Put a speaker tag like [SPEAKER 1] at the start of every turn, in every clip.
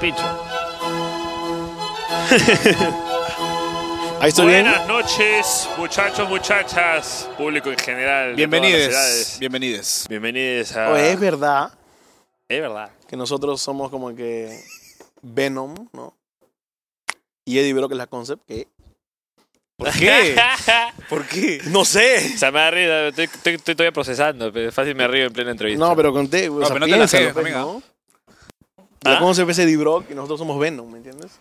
[SPEAKER 1] Pichu.
[SPEAKER 2] Ahí estoy bien.
[SPEAKER 1] Buenas noches, muchachos, muchachas, público en general. de todas las
[SPEAKER 2] Bienvenides.
[SPEAKER 1] edades.
[SPEAKER 2] Bienvenides.
[SPEAKER 1] Bienvenidos a.
[SPEAKER 3] Oye, Pues es verdad
[SPEAKER 1] Es verdad.
[SPEAKER 3] que nosotros somos como que Venom, ¿no? Y Eddie Brock es la concept que...
[SPEAKER 2] ¿Por qué? ¿Por qué?
[SPEAKER 3] No sé.
[SPEAKER 1] o sea, me da risa, estoy, estoy- estoy todavía procesando, pero fácil me río en plena entrevista.
[SPEAKER 3] No, pero conté, o
[SPEAKER 2] No,
[SPEAKER 3] sea,
[SPEAKER 2] pero no te la
[SPEAKER 3] piénsalo,
[SPEAKER 2] sé,
[SPEAKER 3] pues,
[SPEAKER 2] amiga.
[SPEAKER 3] ¿no?
[SPEAKER 1] ¿Ah?
[SPEAKER 3] La concept es Eddie Brock y nosotros somos Venom, ¿me entiendes?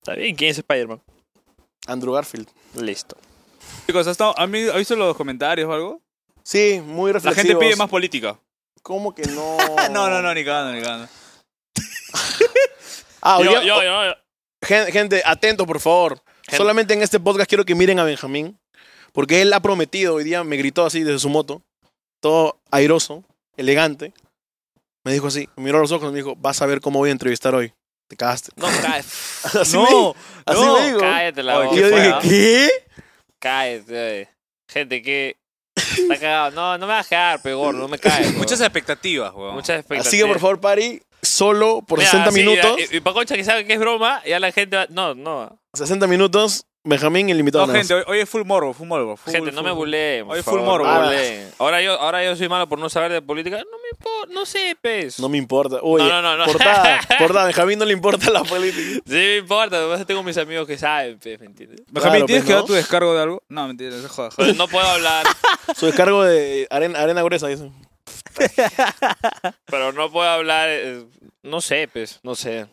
[SPEAKER 1] Está bien, ¿quién es Spider-Man?
[SPEAKER 3] Andrew Garfield.
[SPEAKER 1] Listo.
[SPEAKER 2] Chicos, ¿has, estado- han vi- ¿has visto los comentarios o algo?
[SPEAKER 3] Sí, muy
[SPEAKER 2] La
[SPEAKER 3] reflexivos.
[SPEAKER 2] gente pide más política.
[SPEAKER 3] ¿Cómo que no?
[SPEAKER 2] No, no, no, ni cagando, ni cagando.
[SPEAKER 3] Ah,
[SPEAKER 1] yo,
[SPEAKER 3] oye,
[SPEAKER 1] yo, yo, yo.
[SPEAKER 3] Gen- Gente, atentos, por favor.
[SPEAKER 1] Gente.
[SPEAKER 3] Solamente en este podcast quiero que miren a Benjamín, porque él ha prometido, hoy día me gritó así desde su moto, todo airoso, elegante. Me dijo así, me miró a los ojos y me dijo, vas a ver cómo voy a entrevistar hoy. Te cagaste.
[SPEAKER 1] No, cállate.
[SPEAKER 3] Así me
[SPEAKER 2] No,
[SPEAKER 3] dijo, así
[SPEAKER 2] no,
[SPEAKER 3] me dijo.
[SPEAKER 1] cállate la
[SPEAKER 2] Oye,
[SPEAKER 1] boca.
[SPEAKER 3] Y yo
[SPEAKER 2] qué
[SPEAKER 3] dije,
[SPEAKER 1] ¿no?
[SPEAKER 3] ¿qué?
[SPEAKER 1] Cállate, oye. Gente que. Está cagado. No, no me vas a cagar, pegor, no me caes.
[SPEAKER 2] Muchas expectativas, weón.
[SPEAKER 1] Muchas expectativas.
[SPEAKER 3] Así que, por favor, Pari, solo por
[SPEAKER 1] Mira,
[SPEAKER 3] 60
[SPEAKER 1] así,
[SPEAKER 3] minutos,
[SPEAKER 1] ya, eh. Y, y para concha que sabe que es broma, ya la gente va. No, no.
[SPEAKER 3] 60 minutos, Benjamín ilimitado.
[SPEAKER 2] No,
[SPEAKER 3] nada más.
[SPEAKER 2] gente, hoy, hoy es full morbo, full morbo. full-
[SPEAKER 1] Gente, no
[SPEAKER 2] full-
[SPEAKER 1] me buleen. por
[SPEAKER 2] Hoy full
[SPEAKER 1] favor,
[SPEAKER 2] morbo.
[SPEAKER 1] no me
[SPEAKER 3] Ah.
[SPEAKER 1] buleen. Ahora yo, ahora yo soy malo por no saber de política. No me importa, no sé, pez.
[SPEAKER 3] No me importa. Oye,
[SPEAKER 1] No, no, no, no.
[SPEAKER 3] portada, portada, Benjamín no le importa la política.
[SPEAKER 1] Sí me importa, además tengo mis amigos que saben, pez, ¿me entiendes?
[SPEAKER 2] Benjamín,
[SPEAKER 3] Claro,
[SPEAKER 2] ¿tienes
[SPEAKER 3] pues,
[SPEAKER 2] que
[SPEAKER 3] ¿no?
[SPEAKER 2] dar tu descargo de algo? No, mentira, se joda. joda.
[SPEAKER 1] Pero no puedo hablar,
[SPEAKER 3] Su descargo de arena, arena gruesa, dicen.
[SPEAKER 1] pero no puedo hablar, eh, no sé, pez, no sé.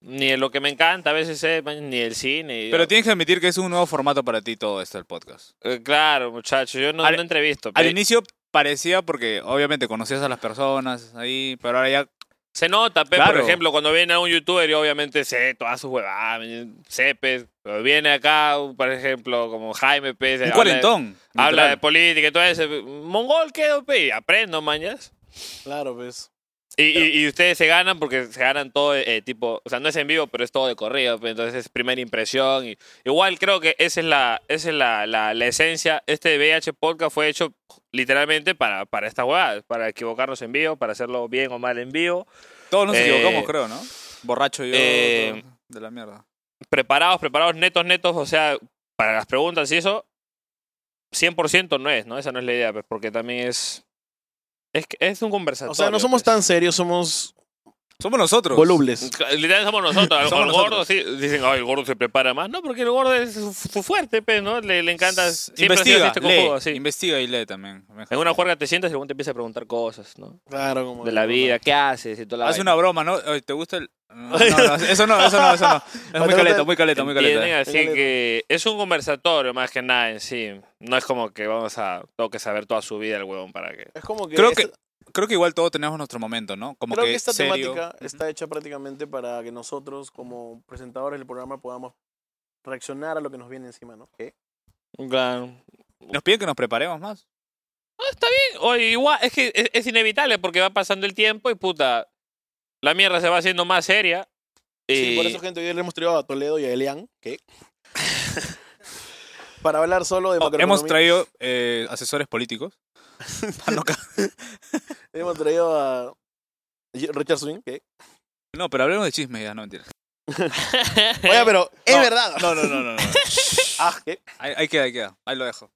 [SPEAKER 1] Ni de lo que me encanta, a veces sé, man, ni el cine.
[SPEAKER 2] Pero tienes que admitir que es un nuevo formato para ti todo esto, el podcast.
[SPEAKER 1] Eh, Claro, muchachos, yo no,
[SPEAKER 2] Al-
[SPEAKER 1] no entrevisto.
[SPEAKER 2] Al
[SPEAKER 1] pe.
[SPEAKER 2] inicio parecía porque obviamente conocías a las personas ahí, pero ahora ya
[SPEAKER 1] Se nota, pe, por
[SPEAKER 2] Claro.
[SPEAKER 1] ejemplo, cuando viene a un youtuber, yo obviamente sé todas sus huevadas, me- sé, pe, pero viene acá, un- por ejemplo, como Jaime, pe, se
[SPEAKER 2] un
[SPEAKER 1] habla
[SPEAKER 2] cuarentón.
[SPEAKER 1] De, habla de
[SPEAKER 2] literal.
[SPEAKER 1] política y todo eso. Mongol quedo, pe, y aprendo, mañas.
[SPEAKER 3] Claro, pues.
[SPEAKER 1] Y, y- y ustedes se ganan porque se ganan todo, eh, tipo, o sea, no es en vivo, pero es todo de corrido, pe, entonces es primera impresión. y- igual creo que esa es la, esa es la, la, la esencia. Este VH Podcast fue hecho literalmente para, para estas huevadas, para equivocarnos en vivo, para hacerlo bien o mal en vivo.
[SPEAKER 2] Todos nos
[SPEAKER 1] eh,
[SPEAKER 2] equivocamos, creo, ¿no? Borracho yo
[SPEAKER 1] eh,
[SPEAKER 2] todo de la mierda.
[SPEAKER 1] preparados, preparados, netos, netos, o sea, para las preguntas y eso, 100% no es, ¿no? Esa no es la idea, pues, porque también es... Es, que- es un conversatorio.
[SPEAKER 3] O sea, no somos
[SPEAKER 1] pues.
[SPEAKER 3] tan serios, somos
[SPEAKER 2] Somos nosotros.
[SPEAKER 3] volubles.
[SPEAKER 1] Literal somos nosotros. Al-
[SPEAKER 2] Somos
[SPEAKER 1] al gordo sí. Dicen, ay, el gordo se prepara más. No, porque el gordo es su, su fuerte, pues, ¿no? Le, le encanta... Siempre ha sido
[SPEAKER 2] Investiga,
[SPEAKER 1] así, este
[SPEAKER 2] lee,
[SPEAKER 1] cojudo, sí.
[SPEAKER 2] investiga y lee también.
[SPEAKER 1] En una juerga te sientas y el güey te empieza a preguntar cosas, ¿no?
[SPEAKER 3] Claro, como.
[SPEAKER 1] De la vida, ¿qué haces? Y toda la
[SPEAKER 2] Haz
[SPEAKER 1] vaina.
[SPEAKER 2] una broma, ¿no? Oye, ¿Te gusta el...? No, no, no, eso no, eso no, eso no. Es muy caleta, muy caleta, muy
[SPEAKER 1] ¿Entienden?
[SPEAKER 2] caleta.
[SPEAKER 1] Así que es un conversatorio más que nada en sí. No es como que vamos a... Tengo que saber toda su vida el huevón para que...
[SPEAKER 3] Es como que.
[SPEAKER 2] Creo
[SPEAKER 3] esta-
[SPEAKER 2] que, creo que igual todos tenemos nuestro momento, ¿no? Como
[SPEAKER 3] creo
[SPEAKER 2] que,
[SPEAKER 3] que esta
[SPEAKER 2] serio.
[SPEAKER 3] temática está hecha prácticamente para que nosotros, como presentadores del programa, podamos reaccionar a lo que nos viene encima, ¿no?
[SPEAKER 1] Claro.
[SPEAKER 2] Nos piden que nos preparemos más.
[SPEAKER 1] O igual, es que es, es inevitable porque va pasando el tiempo y puta, la mierda se va haciendo más seria. Y
[SPEAKER 3] Sí, por eso, gente, hoy le hemos traído a Toledo y a Elian, ¿qué? para hablar solo de macroeconomía.
[SPEAKER 2] Hemos traído eh, asesores políticos. Para no ca-
[SPEAKER 3] Hemos traído a. Richard Swing, ¿qué?
[SPEAKER 2] no, pero hablemos de chismes ya, no mentira.
[SPEAKER 3] Oye, pero es
[SPEAKER 2] No,
[SPEAKER 3] verdad.
[SPEAKER 2] No, no, no, no. no.
[SPEAKER 3] Ah, ¿qué?
[SPEAKER 2] Ahí, ahí queda, ahí queda. Ahí lo dejo.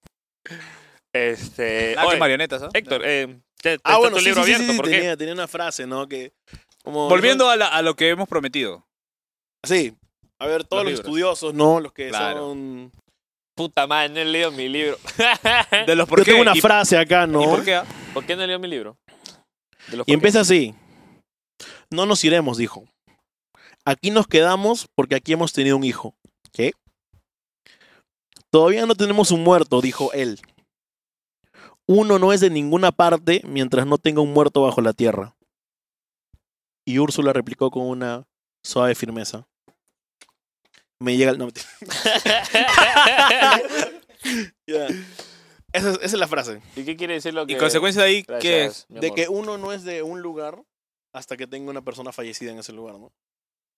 [SPEAKER 3] Eh,
[SPEAKER 1] Este,
[SPEAKER 2] Nada que
[SPEAKER 1] oye,
[SPEAKER 2] marionetas, ¿ah?
[SPEAKER 1] Héctor, eh, te- te
[SPEAKER 3] Ah,
[SPEAKER 1] está
[SPEAKER 3] bueno,
[SPEAKER 1] tu
[SPEAKER 3] sí,
[SPEAKER 1] libro
[SPEAKER 3] sí, sí,
[SPEAKER 1] abierto,
[SPEAKER 3] sí,
[SPEAKER 1] ¿por qué?
[SPEAKER 3] tenía, tenía una frase, ¿no? Que. Como,
[SPEAKER 2] Volviendo a, la- a lo que hemos prometido.
[SPEAKER 3] Sí. A ver, todos
[SPEAKER 2] Los
[SPEAKER 3] los,
[SPEAKER 2] libros.
[SPEAKER 3] estudiosos, ¿no? Los que
[SPEAKER 2] Claro.
[SPEAKER 3] son...
[SPEAKER 1] Puta madre, no he leído mi libro.
[SPEAKER 2] De los por
[SPEAKER 3] ¿Eh? Yo
[SPEAKER 2] qué.
[SPEAKER 3] tengo una
[SPEAKER 2] y-
[SPEAKER 3] frase acá, ¿no?
[SPEAKER 2] ¿Y
[SPEAKER 3] Y,
[SPEAKER 2] por qué? ah?
[SPEAKER 1] ¿Por qué no he leído mi libro? De los por qué.
[SPEAKER 3] empieza así. No nos iremos, dijo. Aquí nos quedamos porque aquí hemos tenido un hijo. ¿Qué? Todavía no tenemos un muerto, dijo él. Uno no es de ninguna parte mientras no tenga un muerto bajo la tierra. Y Úrsula replicó con una suave firmeza. Me llega el... No, mentira. Ya. Esa, es, esa es la frase.
[SPEAKER 1] ¿Y qué quiere decir lo que...?
[SPEAKER 2] Y consecuencia de ahí,
[SPEAKER 1] Gracias,
[SPEAKER 2] ¿qué es?
[SPEAKER 1] mi
[SPEAKER 3] De
[SPEAKER 1] amor.
[SPEAKER 3] que uno no es de un lugar hasta que tenga una persona fallecida en ese lugar, ¿no?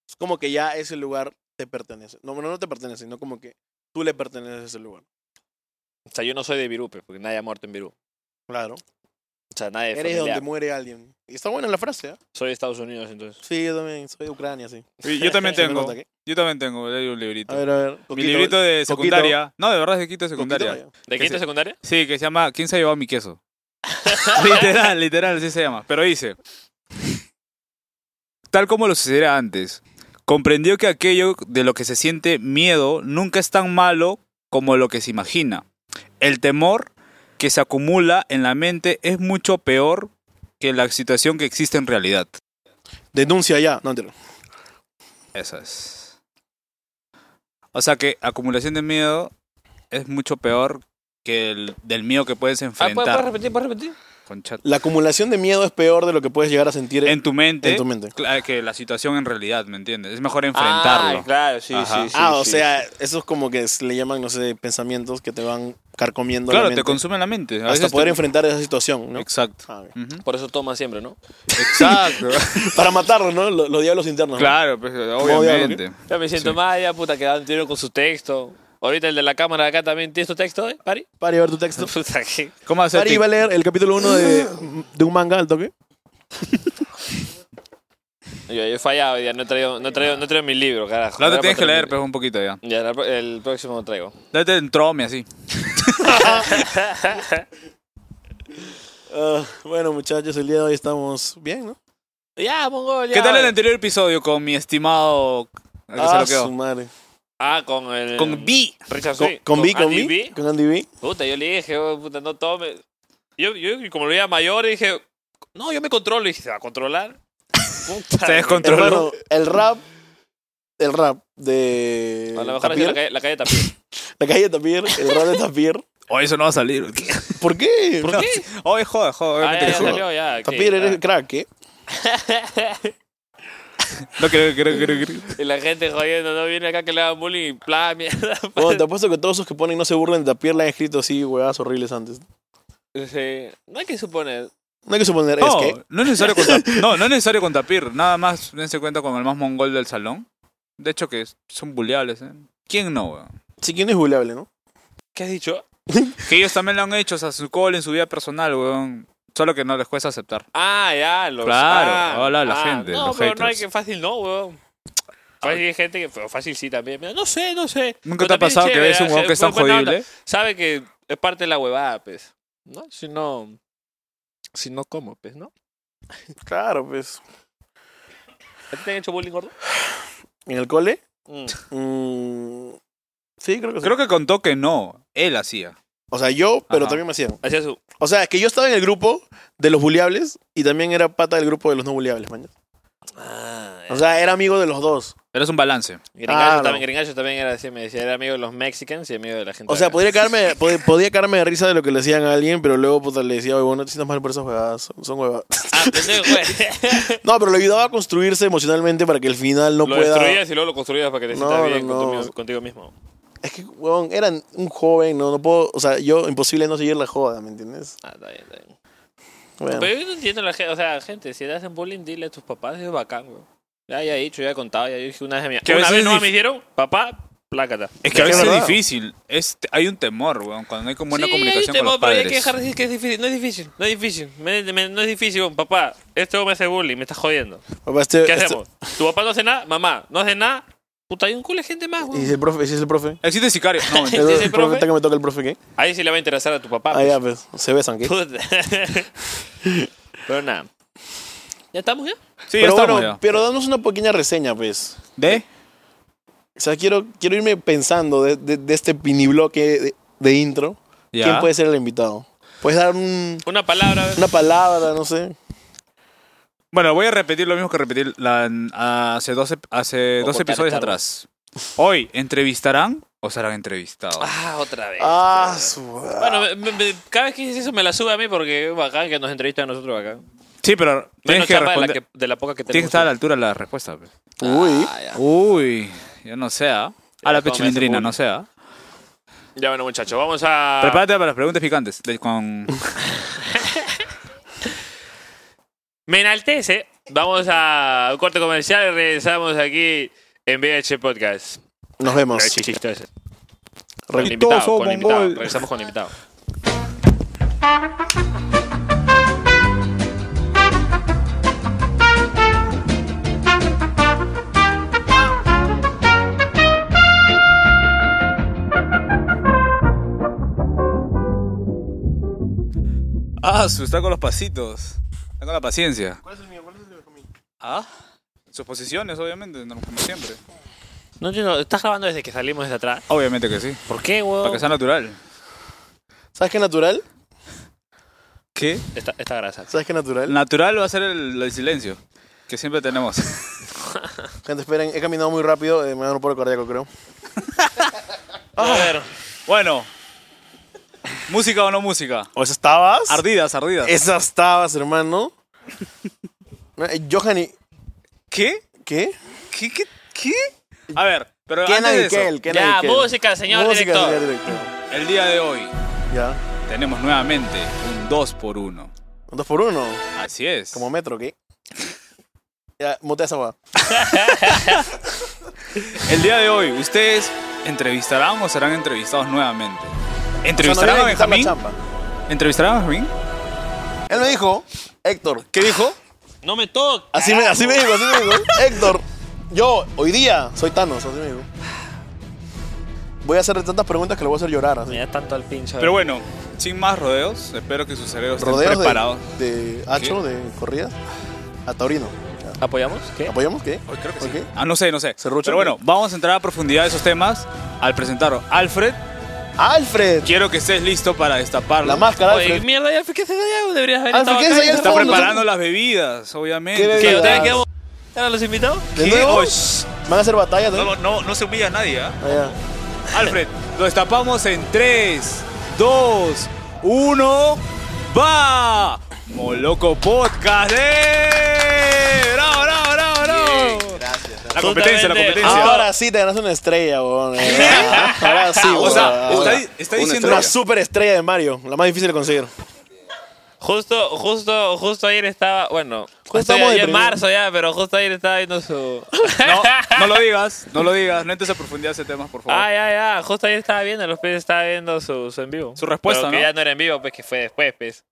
[SPEAKER 3] Es como que ya ese lugar te pertenece. No, bueno, no te pertenece, sino como que tú le perteneces a ese lugar.
[SPEAKER 1] O sea, yo no soy de Virupe, porque nadie ha muerto en Virú.
[SPEAKER 3] Claro.
[SPEAKER 1] O sea, nadie
[SPEAKER 3] Eres donde
[SPEAKER 1] familiar.
[SPEAKER 3] muere alguien. Y está buena la frase, ¿ah?
[SPEAKER 1] Soy de Estados Unidos, entonces.
[SPEAKER 3] Sí, yo también. Soy de Ucrania, sí.
[SPEAKER 2] Y Yo también
[SPEAKER 3] Se me
[SPEAKER 2] tengo.
[SPEAKER 3] nota que-
[SPEAKER 2] Yo también tengo. leí un librito.
[SPEAKER 3] A ver, a ver.
[SPEAKER 2] Mi
[SPEAKER 3] Coquito,
[SPEAKER 2] librito de
[SPEAKER 3] Coquito.
[SPEAKER 2] secundaria. No, de verdad es de quito de
[SPEAKER 3] Coquito,
[SPEAKER 2] secundaria.
[SPEAKER 3] vaya.
[SPEAKER 1] ¿De
[SPEAKER 2] Que
[SPEAKER 1] quinta
[SPEAKER 2] sí.
[SPEAKER 1] secundaria?
[SPEAKER 2] Sí, que se llama ¿Quién se ha llevado mi queso? literal, literal, así se llama. Pero dice, tal como lo sucediera antes, comprendió que aquello de lo que se siente miedo nunca es tan malo como lo que se imagina. El temor que se acumula en la mente es mucho peor que la situación que existe en realidad.
[SPEAKER 3] Denuncia ya. No, mentira.
[SPEAKER 2] Eso es. O sea que acumulación de miedo es mucho peor que el del miedo que puedes
[SPEAKER 1] Ah, ¿puedes, puedes
[SPEAKER 2] enfrentar.
[SPEAKER 1] repetir? ¿Puedes repetir?
[SPEAKER 2] Concha
[SPEAKER 3] La acumulación de miedo es peor de lo que puedes llegar a sentir
[SPEAKER 2] en tu mente,
[SPEAKER 3] en tu mente.
[SPEAKER 2] cla- que la situación en realidad, ¿me entiendes? Es mejor
[SPEAKER 1] Ah,
[SPEAKER 2] enfrentarlo.
[SPEAKER 1] claro, sí,
[SPEAKER 2] Ajá.
[SPEAKER 1] sí, sí.
[SPEAKER 3] ah, o
[SPEAKER 1] sí.
[SPEAKER 3] sea, eso es como que se le llaman, no sé, pensamientos que te van carcomiendo la
[SPEAKER 2] claro,
[SPEAKER 3] mente
[SPEAKER 2] te consume la mente. A
[SPEAKER 3] hasta
[SPEAKER 2] veces
[SPEAKER 3] poder
[SPEAKER 2] te-
[SPEAKER 3] enfrentar esa situación, ¿no?
[SPEAKER 2] Exacto.
[SPEAKER 3] Ah, bien.
[SPEAKER 2] Ujú.
[SPEAKER 1] Por eso toma siempre, ¿no?
[SPEAKER 2] Exacto.
[SPEAKER 3] Para matarlos, ¿no? Los, los diablos internos. ¿no?
[SPEAKER 2] claro, pues, obviamente.
[SPEAKER 1] Ya me siento
[SPEAKER 2] Sí.
[SPEAKER 1] mal, ya puta, que da un tiro con su texto. Ahorita el de la cámara de acá también tiene su texto, ¿eh, Pari?
[SPEAKER 3] Pari, a ver tu texto.
[SPEAKER 1] Puta, que-
[SPEAKER 2] ¿Cómo hacer
[SPEAKER 3] Pari va a leer el capítulo 1 de, de un manga al toque.
[SPEAKER 1] Yo, yo he fallado, ya no he traído, no he traído, no he traído mi libro, carajo.
[SPEAKER 2] Claro,
[SPEAKER 1] Ahora
[SPEAKER 2] tienes que
[SPEAKER 1] para
[SPEAKER 2] leer,
[SPEAKER 1] traer
[SPEAKER 2] pues, un poquito ya.
[SPEAKER 1] mi libro. Ya, la pro- el próximo lo traigo.
[SPEAKER 2] Date en trome así.
[SPEAKER 3] Ah, bueno, muchachos, el día de hoy estamos bien, ¿no?
[SPEAKER 1] Ya, Mongol, ya.
[SPEAKER 2] ¿Qué tal el anterior episodio con mi estimado. ¿A qué se lo quedó?
[SPEAKER 3] su madre.
[SPEAKER 1] Ah, con el...
[SPEAKER 2] Con B.
[SPEAKER 1] Richard
[SPEAKER 3] Con,
[SPEAKER 1] Sui.
[SPEAKER 3] con B, con
[SPEAKER 1] Andy
[SPEAKER 3] B, con Andy B.
[SPEAKER 1] Puta, yo le dije, oh, puta, no tome. Yo, yo como lo veía mayor, dije, no, yo me controlo. Y dije, ¿se va a controlar? Puta.
[SPEAKER 2] Se descontroló.
[SPEAKER 3] Hermano, el rap, el rap de
[SPEAKER 1] A lo mejor
[SPEAKER 3] Tapir,
[SPEAKER 1] es la calle, la calle Tapir.
[SPEAKER 3] la calle Tapir, el rap de Tapir.
[SPEAKER 2] Hoy eso no va a salir. ¿Qué?
[SPEAKER 3] ¿Por qué?
[SPEAKER 1] ¿Por Ah. qué?
[SPEAKER 2] Hoy joda, joda.
[SPEAKER 1] Ah, ya,
[SPEAKER 2] obviamente que
[SPEAKER 1] ya
[SPEAKER 2] joda.
[SPEAKER 1] salió, ya. ok,
[SPEAKER 3] Tapir, eres
[SPEAKER 1] ya.
[SPEAKER 3] crack, ¿eh?
[SPEAKER 2] No creo, creo, creo, creo.
[SPEAKER 1] Ah, Y la gente jodiendo, no viene acá que le hagan bullying y bla, mierda.
[SPEAKER 3] Bueno, te apuesto que todos esos que ponen no se burlen de Tapir le han escrito así, huevadas horribles antes.
[SPEAKER 1] Sí. No hay que suponer.
[SPEAKER 3] No hay que suponer,
[SPEAKER 2] No,
[SPEAKER 3] es que.
[SPEAKER 2] no es necesario con tap- no, no es necesario con tapir. Nada más dense cuenta con el más mongol del salón. De hecho que son buleables, ¿eh? ¿Quién no, weón?
[SPEAKER 3] Si quién es buleable, ¿no?
[SPEAKER 1] ¿Qué has dicho?
[SPEAKER 2] Que ellos también lo han hecho, o sea, su call en su vida personal, weón. Solo que no les cuesta aceptar.
[SPEAKER 1] Ah, ya, los.
[SPEAKER 2] Claro,
[SPEAKER 1] ah,
[SPEAKER 2] hola, la
[SPEAKER 1] ah,
[SPEAKER 2] gente,
[SPEAKER 1] No,
[SPEAKER 2] los
[SPEAKER 1] pero no hay
[SPEAKER 2] haters. Ah.
[SPEAKER 1] que fácil, no, weón. Fácil hay gente que. pero Fácil sí también. Mira, No sé, no sé.
[SPEAKER 2] ¿Nunca
[SPEAKER 1] Pero
[SPEAKER 2] te ha
[SPEAKER 1] también es
[SPEAKER 2] pasado que
[SPEAKER 1] chévere,
[SPEAKER 2] ves un
[SPEAKER 1] ¿eh?
[SPEAKER 2] weón que es tan
[SPEAKER 1] Buena onda.
[SPEAKER 2] jodible?
[SPEAKER 1] Sabe que es parte de la huevada, pues. ¿No? Si no. Si no, ¿cómo, pues, no?
[SPEAKER 3] Claro, pues.
[SPEAKER 1] ¿A ti ¿Te han hecho bullying gordo?
[SPEAKER 3] ¿En el cole?
[SPEAKER 1] Mm.
[SPEAKER 3] Mm, sí, creo que sí.
[SPEAKER 2] Creo que contó que no. Él hacía.
[SPEAKER 3] O sea, yo, pero
[SPEAKER 2] Ajá.
[SPEAKER 3] también me hacían.
[SPEAKER 1] Hacía su.
[SPEAKER 3] O sea, es que yo estaba en el grupo de los buleables y también era pata del grupo de los no buleables, mañana.
[SPEAKER 1] Ah,
[SPEAKER 3] O sea, era amigo de los dos.
[SPEAKER 2] Pero es un balance.
[SPEAKER 1] Gringacho,
[SPEAKER 3] Claro.
[SPEAKER 1] también, Gringacho también era así, me decía, era amigo de los mexicanos y amigo de la gente.
[SPEAKER 3] O sea,
[SPEAKER 1] acá.
[SPEAKER 3] podría caerme, pod- podía caerme de risa de lo que le decían a alguien, pero luego puta, le decía, oye, vos no te sientas mal por esas jugadas, son, son huevadas.
[SPEAKER 1] Ah, pendejo, güey.
[SPEAKER 3] No, pero le ayudaba a construirse emocionalmente para que el final no
[SPEAKER 1] lo
[SPEAKER 3] pueda.
[SPEAKER 1] destruías y luego lo construías para que te
[SPEAKER 3] No,
[SPEAKER 1] sientas
[SPEAKER 3] no,
[SPEAKER 1] bien con tu
[SPEAKER 3] no.
[SPEAKER 1] mi- contigo mismo.
[SPEAKER 3] Es que, weón, eran un joven, no, no puedo. O sea, yo, imposible no seguir la joda, ¿me entiendes?
[SPEAKER 1] Ah, está bien, está bien.
[SPEAKER 3] Bueno,
[SPEAKER 1] Pero yo no entiendo a la gente, o sea, gente, si le hacen bullying, dile a tus papás, es bacán, güey. Ya, ya he dicho, ya he contado, ya dije una vez a mi
[SPEAKER 2] Que a
[SPEAKER 1] Una
[SPEAKER 2] veces
[SPEAKER 1] vez no
[SPEAKER 2] dif-
[SPEAKER 1] me dijeron, papá, plácata.
[SPEAKER 2] Es
[SPEAKER 3] Es que
[SPEAKER 2] que a
[SPEAKER 3] es
[SPEAKER 2] veces es
[SPEAKER 3] verdad.
[SPEAKER 2] difícil. Es, hay un temor, weón, cuando no hay como buena
[SPEAKER 1] Sí,
[SPEAKER 2] comunicación
[SPEAKER 1] hay un
[SPEAKER 2] con los
[SPEAKER 1] tema, pero hay
[SPEAKER 2] padres.
[SPEAKER 1] que dejar de decir que es difícil. No es difícil, no es difícil. Me- me- no es difícil, weón. papá. Este hombre me hace bullying, me está jodiendo.
[SPEAKER 3] papá, este-
[SPEAKER 1] ¿Qué
[SPEAKER 3] este-
[SPEAKER 1] hacemos? ¿Tu papá no hace nada? Mamá, no hace nada. Puta, hay un culo de gente más,
[SPEAKER 3] Y
[SPEAKER 1] güey.
[SPEAKER 3] si el profe, y si es el profe.
[SPEAKER 2] Existe sicario. No,
[SPEAKER 1] ¿Ese es el
[SPEAKER 3] el profe?
[SPEAKER 1] profe?
[SPEAKER 3] está que me toca el profe, ¿qué?
[SPEAKER 1] Ahí sí le va a interesar a tu papá.
[SPEAKER 3] Ah,
[SPEAKER 1] pues.
[SPEAKER 3] ya, pues, se besan, ¿qué?
[SPEAKER 1] Puta. Pero nada. ¿Ya estamos ya?
[SPEAKER 2] sí, ya
[SPEAKER 3] pero
[SPEAKER 2] estamos
[SPEAKER 3] bueno,
[SPEAKER 2] ya.
[SPEAKER 3] pero danos una pequeña reseña, pues.
[SPEAKER 2] ¿De?
[SPEAKER 3] O sea, quiero, quiero irme pensando de, de- de este mini bloque de, de intro.
[SPEAKER 2] Ya.
[SPEAKER 3] ¿Quién puede ser el invitado? Puedes dar un-
[SPEAKER 1] Una palabra.
[SPEAKER 3] una palabra, no sé.
[SPEAKER 2] Bueno, voy a repetir lo mismo que repetí la- hace dos, ep- hace
[SPEAKER 1] O
[SPEAKER 2] dos
[SPEAKER 1] cortar
[SPEAKER 2] episodios
[SPEAKER 1] esta
[SPEAKER 2] atrás. Hoy, ¿entrevistarán o serán entrevistados?
[SPEAKER 1] Ah, otra vez.
[SPEAKER 3] Ah, su.
[SPEAKER 1] Bueno, me- me- me- cada vez que dices eso me la sube a mí porque es bacán que nos entrevistan a nosotros acá.
[SPEAKER 2] Sí, pero
[SPEAKER 1] Menos
[SPEAKER 2] tienes que,
[SPEAKER 1] chamba de la,
[SPEAKER 2] responder-
[SPEAKER 1] que- de la poca que
[SPEAKER 2] tienes que
[SPEAKER 1] tenemos.
[SPEAKER 2] estar a la altura de la respuesta. pe.
[SPEAKER 3] Uy.
[SPEAKER 1] Ah, ya.
[SPEAKER 2] Uy, yo no sé. ¿ah? A la
[SPEAKER 1] Ya,
[SPEAKER 2] pechilindrina,
[SPEAKER 1] como
[SPEAKER 2] no sé. ¿ah?
[SPEAKER 1] Ya, bueno, muchachos, vamos a...
[SPEAKER 2] Prepárate para las preguntas picantes. de- con...
[SPEAKER 1] Me enaltece. Vamos a un corte comercial y regresamos aquí en VH Podcast.
[SPEAKER 3] Nos vemos.
[SPEAKER 1] Qué chistoso. Con
[SPEAKER 3] Re-
[SPEAKER 1] el invitado, pues.
[SPEAKER 2] somos
[SPEAKER 1] con el invitado.
[SPEAKER 2] mongol.
[SPEAKER 1] Regresamos con el invitado.
[SPEAKER 2] Ah, su está con los pasitos. Está con la paciencia.
[SPEAKER 3] ¿Cuál es el mío? ¿Cuál es el de Benjamín?
[SPEAKER 2] Ah. Sus posiciones, obviamente, no- como siempre.
[SPEAKER 1] No entiendo, ¿estás grabando desde que salimos desde atrás?
[SPEAKER 2] Obviamente que sí.
[SPEAKER 1] ¿Por qué,
[SPEAKER 2] Para
[SPEAKER 1] weón?
[SPEAKER 2] que sea natural.
[SPEAKER 3] ¿Sabes qué es natural?
[SPEAKER 2] ¿Qué?
[SPEAKER 1] Esta, esta grasa.
[SPEAKER 3] ¿Sabes qué es natural?
[SPEAKER 2] Natural va a ser el, el silencio. Que siempre tenemos.
[SPEAKER 3] Gente, esperen, he caminado muy rápido, eh, me da un paro cardíaco, creo.
[SPEAKER 1] A ver,
[SPEAKER 2] bueno. ¿Música o no música?
[SPEAKER 3] ¿O esas tabas?
[SPEAKER 2] Ardidas, ardidas.
[SPEAKER 3] Esas tabas, hermano. Johan y...
[SPEAKER 2] ¿Qué?
[SPEAKER 3] ¿Qué?
[SPEAKER 2] ¿Qué? ¿Qué? ¿Qué? A ver, pero
[SPEAKER 3] ¿Qué
[SPEAKER 2] antes de eso,
[SPEAKER 3] Nadikel? ¿Qué
[SPEAKER 1] Ya,
[SPEAKER 3] Nadikel?
[SPEAKER 1] música, señor
[SPEAKER 3] música,
[SPEAKER 1] director.
[SPEAKER 3] Señor director.
[SPEAKER 2] el día de hoy
[SPEAKER 3] Ya.
[SPEAKER 2] tenemos nuevamente un 2x1.
[SPEAKER 3] Un dos por uno.
[SPEAKER 2] Así es.
[SPEAKER 3] Como metro, ¿qué? ya, mutea esa hueá.
[SPEAKER 2] El día de hoy, ¿ustedes entrevistarán o serán entrevistados nuevamente? ¿Entrevistarán
[SPEAKER 3] O
[SPEAKER 2] a
[SPEAKER 3] sea, nos
[SPEAKER 2] Benjamín?
[SPEAKER 3] vienen quitar la chamba.
[SPEAKER 2] ¿Entrevistarán a Benjamín?
[SPEAKER 3] Él me dijo, Héctor. ¿Qué dijo?
[SPEAKER 1] no me toques.
[SPEAKER 3] Así me, así me dijo, así me dijo. Héctor, yo hoy día soy Thanos, así me dijo. Voy a hacerle tantas preguntas que le voy a hacer llorar. así.
[SPEAKER 1] Me da tanto al pincho.
[SPEAKER 2] Pero bueno, sin más rodeos, espero que sus cerebros estén
[SPEAKER 3] Rodeos
[SPEAKER 2] preparados.
[SPEAKER 3] de, de hacho, de corridas, a taurino. Ya.
[SPEAKER 1] ¿Apoyamos? ¿Qué?
[SPEAKER 3] ¿Apoyamos qué?
[SPEAKER 2] Hoy creo que sí.
[SPEAKER 3] Ok.
[SPEAKER 2] Ah, no sé, no sé.
[SPEAKER 3] Serrucho.
[SPEAKER 2] Pero bueno, vamos a entrar a profundidad de esos temas al presentar a Alfred.
[SPEAKER 3] ¡Alfred!
[SPEAKER 2] Quiero que estés listo para destaparlo.
[SPEAKER 3] La máscara,
[SPEAKER 1] Oye,
[SPEAKER 3] Alfred.
[SPEAKER 1] mierda, ya fue que se allá, deberías haber
[SPEAKER 3] Alfred,
[SPEAKER 1] estado
[SPEAKER 3] ¿qué
[SPEAKER 1] acá.
[SPEAKER 3] es allá
[SPEAKER 1] ya
[SPEAKER 3] al
[SPEAKER 2] Está
[SPEAKER 1] estamos-
[SPEAKER 3] fondo?
[SPEAKER 2] preparando las bebidas, obviamente.
[SPEAKER 3] ¿Qué
[SPEAKER 1] ¿Qué?
[SPEAKER 3] bebidas?
[SPEAKER 1] ¿Ustedes quedamos? ¿Eran los invitados?
[SPEAKER 3] ¿De
[SPEAKER 2] ¿Qué?
[SPEAKER 3] nuevo?
[SPEAKER 2] Oh, shh.
[SPEAKER 3] ¿Van a hacer batalla también?
[SPEAKER 2] no, no, no se humilla a nadie, ¿ah?
[SPEAKER 3] Ah,
[SPEAKER 2] Alfred, lo destapamos en 3, 2, 1. ¡Va! Moloco Podcast. ¡eh! ¡Bravo, bravo, bravo, bravo!
[SPEAKER 4] Gracias.
[SPEAKER 2] La competencia, la
[SPEAKER 1] Absolutamente.
[SPEAKER 3] ya.
[SPEAKER 2] competencia.
[SPEAKER 3] Ahora sí te ganas una estrella, weón. Ahora sí,
[SPEAKER 2] Ah, o
[SPEAKER 3] weón.
[SPEAKER 2] sea,
[SPEAKER 3] Ahora.
[SPEAKER 2] está, está
[SPEAKER 4] Una
[SPEAKER 2] diciendo.
[SPEAKER 3] Una super estrella de Mario, la más difícil de conseguir.
[SPEAKER 1] Justo, justo, justo ayer estaba, bueno, justo
[SPEAKER 3] Estamos
[SPEAKER 1] ayer, en
[SPEAKER 3] deprimidos.
[SPEAKER 1] marzo ya, pero justo ayer estaba viendo su...
[SPEAKER 2] No, no lo digas, no lo digas. No entres a profundidad ese tema, por favor.
[SPEAKER 1] Ah, ya, ya, justo ayer estaba viendo, los peces estaba viendo su, su en vivo.
[SPEAKER 2] Su respuesta,
[SPEAKER 1] Pero que
[SPEAKER 2] ¿no?
[SPEAKER 1] ya no era en vivo, pues que fue después, pues.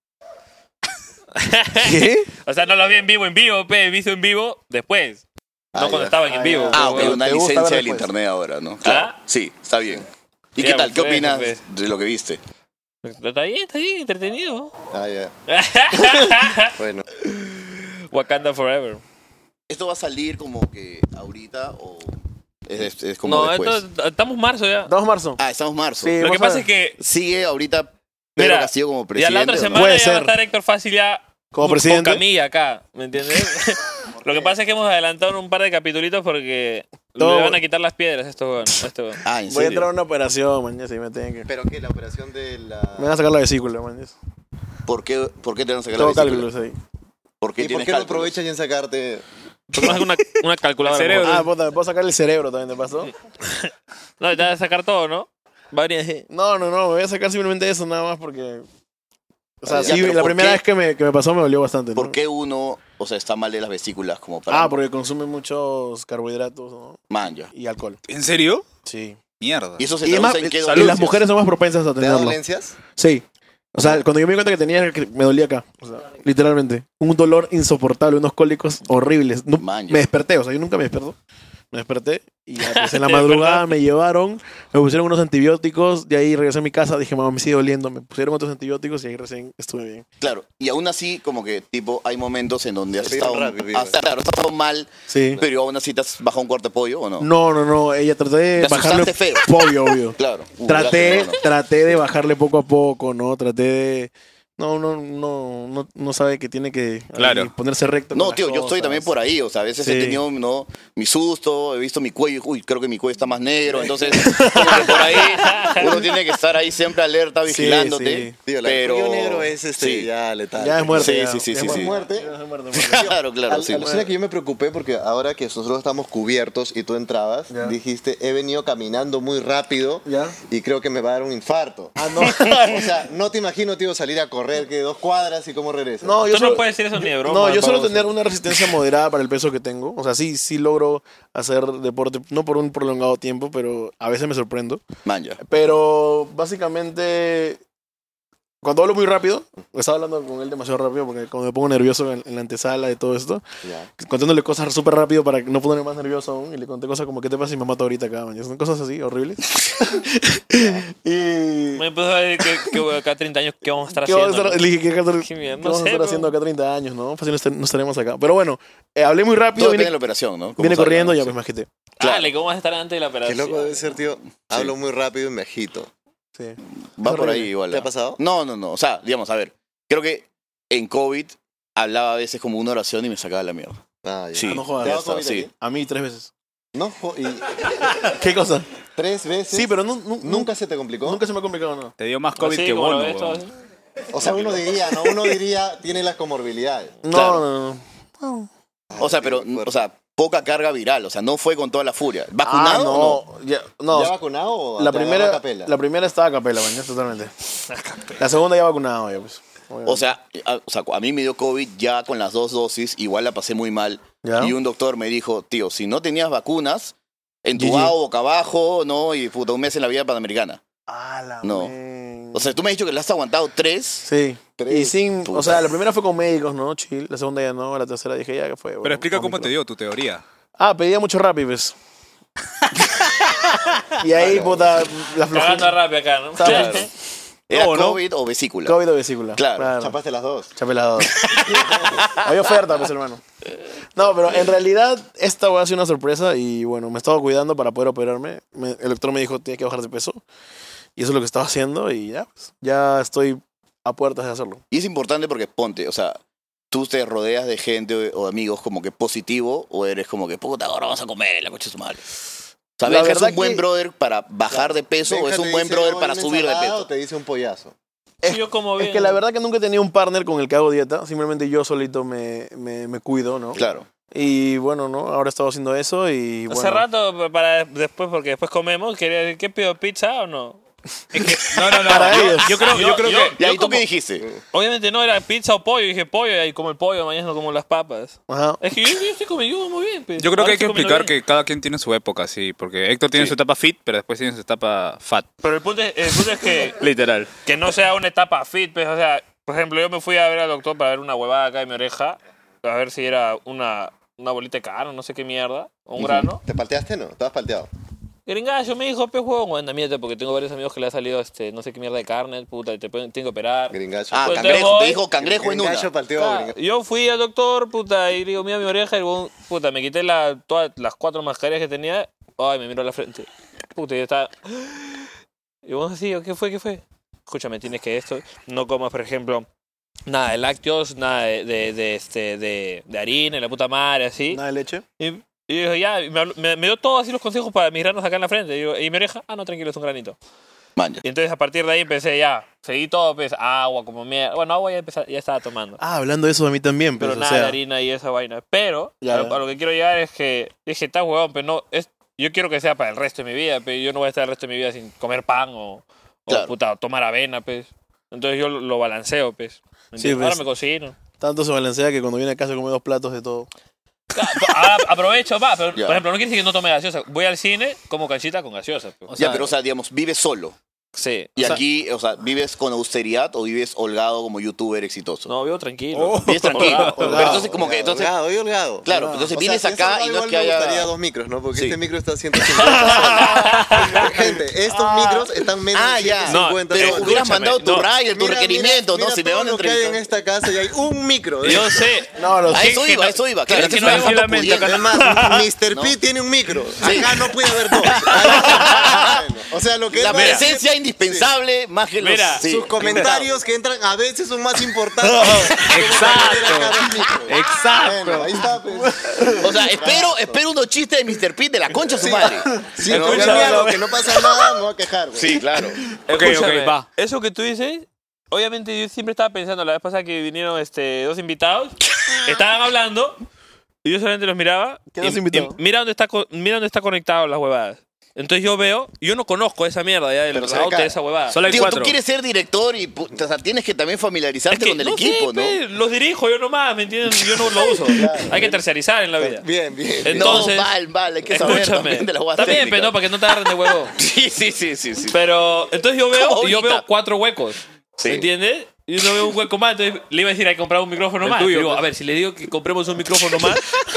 [SPEAKER 3] ¿Qué?
[SPEAKER 1] O sea, no lo vi en vivo, en vivo, pues, vi su en vivo después. No
[SPEAKER 4] Ah,
[SPEAKER 1] cuando
[SPEAKER 4] ya.
[SPEAKER 1] estaba en
[SPEAKER 3] Ah,
[SPEAKER 1] vivo.
[SPEAKER 3] ya.
[SPEAKER 1] pues,
[SPEAKER 4] Ah, ok,
[SPEAKER 1] weón.
[SPEAKER 4] una
[SPEAKER 3] ¿Te gusta
[SPEAKER 4] licencia
[SPEAKER 3] ver
[SPEAKER 4] del
[SPEAKER 3] después?
[SPEAKER 4] internet ahora, ¿no?
[SPEAKER 1] ¿Ah?
[SPEAKER 4] Sí, está bien. ¿Y
[SPEAKER 1] Ya,
[SPEAKER 4] qué tal? ¿Qué
[SPEAKER 1] pues, ves,
[SPEAKER 4] opinas
[SPEAKER 1] ves.
[SPEAKER 4] de lo que viste?
[SPEAKER 1] Está bien, está bien, entretenido.
[SPEAKER 4] Ah, ya.
[SPEAKER 1] Ah.
[SPEAKER 4] Bueno.
[SPEAKER 1] Wakanda Forever.
[SPEAKER 4] ¿Esto va a salir como que ahorita o es, es- es como
[SPEAKER 1] No,
[SPEAKER 4] después?
[SPEAKER 1] esto- estamos en marzo ya.
[SPEAKER 3] 2 de marzo.
[SPEAKER 4] Ah, estamos marzo.
[SPEAKER 3] Sí.
[SPEAKER 1] Lo que
[SPEAKER 3] vamos a
[SPEAKER 1] pasa
[SPEAKER 3] ver.
[SPEAKER 1] es que
[SPEAKER 4] Sigue ahorita Pedro
[SPEAKER 1] Mira,
[SPEAKER 4] Castillo como
[SPEAKER 1] ya
[SPEAKER 4] presidente.
[SPEAKER 1] la otra
[SPEAKER 4] ¿o no?
[SPEAKER 1] semana
[SPEAKER 3] Puede
[SPEAKER 1] ya va a
[SPEAKER 3] ser.
[SPEAKER 1] estar Héctor Fácil ya
[SPEAKER 3] Como
[SPEAKER 1] con-
[SPEAKER 3] presidente.
[SPEAKER 1] con Camilla acá, ¿me entiendes? Lo que pasa es que hemos adelantado un par de capitulitos porque
[SPEAKER 3] Todo-
[SPEAKER 1] le van a quitar las piedras a estos huevones, a estos huevones.
[SPEAKER 4] Ah, ¿en
[SPEAKER 3] Voy a
[SPEAKER 4] serio?
[SPEAKER 3] entrar a una operación, man. Ya sí, me tienen que.
[SPEAKER 4] Pero que la operación de
[SPEAKER 3] Me
[SPEAKER 4] la.
[SPEAKER 3] van a sacar la vesícula, man. ya.
[SPEAKER 4] ¿Por qué, por qué te van a sacar
[SPEAKER 3] Tengo
[SPEAKER 4] la vesícula?
[SPEAKER 3] cálculos eh. ahí.
[SPEAKER 4] ¿Por qué
[SPEAKER 5] ¿Y por
[SPEAKER 4] tienes
[SPEAKER 5] qué no
[SPEAKER 4] cálculos?
[SPEAKER 5] aprovechas en sacarte?
[SPEAKER 1] Tomás una, una calculadora.
[SPEAKER 2] El cerebro.
[SPEAKER 1] por
[SPEAKER 3] Ah, puta, me puedo sacar el cerebro también, ¿te pasó?
[SPEAKER 1] favor. No, te vas a sacar todo, ¿no? Va a venir así.
[SPEAKER 3] No, no, no, me voy a sacar simplemente eso nada más porque. O sea,
[SPEAKER 4] Ah, ya,
[SPEAKER 3] sí,
[SPEAKER 4] pero
[SPEAKER 3] la
[SPEAKER 4] ¿por
[SPEAKER 3] primera
[SPEAKER 4] qué?
[SPEAKER 3] vez que me, que me pasó me dolió bastante. ¿no?
[SPEAKER 4] ¿Por qué uno, o sea, está mal de las vesículas como para
[SPEAKER 3] Ah, porque consume muchos carbohidratos ¿no?
[SPEAKER 4] man ya.
[SPEAKER 3] y alcohol.
[SPEAKER 2] ¿En serio?
[SPEAKER 3] Sí.
[SPEAKER 2] Mierda.
[SPEAKER 4] Y eso se
[SPEAKER 3] Y, es más-
[SPEAKER 4] traduce en qué
[SPEAKER 3] y las
[SPEAKER 4] dolencias?
[SPEAKER 3] mujeres son más propensas a
[SPEAKER 5] ¿Te da
[SPEAKER 3] tenerlo.
[SPEAKER 5] dolencias?
[SPEAKER 3] Sí. O sea, cuando yo me di cuenta que tenía, era que me dolía acá. O sea, literalmente. Un dolor insoportable, unos cólicos horribles. No-
[SPEAKER 4] Man, ya.
[SPEAKER 3] me desperté, o sea, yo nunca me desperto. Me desperté y ya, pues, en la madrugada me llevaron, me pusieron unos antibióticos, de ahí regresé a mi casa, dije, mamá, me sigue doliendo, me pusieron otros antibióticos y ahí recién estuve bien.
[SPEAKER 4] Claro, y aún así, como que, tipo, hay momentos en donde has
[SPEAKER 5] Respira
[SPEAKER 4] estado,
[SPEAKER 5] un rato, respira.
[SPEAKER 4] has- claro, has estado mal,
[SPEAKER 3] Sí.
[SPEAKER 4] pero aún así te has bajado un cuarto de pollo, ¿o no?
[SPEAKER 3] No, no, no, ella traté de
[SPEAKER 4] Te
[SPEAKER 3] bajarle
[SPEAKER 4] asustaste feo.
[SPEAKER 3] obvio, obvio.
[SPEAKER 4] Claro. Uh,
[SPEAKER 3] traté,
[SPEAKER 4] gracias, no, no.
[SPEAKER 3] traté de bajarle poco a poco, ¿no? Traté de no, no, no, no, no sabe que tiene que ahí
[SPEAKER 2] Claro.
[SPEAKER 3] ponerse recto.
[SPEAKER 4] No, tío, yo estoy también por ahí, o sea, a veces
[SPEAKER 3] Sí.
[SPEAKER 4] he tenido, ¿no? Mi susto, he visto mi cuello, uy, creo que mi cuello está más negro, entonces, como que por ahí, uno tiene que estar ahí siempre alerta, vigilándote.
[SPEAKER 3] sí.
[SPEAKER 5] Tío, la
[SPEAKER 4] pero...
[SPEAKER 5] el negro es este,
[SPEAKER 4] sí.
[SPEAKER 5] ya letal.
[SPEAKER 3] Ya es muerte.
[SPEAKER 4] Sí,
[SPEAKER 3] ya.
[SPEAKER 4] sí, sí,
[SPEAKER 3] Ya
[SPEAKER 4] sí,
[SPEAKER 3] es
[SPEAKER 4] sí.
[SPEAKER 3] muerte.
[SPEAKER 5] Muerte.
[SPEAKER 3] Ya es muerte, pues. muerte.
[SPEAKER 4] Claro, claro,
[SPEAKER 5] Al-
[SPEAKER 4] sí.
[SPEAKER 5] al- o sea que yo me preocupé porque ahora que nosotros estamos cubiertos y tú entrabas,
[SPEAKER 3] Ya.
[SPEAKER 5] dijiste, he venido caminando muy rápido
[SPEAKER 3] Ya.
[SPEAKER 5] y creo que me va a dar un infarto. Ah, no. o sea, no te imagino, tío, salir a correr que dos cuadras y cómo regresas.
[SPEAKER 3] No, yo
[SPEAKER 1] Tú
[SPEAKER 3] solo,
[SPEAKER 1] no puedes decir eso ni de broma.
[SPEAKER 3] no, yo solo
[SPEAKER 1] vamos.
[SPEAKER 3] tener una resistencia moderada para el peso que tengo. O sea, sí, sí logro hacer deporte, no por un prolongado tiempo, pero a veces me sorprendo.
[SPEAKER 4] Man, ya.
[SPEAKER 3] Pero básicamente Cuando hablo muy rápido, estaba hablando con él demasiado rápido porque cuando me pongo nervioso en, en la antesala de todo esto,
[SPEAKER 5] Ya.
[SPEAKER 3] contándole cosas súper rápido para no ponerme más nervioso aún. Y le conté cosas como, ¿qué te pasa si me mato ahorita acá, man? Son cosas así, horribles. y...
[SPEAKER 1] Me empezó a decir que, que acá 30 años, ¿qué vamos a estar
[SPEAKER 3] ¿Qué
[SPEAKER 1] haciendo?
[SPEAKER 3] vamos a estar, le dije, ¿qué, qué-
[SPEAKER 1] Qué mierda,
[SPEAKER 3] qué
[SPEAKER 1] no
[SPEAKER 3] vamos
[SPEAKER 1] sé,
[SPEAKER 3] a estar
[SPEAKER 1] bro.
[SPEAKER 3] haciendo acá 30 años, no? Fácil no, est- no estaremos acá. Pero bueno, eh, hablé muy rápido,
[SPEAKER 4] Todo depende de
[SPEAKER 3] vine,
[SPEAKER 4] la operación, ¿no? Como
[SPEAKER 3] vine
[SPEAKER 4] salga,
[SPEAKER 3] corriendo y ya
[SPEAKER 4] sí.
[SPEAKER 3] pues me agité.
[SPEAKER 1] Dale, ¿cómo vas a estar antes de la
[SPEAKER 5] Qué
[SPEAKER 1] operación?
[SPEAKER 5] loco debe ser, tío. Hablo muy rápido y me agito.
[SPEAKER 3] Sí.
[SPEAKER 4] Va por
[SPEAKER 3] Horrible.
[SPEAKER 4] ahí igual.
[SPEAKER 5] ¿Te ha
[SPEAKER 4] ¿ah?
[SPEAKER 5] pasado?
[SPEAKER 4] No, no, no. O sea, digamos, a ver. Creo que en COVID hablaba a veces como una oración y me sacaba la mierda.
[SPEAKER 5] Ah, ya.
[SPEAKER 4] Sí.
[SPEAKER 3] Ah, no jodas.
[SPEAKER 5] ¿Te
[SPEAKER 4] Ya
[SPEAKER 5] va a
[SPEAKER 4] está,
[SPEAKER 5] COVID
[SPEAKER 4] sí.
[SPEAKER 5] aquí?
[SPEAKER 3] A mí tres veces.
[SPEAKER 5] No, jo- y
[SPEAKER 3] ¿Qué cosa?
[SPEAKER 5] tres veces.
[SPEAKER 3] Sí, pero nu- nu-
[SPEAKER 5] nunca se te complicó.
[SPEAKER 3] nunca se me ha complicado nada.
[SPEAKER 2] Te dio más
[SPEAKER 1] Así
[SPEAKER 2] COVID que
[SPEAKER 1] Pues como lo
[SPEAKER 2] Bono.
[SPEAKER 1] ves, todo
[SPEAKER 2] weón.
[SPEAKER 1] así.
[SPEAKER 5] O sea, uno diría, ¿no? Uno diría, tiene las comorbilidades.
[SPEAKER 3] No,
[SPEAKER 4] Claro.
[SPEAKER 3] no, no.
[SPEAKER 4] O sea, pero, o sea, poca carga viral. O sea, no fue con toda la furia.
[SPEAKER 3] Ah,
[SPEAKER 4] ¿Vacunado? o
[SPEAKER 3] no. Ya- no.
[SPEAKER 5] ¿Ya vacunado o
[SPEAKER 3] La
[SPEAKER 5] te
[SPEAKER 3] primera,
[SPEAKER 5] agarra capela?
[SPEAKER 3] la primera estaba a capela, mañana totalmente. La segunda ya vacunado, ya pues.
[SPEAKER 4] no? O sea, a, o sea, a mí me dio COVID ya con las dos dosis. Igual la pasé muy mal.
[SPEAKER 3] Ya.
[SPEAKER 4] Y un doctor me dijo, tío, si no tenías vacunas, entubado, boca abajo, ¿no? Y puta, un mes en la vida panamericana.
[SPEAKER 3] Ah, la
[SPEAKER 4] No.
[SPEAKER 3] men.
[SPEAKER 4] O sea, tú me has dicho que la has aguantado tres.
[SPEAKER 3] Sí.
[SPEAKER 5] Tres,
[SPEAKER 3] y sin,
[SPEAKER 4] puta.
[SPEAKER 3] o sea, la primera fue con médicos, ¿no? Chill. La segunda ya no, la tercera dije ya que fue.
[SPEAKER 2] Pero explica cómo te dio tu teoría.
[SPEAKER 3] Ah, pedía mucho rápido, pues. y ahí, puta, la
[SPEAKER 1] Cagando
[SPEAKER 3] flojita.
[SPEAKER 1] rápido acá, ¿no?
[SPEAKER 3] Claro.
[SPEAKER 4] ¿Era
[SPEAKER 3] No, ¿no?
[SPEAKER 4] COVID o vesícula?
[SPEAKER 3] COVID o vesícula.
[SPEAKER 4] Claro,
[SPEAKER 5] Chapaste las dos.
[SPEAKER 3] Chapelador. Hay oferta, pues, hermano. No, pero en realidad esta voy a ser una sorpresa y bueno, me estaba cuidando para poder operarme. Me- el doctor me dijo, tienes que bajar de peso. Y eso es lo que estaba haciendo y ya, pues, ya estoy a puertas de hacerlo.
[SPEAKER 4] Y es importante porque ponte, o sea, tú te rodeas de gente o o amigos como que positivo o eres como que puta, ahora vamos a comer, la coche de su madre.
[SPEAKER 3] La
[SPEAKER 4] ¿Sabes? ¿Es
[SPEAKER 3] verdad
[SPEAKER 4] un buen
[SPEAKER 3] que-
[SPEAKER 4] brother para bajar de peso o
[SPEAKER 5] Benja
[SPEAKER 4] es
[SPEAKER 5] te
[SPEAKER 4] un buen
[SPEAKER 5] dice,
[SPEAKER 4] brother
[SPEAKER 5] "Oye,
[SPEAKER 4] para
[SPEAKER 5] una
[SPEAKER 4] subir de
[SPEAKER 5] ensalada o
[SPEAKER 4] peso?
[SPEAKER 5] te dice un pollazo.
[SPEAKER 1] Sí, yo como bien.
[SPEAKER 3] Es que la verdad que nunca he tenido un partner con el que hago dieta, simplemente yo solito me, me, me cuido, ¿no?
[SPEAKER 4] Claro.
[SPEAKER 5] Pues
[SPEAKER 3] Y bueno, ¿no? Ahora he estado haciendo eso y bueno.
[SPEAKER 1] Hace rato, para después, porque después comemos, quería decir, ¿qué pido? ¿Pizza o no?
[SPEAKER 2] Es que, no, no, no.
[SPEAKER 3] Para
[SPEAKER 2] yo,
[SPEAKER 3] ellos.
[SPEAKER 2] yo creo, yo, creo que.
[SPEAKER 4] ¿Y
[SPEAKER 1] yo
[SPEAKER 4] ahí tú
[SPEAKER 1] como-
[SPEAKER 4] qué
[SPEAKER 5] Eh,
[SPEAKER 4] dijiste?
[SPEAKER 1] Obviamente no, era pizza o pollo. Y dije pollo, y ahí como el pollo, mañana no como las papas.
[SPEAKER 3] Ajá.
[SPEAKER 1] Es que yo, yo estoy comiendo yo como bien. pues.
[SPEAKER 2] Yo creo
[SPEAKER 1] Ahora
[SPEAKER 2] que hay que
[SPEAKER 1] estoy comiendo
[SPEAKER 2] explicar
[SPEAKER 1] bien.
[SPEAKER 2] que cada quien tiene su época, sí. Porque Héctor tiene
[SPEAKER 4] Sí.
[SPEAKER 2] su etapa fit, pero después tiene su etapa fat.
[SPEAKER 1] Pero el punto es, el punto es que,
[SPEAKER 2] Literal.
[SPEAKER 1] que no sea una etapa fit. pues, o sea, por ejemplo, yo me fui a ver al doctor para ver una huevada acá en mi oreja. A ver si era una, una bolita de carne, no sé qué mierda. O un grano.
[SPEAKER 5] ¿Te palteaste no? Estabas palteado.
[SPEAKER 1] Gringallo me dijo, pues juego, anda, mierda, porque tengo varios amigos que le ha salido este, no sé qué mierda de carne, puta, y te pueden- tengo que operar.
[SPEAKER 5] Gringacho.
[SPEAKER 4] Ah,
[SPEAKER 1] Pues te
[SPEAKER 4] cangrejo, te
[SPEAKER 5] eh,
[SPEAKER 1] voy.
[SPEAKER 4] dijo cangrejo en una.
[SPEAKER 5] Gringacho palteó.
[SPEAKER 1] Ah,
[SPEAKER 5] gringa-
[SPEAKER 1] yo fui al doctor, puta, y le digo, mira mi oreja, y el huevón, puta, me quité la, todas las cuatro mascarillas que tenía, ay, me miró a la frente, puta, y yo estaba... Y vos así, ¿qué fue, qué fue? Escúchame, tienes que esto, no comas, por ejemplo, nada de lácteos, nada de, de, de, este, de, de harina, y la puta madre, así.
[SPEAKER 3] Nada de leche.
[SPEAKER 1] Y, y dijo, ya, y me, habló- me- me dio todos así los consejos para mis granos acá en la frente, y, yo, y mi oreja, ah, no, tranquilo, es un granito.
[SPEAKER 4] Man, ya.
[SPEAKER 1] Y entonces a partir de ahí empecé ya, seguí todo, pues, agua, como mierda, bueno, agua ya, empezaba- ya estaba tomando
[SPEAKER 3] Ah, hablando de eso a mí también,
[SPEAKER 1] pero
[SPEAKER 3] pues, o
[SPEAKER 1] nada de
[SPEAKER 3] sea,
[SPEAKER 1] harina y esa vaina. Pero
[SPEAKER 3] Ya,
[SPEAKER 1] a, lo,
[SPEAKER 3] ya.
[SPEAKER 1] a lo que quiero llegar es que dije, está huevón, pero no es yo quiero que sea para el resto de mi vida, pero yo no voy a estar el resto de mi vida sin comer pan o, o,
[SPEAKER 4] Claro.
[SPEAKER 1] puta, o tomar avena, pues. Entonces yo lo, lo balanceo, pues. ¿Me
[SPEAKER 3] Sí,
[SPEAKER 1] entiendes?
[SPEAKER 3] pues.
[SPEAKER 1] Ahora me cocino.
[SPEAKER 3] tanto se balancea que cuando viene a casa come dos platos de todo.
[SPEAKER 1] Ahora Ah, aprovecho, va, pero,
[SPEAKER 4] Ya.
[SPEAKER 1] por ejemplo, no quiere decir que no tome gaseosa. Voy al cine, como canchita con gaseosa. pues.
[SPEAKER 2] O sea,
[SPEAKER 4] Ya, pero o sea, digamos, vives solo.
[SPEAKER 1] sí.
[SPEAKER 4] Y
[SPEAKER 1] O sea,
[SPEAKER 4] aquí, o sea, ¿vives con austeridad o vives holgado como youtuber exitoso?
[SPEAKER 1] No, vivo tranquilo.
[SPEAKER 4] Vives tranquilo.
[SPEAKER 1] Holgado,
[SPEAKER 4] pero
[SPEAKER 5] Holgado,
[SPEAKER 4] entonces, como que,
[SPEAKER 5] holgado,
[SPEAKER 4] entonces,
[SPEAKER 5] Holgado, y holgado.
[SPEAKER 4] Claro,
[SPEAKER 5] Holgado.
[SPEAKER 4] entonces
[SPEAKER 5] O sea,
[SPEAKER 4] vienes
[SPEAKER 5] si es
[SPEAKER 4] acá
[SPEAKER 5] holgado,
[SPEAKER 4] y no es
[SPEAKER 5] igual
[SPEAKER 4] que
[SPEAKER 5] me
[SPEAKER 4] haya-
[SPEAKER 5] gustaría dos micros, ¿no? Porque
[SPEAKER 4] Sí.
[SPEAKER 5] este micro está a 150. Gente, estos micros están menos
[SPEAKER 4] Ah,
[SPEAKER 5] de
[SPEAKER 4] ya.
[SPEAKER 5] 150
[SPEAKER 4] pero
[SPEAKER 1] Escúchame,
[SPEAKER 4] hubieras mandado tu
[SPEAKER 1] no.
[SPEAKER 4] rider, tu requerimiento, ¿no?
[SPEAKER 5] mira
[SPEAKER 4] Si me
[SPEAKER 5] todo
[SPEAKER 4] van a
[SPEAKER 5] lo que hay en este
[SPEAKER 4] entrevistar.
[SPEAKER 5] esta casa y hay un micro. de-
[SPEAKER 1] Yo sé.
[SPEAKER 3] No, lo
[SPEAKER 4] A
[SPEAKER 3] sé.
[SPEAKER 4] eso
[SPEAKER 1] que
[SPEAKER 4] iba,
[SPEAKER 1] no-
[SPEAKER 4] a eso iba.
[SPEAKER 1] Claro,
[SPEAKER 4] Claro,
[SPEAKER 1] que
[SPEAKER 4] que
[SPEAKER 1] no
[SPEAKER 4] no
[SPEAKER 1] vemos la mente acá.
[SPEAKER 5] Es más, Mr. P tiene un micro. Acá no puede haber dos. Acá- o sea, lo que
[SPEAKER 4] La
[SPEAKER 5] él va a decir-
[SPEAKER 4] presencia indispensable, más que los...
[SPEAKER 1] Mira,
[SPEAKER 4] sí.
[SPEAKER 5] Sus comentarios que entran a veces son más importantes. Exacto.
[SPEAKER 2] Exacto.
[SPEAKER 5] ahí está. pues.
[SPEAKER 4] O sea, espero, espero unos chistes de Mr. Pete de la concha de su madre.
[SPEAKER 5] Si no, yo me hago que no pasa nada, me voy a quejar. güey.
[SPEAKER 4] claro.
[SPEAKER 2] Ok,
[SPEAKER 1] Escúchame,
[SPEAKER 2] ok, va.
[SPEAKER 1] Eso que tú dices, obviamente yo siempre estaba pensando, la vez pasada que vinieron este, dos invitados, estaban hablando y yo solamente los miraba.
[SPEAKER 3] ¿Qué
[SPEAKER 1] y-
[SPEAKER 3] dos invitados?
[SPEAKER 1] y mira dónde está co- mira dónde está conectado las huevadas. Entonces yo veo, yo no conozco esa mierda ya del
[SPEAKER 4] Pero se
[SPEAKER 1] route
[SPEAKER 4] cae.
[SPEAKER 1] de esa huevada.
[SPEAKER 2] Solo hay
[SPEAKER 4] Digo, tú
[SPEAKER 2] cuatro.
[SPEAKER 4] quieres ser director y puta, o sea, tienes que también familiarizarte
[SPEAKER 1] Es que
[SPEAKER 4] con el
[SPEAKER 1] no sé,
[SPEAKER 4] equipo, ¿no?
[SPEAKER 1] pe, Los dirijo yo nomás, ¿me entiendes? Yo no lo uso. Hay que terciarizar en la vida.
[SPEAKER 5] Bien, bien.
[SPEAKER 1] Eh, Entonces-
[SPEAKER 4] no, mal, mal, hay que saber
[SPEAKER 1] Escúchame.
[SPEAKER 4] también de las guas
[SPEAKER 1] También,
[SPEAKER 4] técnicas.
[SPEAKER 1] pero no, para que no te agarren de huevo.
[SPEAKER 4] Sí, sí, sí, sí, sí.
[SPEAKER 1] Pero entonces yo veo,
[SPEAKER 4] Como
[SPEAKER 1] yo
[SPEAKER 4] ahorita.
[SPEAKER 1] veo cuatro huecos. ¿Me entiendes? Y uno ve un hueco más, entonces le iba a decir, hay que comprar un micrófono
[SPEAKER 2] El
[SPEAKER 1] más.
[SPEAKER 2] tuyo,
[SPEAKER 1] Digo,
[SPEAKER 2] pues.
[SPEAKER 1] a ver, si le digo que compremos un micrófono más,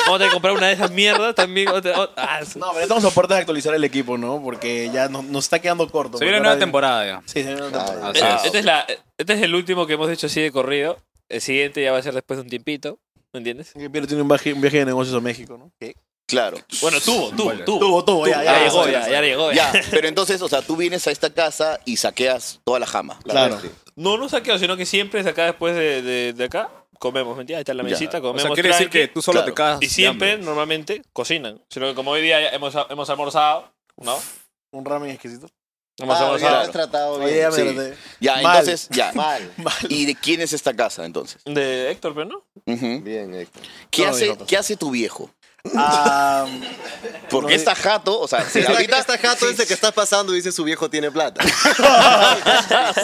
[SPEAKER 1] vamos a tener que comprar una de esas mierdas también. otra- o- ah, su-
[SPEAKER 3] No, pero estamos a puertas de actualizar el equipo, ¿no? Porque ya nos, nos está quedando corto.
[SPEAKER 2] Se viene
[SPEAKER 3] porque
[SPEAKER 2] nueva
[SPEAKER 3] ahora-
[SPEAKER 2] temporada ya.
[SPEAKER 3] Sí, se viene una temporada.
[SPEAKER 2] Así
[SPEAKER 1] Eh,
[SPEAKER 2] es.
[SPEAKER 1] Este, es la- este es el último que hemos hecho así de corrido. El siguiente ya va a ser después de un tiempito. ¿Me entiendes?
[SPEAKER 3] Sí, Piero tiene un viaje, un viaje de negocios a México, ¿no?
[SPEAKER 4] Claro.
[SPEAKER 1] Bueno, tuvo, tuvo,
[SPEAKER 2] Bueno.
[SPEAKER 1] tuvo.
[SPEAKER 3] Tuvo, tuvo,
[SPEAKER 1] Ya
[SPEAKER 3] ya, ya,
[SPEAKER 4] Ah,
[SPEAKER 1] llegó,
[SPEAKER 4] sí,
[SPEAKER 1] ya,
[SPEAKER 4] sí.
[SPEAKER 1] ya llegó.
[SPEAKER 4] Ya,
[SPEAKER 1] Ya.
[SPEAKER 4] pero entonces, o sea, tú vienes a esta casa y saqueas toda la jama.
[SPEAKER 3] Claro.
[SPEAKER 1] No no saqueo, sino que siempre es acá después de, de- de acá. Comemos, ¿me entiendes? Ahí está la
[SPEAKER 4] Ya.
[SPEAKER 1] mesita,
[SPEAKER 2] O
[SPEAKER 1] comemos.
[SPEAKER 2] sea, quiere decir
[SPEAKER 1] tranqui.
[SPEAKER 2] que tú solo
[SPEAKER 4] claro.
[SPEAKER 2] te cagas.
[SPEAKER 1] Y
[SPEAKER 2] de
[SPEAKER 1] siempre,
[SPEAKER 2] hambre.
[SPEAKER 1] normalmente, cocinan. Sino que como hoy día ya hemos, hemos almorzado, ¿no?
[SPEAKER 3] Un ramen exquisito.
[SPEAKER 1] Hemos
[SPEAKER 5] Ah, ya lo
[SPEAKER 1] almorzado.
[SPEAKER 5] has tratado
[SPEAKER 3] Oye, ya
[SPEAKER 5] bien.
[SPEAKER 3] me
[SPEAKER 4] sí.
[SPEAKER 3] lo de-
[SPEAKER 4] Ya,
[SPEAKER 3] Mal.
[SPEAKER 4] entonces, ya.
[SPEAKER 5] Mal.
[SPEAKER 4] ¿Y de quién es esta casa entonces?
[SPEAKER 1] De Héctor, pero no.
[SPEAKER 4] Ujú.
[SPEAKER 5] Bien, Héctor.
[SPEAKER 4] ¿Qué,
[SPEAKER 3] No,
[SPEAKER 4] hace,
[SPEAKER 3] dijo, pues.
[SPEAKER 4] ¿Qué hace tu viejo?
[SPEAKER 3] Ah,
[SPEAKER 4] Porque
[SPEAKER 3] No,
[SPEAKER 4] está jato, o sea, si
[SPEAKER 5] Ahorita
[SPEAKER 4] ahorita.
[SPEAKER 5] está jato ese que estás pasando y dice su viejo tiene plata.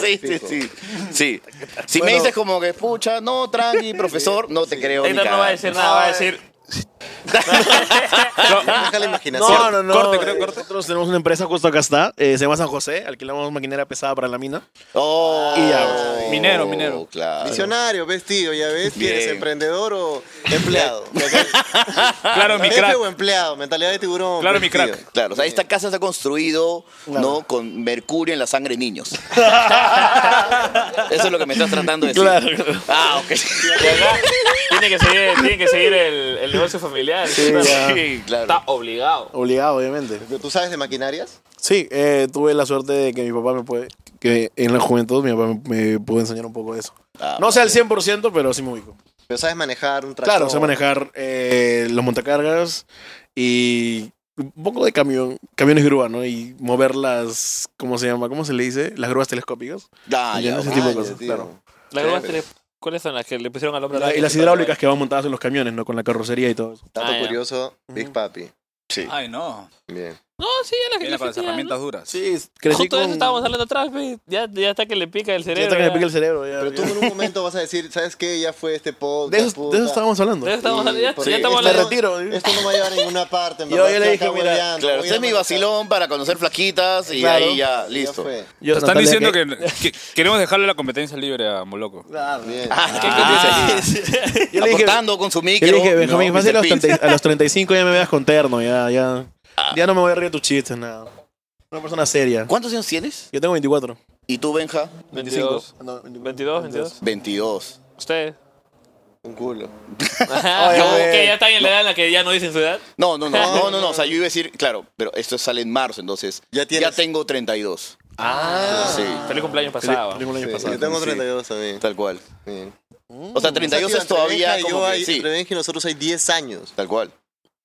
[SPEAKER 4] sí, sí, sí. Sí. Si me
[SPEAKER 3] Bueno.
[SPEAKER 4] dices como que, pucha, no, tranqui, profesor, no te creo. ni
[SPEAKER 1] Héctor no va a
[SPEAKER 4] cagando.
[SPEAKER 1] decir nada, va a decir.
[SPEAKER 5] Deja la imaginación.
[SPEAKER 3] no, no, no.
[SPEAKER 2] Corte, creo, corte.
[SPEAKER 3] Nosotros tenemos una empresa justo acá está. eh, se llama San José. Alquilamos maquinaria pesada para la mina.
[SPEAKER 4] Oh,
[SPEAKER 3] Y ya.
[SPEAKER 2] Minero, minero.
[SPEAKER 4] Claro.
[SPEAKER 5] Visionario, ves, tío, ya ves,
[SPEAKER 4] Bien.
[SPEAKER 5] ¿quieres emprendedor o empleado?
[SPEAKER 2] Claro, mi
[SPEAKER 5] Jefe
[SPEAKER 2] crack.
[SPEAKER 5] o empleado, mentalidad de tiburón.
[SPEAKER 2] Claro, mi
[SPEAKER 5] pues,
[SPEAKER 2] crack.
[SPEAKER 5] tío.
[SPEAKER 4] Claro, o sea, esta casa se ha construido
[SPEAKER 3] Claro.
[SPEAKER 4] ¿no? con mercurio en la sangre de niños. Eso es lo que me estás tratando de decir.
[SPEAKER 3] Claro.
[SPEAKER 4] Ah, ok.
[SPEAKER 1] Tiene que seguir, tiene que seguir el, el negocio familiar. Claro.
[SPEAKER 3] ya.
[SPEAKER 4] Sí, claro.
[SPEAKER 1] Está obligado.
[SPEAKER 3] Obligado, obviamente.
[SPEAKER 5] ¿Tú sabes de maquinarias?
[SPEAKER 3] Sí, eh, tuve la suerte de que mi papá me puede. Que en la juventud mi papá me, me pudo enseñar un poco de eso.
[SPEAKER 4] Ah,
[SPEAKER 3] no sé al 100%, pero sí me ubico.
[SPEAKER 5] Pero sabes manejar un tractor.
[SPEAKER 3] Claro, sé manejar eh, los montacargas y un poco de camión, camiones grúa, ¿no? Y mover las, ¿cómo se llama? ¿Cómo se le dice? Las grúas telescópicas.
[SPEAKER 4] Ah,
[SPEAKER 3] Ya
[SPEAKER 4] ya,
[SPEAKER 3] no sé
[SPEAKER 4] ok.
[SPEAKER 3] tipo de
[SPEAKER 5] Ah, ya,
[SPEAKER 3] cosas,
[SPEAKER 5] tío.
[SPEAKER 3] claro.
[SPEAKER 1] Las grúas tele- ¿Cuáles son las que le pusieron al hombre?
[SPEAKER 3] y las hidráulicas que van montadas en los camiones, ¿no? Con la carrocería y todo eso.
[SPEAKER 5] Dato
[SPEAKER 1] Ah, ya.
[SPEAKER 5] curioso, Big
[SPEAKER 3] Ujú.
[SPEAKER 5] Papi. Sí.
[SPEAKER 2] Ay, no.
[SPEAKER 5] Bien.
[SPEAKER 1] No, sí, ya las que
[SPEAKER 2] Viene
[SPEAKER 1] le
[SPEAKER 2] para las herramientas duras.
[SPEAKER 3] Sí, crecí
[SPEAKER 1] Justo de eso
[SPEAKER 3] con-
[SPEAKER 1] estábamos hablando atrás, pe. ya, ya está que le pica el
[SPEAKER 3] Ya
[SPEAKER 1] cerebro.
[SPEAKER 3] hasta que me
[SPEAKER 1] ya.
[SPEAKER 3] pica el cerebro. ya,
[SPEAKER 5] Pero tú
[SPEAKER 3] ya.
[SPEAKER 5] en un momento vas a decir, ¿sabes qué? Ya fue este podcast.
[SPEAKER 3] De eso, de eso
[SPEAKER 5] puta.
[SPEAKER 3] estábamos hablando.
[SPEAKER 1] De eso estábamos hablando, ya,
[SPEAKER 5] Sí,
[SPEAKER 1] ya estamos
[SPEAKER 5] porque-
[SPEAKER 3] Me
[SPEAKER 1] hablando.
[SPEAKER 3] retiro.
[SPEAKER 5] Esto no va a llevar a ninguna parte. en
[SPEAKER 3] Yo-
[SPEAKER 5] verdad,
[SPEAKER 3] yo le
[SPEAKER 5] estoy
[SPEAKER 3] dije,
[SPEAKER 5] acá
[SPEAKER 3] mira,
[SPEAKER 5] hueveando,
[SPEAKER 4] Claro,
[SPEAKER 5] voy
[SPEAKER 4] este
[SPEAKER 5] a
[SPEAKER 4] es mi
[SPEAKER 5] manejar.
[SPEAKER 4] vacilón para conocer flaquitas y
[SPEAKER 3] Claro.
[SPEAKER 4] ahí ya,
[SPEAKER 5] Ya
[SPEAKER 4] listo.
[SPEAKER 5] fue.
[SPEAKER 3] Yo,
[SPEAKER 2] Están
[SPEAKER 3] Natalia,
[SPEAKER 2] diciendo
[SPEAKER 3] ¿qué?
[SPEAKER 2] que, que queremos dejarle la competencia libre a Moloco.
[SPEAKER 3] Claro. Ah.
[SPEAKER 5] Bien.
[SPEAKER 3] Yo le dije,
[SPEAKER 4] Ah, Aportando con su
[SPEAKER 3] yo
[SPEAKER 4] micro.
[SPEAKER 3] le dije, Benjamín,
[SPEAKER 4] ¿no?
[SPEAKER 3] fácil a
[SPEAKER 4] Mr.
[SPEAKER 3] los,
[SPEAKER 4] Pins.
[SPEAKER 3] 30 a los 35 ya me veas con terno, ya, ya.
[SPEAKER 1] Ah.
[SPEAKER 3] Ya no me voy a reír de tus chistes, nada. Una persona seria.
[SPEAKER 4] ¿Cuántos años tienes?
[SPEAKER 3] Yo tengo 24.
[SPEAKER 4] ¿Y tú, Benja?
[SPEAKER 1] 22,
[SPEAKER 3] No,
[SPEAKER 1] 22, 22.
[SPEAKER 4] 22.
[SPEAKER 1] Ustedes.
[SPEAKER 5] Un culo.
[SPEAKER 1] Ajá,
[SPEAKER 3] Oye,
[SPEAKER 1] como
[SPEAKER 3] oye.
[SPEAKER 1] que ya están en la edad en la que ya no dicen su edad.
[SPEAKER 4] No, no, no, no, no, no. O sea, yo iba a decir, claro, pero esto sale en marzo, entonces.
[SPEAKER 5] Ya tienes-
[SPEAKER 4] tengo 32.
[SPEAKER 1] Ah,
[SPEAKER 4] Sí.
[SPEAKER 1] feliz cumpleaños pasado.
[SPEAKER 3] Película año
[SPEAKER 5] Sí,
[SPEAKER 3] pasado.
[SPEAKER 5] yo tengo 32 también.
[SPEAKER 4] Tal cual.
[SPEAKER 5] Bien.
[SPEAKER 4] O sea, 32 es todavía
[SPEAKER 5] Entre Benja y
[SPEAKER 4] como
[SPEAKER 5] yo
[SPEAKER 4] que
[SPEAKER 5] hay-
[SPEAKER 4] sí,
[SPEAKER 5] entre Benja y nosotros hay 10 años.
[SPEAKER 4] tal cual.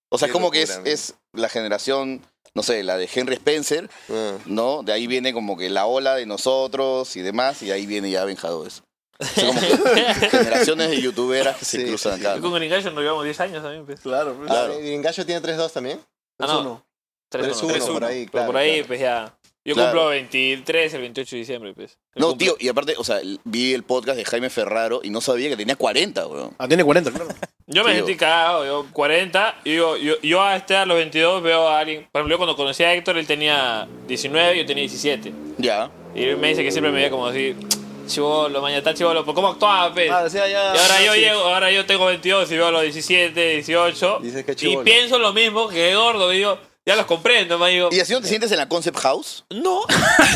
[SPEAKER 4] O sea,
[SPEAKER 5] Qué
[SPEAKER 4] es como que es,
[SPEAKER 5] locura,
[SPEAKER 4] es la generación, no sé, la de Henry Spencer,
[SPEAKER 5] Ah.
[SPEAKER 4] ¿no? De ahí viene como que la ola de nosotros y demás, y de ahí viene ya Benjado eso. O sea, como que generaciones de youtuberas que se
[SPEAKER 5] Sí,
[SPEAKER 4] cruzan
[SPEAKER 5] sí, sí.
[SPEAKER 4] acá.
[SPEAKER 1] Yo con Green Gallo nos llevamos 10 años también. Pues.
[SPEAKER 3] Claro, pues.
[SPEAKER 4] Claro.
[SPEAKER 5] Ah, ¿y Engaño tiene 3-2 también?
[SPEAKER 1] Ah, no, 3-1,
[SPEAKER 5] 3-1,
[SPEAKER 1] 3-1.
[SPEAKER 5] por ahí,
[SPEAKER 1] Pero
[SPEAKER 5] claro,
[SPEAKER 1] por ahí,
[SPEAKER 5] claro.
[SPEAKER 1] pues ya. Yo
[SPEAKER 4] Claro.
[SPEAKER 1] cumplo 23, el 28 de diciembre, pues. Yo
[SPEAKER 4] No,
[SPEAKER 1] cumplo-
[SPEAKER 4] tío, y aparte, o sea, vi el podcast de Jaime Ferraro y no sabía que tenía 40, weón.
[SPEAKER 3] Ah, tiene 40, claro.
[SPEAKER 1] Yo me
[SPEAKER 4] tío.
[SPEAKER 1] sentí cagado, yo 40, y yo, yo, yo a este a los 22 veo a alguien. Por ejemplo, yo cuando conocí a Héctor, él tenía 19 y yo tenía 17.
[SPEAKER 4] Ya.
[SPEAKER 1] Y él me dice que siempre me veía como así, chivolo, mañana está chivolo, pues ¿cómo actuaba, pues?
[SPEAKER 3] Ah, o sea, ya-
[SPEAKER 1] Y ahora yo
[SPEAKER 3] sí.
[SPEAKER 1] llego, ahora yo tengo 22 y veo a los 17, 18.
[SPEAKER 5] Dices que
[SPEAKER 1] y
[SPEAKER 5] chibolo.
[SPEAKER 1] pienso lo mismo que gordo, y digo, ya los comprendo, me digo.
[SPEAKER 4] ¿Y así no te sientes en la Concept House?
[SPEAKER 1] No.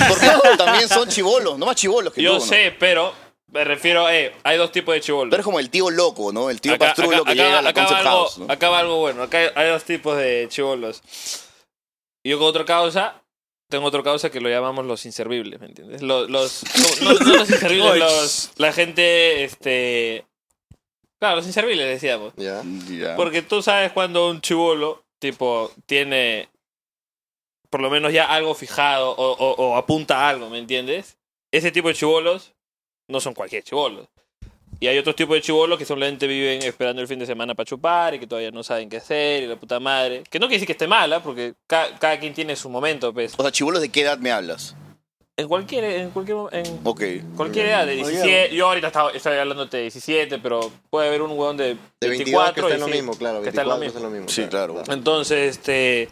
[SPEAKER 4] Porque también son chivolos, no más chivolos que
[SPEAKER 1] Yo
[SPEAKER 4] tú, ¿no?
[SPEAKER 1] sé, pero me refiero a, eh, hay dos tipos de chivolos.
[SPEAKER 4] Pero es como el tío loco, ¿no? El tío
[SPEAKER 1] Acá-
[SPEAKER 4] pastrulo
[SPEAKER 1] acá-
[SPEAKER 4] que llega a la
[SPEAKER 1] acá va
[SPEAKER 4] Concept
[SPEAKER 1] algo-
[SPEAKER 4] House. ¿no?
[SPEAKER 1] Acá va algo bueno. Acá hay, hay dos tipos de chivolos. Yo con otra causa, tengo otra causa que lo llamamos los inservibles, ¿me entiendes? Los, los, no, no- no los inservibles, los, la gente, este... Claro, los inservibles decíamos.
[SPEAKER 5] Ya.
[SPEAKER 4] Ya.
[SPEAKER 1] Porque tú sabes cuando un chivolo, tipo, tiene por lo menos ya algo fijado o, o- o apunta a algo, ¿me entiendes? Ese tipo de chivolos no son cualquier chivolo. Y hay otros tipos de chivolos que solamente viven esperando el fin de semana para chupar y que todavía no saben qué hacer y la puta madre. Que no quiere decir que esté mala, porque ca- cada, quien tiene su momento, pues.
[SPEAKER 4] O sea, chivolos, ¿de qué edad me hablas?
[SPEAKER 1] En cualquier, en cualquier, mo- en
[SPEAKER 4] Ok.
[SPEAKER 1] cualquier edad, de 17. Yo ahorita estaba, estoy hablándote de 17, pero puede haber un huevón de
[SPEAKER 5] De 22 que
[SPEAKER 1] 24 y
[SPEAKER 5] está en lo
[SPEAKER 1] sí,
[SPEAKER 5] mismo, claro.
[SPEAKER 1] que está en lo pues.
[SPEAKER 5] 24 que está en lo mismo.
[SPEAKER 4] Sí, claro.
[SPEAKER 1] Entonces, este.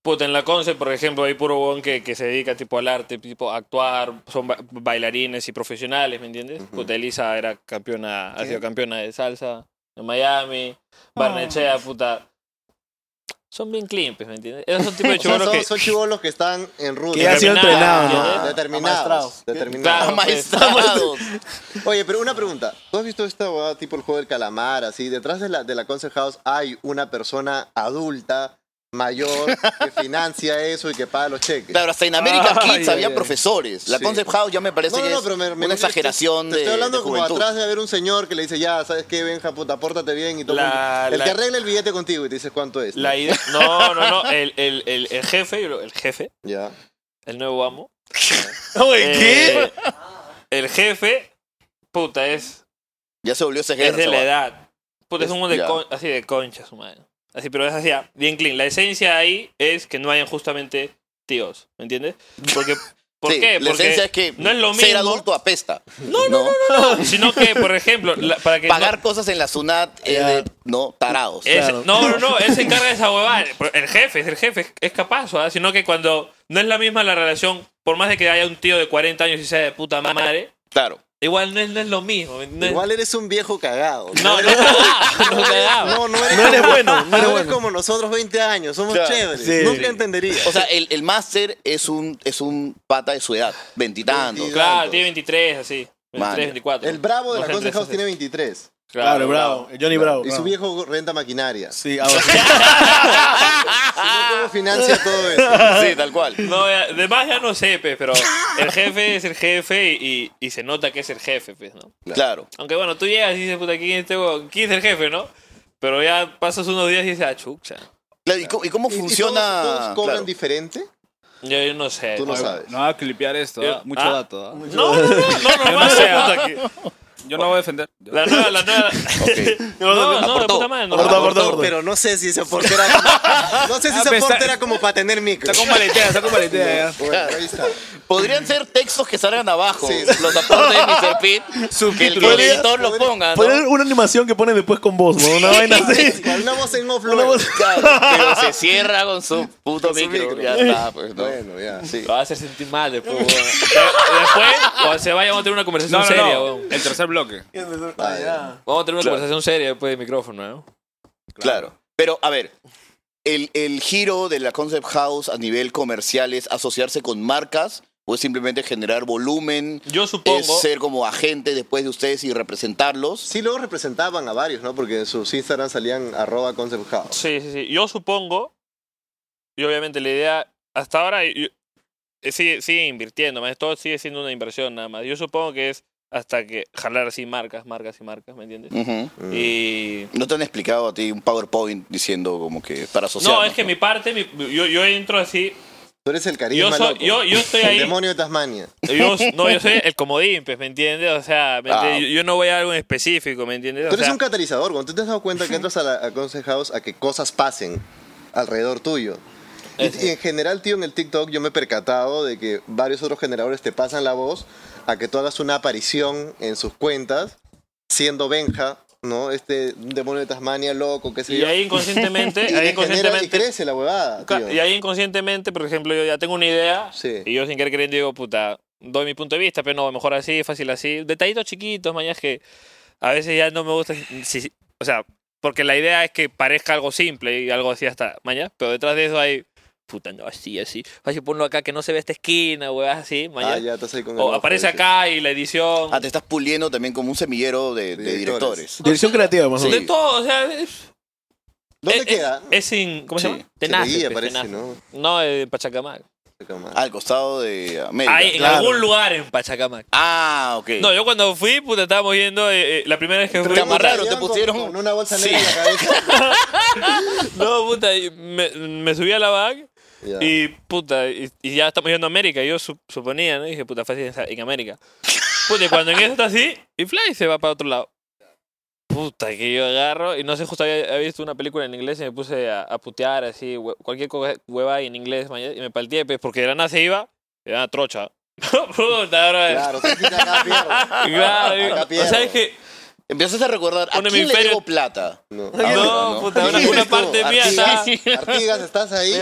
[SPEAKER 1] Puta, en la Conce, por ejemplo, hay puro huevón que, que se dedica tipo al arte, tipo a actuar, son ba- bailarines y profesionales, ¿me entiendes? Puta, Elisa era campeona, ha sido campeona de salsa en Miami, Barnechea, puta. Son bien climpes, ¿me entiendes? Esos son tipos de
[SPEAKER 5] O sea,
[SPEAKER 1] chibolos
[SPEAKER 5] son,
[SPEAKER 1] que...
[SPEAKER 5] son chibolos que están en ruta.
[SPEAKER 6] Que ya han sido entrenados,
[SPEAKER 1] ¿no?
[SPEAKER 5] Determinados.
[SPEAKER 6] Amaestrados.
[SPEAKER 5] determinados.
[SPEAKER 1] Claro.
[SPEAKER 4] Amaestrados.
[SPEAKER 5] Oye, pero una pregunta. ¿Tú has visto esta huevada tipo el juego del calamar, así? Detrás de la, de la Concert House hay una persona adulta, mayor, que financia eso y que paga los cheques.
[SPEAKER 4] Claro, hasta en América
[SPEAKER 1] Ay,
[SPEAKER 4] Kids había
[SPEAKER 5] ay, ay.
[SPEAKER 4] concepts
[SPEAKER 5] Sí.
[SPEAKER 4] House ya me parece
[SPEAKER 5] No, no, no, pero me, me-
[SPEAKER 4] una exageración
[SPEAKER 5] te, te estoy
[SPEAKER 4] de-
[SPEAKER 5] hablando
[SPEAKER 4] de
[SPEAKER 5] como
[SPEAKER 4] juventud.
[SPEAKER 5] atrás de haber un señor que le dice, ya, ¿sabes qué, Benja, puta, pórtate bien y todo.
[SPEAKER 1] La-
[SPEAKER 5] el
[SPEAKER 1] la-
[SPEAKER 5] que arregla el billete contigo y te dices cuánto es. ¿no?
[SPEAKER 1] La idea... No, no, no, el, el, el, el jefe, el jefe,
[SPEAKER 5] Ya.
[SPEAKER 1] el nuevo amo.
[SPEAKER 4] ¿qué?
[SPEAKER 1] eh, el jefe, puta, es
[SPEAKER 4] Ya se volvió ese
[SPEAKER 1] Es
[SPEAKER 4] género.
[SPEAKER 1] de la
[SPEAKER 4] chaval.
[SPEAKER 1] edad. Puta, es
[SPEAKER 4] Es-
[SPEAKER 1] uno de
[SPEAKER 4] ya.
[SPEAKER 1] con- así de concha su madre. Así, pero es así, ah, bien clean. La esencia ahí es que no hayan justamente tíos, ¿me entiendes? Porque, ¿Por
[SPEAKER 4] Sí,
[SPEAKER 1] qué?
[SPEAKER 4] La esencia es
[SPEAKER 1] Porque
[SPEAKER 4] que
[SPEAKER 1] no es lo
[SPEAKER 4] ser
[SPEAKER 1] mismo,
[SPEAKER 4] adulto apesta. No, no, no.
[SPEAKER 1] sino que, por ejemplo, la- para que...
[SPEAKER 4] Pagar
[SPEAKER 1] no-
[SPEAKER 4] cosas en la SUNAT es
[SPEAKER 6] Ya.
[SPEAKER 4] de, no, tarados.
[SPEAKER 1] es-
[SPEAKER 6] claro.
[SPEAKER 1] No, no, no, él se encarga de esa huevada. Pero El jefe, es el jefe, es- es capaz, ¿ah? Sino que cuando no es la misma la relación, por más de que haya un tío de 40 años y sea de puta madre,
[SPEAKER 4] Claro.
[SPEAKER 1] igual no es, no es lo mismo. no es-
[SPEAKER 5] Igual eres un viejo cagado.
[SPEAKER 1] No, no, no, no, no, no.
[SPEAKER 5] No, no eres,
[SPEAKER 6] No eres
[SPEAKER 5] como-
[SPEAKER 6] bueno, no eres bueno.
[SPEAKER 5] como nosotros 20 años, somos
[SPEAKER 4] Claro.
[SPEAKER 5] chéveres.
[SPEAKER 6] Sí.
[SPEAKER 5] Nunca entendería.
[SPEAKER 4] O sea, el, el máster es un, es un pata de su edad, veintitantos.
[SPEAKER 5] Veinti-
[SPEAKER 1] Claro,
[SPEAKER 5] tantos.
[SPEAKER 1] tiene 23, así. 23,
[SPEAKER 4] Maña.
[SPEAKER 1] 24.
[SPEAKER 5] el bravo de la
[SPEAKER 1] Más
[SPEAKER 5] Concert House
[SPEAKER 1] entre
[SPEAKER 5] tiene
[SPEAKER 1] esas,
[SPEAKER 5] 23.
[SPEAKER 1] sí.
[SPEAKER 6] Claro, bravo. Johnny Bravo.
[SPEAKER 5] Y su
[SPEAKER 6] bravo.
[SPEAKER 5] viejo renta maquinaria.
[SPEAKER 6] Sí, ahora sí.
[SPEAKER 5] ¿Cómo financia todo eso?
[SPEAKER 4] Sí, tal cual.
[SPEAKER 1] No, ya- de más ya no sé, pues, pero el jefe es el jefe y, y- y se nota que es el jefe, pues, ¿no?
[SPEAKER 4] Claro.
[SPEAKER 1] Aunque bueno, tú llegas y dices, puta, ¿quién es, este huevón? ¿Quién es el jefe, no? Pero ya pasas unos días y dices, ah, chucha.
[SPEAKER 4] Claro, ¿Y cómo, y cómo
[SPEAKER 5] ¿Y- y
[SPEAKER 4] funciona?
[SPEAKER 5] todos, todos cobran
[SPEAKER 4] claro.
[SPEAKER 5] diferente?
[SPEAKER 1] Yo, yo no sé.
[SPEAKER 5] Tú no
[SPEAKER 1] huevón.
[SPEAKER 5] sabes.
[SPEAKER 2] No va a clipear esto, ¿ah?
[SPEAKER 1] Yo-
[SPEAKER 2] mucho
[SPEAKER 1] ¿Ah?
[SPEAKER 2] dato. ¿ah?
[SPEAKER 1] No, no, no, no, normal, puta, que-
[SPEAKER 2] Yo no voy a defender.
[SPEAKER 1] La nueva, la nueva. No, no, no, de puta madre. no,
[SPEAKER 6] Aportó,
[SPEAKER 1] no.
[SPEAKER 6] aportó. gordo.
[SPEAKER 5] Pero no sé si ese aporte era como, no sé si
[SPEAKER 2] Ah,
[SPEAKER 5] ese
[SPEAKER 2] pues,
[SPEAKER 5] aporte
[SPEAKER 2] está-
[SPEAKER 5] era como para tener micro.
[SPEAKER 2] Saca un paletea, saca un paletea. ya.
[SPEAKER 5] Bueno, ahí está.
[SPEAKER 4] Podrían ser textos que salgan abajo.
[SPEAKER 5] Sí.
[SPEAKER 4] Los aportes de Mr. Pete. que el, que el
[SPEAKER 6] Podría-
[SPEAKER 4] editor los ponga. ¿no?
[SPEAKER 6] Poner una animación que ponen después con voz, ¿no? Una vaina así.
[SPEAKER 5] Con una voz en off
[SPEAKER 6] Una
[SPEAKER 5] luego.
[SPEAKER 6] voz-
[SPEAKER 4] Claro, pero se cierra con su puto
[SPEAKER 5] su
[SPEAKER 4] micro.
[SPEAKER 5] micro.
[SPEAKER 4] Ya está, pues no.
[SPEAKER 5] Bueno, ya.
[SPEAKER 4] Sí.
[SPEAKER 1] Lo vas a hacer sentir mal después, huevón. Después, cuando se vaya, vamos a tener una
[SPEAKER 2] No,
[SPEAKER 1] conversación
[SPEAKER 2] no,
[SPEAKER 1] seria,
[SPEAKER 2] no.
[SPEAKER 1] huevón.
[SPEAKER 2] El tercer bloque.
[SPEAKER 5] Ah, ya.
[SPEAKER 1] Vamos a tener una
[SPEAKER 4] Claro.
[SPEAKER 1] conversación seria después del micrófono, ¿no?
[SPEAKER 4] Claro. Pero, a ver, el, el giro de la Concept House a nivel comercial es asociarse con marcas o es simplemente generar volumen,
[SPEAKER 1] Yo supongo.
[SPEAKER 4] es ser como agente después de ustedes y representarlos.
[SPEAKER 5] Sí, luego representaban a varios, ¿no? Porque en sus Instagram salían arroba concept house.
[SPEAKER 1] Sí, sí, sí. Yo supongo, y obviamente la idea, hasta ahora yo- eh, sigue, sigue invirtiendo, más todo sigue siendo una inversión nada más. Yo supongo que es hasta que jalar así marcas, marcas y marcas, ¿me entiendes?
[SPEAKER 4] Ujú.
[SPEAKER 1] Y...
[SPEAKER 4] ¿No te han explicado a ti un PowerPoint diciendo como que para asociar?
[SPEAKER 1] no, es que mi parte, mi- yo, yo entro así,
[SPEAKER 5] Tú eres el
[SPEAKER 1] yo,
[SPEAKER 5] carisma
[SPEAKER 1] soy-
[SPEAKER 5] loco.
[SPEAKER 1] yo, yo estoy
[SPEAKER 5] el
[SPEAKER 1] ahí,
[SPEAKER 5] demonio de Tasmania.
[SPEAKER 1] yo, no, yo soy el comodín, pues, ¿me entiendes? O sea, ¿me
[SPEAKER 4] Ah.
[SPEAKER 1] entiendes? Yo, yo no voy a algo en específico, ¿me entiendes? O
[SPEAKER 5] Tú eres
[SPEAKER 1] sea,
[SPEAKER 5] un catalizador, cuando tú te has dado cuenta que entras a la a Concept House a que cosas pasen alrededor tuyo. Y,
[SPEAKER 1] Eso.
[SPEAKER 5] y en general, tío, en el TikTok yo me he percatado de que varios otros generadores te pasan la voz a que tú hagas una aparición en sus cuentas siendo Benja, ¿no? Este demonio de Tasmania loco, que se
[SPEAKER 1] y ahí inconscientemente, ahí
[SPEAKER 5] y, te genera, y
[SPEAKER 1] inconscientemente
[SPEAKER 5] crece la huevada,
[SPEAKER 1] Ca-
[SPEAKER 5] tío. Ah,
[SPEAKER 1] Y ahí inconscientemente, por ejemplo, yo ya tengo una idea
[SPEAKER 5] Sí.
[SPEAKER 1] y yo sin querer queriendo digo, puta, doy mi punto de vista, pero no, mejor así, fácil así. Detallitos chiquitos, mañas que a veces ya no me gusta. si- o sea, porque la idea es que parezca algo simple y algo así hasta mañana, pero detrás de eso hay, puta, no, así, así. Fácil, ponlo acá que no se ve esta esquina, weas así, mañana.
[SPEAKER 5] Ah, ya estás ahí con el
[SPEAKER 1] o
[SPEAKER 5] ojo,
[SPEAKER 1] aparece
[SPEAKER 5] dices.
[SPEAKER 1] acá y la edición.
[SPEAKER 4] Ah, te estás puliendo también como un semillero de, de directores.
[SPEAKER 5] Directores.
[SPEAKER 6] Dirección creativa, más o
[SPEAKER 4] Sí.
[SPEAKER 1] De todo, o sea, es.
[SPEAKER 5] ¿Dónde
[SPEAKER 1] es-
[SPEAKER 5] queda?
[SPEAKER 1] Es, es sin. ¿Cómo se
[SPEAKER 4] Sí.
[SPEAKER 1] llama? Tenaz.
[SPEAKER 5] Chiriquí aparece, ¿no?
[SPEAKER 1] No, eh, Pachacamac.
[SPEAKER 4] Al costado de América.
[SPEAKER 1] Hay, en
[SPEAKER 6] Claro.
[SPEAKER 1] algún lugar en Pachacamac.
[SPEAKER 4] Ah, ok.
[SPEAKER 1] No, yo cuando fui, puta, estábamos yendo. eh, eh, la primera vez que fui.
[SPEAKER 4] Te amarraron,
[SPEAKER 5] Llevan
[SPEAKER 4] te
[SPEAKER 5] con-
[SPEAKER 4] pusieron-
[SPEAKER 5] Con una bolsa negra en la cabeza.
[SPEAKER 1] puta, No, puta, y me, me subí a la bag.
[SPEAKER 5] Ya.
[SPEAKER 1] Y puta, y, y ya estamos yendo a América. Yo su- suponía, ¿no? Y dije, puta, fácil en, en América. Puta, y cuando en eso está así, y Fly se va para otro lado. Puta, que yo agarro. Y no sé, justo había, había visto una película en inglés y me puse a, a putear así, hue- cualquier cosa, hueva en inglés, mañana, y me palteé, pues, porque de la nada se iba, y era una trocha. puta, bro.
[SPEAKER 5] Claro, te quita cada pierna.
[SPEAKER 1] Claro,
[SPEAKER 5] Acá
[SPEAKER 1] o sea, es
[SPEAKER 5] pierdo.
[SPEAKER 1] que
[SPEAKER 4] Empiezas a recordar, ¿a
[SPEAKER 1] Un
[SPEAKER 4] quién le
[SPEAKER 1] hemisferio-
[SPEAKER 4] debo plata?
[SPEAKER 5] No,
[SPEAKER 1] No, puta, una, una parte mía está.
[SPEAKER 5] Artigas, Artigas, ¿estás ahí?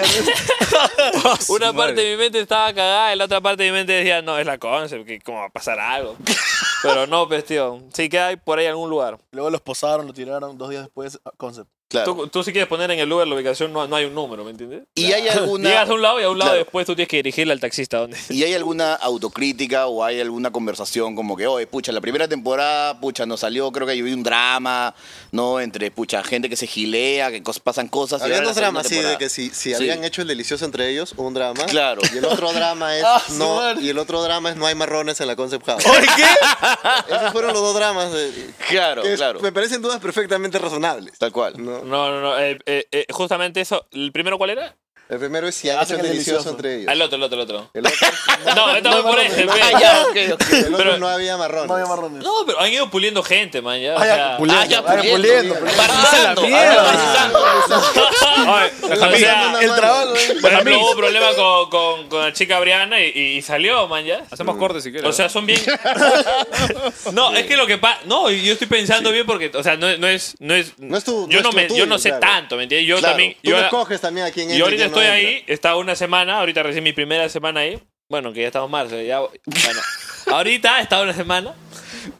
[SPEAKER 1] Una
[SPEAKER 2] Madre.
[SPEAKER 1] parte de mi mente estaba cagada y la otra parte de mi mente decía, no, es la concept, que como va a pasar algo. Pero no, pues, tío. Sí que hay por ahí algún lugar.
[SPEAKER 6] Luego los posaron, lo tiraron dos días después. ah, Concept.
[SPEAKER 4] Claro.
[SPEAKER 1] Tú, tú si quieres poner en el lugar la ubicación, no, no hay un número, ¿me entiendes?
[SPEAKER 4] ¿Y hay,
[SPEAKER 1] Llegas a
[SPEAKER 4] alguna,
[SPEAKER 1] un lado y a un lado
[SPEAKER 4] Claro.
[SPEAKER 1] después tú tienes que dirigirle al taxista. ¿dónde?
[SPEAKER 4] ¿Y hay alguna autocrítica o hay alguna conversación como que, oye, pucha, la primera temporada, pucha, no salió, creo que hay un drama, ¿no? Entre, pucha, gente que se gilea, que cos- pasan cosas. y
[SPEAKER 5] Había
[SPEAKER 4] ahora
[SPEAKER 5] dos
[SPEAKER 4] la segunda
[SPEAKER 5] dramas, sí, de
[SPEAKER 4] temporada.
[SPEAKER 5] que si, si
[SPEAKER 4] Sí.
[SPEAKER 5] habían hecho el delicioso entre ellos, un drama.
[SPEAKER 4] Claro.
[SPEAKER 5] Y el otro drama es
[SPEAKER 4] Ah, su
[SPEAKER 5] no.
[SPEAKER 4] madre.
[SPEAKER 5] Y el otro drama es no hay marrones en la concept house.
[SPEAKER 4] qué?
[SPEAKER 5] Esos fueron los dos dramas. eh,
[SPEAKER 4] Claro,
[SPEAKER 5] que es-
[SPEAKER 4] claro.
[SPEAKER 5] Me parecen dudas perfectamente razonables.
[SPEAKER 4] Tal cual.
[SPEAKER 5] ¿no?
[SPEAKER 1] No, no, no. eh, eh, eh, justamente eso. ¿El primero cuál era?
[SPEAKER 5] El primero es si han hecho
[SPEAKER 6] Hacen
[SPEAKER 5] el
[SPEAKER 6] el
[SPEAKER 5] delicioso
[SPEAKER 6] delicioso.
[SPEAKER 5] entre ellos.
[SPEAKER 1] Al otro, el otro, el otro.
[SPEAKER 5] El otro,
[SPEAKER 1] No, estamos por
[SPEAKER 5] no,
[SPEAKER 1] este.
[SPEAKER 5] no,
[SPEAKER 1] pe.
[SPEAKER 4] Ah, ya, ok, ok.
[SPEAKER 5] el otro
[SPEAKER 1] Pero-
[SPEAKER 5] no había marrones.
[SPEAKER 6] No había marrones.
[SPEAKER 1] No, pero han ido puliendo gente, man. Ya, o
[SPEAKER 6] Vaya,
[SPEAKER 1] sea-
[SPEAKER 6] puliendo,
[SPEAKER 4] Ah, ya,
[SPEAKER 6] vaya,
[SPEAKER 4] puliendo.
[SPEAKER 6] puliendo,
[SPEAKER 4] Barnizando,
[SPEAKER 2] ¡A la mierda!
[SPEAKER 4] barnizando.
[SPEAKER 1] Oye, o
[SPEAKER 5] Barnizando
[SPEAKER 1] sea,
[SPEAKER 5] una
[SPEAKER 6] el
[SPEAKER 5] mano.
[SPEAKER 6] trabajo, eh.
[SPEAKER 1] por ejemplo, hubo problema con, con, con la chica Briana y, y salió, man, ya.
[SPEAKER 2] Hacemos cortes si quieres.
[SPEAKER 1] O sea, son bien. No, es que lo que pasa. No, yo estoy pensando bien porque, o sea, no, no es. No es,
[SPEAKER 5] No es tu-
[SPEAKER 1] yo,
[SPEAKER 5] no
[SPEAKER 1] no
[SPEAKER 5] es
[SPEAKER 1] me-
[SPEAKER 5] lo tuyo,
[SPEAKER 1] yo no sé
[SPEAKER 5] claro.
[SPEAKER 1] tanto, ¿me entiendes? Yo
[SPEAKER 4] Claro,
[SPEAKER 1] también.
[SPEAKER 5] Tú
[SPEAKER 1] Yo,
[SPEAKER 5] escoges también a quién entra
[SPEAKER 1] yo ahorita
[SPEAKER 5] quién no
[SPEAKER 1] estoy
[SPEAKER 5] entra.
[SPEAKER 1] ahí, estaba una semana, ahorita recién mi primera semana ahí. Bueno, que ya estamos en marzo, ya. Bueno, ahorita he estado una semana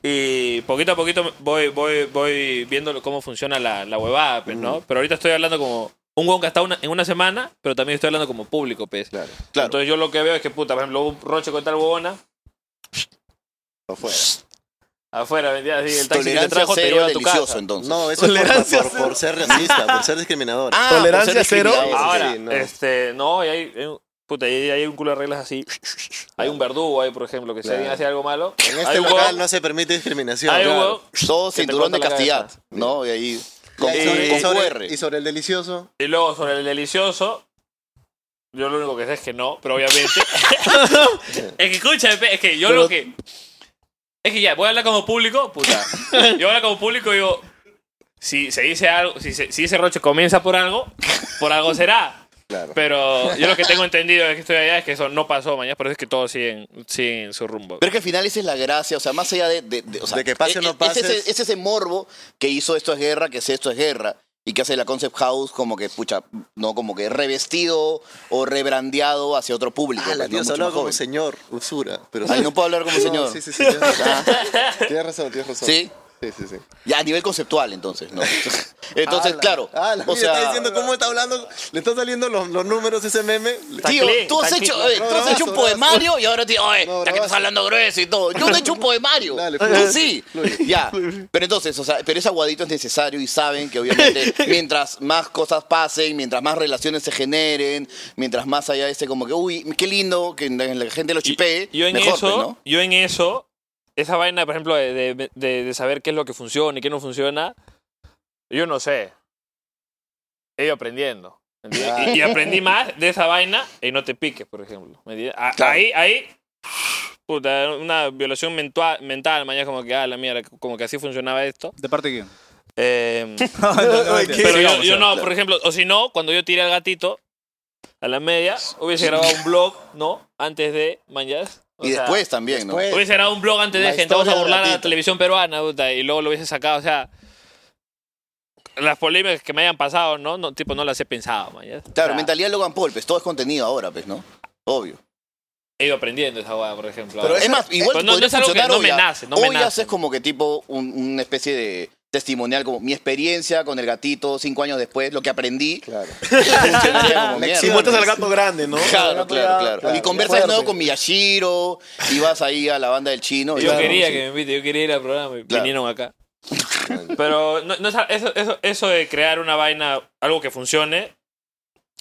[SPEAKER 1] y poquito a poquito voy, voy, voy viendo lo- cómo funciona la, la huevada, pues, ¿no? Pero ahorita estoy hablando como. Un huevón que ha estado una- en una semana, pero también estoy hablando como público, pues.
[SPEAKER 5] Claro.
[SPEAKER 4] Claro.
[SPEAKER 1] Entonces yo lo que veo es que, puta, por ejemplo, un roche con tal huevona,
[SPEAKER 5] afuera.
[SPEAKER 1] Afuera, vendía así, el taxi que te
[SPEAKER 4] Tolerancia
[SPEAKER 1] trajo te
[SPEAKER 4] cero,
[SPEAKER 1] lleva a tu
[SPEAKER 4] delicioso,
[SPEAKER 1] casa.
[SPEAKER 4] entonces.
[SPEAKER 5] No, eso es
[SPEAKER 6] Tolerancia
[SPEAKER 5] por- por, por, ser racista, por ser discriminador.
[SPEAKER 4] Ah,
[SPEAKER 1] pues
[SPEAKER 4] por ser
[SPEAKER 6] Tolerancia cero.
[SPEAKER 4] discriminado.
[SPEAKER 1] Ahora,
[SPEAKER 5] sí, no.
[SPEAKER 1] este, no, y hay, hay un- puta, y hay, hay un culo de reglas así. Hay un verdugo ahí, por ejemplo, que si
[SPEAKER 5] Claro.
[SPEAKER 1] alguien hace algo malo,
[SPEAKER 5] En
[SPEAKER 1] hay
[SPEAKER 5] este
[SPEAKER 1] un
[SPEAKER 5] local
[SPEAKER 1] huevón-
[SPEAKER 5] no se permite discriminación.
[SPEAKER 1] hay un
[SPEAKER 5] Claro.
[SPEAKER 1] huevón-
[SPEAKER 4] Todo
[SPEAKER 1] que te
[SPEAKER 4] cinturón de
[SPEAKER 1] corta la
[SPEAKER 4] castidad,
[SPEAKER 1] cabeza.
[SPEAKER 4] ¿no? Y ahí. Con,
[SPEAKER 5] Y sobre- y
[SPEAKER 4] con
[SPEAKER 5] sobre-
[SPEAKER 4] QR.
[SPEAKER 5] y sobre el delicioso,
[SPEAKER 1] Y luego sobre el delicioso, yo lo único que sé es que no, pero obviamente. es que escúchame, pe, es que yo
[SPEAKER 5] Pero-
[SPEAKER 1] lo que. Es que ya, voy a hablar como público, puta. Yo hablo como público y digo. Si se dice algo, si, se- si ese roche comienza por algo, por algo será.
[SPEAKER 5] Claro.
[SPEAKER 1] Pero yo lo que tengo entendido es que estoy allá, es que eso no pasó mañana, pero es que todos siguen, siguen su rumbo.
[SPEAKER 4] Pero es que al final esa es la gracia, o sea, más allá de... De, o sea,
[SPEAKER 5] De que pase o no
[SPEAKER 4] eh, eh, es
[SPEAKER 5] pase.
[SPEAKER 4] ese- Es ese morbo que hizo Esto es Guerra, que es Esto es Guerra, y que hace la Concept House como que, pucha, no, como que revestido o rebrandeado hacia otro público.
[SPEAKER 5] Ah, la
[SPEAKER 4] pues, ¿no?
[SPEAKER 5] tía
[SPEAKER 4] Mucho
[SPEAKER 5] se hablaba
[SPEAKER 4] más
[SPEAKER 5] como
[SPEAKER 4] joven.
[SPEAKER 5] señor, usura. Pero
[SPEAKER 4] Ay, no puedo hablar como
[SPEAKER 5] No,
[SPEAKER 4] señor.
[SPEAKER 5] Sí, sí, sí. Tienes razón,
[SPEAKER 4] Ah,
[SPEAKER 5] tienes razón. tienes razón.
[SPEAKER 4] ¿Sí?
[SPEAKER 5] Sí, sí, sí.
[SPEAKER 4] Ya, a nivel conceptual, entonces, ¿no? Entonces,
[SPEAKER 5] Ala,
[SPEAKER 4] claro,
[SPEAKER 5] ala,
[SPEAKER 4] o
[SPEAKER 5] mira, Ah, está
[SPEAKER 4] sea...
[SPEAKER 5] diciendo cómo está hablando. Le están saliendo los, los números ese meme.
[SPEAKER 4] Tío,
[SPEAKER 1] Taclé,
[SPEAKER 4] tú has,
[SPEAKER 1] taclé.
[SPEAKER 4] hecho, eh, tú has
[SPEAKER 5] Bravazo,
[SPEAKER 4] hecho un
[SPEAKER 5] bravazo.
[SPEAKER 4] poemario y ahora te oye, ya que
[SPEAKER 5] No,
[SPEAKER 4] estás
[SPEAKER 5] bravazo.
[SPEAKER 4] hablando grueso y todo. Yo no he hecho un poemario.
[SPEAKER 5] Dale, pues.
[SPEAKER 4] tú
[SPEAKER 5] fluye,
[SPEAKER 4] sí.
[SPEAKER 5] fluye.
[SPEAKER 4] Ya. Pero entonces, o sea, pero ese aguadito es necesario y saben que obviamente mientras más cosas pasen, mientras más relaciones se generen, mientras más allá este como que, uy, qué lindo que la gente lo
[SPEAKER 1] Y-
[SPEAKER 4] chipee.
[SPEAKER 1] Yo en
[SPEAKER 4] mejor,
[SPEAKER 1] eso,
[SPEAKER 4] pues, ¿no?
[SPEAKER 1] yo en eso, esa vaina, por ejemplo, de, de- de- de saber qué es lo que funciona y qué no funciona, yo no sé. He ido aprendiendo. ¿entiendes?
[SPEAKER 5] Ah.
[SPEAKER 1] Y, y aprendí más de esa vaina y no te piques, por ejemplo. ¿me entiendes? A-
[SPEAKER 4] Claro.
[SPEAKER 1] Ahí, ahí, puta, una violación mentua- mental, mañana como que, ah, la mierda, como que así funcionaba esto.
[SPEAKER 2] ¿De parte de quién?
[SPEAKER 4] Em,
[SPEAKER 1] Eh,
[SPEAKER 2] No, no, no,
[SPEAKER 6] Ay,
[SPEAKER 2] no,
[SPEAKER 6] qué-
[SPEAKER 1] pero yo,
[SPEAKER 2] sigamos,
[SPEAKER 1] yo no,
[SPEAKER 2] sigamos.
[SPEAKER 1] por ejemplo, o si no, cuando yo tiré al gatito a la media, hubiese grabado un blog, ¿no? Antes de Mañas.
[SPEAKER 4] Y después también, ¿no?
[SPEAKER 5] después.
[SPEAKER 1] Hubiese grabado un blog antes
[SPEAKER 5] La
[SPEAKER 1] de gente, vamos a
[SPEAKER 5] historia del
[SPEAKER 1] burlar a la
[SPEAKER 5] gatito.
[SPEAKER 1] televisión peruana, puta, y luego lo hubiese sacado, o sea. Las polémicas que me hayan pasado, ¿no? no tipo, no las he pensado, Mañas. O
[SPEAKER 4] Claro,
[SPEAKER 1] sea,
[SPEAKER 4] mentalidad Logan Paul, pues todo es contenido ahora, pues, ¿no? Obvio.
[SPEAKER 1] He ido aprendiendo esa hueá, por ejemplo.
[SPEAKER 4] Pero
[SPEAKER 1] ahora.
[SPEAKER 4] es más, igual
[SPEAKER 1] Pues no- no
[SPEAKER 4] podría
[SPEAKER 1] es algo que
[SPEAKER 4] funcionar
[SPEAKER 1] no
[SPEAKER 4] hoy,
[SPEAKER 1] me
[SPEAKER 4] ¿ah?
[SPEAKER 1] nace, no me
[SPEAKER 4] hoy
[SPEAKER 1] nace.
[SPEAKER 4] haces como que tipo un- una especie de testimonial, como mi experiencia con el gatito cinco años después, lo que aprendí.
[SPEAKER 5] Claro.
[SPEAKER 4] Funcionaría como mierda.
[SPEAKER 6] Si muestras al gato grande, ¿no?
[SPEAKER 4] Claro, claro, claro.
[SPEAKER 5] claro,
[SPEAKER 4] y conversas de
[SPEAKER 5] fuerte.
[SPEAKER 4] nuevo con Miyashiro y vas ahí a la banda del chino. y
[SPEAKER 1] Yo
[SPEAKER 4] claro,
[SPEAKER 1] quería
[SPEAKER 4] sí.
[SPEAKER 1] que me invite, yo quería ir al programa y
[SPEAKER 4] Claro.
[SPEAKER 1] vinieron acá. Pero no, no es- eso, eso, eso de crear una vaina, algo que funcione,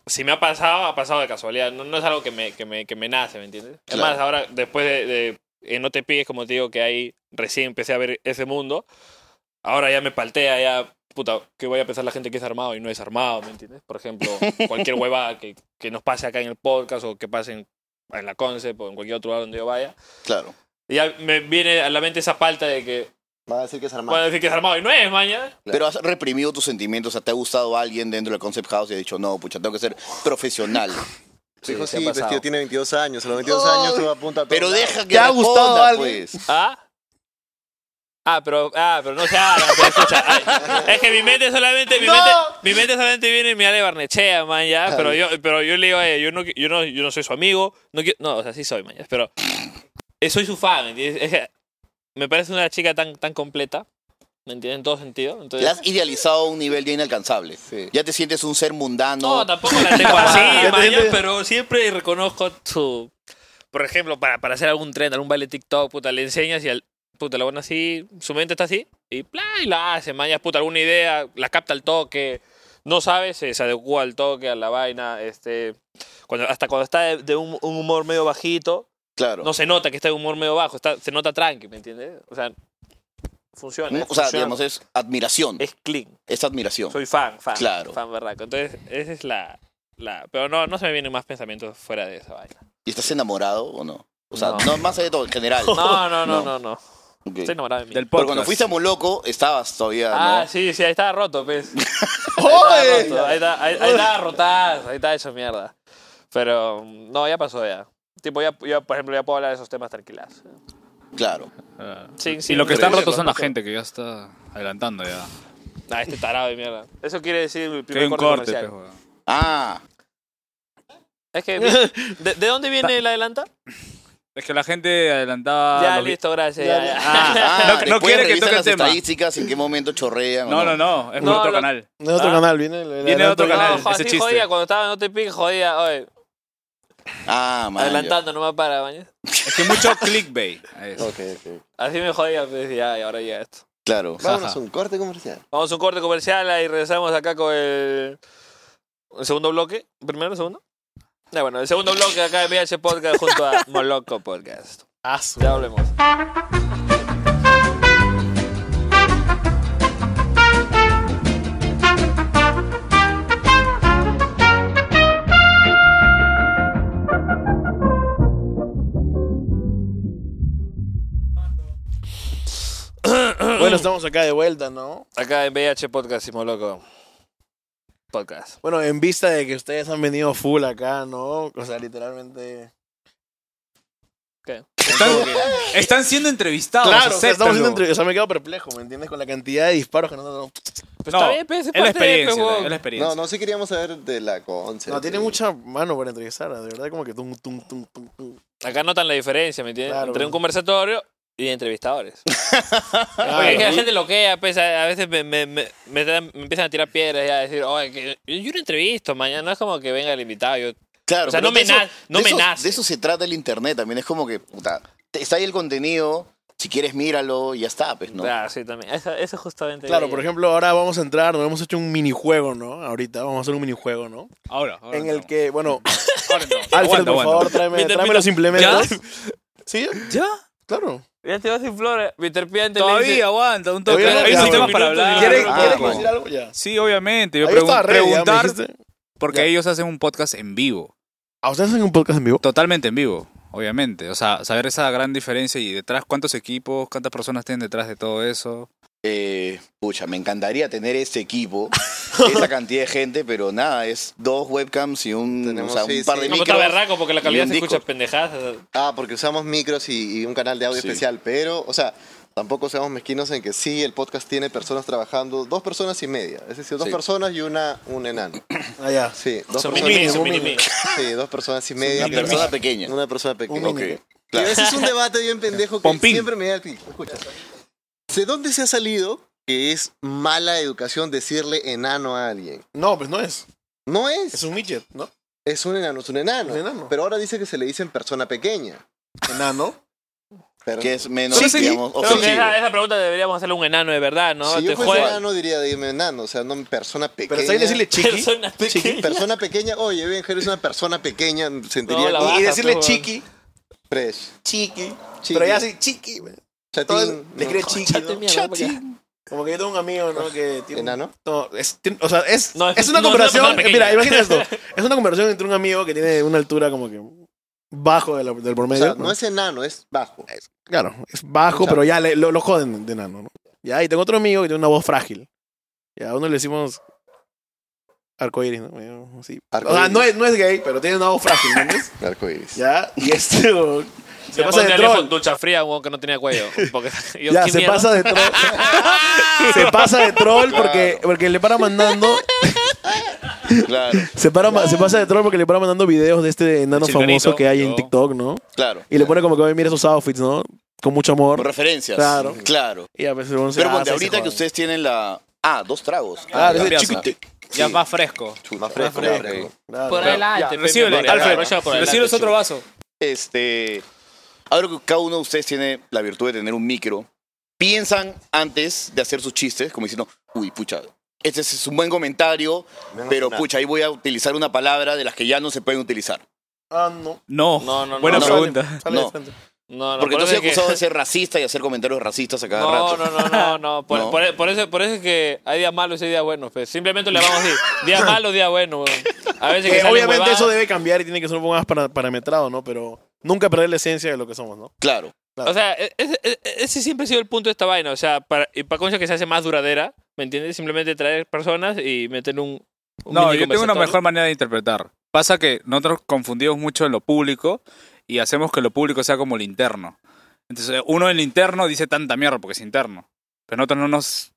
[SPEAKER 1] si me ha pasado, ha pasado de casualidad. No, no es algo que me, que me, que me nace, ¿me entiendes?
[SPEAKER 4] Claro.
[SPEAKER 1] Además, ahora, después de, de- eh, No te pigues, como te digo, que ahí recién empecé a ver ese mundo, ahora ya me paltea, ya, puta, que voy a pensar la gente que es armado y no es armado, ¿me entiendes? Por ejemplo, cualquier huevada que, que nos pase acá en el podcast o que pase en, en la Concept o en cualquier otro lugar donde yo vaya.
[SPEAKER 4] Claro.
[SPEAKER 1] Ya me viene a la mente esa falta de que
[SPEAKER 5] Va a decir que es armado.
[SPEAKER 1] van a decir que es armado y no es, maña.
[SPEAKER 4] Pero has reprimido tus sentimientos. O sea, te ha gustado alguien dentro del Concept House y has dicho, no, pucha, tengo que ser profesional.
[SPEAKER 5] Su hijo
[SPEAKER 1] se ha
[SPEAKER 5] sí, pues,
[SPEAKER 1] pasado.
[SPEAKER 5] tío, tiene 22 años. A los 22
[SPEAKER 4] Oh,
[SPEAKER 5] años se va a punta a todos
[SPEAKER 4] Pero
[SPEAKER 5] lados.
[SPEAKER 4] deja que
[SPEAKER 6] ¿Te
[SPEAKER 4] pues.
[SPEAKER 6] ha gustado
[SPEAKER 4] responda,
[SPEAKER 6] alguien?
[SPEAKER 4] pues.
[SPEAKER 1] ¿Ah? Ah, pero, ah, pero no se hagan, pero escucha, ay, es que mi mente solamente, mi, mente, mi mente solamente viene y me de barnechea, man, ya, pero yo, pero yo le digo, eh, yo no, qui- yo no, yo no soy su amigo, no, qui- no, o sea, sí soy, man, ya, pero eh, soy su fan, ¿me ¿entiendes? Es que me parece una chica tan, tan completa, ¿me entiendes? En todo sentido,
[SPEAKER 4] Le
[SPEAKER 1] entonces...
[SPEAKER 4] has idealizado a un nivel ya inalcanzable. Ya te sientes un ser mundano.
[SPEAKER 1] No, tampoco la tengo así,
[SPEAKER 3] Ya te
[SPEAKER 1] man, ya,
[SPEAKER 3] entiendo.
[SPEAKER 1] pero siempre reconozco su... Por ejemplo, para, para hacer algún tren, algún baile TikTok, puta, le enseñas y al... Puta, la buena así, su mente está así y, pla, y la hace, man, ya, puta, alguna idea, la capta al toque, no sabe, se, se adecua al toque, a la vaina, este... Cuando, hasta cuando está de, de un, un humor medio bajito,
[SPEAKER 4] claro.
[SPEAKER 1] no se nota que está de humor medio bajo, está, se nota tranqui, ¿me entiendes? O sea, funciona.
[SPEAKER 4] o sea,
[SPEAKER 1] funciona.
[SPEAKER 4] digamos, es admiración.
[SPEAKER 1] es clean.
[SPEAKER 4] Es admiración.
[SPEAKER 1] Soy fan, fan.
[SPEAKER 4] Claro.
[SPEAKER 1] Fan berraco. Entonces, esa es la. la pero no, no se me vienen más pensamientos fuera de esa vaina.
[SPEAKER 4] ¿Y estás enamorado o no? O sea,
[SPEAKER 1] No.
[SPEAKER 4] no, más allá de todo, en general.
[SPEAKER 1] No, no, no,
[SPEAKER 4] No.
[SPEAKER 1] no. no.
[SPEAKER 4] Ok.
[SPEAKER 1] Estoy enamorado de mí.
[SPEAKER 2] Del
[SPEAKER 4] Pero
[SPEAKER 2] podcast.
[SPEAKER 4] cuando fuiste a Loco, estabas todavía,
[SPEAKER 1] Ah,
[SPEAKER 4] ¿no?
[SPEAKER 1] sí, sí, ahí estaba roto, pues. Ahí estaba
[SPEAKER 3] ¡Oye!
[SPEAKER 1] roto, Ahí está- ahí- ahí estaba rotazo, ahí estaba hecho mierda. Pero, no, ya pasó ya. Tipo, ya, yo, por ejemplo, ya puedo hablar de esos temas tranquilas.
[SPEAKER 4] Claro.
[SPEAKER 1] Sí, sí,
[SPEAKER 2] y lo que
[SPEAKER 4] está
[SPEAKER 2] están
[SPEAKER 4] Pero-
[SPEAKER 2] rotos son la gente que ya está adelantando ya.
[SPEAKER 1] Ah, este tarado de mierda. Eso quiere decir el
[SPEAKER 2] Que
[SPEAKER 1] primer
[SPEAKER 2] hay un corte,
[SPEAKER 1] comercial.
[SPEAKER 2] pues, weón.
[SPEAKER 4] Ah,
[SPEAKER 1] Es que, ¿de, de dónde viene el adelanta?
[SPEAKER 2] Es que la gente adelantaba.
[SPEAKER 1] ya,
[SPEAKER 2] los Ah, vi-
[SPEAKER 1] listo, gracias.
[SPEAKER 3] Ya,
[SPEAKER 1] ya,
[SPEAKER 3] ya.
[SPEAKER 1] ya.
[SPEAKER 4] ah,
[SPEAKER 2] no- no
[SPEAKER 4] después
[SPEAKER 2] quiere que
[SPEAKER 4] revisan
[SPEAKER 2] toque el
[SPEAKER 4] las
[SPEAKER 2] tema.
[SPEAKER 4] estadísticas, en qué momento chorrean. o
[SPEAKER 2] No, no, no, es por
[SPEAKER 1] No,
[SPEAKER 2] otro
[SPEAKER 1] lo-
[SPEAKER 2] canal.
[SPEAKER 3] En otro
[SPEAKER 1] Ah.
[SPEAKER 3] canal viene. el- el
[SPEAKER 2] Viene de otro
[SPEAKER 3] adelanto.
[SPEAKER 2] canal,
[SPEAKER 1] No, jo-
[SPEAKER 2] ese
[SPEAKER 1] así
[SPEAKER 2] chiste.
[SPEAKER 1] jodía, cuando estaba en No Te Piques, jodía. Oye,
[SPEAKER 4] Ah, man.
[SPEAKER 1] adelantando, no me para, mañana.
[SPEAKER 2] Es que mucho clickbait. Es.
[SPEAKER 5] Ok, ok.
[SPEAKER 1] Así me jodía, pues ya, y ahora ya esto.
[SPEAKER 4] Claro.
[SPEAKER 5] Vámonos a un corte comercial.
[SPEAKER 1] Vamos a un corte comercial ahí, y regresamos acá con el, el segundo bloque. ¿Primero, segundo? Ya, bueno, el segundo bloque acá de VH Podcast junto a Moloco Podcast.
[SPEAKER 3] Ah, su-
[SPEAKER 1] Ya hablemos.
[SPEAKER 3] Bueno, estamos acá de vuelta, ¿no?
[SPEAKER 1] Acá en VH Podcast y Moloco Podcast.
[SPEAKER 3] Bueno, en vista de que ustedes han venido full acá, ¿no? O sea, literalmente.
[SPEAKER 2] Están, están siendo entrevistados.
[SPEAKER 3] Claro, o sea, estamos haciendo
[SPEAKER 2] acéptalo.
[SPEAKER 3] entrevistas. O sea, me quedo perplejo, ¿me entiendes? Con la cantidad de disparos que nos
[SPEAKER 1] Pues
[SPEAKER 2] No,
[SPEAKER 1] está bien, pues, es
[SPEAKER 2] Es
[SPEAKER 1] parte
[SPEAKER 2] la
[SPEAKER 1] de,
[SPEAKER 2] experiencia,
[SPEAKER 1] pues,
[SPEAKER 2] es la
[SPEAKER 1] huevón.
[SPEAKER 2] experiencia.
[SPEAKER 5] No, no, sí queríamos saber de la concha.
[SPEAKER 3] No, tiene mucha mano para entrevistar, de verdad, como que tum, tum, tum, tum, tum.
[SPEAKER 1] Acá notan la diferencia, ¿me entiendes?
[SPEAKER 3] Claro,
[SPEAKER 1] Entre un
[SPEAKER 3] bueno.
[SPEAKER 1] conversatorio y entrevistadores. Porque es que la
[SPEAKER 3] Claro.
[SPEAKER 1] gente loquea, pues, a a veces me, me, me, me dan- me empiezan a tirar piedras y a decir, oye, que yo, yo no entrevisto mañana, no es como que venga el invitado, yo
[SPEAKER 4] Claro,
[SPEAKER 1] O sea,
[SPEAKER 4] pero
[SPEAKER 1] no me
[SPEAKER 4] de eso-
[SPEAKER 1] na- no
[SPEAKER 4] de
[SPEAKER 1] me
[SPEAKER 4] eso-
[SPEAKER 1] nace.
[SPEAKER 4] De eso se trata el internet también. Es como que, puta, te- está ahí el contenido, si quieres míralo y ya está, pues, ¿no?
[SPEAKER 1] Ah, sí, también. Eso, eso justamente.
[SPEAKER 3] Claro, por ejemplo, ahora vamos a entrar, nos hemos hecho un minijuego, ¿no? Ahorita vamos a hacer un minijuego, ¿no?
[SPEAKER 2] Ahora, ahora
[SPEAKER 3] En el
[SPEAKER 2] entramos.
[SPEAKER 3] que, bueno,
[SPEAKER 2] Ahora entramos.
[SPEAKER 3] Alfred,
[SPEAKER 2] Aguanta,
[SPEAKER 3] por
[SPEAKER 2] aguanta.
[SPEAKER 3] favor, tráeme,
[SPEAKER 1] Mira,
[SPEAKER 3] tráeme
[SPEAKER 1] mira.
[SPEAKER 3] los implementos. ¿Sí?
[SPEAKER 2] ¿Ya?
[SPEAKER 3] Claro.
[SPEAKER 1] Ya te vas este sin flores. Mr. Piante le dice-
[SPEAKER 2] Todavía aguanta, un toque.
[SPEAKER 3] Oye,
[SPEAKER 2] Hay
[SPEAKER 3] ya,
[SPEAKER 2] unos
[SPEAKER 3] bueno.
[SPEAKER 2] temas para hablar.
[SPEAKER 3] ¿Quieres,
[SPEAKER 4] Ah,
[SPEAKER 3] quieres
[SPEAKER 4] bueno.
[SPEAKER 3] decir algo? Ya.
[SPEAKER 2] Sí, obviamente. Yo
[SPEAKER 3] Ahí
[SPEAKER 2] pregun-
[SPEAKER 3] estaba ready, ya me
[SPEAKER 2] preguntar
[SPEAKER 3] dijiste.
[SPEAKER 2] porque
[SPEAKER 3] Ya.
[SPEAKER 2] ellos hacen un podcast en vivo.
[SPEAKER 3] ¿A ustedes hacen un podcast en vivo?
[SPEAKER 2] Totalmente en vivo, obviamente. O sea, saber esa gran diferencia y detrás cuántos equipos, cuántas personas tienen detrás de todo eso.
[SPEAKER 4] Eh, pucha, me encantaría tener este equipo, esa cantidad de gente, pero nada, es dos webcams y un,
[SPEAKER 5] Tenemos,
[SPEAKER 4] o sea, un
[SPEAKER 5] sí,
[SPEAKER 4] par
[SPEAKER 5] sí.
[SPEAKER 4] de
[SPEAKER 5] No,
[SPEAKER 1] No, pero está
[SPEAKER 4] micros.
[SPEAKER 1] berraco porque la calidad
[SPEAKER 4] un
[SPEAKER 1] se
[SPEAKER 4] disco.
[SPEAKER 1] escucha pendejadas.
[SPEAKER 5] Ah, porque usamos micros y, y un canal de audio
[SPEAKER 4] Sí.
[SPEAKER 5] especial, pero, o sea, tampoco seamos mezquinos en que sí, el podcast tiene personas trabajando, dos personas y media. Es decir, dos
[SPEAKER 4] Sí.
[SPEAKER 5] personas y una un enano.
[SPEAKER 3] Ah, ya.
[SPEAKER 5] Sí, dos,
[SPEAKER 1] Son
[SPEAKER 5] personas,
[SPEAKER 1] mini, son
[SPEAKER 3] mini,
[SPEAKER 1] mini, mini.
[SPEAKER 5] sí, dos personas y media.
[SPEAKER 4] Una
[SPEAKER 5] pero-
[SPEAKER 4] persona pequeña.
[SPEAKER 5] Una persona pequeña.
[SPEAKER 3] Un mini.
[SPEAKER 5] Ok. Y a veces es un debate bien pendejo que
[SPEAKER 2] Pompín.
[SPEAKER 5] siempre me da el pico. Escucha. ¿De dónde se ha salido que es mala educación decirle enano a alguien?
[SPEAKER 3] No, pues no es.
[SPEAKER 5] No es.
[SPEAKER 3] Es un midget, ¿no?
[SPEAKER 5] Es un enano, es un enano.
[SPEAKER 3] Un enano.
[SPEAKER 5] Pero ahora dice que se le dicen persona pequeña.
[SPEAKER 3] Enano.
[SPEAKER 5] Pero
[SPEAKER 4] Que es menos,
[SPEAKER 2] Sí, sí.
[SPEAKER 4] digamos,
[SPEAKER 1] Creo que
[SPEAKER 4] ofensivo.
[SPEAKER 1] esa, esa pregunta deberíamos hacerle a un enano de verdad, ¿no?
[SPEAKER 5] si yo
[SPEAKER 1] te
[SPEAKER 5] fuese
[SPEAKER 1] juegas.
[SPEAKER 5] enano diría dime enano, o sea, no persona pequeña.
[SPEAKER 3] Pero está bien decirle chiqui.
[SPEAKER 1] Persona pequeña.
[SPEAKER 5] persona pequeña, oye, Ben, eres una persona pequeña,
[SPEAKER 1] No,
[SPEAKER 5] sentiría
[SPEAKER 1] la
[SPEAKER 5] que-
[SPEAKER 1] baja,
[SPEAKER 3] Y decirle
[SPEAKER 1] pues,
[SPEAKER 3] chiqui.
[SPEAKER 5] fresh.
[SPEAKER 3] Chiqui.
[SPEAKER 5] Chiqui.
[SPEAKER 3] Pero ya sí, chiqui. güey.
[SPEAKER 5] Chatín,
[SPEAKER 3] Todo
[SPEAKER 5] ¿no?
[SPEAKER 3] le cree chiqui.
[SPEAKER 1] Chate
[SPEAKER 3] ¿no?
[SPEAKER 1] mierda, porque-
[SPEAKER 3] Como que yo tengo un amigo, ¿no? Que tiene. un-
[SPEAKER 5] ¿Enano?
[SPEAKER 3] No, es, tiene- o sea, es,
[SPEAKER 1] No, es-
[SPEAKER 3] es, una
[SPEAKER 1] no, es una
[SPEAKER 3] conversación.
[SPEAKER 1] persona pequeña.
[SPEAKER 3] mira, imagina esto. Es una conversación entre un amigo que tiene una altura como que bajo de la- del
[SPEAKER 5] O
[SPEAKER 3] promedio.
[SPEAKER 5] sea, no es enano, es bajo.
[SPEAKER 3] Claro, es bajo,
[SPEAKER 5] Claro.
[SPEAKER 3] pero ya le- lo, lo joden de enano, ¿no? Ya, y tengo otro amigo que tiene una voz frágil. Ya, a uno le decimos arcoiris, ¿no? Medio Así. O sea,
[SPEAKER 5] Arcoíris.
[SPEAKER 3] no es, no es gay, pero tiene una voz frágil, ¿no?
[SPEAKER 5] Arcoíris.
[SPEAKER 3] ya, y este, weón,
[SPEAKER 1] Se
[SPEAKER 3] pasa de troll.
[SPEAKER 1] ducha fría, huevón, que no tenía cuello. Porque, yo,
[SPEAKER 3] ya,
[SPEAKER 1] qué
[SPEAKER 3] se
[SPEAKER 1] mierda.
[SPEAKER 3] pasa de troll. se pasa de troll porque, porque le para mandando.
[SPEAKER 4] Claro,
[SPEAKER 3] Se, para, ma- se pasa de troll porque le para mandando videos de este enano
[SPEAKER 1] El
[SPEAKER 3] famoso
[SPEAKER 1] chilconito,
[SPEAKER 3] que hay en
[SPEAKER 1] yo.
[SPEAKER 3] TikTok, ¿no?
[SPEAKER 4] claro.
[SPEAKER 3] Y le pone como que mira esos outfits, ¿no? Con mucho
[SPEAKER 4] Por
[SPEAKER 3] amor.
[SPEAKER 4] referencias.
[SPEAKER 3] Claro.
[SPEAKER 4] Claro.
[SPEAKER 3] Y a veces uno se
[SPEAKER 4] Pero
[SPEAKER 3] hace
[SPEAKER 4] ponte,
[SPEAKER 3] ese
[SPEAKER 4] ahorita que
[SPEAKER 3] joven.
[SPEAKER 4] ustedes tienen la. Ah, dos tragos.
[SPEAKER 3] Ah,
[SPEAKER 4] Ah,
[SPEAKER 3] ese
[SPEAKER 4] ya.
[SPEAKER 3] chiquito.
[SPEAKER 7] Ya más fresco.
[SPEAKER 5] Más fresco,
[SPEAKER 4] fresco.
[SPEAKER 5] más fresco.
[SPEAKER 3] Claro.
[SPEAKER 7] Por adelante.
[SPEAKER 1] Recibe,
[SPEAKER 7] Recibe,
[SPEAKER 1] Alfred, aprovecha por adelante,
[SPEAKER 7] Recibe otro
[SPEAKER 1] chico.
[SPEAKER 7] vaso.
[SPEAKER 4] Este. Ahora que cada uno de ustedes tiene la virtud de tener un micro, piensan antes de hacer sus chistes, como diciendo, uy, pucha, este es un buen comentario, pero pucha, ahí voy a utilizar una palabra de las que ya no se pueden utilizar.
[SPEAKER 3] Ah, no.
[SPEAKER 2] No,
[SPEAKER 1] No, no, no,
[SPEAKER 2] buena
[SPEAKER 4] no.
[SPEAKER 2] pregunta.
[SPEAKER 3] Sale de
[SPEAKER 4] No.
[SPEAKER 3] frente.
[SPEAKER 1] No, no,
[SPEAKER 4] Porque
[SPEAKER 1] por
[SPEAKER 4] no
[SPEAKER 1] eso
[SPEAKER 4] se
[SPEAKER 1] es que-
[SPEAKER 4] acusado de ser racista y hacer comentarios racistas a cada
[SPEAKER 1] No,
[SPEAKER 4] rato.
[SPEAKER 1] no, no, no, no. Por,
[SPEAKER 4] No.
[SPEAKER 1] por- por eso, por eso es que hay días malos y hay días buenos. pues. Simplemente le vamos a decir día malo, día bueno. weón. A veces que
[SPEAKER 3] Que
[SPEAKER 1] salen
[SPEAKER 3] obviamente
[SPEAKER 1] huevadas.
[SPEAKER 3] eso debe cambiar y tiene que ser un poco más para- parametrado, ¿no? Pero nunca perder la esencia de lo que somos, ¿no?
[SPEAKER 4] Claro.
[SPEAKER 1] O sea, e- ese, e- ese siempre ha sido el punto de esta vaina. O sea, para, y para cosas que se hace más duradera, ¿me entiendes? Simplemente traer personas y meter un. un
[SPEAKER 2] No,
[SPEAKER 1] mini
[SPEAKER 2] yo tengo una
[SPEAKER 1] conversatorio.
[SPEAKER 2] mejor manera de interpretar. Pasa que nosotros confundimos mucho en lo público y hacemos que lo público sea como el interno. Entonces, uno en el interno dice tanta mierda porque es interno. Pero nosotros no nos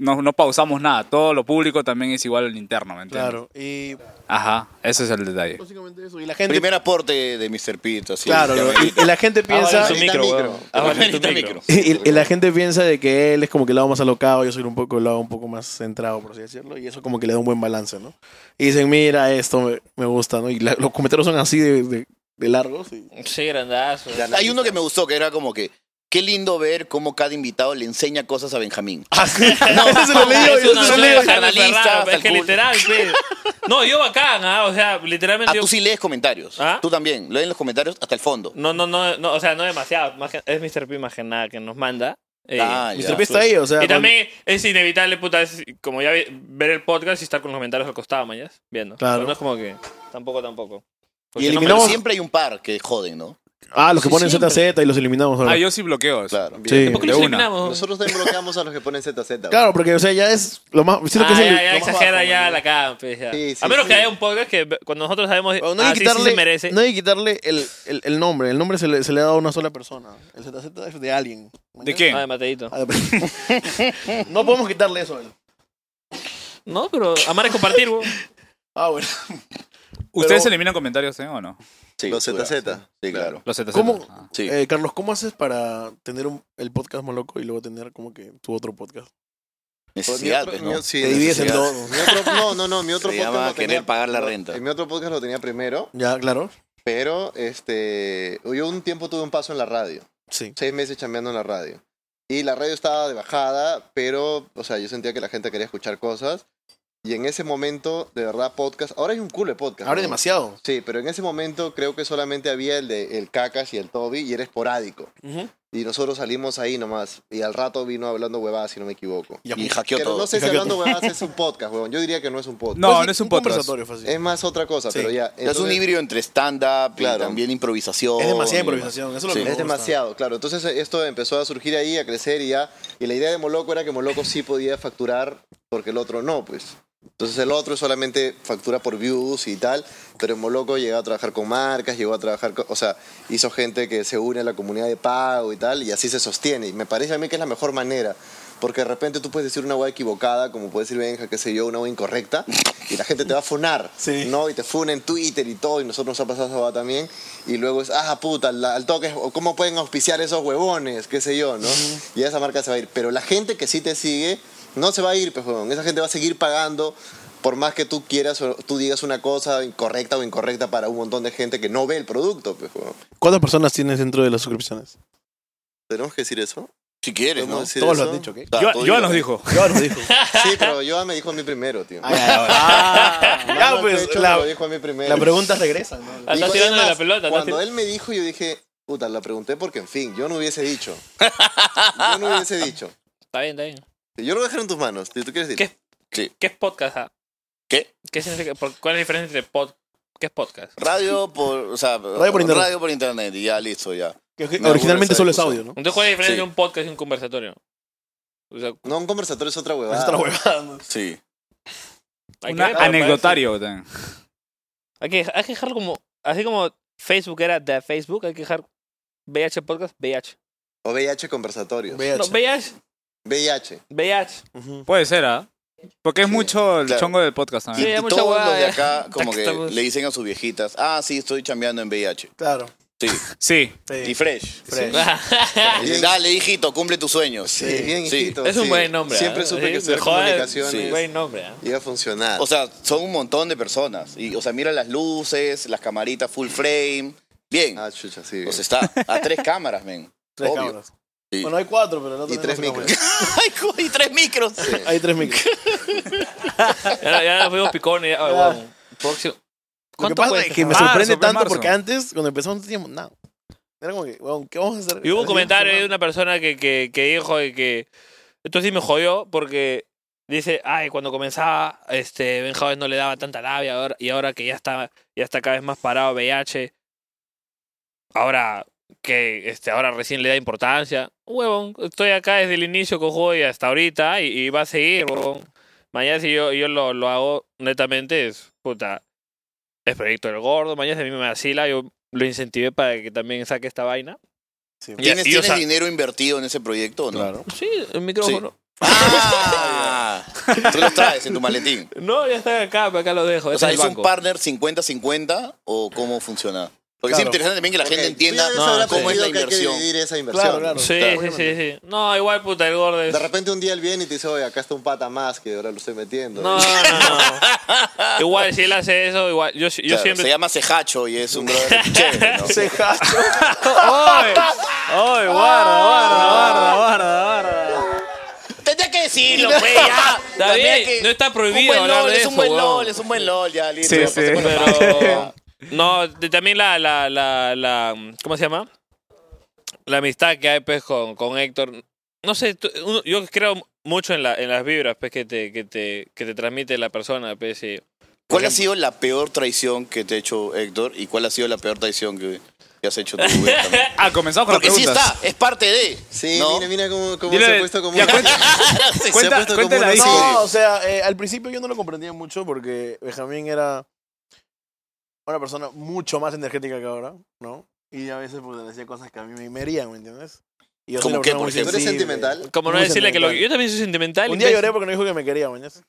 [SPEAKER 2] no, no pausamos nada. Todo lo público también es igual al interno, ¿me entiendes?
[SPEAKER 3] Claro. Y
[SPEAKER 2] Ajá, ese es el detalle.
[SPEAKER 3] básicamente eso. Y la gente.
[SPEAKER 4] Primer aporte de Mr. Pete. Así,
[SPEAKER 3] claro,
[SPEAKER 4] Ya
[SPEAKER 3] ¿no?
[SPEAKER 4] ven.
[SPEAKER 3] y, y la gente piensa.
[SPEAKER 1] Avalenta micro,
[SPEAKER 5] micro.
[SPEAKER 1] weón. Avalenta
[SPEAKER 4] Avalenta
[SPEAKER 1] Ah, micro.
[SPEAKER 4] micro.
[SPEAKER 3] Y, y- y la gente piensa de que él es como que el lado más alocado, yo soy un poco el lado un poco más centrado, por así decirlo, y eso como que le da un buen balance, ¿no? Y dicen, mira, esto me, me gusta, ¿no? Y la- los comentarios son así de, de- de largos. y-
[SPEAKER 1] Sí, grandazo.
[SPEAKER 4] Hay uno que me gustó, que era como que, qué lindo ver cómo cada invitado le enseña cosas a Benjamín.
[SPEAKER 3] Ese se Ah, lo leí yo,
[SPEAKER 1] Eso
[SPEAKER 3] ese
[SPEAKER 1] no
[SPEAKER 3] se
[SPEAKER 1] Ah, es
[SPEAKER 3] lo leí
[SPEAKER 4] leo.
[SPEAKER 3] yo.
[SPEAKER 1] una
[SPEAKER 4] Analista,
[SPEAKER 1] analista, es
[SPEAKER 4] hasta
[SPEAKER 1] que
[SPEAKER 4] el culo.
[SPEAKER 1] literal, pe. No, yo bacán, ¿ah? o sea,
[SPEAKER 4] Ah,
[SPEAKER 1] literalmente yo...
[SPEAKER 4] tú sí lees comentarios.
[SPEAKER 1] ¿Ah?
[SPEAKER 4] Tú también. Lees los comentarios hasta el fondo.
[SPEAKER 1] No, no, no, no, o sea, no demasiado. más que- es Mr. P más que nada que nos manda. Eh,
[SPEAKER 4] Ah, ya.
[SPEAKER 3] Mr. P está ahí, o sea.
[SPEAKER 1] y también es inevitable, puta, es como ya vi- ver el podcast y estar con los comentarios al costado, mañas, viendo.
[SPEAKER 3] Claro.
[SPEAKER 1] No es como que, tampoco, tampoco. no
[SPEAKER 3] Y
[SPEAKER 1] me-
[SPEAKER 4] Pero
[SPEAKER 3] eliminamos-
[SPEAKER 4] siempre hay un par que joden, ¿no?
[SPEAKER 3] Ah, los que
[SPEAKER 4] Sí,
[SPEAKER 3] ponen
[SPEAKER 4] siempre.
[SPEAKER 3] ZZ y los eliminamos. ahora.
[SPEAKER 2] Ah, yo sí bloqueo eso.
[SPEAKER 4] Claro.
[SPEAKER 3] Sí.
[SPEAKER 1] ¿Por qué
[SPEAKER 2] de
[SPEAKER 1] los
[SPEAKER 2] una.
[SPEAKER 1] eliminamos?
[SPEAKER 5] Nosotros también bloqueamos a los que ponen ZZ. güey.
[SPEAKER 3] Claro, porque, o sea, ya es lo más. Siento
[SPEAKER 1] Ah,
[SPEAKER 3] que es el-
[SPEAKER 1] ya, ya
[SPEAKER 3] lo más
[SPEAKER 1] exagera
[SPEAKER 3] bajo,
[SPEAKER 1] ya
[SPEAKER 3] ¿no?
[SPEAKER 1] la cama, pues, ya.
[SPEAKER 5] Sí, sí,
[SPEAKER 1] A menos que
[SPEAKER 5] sí.
[SPEAKER 1] haya un podcast que ve- cuando nosotros sabemos,
[SPEAKER 3] Bueno, no
[SPEAKER 1] ah,
[SPEAKER 3] hay
[SPEAKER 1] sí,
[SPEAKER 3] que
[SPEAKER 1] sí
[SPEAKER 3] quitarle,
[SPEAKER 1] se merece.
[SPEAKER 3] no hay que quitarle el, el- el nombre. El nombre se le, se le ha dado a una sola persona. El ZZ es de alguien.
[SPEAKER 2] ¿De quién?
[SPEAKER 1] Ah, de Mateito.
[SPEAKER 3] Ah, no podemos quitarle eso. a él.
[SPEAKER 1] No, pero amar es compartir, weón.
[SPEAKER 3] Ah, bueno.
[SPEAKER 2] ¿Ustedes
[SPEAKER 3] pero-
[SPEAKER 2] eliminan comentarios eh, o no?
[SPEAKER 4] Sí,
[SPEAKER 5] Los
[SPEAKER 4] claro.
[SPEAKER 5] ZZ.
[SPEAKER 4] Sí, claro.
[SPEAKER 2] Los ZZ.
[SPEAKER 3] ¿Cómo?
[SPEAKER 2] Ah.
[SPEAKER 4] Sí.
[SPEAKER 3] Eh, Carlos, ¿cómo haces para tener un- el podcast Moloco y luego tener como que tu otro podcast?
[SPEAKER 4] Necesidad,
[SPEAKER 5] Mi
[SPEAKER 4] pues,
[SPEAKER 5] otro-
[SPEAKER 4] ¿no?
[SPEAKER 5] mi- sí,
[SPEAKER 3] Te divides en
[SPEAKER 5] necesidad.
[SPEAKER 3] dos.
[SPEAKER 5] Mi otro- no, no, no, mi otro
[SPEAKER 4] Se
[SPEAKER 5] podcast
[SPEAKER 4] llama
[SPEAKER 5] lo tenía-
[SPEAKER 4] querer pagar la
[SPEAKER 5] no,
[SPEAKER 4] renta.
[SPEAKER 5] en mi otro podcast lo tenía primero,
[SPEAKER 3] Ya, claro.
[SPEAKER 5] pero este, yo un tiempo tuve un paso en la radio.
[SPEAKER 3] Sí.
[SPEAKER 5] seis meses chambeando en la radio. Y la radio estaba de bajada, pero, o sea, yo sentía que la gente quería escuchar cosas. Y en ese momento, de verdad, podcast. Ahora hay un culo de podcast.
[SPEAKER 3] Ahora
[SPEAKER 5] ¿no?
[SPEAKER 3] demasiado.
[SPEAKER 5] Sí, pero en ese momento creo que solamente había el de el Cacas y el Toby y era esporádico. Y nosotros salimos ahí nomás. Y al rato vino hablando huevadas, si no me equivoco.
[SPEAKER 4] Y hackeó
[SPEAKER 5] Pero
[SPEAKER 4] todo.
[SPEAKER 5] no sé si
[SPEAKER 3] Hackeó
[SPEAKER 5] hablando huevadas es un podcast, huevón. Yo diría que no es un podcast.
[SPEAKER 2] No, no es un podcast.
[SPEAKER 3] conversatorio fácil.
[SPEAKER 5] Es más otra cosa,
[SPEAKER 3] Sí.
[SPEAKER 5] pero ya.
[SPEAKER 4] es un
[SPEAKER 5] entonces-
[SPEAKER 4] híbrido entre stand-up y
[SPEAKER 5] Claro.
[SPEAKER 4] también improvisación.
[SPEAKER 3] Es demasiada
[SPEAKER 4] y
[SPEAKER 3] improvisación. Eso es lo
[SPEAKER 4] Sí.
[SPEAKER 3] que me
[SPEAKER 5] Es
[SPEAKER 3] gusta.
[SPEAKER 5] demasiado, claro. Entonces eh, esto empezó a surgir ahí, a crecer y ya. Y la idea de Moloco era que Moloco sí podía facturar porque el otro no, pues. Entonces el otro solamente factura por views y tal, pero en Moloco llegó a trabajar con marcas, llegó a trabajar, con- o sea, hizo gente que se une a la comunidad de pago y tal, y así se sostiene. Y me parece a mí que es la mejor manera, porque de repente tú puedes decir una hueá equivocada, como puede decir Benja, qué sé yo, una hueá incorrecta, y la gente te va a funar,
[SPEAKER 3] Sí.
[SPEAKER 5] ¿no? Y te funa en Twitter y todo, y nosotros nos ha pasado esa hueá también, y luego es, ah, puta, la- al toque, o ¿cómo pueden auspiciar esos huevones? Qué sé yo, ¿no? Y esa marca se va a ir. Pero la gente que sí te sigue, no se va a ir, pues, huevón. Esa gente va a seguir pagando por más que tú quieras o tú digas una cosa incorrecta o incorrecta para un montón de gente que no ve el producto, pues, huevón.
[SPEAKER 3] ¿Cuántas personas tienes dentro de las suscripciones?
[SPEAKER 5] ¿Tenemos que decir eso?
[SPEAKER 4] Si quieres, ¿no?
[SPEAKER 5] ¿Podemos decir
[SPEAKER 3] Todos lo
[SPEAKER 5] eso?
[SPEAKER 3] has dicho, ¿ok?
[SPEAKER 4] O sea,
[SPEAKER 2] Yo,
[SPEAKER 4] todo
[SPEAKER 2] Joan
[SPEAKER 4] lo-
[SPEAKER 2] nos dijo.
[SPEAKER 3] Ya nos dijo.
[SPEAKER 5] Sí, pero Joan me dijo a mí primero, tío. Mano
[SPEAKER 3] ya,
[SPEAKER 5] al
[SPEAKER 3] pues,
[SPEAKER 5] pecho, me
[SPEAKER 3] la,
[SPEAKER 5] lo dijo a mí primero.
[SPEAKER 3] la pregunta regresa. ¿no?
[SPEAKER 1] Ah,
[SPEAKER 5] Digo,
[SPEAKER 1] Estás tirando de la
[SPEAKER 5] además,
[SPEAKER 1] pelota. estás
[SPEAKER 5] Cuando él me dijo, yo dije, puta, la pregunté porque, en fin, yo no hubiese dicho. Yo no hubiese dicho.
[SPEAKER 1] tir- Está bien, está bien.
[SPEAKER 5] Yo lo dejaré en tus manos, si tú quieres decir.
[SPEAKER 1] ¿Qué? ¿Qué es podcast? ah?
[SPEAKER 4] ¿Qué?
[SPEAKER 1] ¿Qué significa? por- ¿Cuál es la diferencia entre pod? ¿Qué es podcast?
[SPEAKER 4] Radio por, o sea,
[SPEAKER 3] Radio por internet.
[SPEAKER 4] radio por internet y ya, listo, ya.
[SPEAKER 3] Que- que
[SPEAKER 4] No,
[SPEAKER 3] originalmente
[SPEAKER 4] bueno,
[SPEAKER 3] solo es
[SPEAKER 4] esa
[SPEAKER 3] audio, ¿no?
[SPEAKER 1] Entonces, ¿cuál es la diferencia
[SPEAKER 4] Sí.
[SPEAKER 1] entre un podcast y un conversatorio? O sea,
[SPEAKER 5] No, un conversatorio es otra huevada.
[SPEAKER 3] Es otra huevada. ¿no?
[SPEAKER 4] Sí.
[SPEAKER 1] hay
[SPEAKER 2] Una
[SPEAKER 1] que verlo,
[SPEAKER 2] anecdotario. también.
[SPEAKER 1] parece. Hay que, hay que dejarlo como. Así como Facebook era de Facebook, hay que dejar VH Podcast, VH.
[SPEAKER 5] O VIH
[SPEAKER 1] No,
[SPEAKER 5] conversatorios.
[SPEAKER 3] VH.
[SPEAKER 1] VH,
[SPEAKER 5] VIH.
[SPEAKER 1] VH.
[SPEAKER 3] Ujú.
[SPEAKER 2] Puede ser, ¿ah? Porque es mucho el
[SPEAKER 4] claro.
[SPEAKER 2] chongo del podcast
[SPEAKER 4] Y,
[SPEAKER 1] Sí,
[SPEAKER 2] también.
[SPEAKER 1] hay
[SPEAKER 4] y
[SPEAKER 1] mucha
[SPEAKER 4] todos
[SPEAKER 1] huevada,
[SPEAKER 4] los de
[SPEAKER 1] ya.
[SPEAKER 4] acá como que
[SPEAKER 1] Estamos-
[SPEAKER 4] le dicen a sus viejitas, ah, sí, estoy chambeando en VIH.
[SPEAKER 3] Claro.
[SPEAKER 4] Sí,
[SPEAKER 2] Sí.
[SPEAKER 4] y
[SPEAKER 3] Sí.
[SPEAKER 4] fresh.
[SPEAKER 3] Fresh.
[SPEAKER 1] Ah,
[SPEAKER 4] Dice, Dale, hijito, cumple tus sueños.
[SPEAKER 5] Sí, bien,
[SPEAKER 4] Sí.
[SPEAKER 5] hijito.
[SPEAKER 1] es un
[SPEAKER 5] sí.
[SPEAKER 1] buen nombre.
[SPEAKER 5] Siempre
[SPEAKER 1] ¿ah?
[SPEAKER 5] supe
[SPEAKER 1] Sí,
[SPEAKER 5] que estudiar
[SPEAKER 1] me jode,
[SPEAKER 5] comunicaciones
[SPEAKER 1] sí, Buen nombre. ¿ah?
[SPEAKER 5] iba a funcionar.
[SPEAKER 4] O sea, son un montón de personas. Y, o sea, mira las luces, las camaritas full frame. Bien.
[SPEAKER 5] ah, chucha, sí. bien.
[SPEAKER 4] O sea, está a tres cámaras, men.
[SPEAKER 3] Tres
[SPEAKER 4] Obvio.
[SPEAKER 3] cámaras.
[SPEAKER 4] Sí.
[SPEAKER 3] Bueno, hay cuatro, pero no
[SPEAKER 5] y
[SPEAKER 3] tenemos
[SPEAKER 5] tres
[SPEAKER 3] una
[SPEAKER 5] micros.
[SPEAKER 4] Ay, co- y tres micros.
[SPEAKER 3] buena. Hay tres micros.
[SPEAKER 1] Ya, ya nos fuimos picones. Ya, Ay,
[SPEAKER 3] Ya.
[SPEAKER 1] huevón. Próximo.
[SPEAKER 3] Lo que
[SPEAKER 1] ¿Cuánto
[SPEAKER 3] pasa
[SPEAKER 1] cuesta?
[SPEAKER 3] es que me
[SPEAKER 2] Marzo,
[SPEAKER 3] sorprende
[SPEAKER 2] pues,
[SPEAKER 3] tanto
[SPEAKER 2] marzo.
[SPEAKER 3] porque antes, cuando empezamos, no teníamos nada. Era como que, weón, ¿qué vamos a hacer?
[SPEAKER 1] Y hubo un
[SPEAKER 3] Así
[SPEAKER 1] comentario
[SPEAKER 3] vamos
[SPEAKER 1] de
[SPEAKER 3] a hacer
[SPEAKER 1] una persona que, que, que dijo de que esto sí me jodió porque dice, ay, cuando comenzaba, este, Ben Javes no le daba tanta labia ahora, y ahora que ya está, ya está cada vez más parado VIH, ahora que este, ahora recién le da importancia. Huevón, estoy acá desde el inicio con juego y hasta ahorita y, y va a seguir, huevón. Mañana si yo, yo lo, lo hago netamente es, puta, es proyecto del gordo, mañana si a mí me vacila, yo lo incentivé para que también saque esta vaina.
[SPEAKER 3] Sí.
[SPEAKER 1] Y-
[SPEAKER 4] ¿Tienes,
[SPEAKER 1] y, o
[SPEAKER 4] tienes
[SPEAKER 1] sea,
[SPEAKER 4] dinero invertido en ese proyecto o no?
[SPEAKER 3] Claro.
[SPEAKER 1] Sí, el micrófono.
[SPEAKER 4] Ah, tú los traes en tu maletín.
[SPEAKER 1] No, ya está acá, pero acá lo dejo.
[SPEAKER 4] O
[SPEAKER 1] Este
[SPEAKER 4] sea,
[SPEAKER 1] es
[SPEAKER 4] ¿es
[SPEAKER 1] el
[SPEAKER 4] un
[SPEAKER 1] banco.
[SPEAKER 4] partner 50-50 o cómo funciona? Porque es
[SPEAKER 3] Claro.
[SPEAKER 4] interesante también que la gente
[SPEAKER 5] Ok,
[SPEAKER 4] entienda Ah,
[SPEAKER 5] tú ya les habrás
[SPEAKER 4] cómo es la
[SPEAKER 5] aprendido que hay que
[SPEAKER 4] inversión.
[SPEAKER 5] dividir esa inversión.
[SPEAKER 3] claro.
[SPEAKER 1] Sí, sí, sí, sí. No, igual, puta, el gordo es...
[SPEAKER 5] De repente un día él viene y te dice, oye, acá está un pata más que ahora lo estoy metiendo.
[SPEAKER 1] No, no, no. igual, si él hace eso, igual. Yo, yo
[SPEAKER 4] Claro,
[SPEAKER 1] siempre...
[SPEAKER 4] Se llama Cejacho y es un brother chévere, ¿no?
[SPEAKER 3] Se jacho.
[SPEAKER 1] ¡Ay! ¡Ay, guarda, guarda,
[SPEAKER 4] Ah,
[SPEAKER 1] guarda, guarda, guarda!
[SPEAKER 4] Tendría que decirlo, pues, ya.
[SPEAKER 1] Está
[SPEAKER 4] Tendría
[SPEAKER 1] bien,
[SPEAKER 4] que-
[SPEAKER 1] no está prohibido
[SPEAKER 4] un buen
[SPEAKER 1] hablar
[SPEAKER 4] LOL,
[SPEAKER 1] de
[SPEAKER 4] es
[SPEAKER 1] eso,
[SPEAKER 4] un buen
[SPEAKER 1] weón.
[SPEAKER 4] LOL, es un buen LOL, ya, listo.
[SPEAKER 2] Sí,
[SPEAKER 4] ya,
[SPEAKER 2] sí.
[SPEAKER 4] pasemos la
[SPEAKER 1] Pero... No, de- también la, la, la, la... ¿Cómo se llama? La amistad que hay, pues, con, con Héctor. No sé, tú- uno- yo creo mucho en, la, en las vibras, pues, que te, que te, que te transmite la persona, pues, y-
[SPEAKER 4] ¿Cuál ha sido la peor traición que te ha hecho Héctor y cuál ha sido la peor traición que, que has hecho tú? güey, también?
[SPEAKER 2] Ah, comenzamos con
[SPEAKER 4] Porque
[SPEAKER 2] las
[SPEAKER 4] sí
[SPEAKER 2] preguntas.
[SPEAKER 4] está, es parte de.
[SPEAKER 5] Sí,
[SPEAKER 4] ¿no?
[SPEAKER 5] mira, mira cómo, cómo
[SPEAKER 2] Dile-
[SPEAKER 5] se ha puesto como
[SPEAKER 2] ya,
[SPEAKER 5] un-
[SPEAKER 2] cuenta-
[SPEAKER 5] se ha
[SPEAKER 2] cuenta-
[SPEAKER 5] puesto como
[SPEAKER 2] cuéntala
[SPEAKER 5] un
[SPEAKER 2] ahí, sí.
[SPEAKER 5] oso.
[SPEAKER 3] No, o sea, eh, al principio yo no lo comprendía mucho porque Benjamín era una persona mucho más energética que ahora, ¿no? Y a veces pues, decía cosas que a mí me- me herían, ¿me entiendes? Y yo soy
[SPEAKER 4] ¿Cómo
[SPEAKER 3] una
[SPEAKER 4] qué,
[SPEAKER 3] persona
[SPEAKER 4] por
[SPEAKER 3] muy
[SPEAKER 4] ejemplo?
[SPEAKER 5] ¿Tú eres
[SPEAKER 3] sensible.
[SPEAKER 5] sentimental?
[SPEAKER 1] Como no
[SPEAKER 3] Muy
[SPEAKER 1] decirle que lo
[SPEAKER 3] sentimental.
[SPEAKER 1] yo también soy sentimental. pues,
[SPEAKER 3] Un día
[SPEAKER 1] imbécil.
[SPEAKER 3] lloré porque no dijo que me quería, mañas.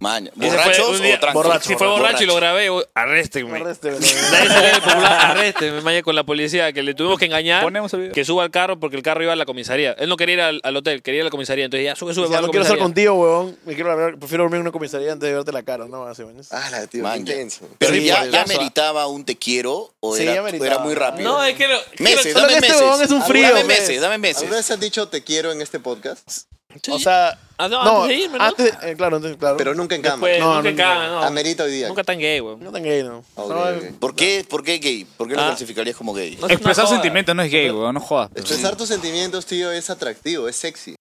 [SPEAKER 4] Maña.
[SPEAKER 1] Ese fue
[SPEAKER 4] ¿Borrachos
[SPEAKER 1] un día-
[SPEAKER 4] o tranquilos?
[SPEAKER 3] borracho,
[SPEAKER 1] Si fue borracho, y lo grabé, o-
[SPEAKER 3] Me
[SPEAKER 1] arréstenme.
[SPEAKER 3] arreste, pero-
[SPEAKER 1] Nadie salió del popular, arréstenme, vaya con la policía, que le tuvimos que engañar.
[SPEAKER 2] Ponemos el video.
[SPEAKER 1] Que suba al carro porque el carro iba a la comisaría. Él no quería ir al, al hotel, quería ir a la comisaría. Entonces ya sube, sube.
[SPEAKER 3] O sea,
[SPEAKER 1] va a la
[SPEAKER 3] no quiero estar
[SPEAKER 1] comisaría.
[SPEAKER 3] contigo, weón. Me quiero hablar- prefiero dormir en una comisaría antes de verte la cara, ¿no? Así, mañas.
[SPEAKER 5] Ah, la tío, qué
[SPEAKER 4] Maña.
[SPEAKER 5] intenso.
[SPEAKER 4] Pero
[SPEAKER 1] Sí,
[SPEAKER 4] ya,
[SPEAKER 1] por
[SPEAKER 4] ya
[SPEAKER 1] el-
[SPEAKER 4] meritaba un te quiero o
[SPEAKER 3] ah. Sí,
[SPEAKER 4] era,
[SPEAKER 3] ya
[SPEAKER 4] o era
[SPEAKER 3] meritaba.
[SPEAKER 4] muy rápido.
[SPEAKER 1] No, es que. no-
[SPEAKER 4] meses,
[SPEAKER 1] quiero-
[SPEAKER 3] Solo
[SPEAKER 4] dame
[SPEAKER 3] que este
[SPEAKER 4] meses.
[SPEAKER 3] huevón es un frío,
[SPEAKER 4] Dame
[SPEAKER 3] mes.
[SPEAKER 4] meses, dame meses.
[SPEAKER 5] ¿Alguna vez has dicho te quiero en este podcast?
[SPEAKER 3] O sea,
[SPEAKER 1] Ah, no,
[SPEAKER 3] no,
[SPEAKER 1] antes de irme, ¿no?
[SPEAKER 3] antes- eh, claro, antes, claro.
[SPEAKER 5] Pero nunca en cama.
[SPEAKER 1] Después,
[SPEAKER 3] No,
[SPEAKER 1] nunca
[SPEAKER 3] no,
[SPEAKER 1] cagan, no.
[SPEAKER 5] Amerita hoy día.
[SPEAKER 1] Nunca tan gay, güey.
[SPEAKER 3] no tan gay, ¿no?
[SPEAKER 5] Ok,
[SPEAKER 3] No,
[SPEAKER 5] ok.
[SPEAKER 4] ¿Por qué, ¿Por qué gay? ¿Por qué lo
[SPEAKER 1] Ah.
[SPEAKER 4] clasificarías como gay?
[SPEAKER 1] No es una
[SPEAKER 2] Expresar
[SPEAKER 1] joda.
[SPEAKER 2] sentimientos no es gay, weón, no jodas.
[SPEAKER 5] Expresar tus sentimientos, tío, es atractivo, es sexy.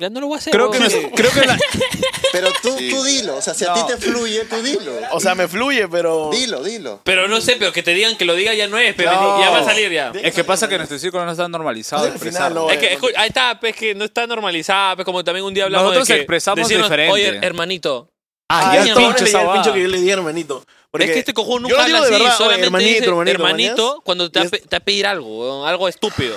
[SPEAKER 1] Ya no lo voy a hacer.
[SPEAKER 2] Creo que,
[SPEAKER 1] huevón.
[SPEAKER 2] nos- creo que la-
[SPEAKER 5] Pero tú,
[SPEAKER 4] Sí.
[SPEAKER 5] tú dilo, o sea, si a
[SPEAKER 3] No. Oh.
[SPEAKER 5] ti te fluye, tú dilo.
[SPEAKER 3] O sea, me fluye, pero.
[SPEAKER 5] Dilo, dilo.
[SPEAKER 1] Pero no sé, pero que te digan que lo diga ya no es, pero
[SPEAKER 3] No.
[SPEAKER 1] ya va a salir ya.
[SPEAKER 2] es que pasa que nuestro círculo no está normalizado.
[SPEAKER 3] Al final,
[SPEAKER 2] expresarlo.
[SPEAKER 3] no,
[SPEAKER 1] Es que,
[SPEAKER 3] eh,
[SPEAKER 1] escu- ahí está, pues que no está normalizada, pues como también un día hablamos
[SPEAKER 2] Nosotros
[SPEAKER 1] de que
[SPEAKER 2] expresamos
[SPEAKER 1] decirnos,
[SPEAKER 2] diferente.
[SPEAKER 1] Oye, hermanito.
[SPEAKER 2] Ah,
[SPEAKER 3] Ah,
[SPEAKER 2] ya
[SPEAKER 1] mi
[SPEAKER 3] ya
[SPEAKER 1] amor,
[SPEAKER 3] pincho
[SPEAKER 2] pinche
[SPEAKER 3] le
[SPEAKER 2] esa
[SPEAKER 3] el pincho que
[SPEAKER 2] huevada.
[SPEAKER 3] yo le di hermanito. Porque
[SPEAKER 1] es que este cojón
[SPEAKER 3] yo
[SPEAKER 1] nunca
[SPEAKER 3] lo digo
[SPEAKER 1] habla
[SPEAKER 3] de
[SPEAKER 1] así,
[SPEAKER 3] verdad, oye,
[SPEAKER 1] solamente
[SPEAKER 3] hermanito,
[SPEAKER 1] dice,
[SPEAKER 3] hermanito,
[SPEAKER 1] hermanito,
[SPEAKER 3] ¿mañas?
[SPEAKER 1] cuando te
[SPEAKER 3] Y
[SPEAKER 1] va
[SPEAKER 3] es-
[SPEAKER 1] pe- te va a pedir algo, weón, algo estúpido.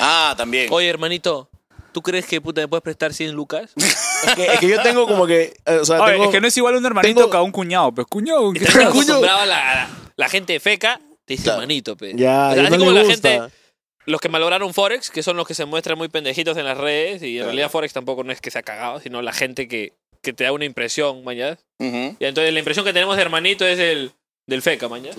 [SPEAKER 4] Ah, también.
[SPEAKER 1] Oye, hermanito, ¿tú crees que puta me puedes prestar 100 lucas?
[SPEAKER 3] Es que, es que yo tengo como que. eh, o sea,
[SPEAKER 2] Oye,
[SPEAKER 3] tengo,
[SPEAKER 2] es que no es igual un hermanito
[SPEAKER 3] tengo-
[SPEAKER 2] que a un cuñado, pero cuñado. ¿qué
[SPEAKER 1] Y también
[SPEAKER 2] tal?
[SPEAKER 1] acostumbrado a la, la, la gente feca, te dice
[SPEAKER 4] Claro.
[SPEAKER 1] hermanito, pe.
[SPEAKER 3] Ya,
[SPEAKER 1] O sea,
[SPEAKER 3] y
[SPEAKER 1] así
[SPEAKER 3] no
[SPEAKER 1] como
[SPEAKER 3] le
[SPEAKER 1] la
[SPEAKER 3] gusta.
[SPEAKER 1] gente, los que malograron Forex, que son los que se muestran muy pendejitos en las redes, y en realidad Forex tampoco no es que se ha cagado, sino la gente que, que te da una impresión, mañana.
[SPEAKER 4] Ujú.
[SPEAKER 1] Y entonces la impresión que tenemos de hermanito es el del feca, mañana.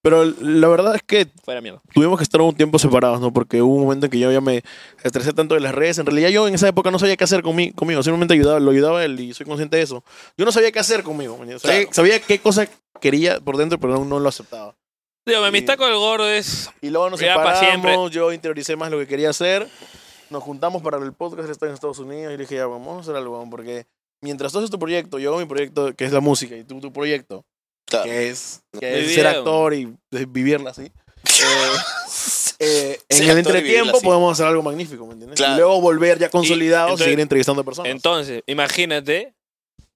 [SPEAKER 3] Pero la verdad es que
[SPEAKER 1] Fuera mierda.
[SPEAKER 3] tuvimos que estar un tiempo separados, ¿no? Porque hubo un momento en que yo ya me estresé tanto de las redes. En realidad yo en esa época no sabía qué hacer conmi- conmigo. Simplemente ayudaba, lo ayudaba él y soy consciente de eso. Yo no sabía qué hacer conmigo. mañana. Sabía,
[SPEAKER 4] Claro.
[SPEAKER 3] sabía qué cosa quería por dentro, pero aún no lo aceptaba.
[SPEAKER 1] Digo, mi
[SPEAKER 3] Y-
[SPEAKER 1] amistad con el gordo es.
[SPEAKER 3] Y luego nos
[SPEAKER 1] Ya, pa'
[SPEAKER 3] separamos, yo interioricé más lo que quería hacer. Nos juntamos para el podcast, él está en Estados Unidos y le dije, ya, vamos a hacer algo, weón, porque mientras tú haces tu proyecto, yo hago mi proyecto, que es la música, y tú tu proyecto,
[SPEAKER 4] Claro.
[SPEAKER 3] que es, que
[SPEAKER 1] Mi
[SPEAKER 3] es
[SPEAKER 1] vida,
[SPEAKER 3] ser
[SPEAKER 1] weón.
[SPEAKER 3] actor y eh, vivirla así. eh, eh,
[SPEAKER 4] Ser
[SPEAKER 3] en el
[SPEAKER 4] actor y vivirla
[SPEAKER 3] entretiempo
[SPEAKER 4] así.
[SPEAKER 3] podemos hacer algo magnífico, ¿me entiendes?
[SPEAKER 4] Claro.
[SPEAKER 3] Y luego volver ya consolidados y,
[SPEAKER 1] entonces-
[SPEAKER 3] seguir entrevistando personas.
[SPEAKER 1] Entonces, imagínate.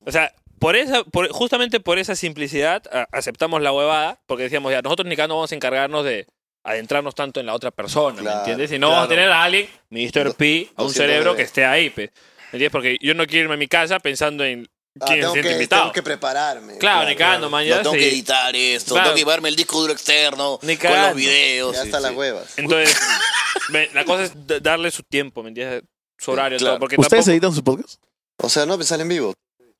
[SPEAKER 1] O sea, por esa, por- justamente por esa simplicidad a- aceptamos la huevada, porque decíamos ya, nosotros ni acá no vamos a encargarnos de, adentrarnos tanto en la otra persona,
[SPEAKER 5] Claro,
[SPEAKER 1] ¿me entiendes? Si no vamos a
[SPEAKER 5] claro.
[SPEAKER 1] tener a alguien, Mr. P, a un
[SPEAKER 5] 200
[SPEAKER 1] cerebro que
[SPEAKER 5] dólares.
[SPEAKER 1] esté ahí, pe. ¿me entiendes? Porque yo no quiero irme a mi casa pensando en
[SPEAKER 5] Ah,
[SPEAKER 1] quién se
[SPEAKER 5] tengo,
[SPEAKER 1] siente
[SPEAKER 5] que,
[SPEAKER 1] invitado.
[SPEAKER 5] tengo que prepararme.
[SPEAKER 1] Claro, ni cagando, man, ya
[SPEAKER 4] No, tengo
[SPEAKER 1] sí.
[SPEAKER 4] que editar esto,
[SPEAKER 1] Claro.
[SPEAKER 4] tengo que llevarme el disco duro externo,
[SPEAKER 1] Ni
[SPEAKER 4] con
[SPEAKER 1] cagando.
[SPEAKER 4] los videos.
[SPEAKER 5] Ya
[SPEAKER 4] sí,
[SPEAKER 5] hasta
[SPEAKER 4] sí.
[SPEAKER 5] las huevas.
[SPEAKER 1] Entonces, me- la cosa es da- darle su tiempo, ¿me entiendes? Su horario,
[SPEAKER 4] Claro.
[SPEAKER 1] todo. Porque
[SPEAKER 3] ¿Ustedes
[SPEAKER 1] tampoco...
[SPEAKER 3] editan sus podcasts?
[SPEAKER 5] O sea, no, pues salen vivo.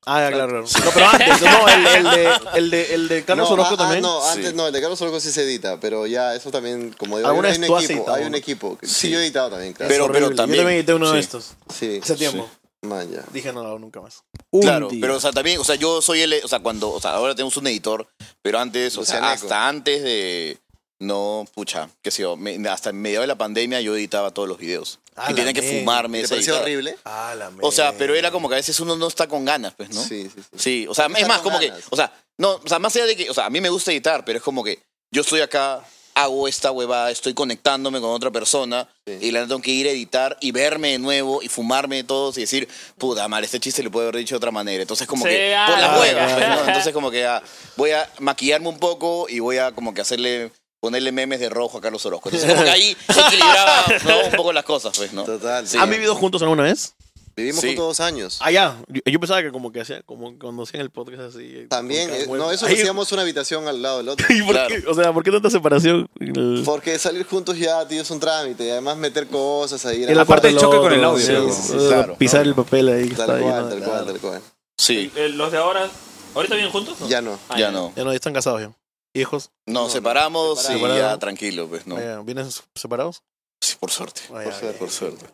[SPEAKER 3] Ah, claro, claro. No, pero antes, no, el, el de, el, de, el de Carlos
[SPEAKER 5] no,
[SPEAKER 3] Orozco
[SPEAKER 5] ah, ah,
[SPEAKER 3] también.
[SPEAKER 5] no, antes
[SPEAKER 4] Sí.
[SPEAKER 5] no, el de Carlos Orozco sí se edita, pero ya eso también, como digo, hay,
[SPEAKER 3] ¿Alguna
[SPEAKER 5] hay
[SPEAKER 3] vez
[SPEAKER 5] un
[SPEAKER 3] tú has
[SPEAKER 5] equipo,
[SPEAKER 3] editado
[SPEAKER 5] hay un
[SPEAKER 3] uno?
[SPEAKER 5] equipo. Sí,
[SPEAKER 4] Sí.
[SPEAKER 5] yo he editado también, claro.
[SPEAKER 4] Pero-
[SPEAKER 3] Horrible.
[SPEAKER 4] también,
[SPEAKER 3] Yo también edité uno
[SPEAKER 4] sí.
[SPEAKER 3] de estos.
[SPEAKER 5] sí,
[SPEAKER 3] Hace tiempo.
[SPEAKER 5] man, ya.
[SPEAKER 3] Dije, no lo hago nunca más.
[SPEAKER 4] Claro, pero o sea, también, o sea, yo soy el, o sea, cuando, o sea, ahora tenemos un editor, pero antes, o sea,
[SPEAKER 5] Lucianeco.
[SPEAKER 4] hasta antes de, no, pucha, qué sé yo, me- hasta en medio de la pandemia yo editaba todos los videos.
[SPEAKER 3] Ah,
[SPEAKER 4] y
[SPEAKER 3] la
[SPEAKER 4] tenía que
[SPEAKER 3] mierda.
[SPEAKER 4] fumarme
[SPEAKER 5] ¿Te
[SPEAKER 4] esa
[SPEAKER 5] pareció
[SPEAKER 4] editada.
[SPEAKER 5] horrible?
[SPEAKER 3] Ah, la
[SPEAKER 4] O sea, pero era como que a veces uno no está con ganas, pues, ¿no?
[SPEAKER 5] Sí, sí, sí.
[SPEAKER 4] Sí, o sea,
[SPEAKER 5] Está
[SPEAKER 4] es más
[SPEAKER 5] con
[SPEAKER 4] como
[SPEAKER 5] ganas.
[SPEAKER 4] que, o sea, no, o sea, más allá de que, o sea, a mí me gusta editar, pero es como que yo estoy acá, hago esta huevada, estoy conectándome con otra persona
[SPEAKER 5] Sí.
[SPEAKER 4] y la tengo que ir a editar y verme de nuevo y fumarme de todos y decir, puta madre, este chiste lo puedo haber dicho de otra manera. Entonces, como
[SPEAKER 1] Sí,
[SPEAKER 4] que,
[SPEAKER 1] ah,
[SPEAKER 4] por
[SPEAKER 1] la
[SPEAKER 4] las huevas,
[SPEAKER 1] verga.
[SPEAKER 4] pues, ¿no? Entonces, como que ah, voy a maquillarme un poco y voy a como que hacerle, ponerle memes de rojo a Carlos Orozco. Entonces, como que ahí equilibraba ¿no? un poco las cosas, pues, ¿no?
[SPEAKER 5] Total.
[SPEAKER 4] Sí.
[SPEAKER 3] ¿Han vivido juntos alguna vez?
[SPEAKER 5] Vivimos
[SPEAKER 4] Sí.
[SPEAKER 5] juntos dos años.
[SPEAKER 3] Ah, ya. Yo, yo pensaba que como que hacía, como cuando hacían el podcast así. eh,
[SPEAKER 5] También,
[SPEAKER 3] con cada
[SPEAKER 5] eh,
[SPEAKER 3] huevo.
[SPEAKER 5] no, eso
[SPEAKER 3] Ay,
[SPEAKER 5] hacíamos una habitación al lado del otro.
[SPEAKER 3] ¿y por
[SPEAKER 4] Claro.
[SPEAKER 3] qué? O sea, ¿por qué tanta separación? El-
[SPEAKER 5] Porque salir juntos ya, tío, es un trámite. y Además, meter cosas ahí.
[SPEAKER 3] el
[SPEAKER 5] la-
[SPEAKER 2] Aparte
[SPEAKER 3] aparte
[SPEAKER 2] choca
[SPEAKER 3] del
[SPEAKER 2] con el
[SPEAKER 3] otro,
[SPEAKER 2] audio,
[SPEAKER 3] sí,
[SPEAKER 2] creo.
[SPEAKER 3] sí,
[SPEAKER 4] Sí,
[SPEAKER 3] sí,
[SPEAKER 4] claro.
[SPEAKER 3] Pisar el papel ahí que
[SPEAKER 5] Tal
[SPEAKER 3] está
[SPEAKER 5] cual,
[SPEAKER 3] lleno de-
[SPEAKER 5] tal cual, tal cual.
[SPEAKER 4] Sí,
[SPEAKER 1] Eh, ¿Los de ahora? ¿Ahorita vienen juntos? no?
[SPEAKER 5] Ya no.
[SPEAKER 1] Ah,
[SPEAKER 4] ya no.
[SPEAKER 3] Ya no, ya están casados ya. ¿Hijos?
[SPEAKER 4] Nos
[SPEAKER 5] no,
[SPEAKER 4] separamos
[SPEAKER 5] separado.
[SPEAKER 4] y ya tranquilo, pues, ¿no?
[SPEAKER 3] Eh, ¿Vienen separados?
[SPEAKER 4] Sí, por suerte.
[SPEAKER 3] Ah,
[SPEAKER 5] Por
[SPEAKER 3] ya,
[SPEAKER 5] suerte.
[SPEAKER 4] Por suerte.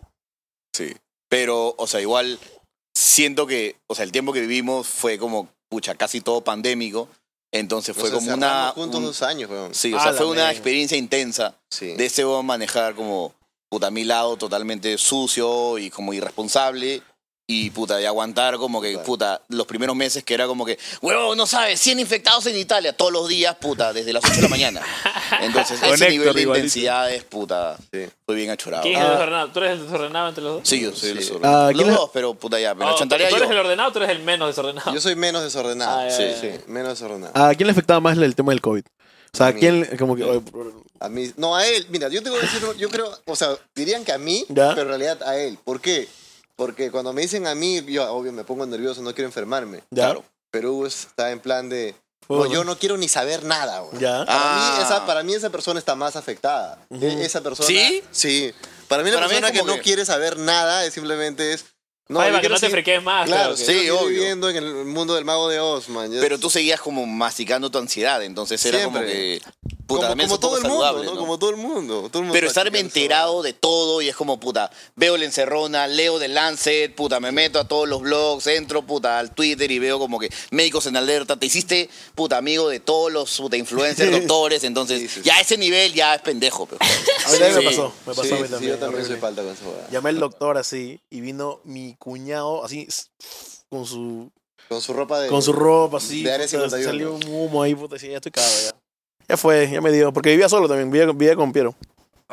[SPEAKER 4] Sí. Pero, o sea, igual siento que, o sea, el tiempo que vivimos fue como, pucha, casi todo pandémico. Entonces fue
[SPEAKER 5] Nos
[SPEAKER 4] como una.
[SPEAKER 5] encerramos juntos
[SPEAKER 4] un-
[SPEAKER 5] dos años, weón.
[SPEAKER 4] sí, o
[SPEAKER 3] A
[SPEAKER 4] sea,
[SPEAKER 3] la
[SPEAKER 4] fue una
[SPEAKER 3] mierda.
[SPEAKER 4] experiencia intensa
[SPEAKER 5] Sí.
[SPEAKER 4] de ese weón manejar como, puta, mi lado totalmente sucio y como irresponsable. Y puta, y aguantar como que,
[SPEAKER 5] Claro.
[SPEAKER 4] puta, los primeros meses que era como que, huevo, no sabes, 100 infectados en Italia todos los días, puta, desde las 8 de la mañana. Entonces,
[SPEAKER 2] Con
[SPEAKER 4] ese
[SPEAKER 2] Héctor,
[SPEAKER 4] nivel de
[SPEAKER 2] igualito.
[SPEAKER 4] intensidades, puta,
[SPEAKER 5] Ah, Sí.
[SPEAKER 4] fue bien achorado. Ah,
[SPEAKER 1] ¿Quién es
[SPEAKER 5] Ah.
[SPEAKER 1] el desordenado? ¿Tú eres el desordenado entre los dos?
[SPEAKER 4] Sí, yo soy el
[SPEAKER 5] Sí.
[SPEAKER 4] desordenado.
[SPEAKER 3] Ah,
[SPEAKER 4] Los
[SPEAKER 3] ¿quién es-
[SPEAKER 4] dos, pero puta ya, me lo
[SPEAKER 1] Oh, ¿Tú
[SPEAKER 4] chantaría
[SPEAKER 1] eres el
[SPEAKER 4] yo.
[SPEAKER 1] ordenado o tú eres el menos desordenado?
[SPEAKER 5] Yo soy menos desordenado.
[SPEAKER 1] Ah, ya,
[SPEAKER 5] sí,
[SPEAKER 1] ya,
[SPEAKER 5] sí,
[SPEAKER 1] ya.
[SPEAKER 5] menos desordenado.
[SPEAKER 3] Ah, ¿A quién le afectaba más el tema del COVID? O sea, ¿a
[SPEAKER 5] A mí.
[SPEAKER 3] quién le- como que... oye,
[SPEAKER 5] A mí, no, a él. Mira, yo tengo que decir, yo creo, o sea, dirían que a mí,
[SPEAKER 3] Ya.
[SPEAKER 5] pero en realidad a él. ¿Por qué? Porque cuando me dicen a mí, yo obvio me pongo nervioso, no quiero enfermarme.
[SPEAKER 3] Ya.
[SPEAKER 5] Claro. Pero Hugo está en plan de,
[SPEAKER 3] Fútbol.
[SPEAKER 5] no, yo no quiero ni saber nada, güey.
[SPEAKER 3] Ya.
[SPEAKER 5] Para,
[SPEAKER 4] Ah.
[SPEAKER 5] mí, esa, para mí esa persona está más afectada. E- Esa persona.
[SPEAKER 4] ¿Sí?
[SPEAKER 5] Sí. Para mí una
[SPEAKER 4] Para mí es
[SPEAKER 5] persona que,
[SPEAKER 4] como
[SPEAKER 5] no
[SPEAKER 4] que-
[SPEAKER 5] quiere saber nada es simplemente es. No,
[SPEAKER 1] Ay,
[SPEAKER 5] yo
[SPEAKER 1] va, que
[SPEAKER 5] quiero
[SPEAKER 1] no te
[SPEAKER 5] seguir-
[SPEAKER 1] friquees más.
[SPEAKER 5] Claro,
[SPEAKER 1] creo
[SPEAKER 5] sí,
[SPEAKER 1] que-
[SPEAKER 4] Sí, obvio.
[SPEAKER 5] viviendo en el mundo del mago de Oz, man. ya-
[SPEAKER 4] Pero tú seguías como masticando tu ansiedad, entonces era como que.
[SPEAKER 5] Siempre.
[SPEAKER 4] Puta,
[SPEAKER 5] como,
[SPEAKER 4] también es
[SPEAKER 5] como
[SPEAKER 4] un
[SPEAKER 5] todo
[SPEAKER 4] poco
[SPEAKER 5] el mundo,
[SPEAKER 4] saludable,
[SPEAKER 5] ¿no?
[SPEAKER 4] ¿no?
[SPEAKER 5] Como todo el mundo. todo el mundo
[SPEAKER 4] Pero
[SPEAKER 5] está
[SPEAKER 4] estarme
[SPEAKER 5] chingando esa
[SPEAKER 4] enterado de todo y es como, puta, veo el encerrona, leo del Lancet, puta, me meto a todos los blogs, entro, puta, al Twitter y veo como que médicos en alerta, te hiciste, puta, amigo de todos los, puta, influencers, doctores, entonces
[SPEAKER 5] Sí, sí, sí.
[SPEAKER 4] ya a ese nivel ya es pendejo. pe.
[SPEAKER 3] A mí también me
[SPEAKER 4] Sí.
[SPEAKER 3] pasó, me pasó
[SPEAKER 5] Sí,
[SPEAKER 3] a mí
[SPEAKER 5] sí,
[SPEAKER 3] también.
[SPEAKER 5] yo también soy
[SPEAKER 3] horrible.
[SPEAKER 5] falta con esa hueá.
[SPEAKER 3] Llamé al doctor así y vino mi cuñado así s- con su
[SPEAKER 5] Con su ropa de.
[SPEAKER 3] con su ropa así.
[SPEAKER 5] de área
[SPEAKER 3] puta,
[SPEAKER 5] 51.
[SPEAKER 3] salió un humo ahí, puta, decía, ya estoy cagado ya. Ya fue, ya me dio, porque vivía solo también, vivía, vivía con Piero.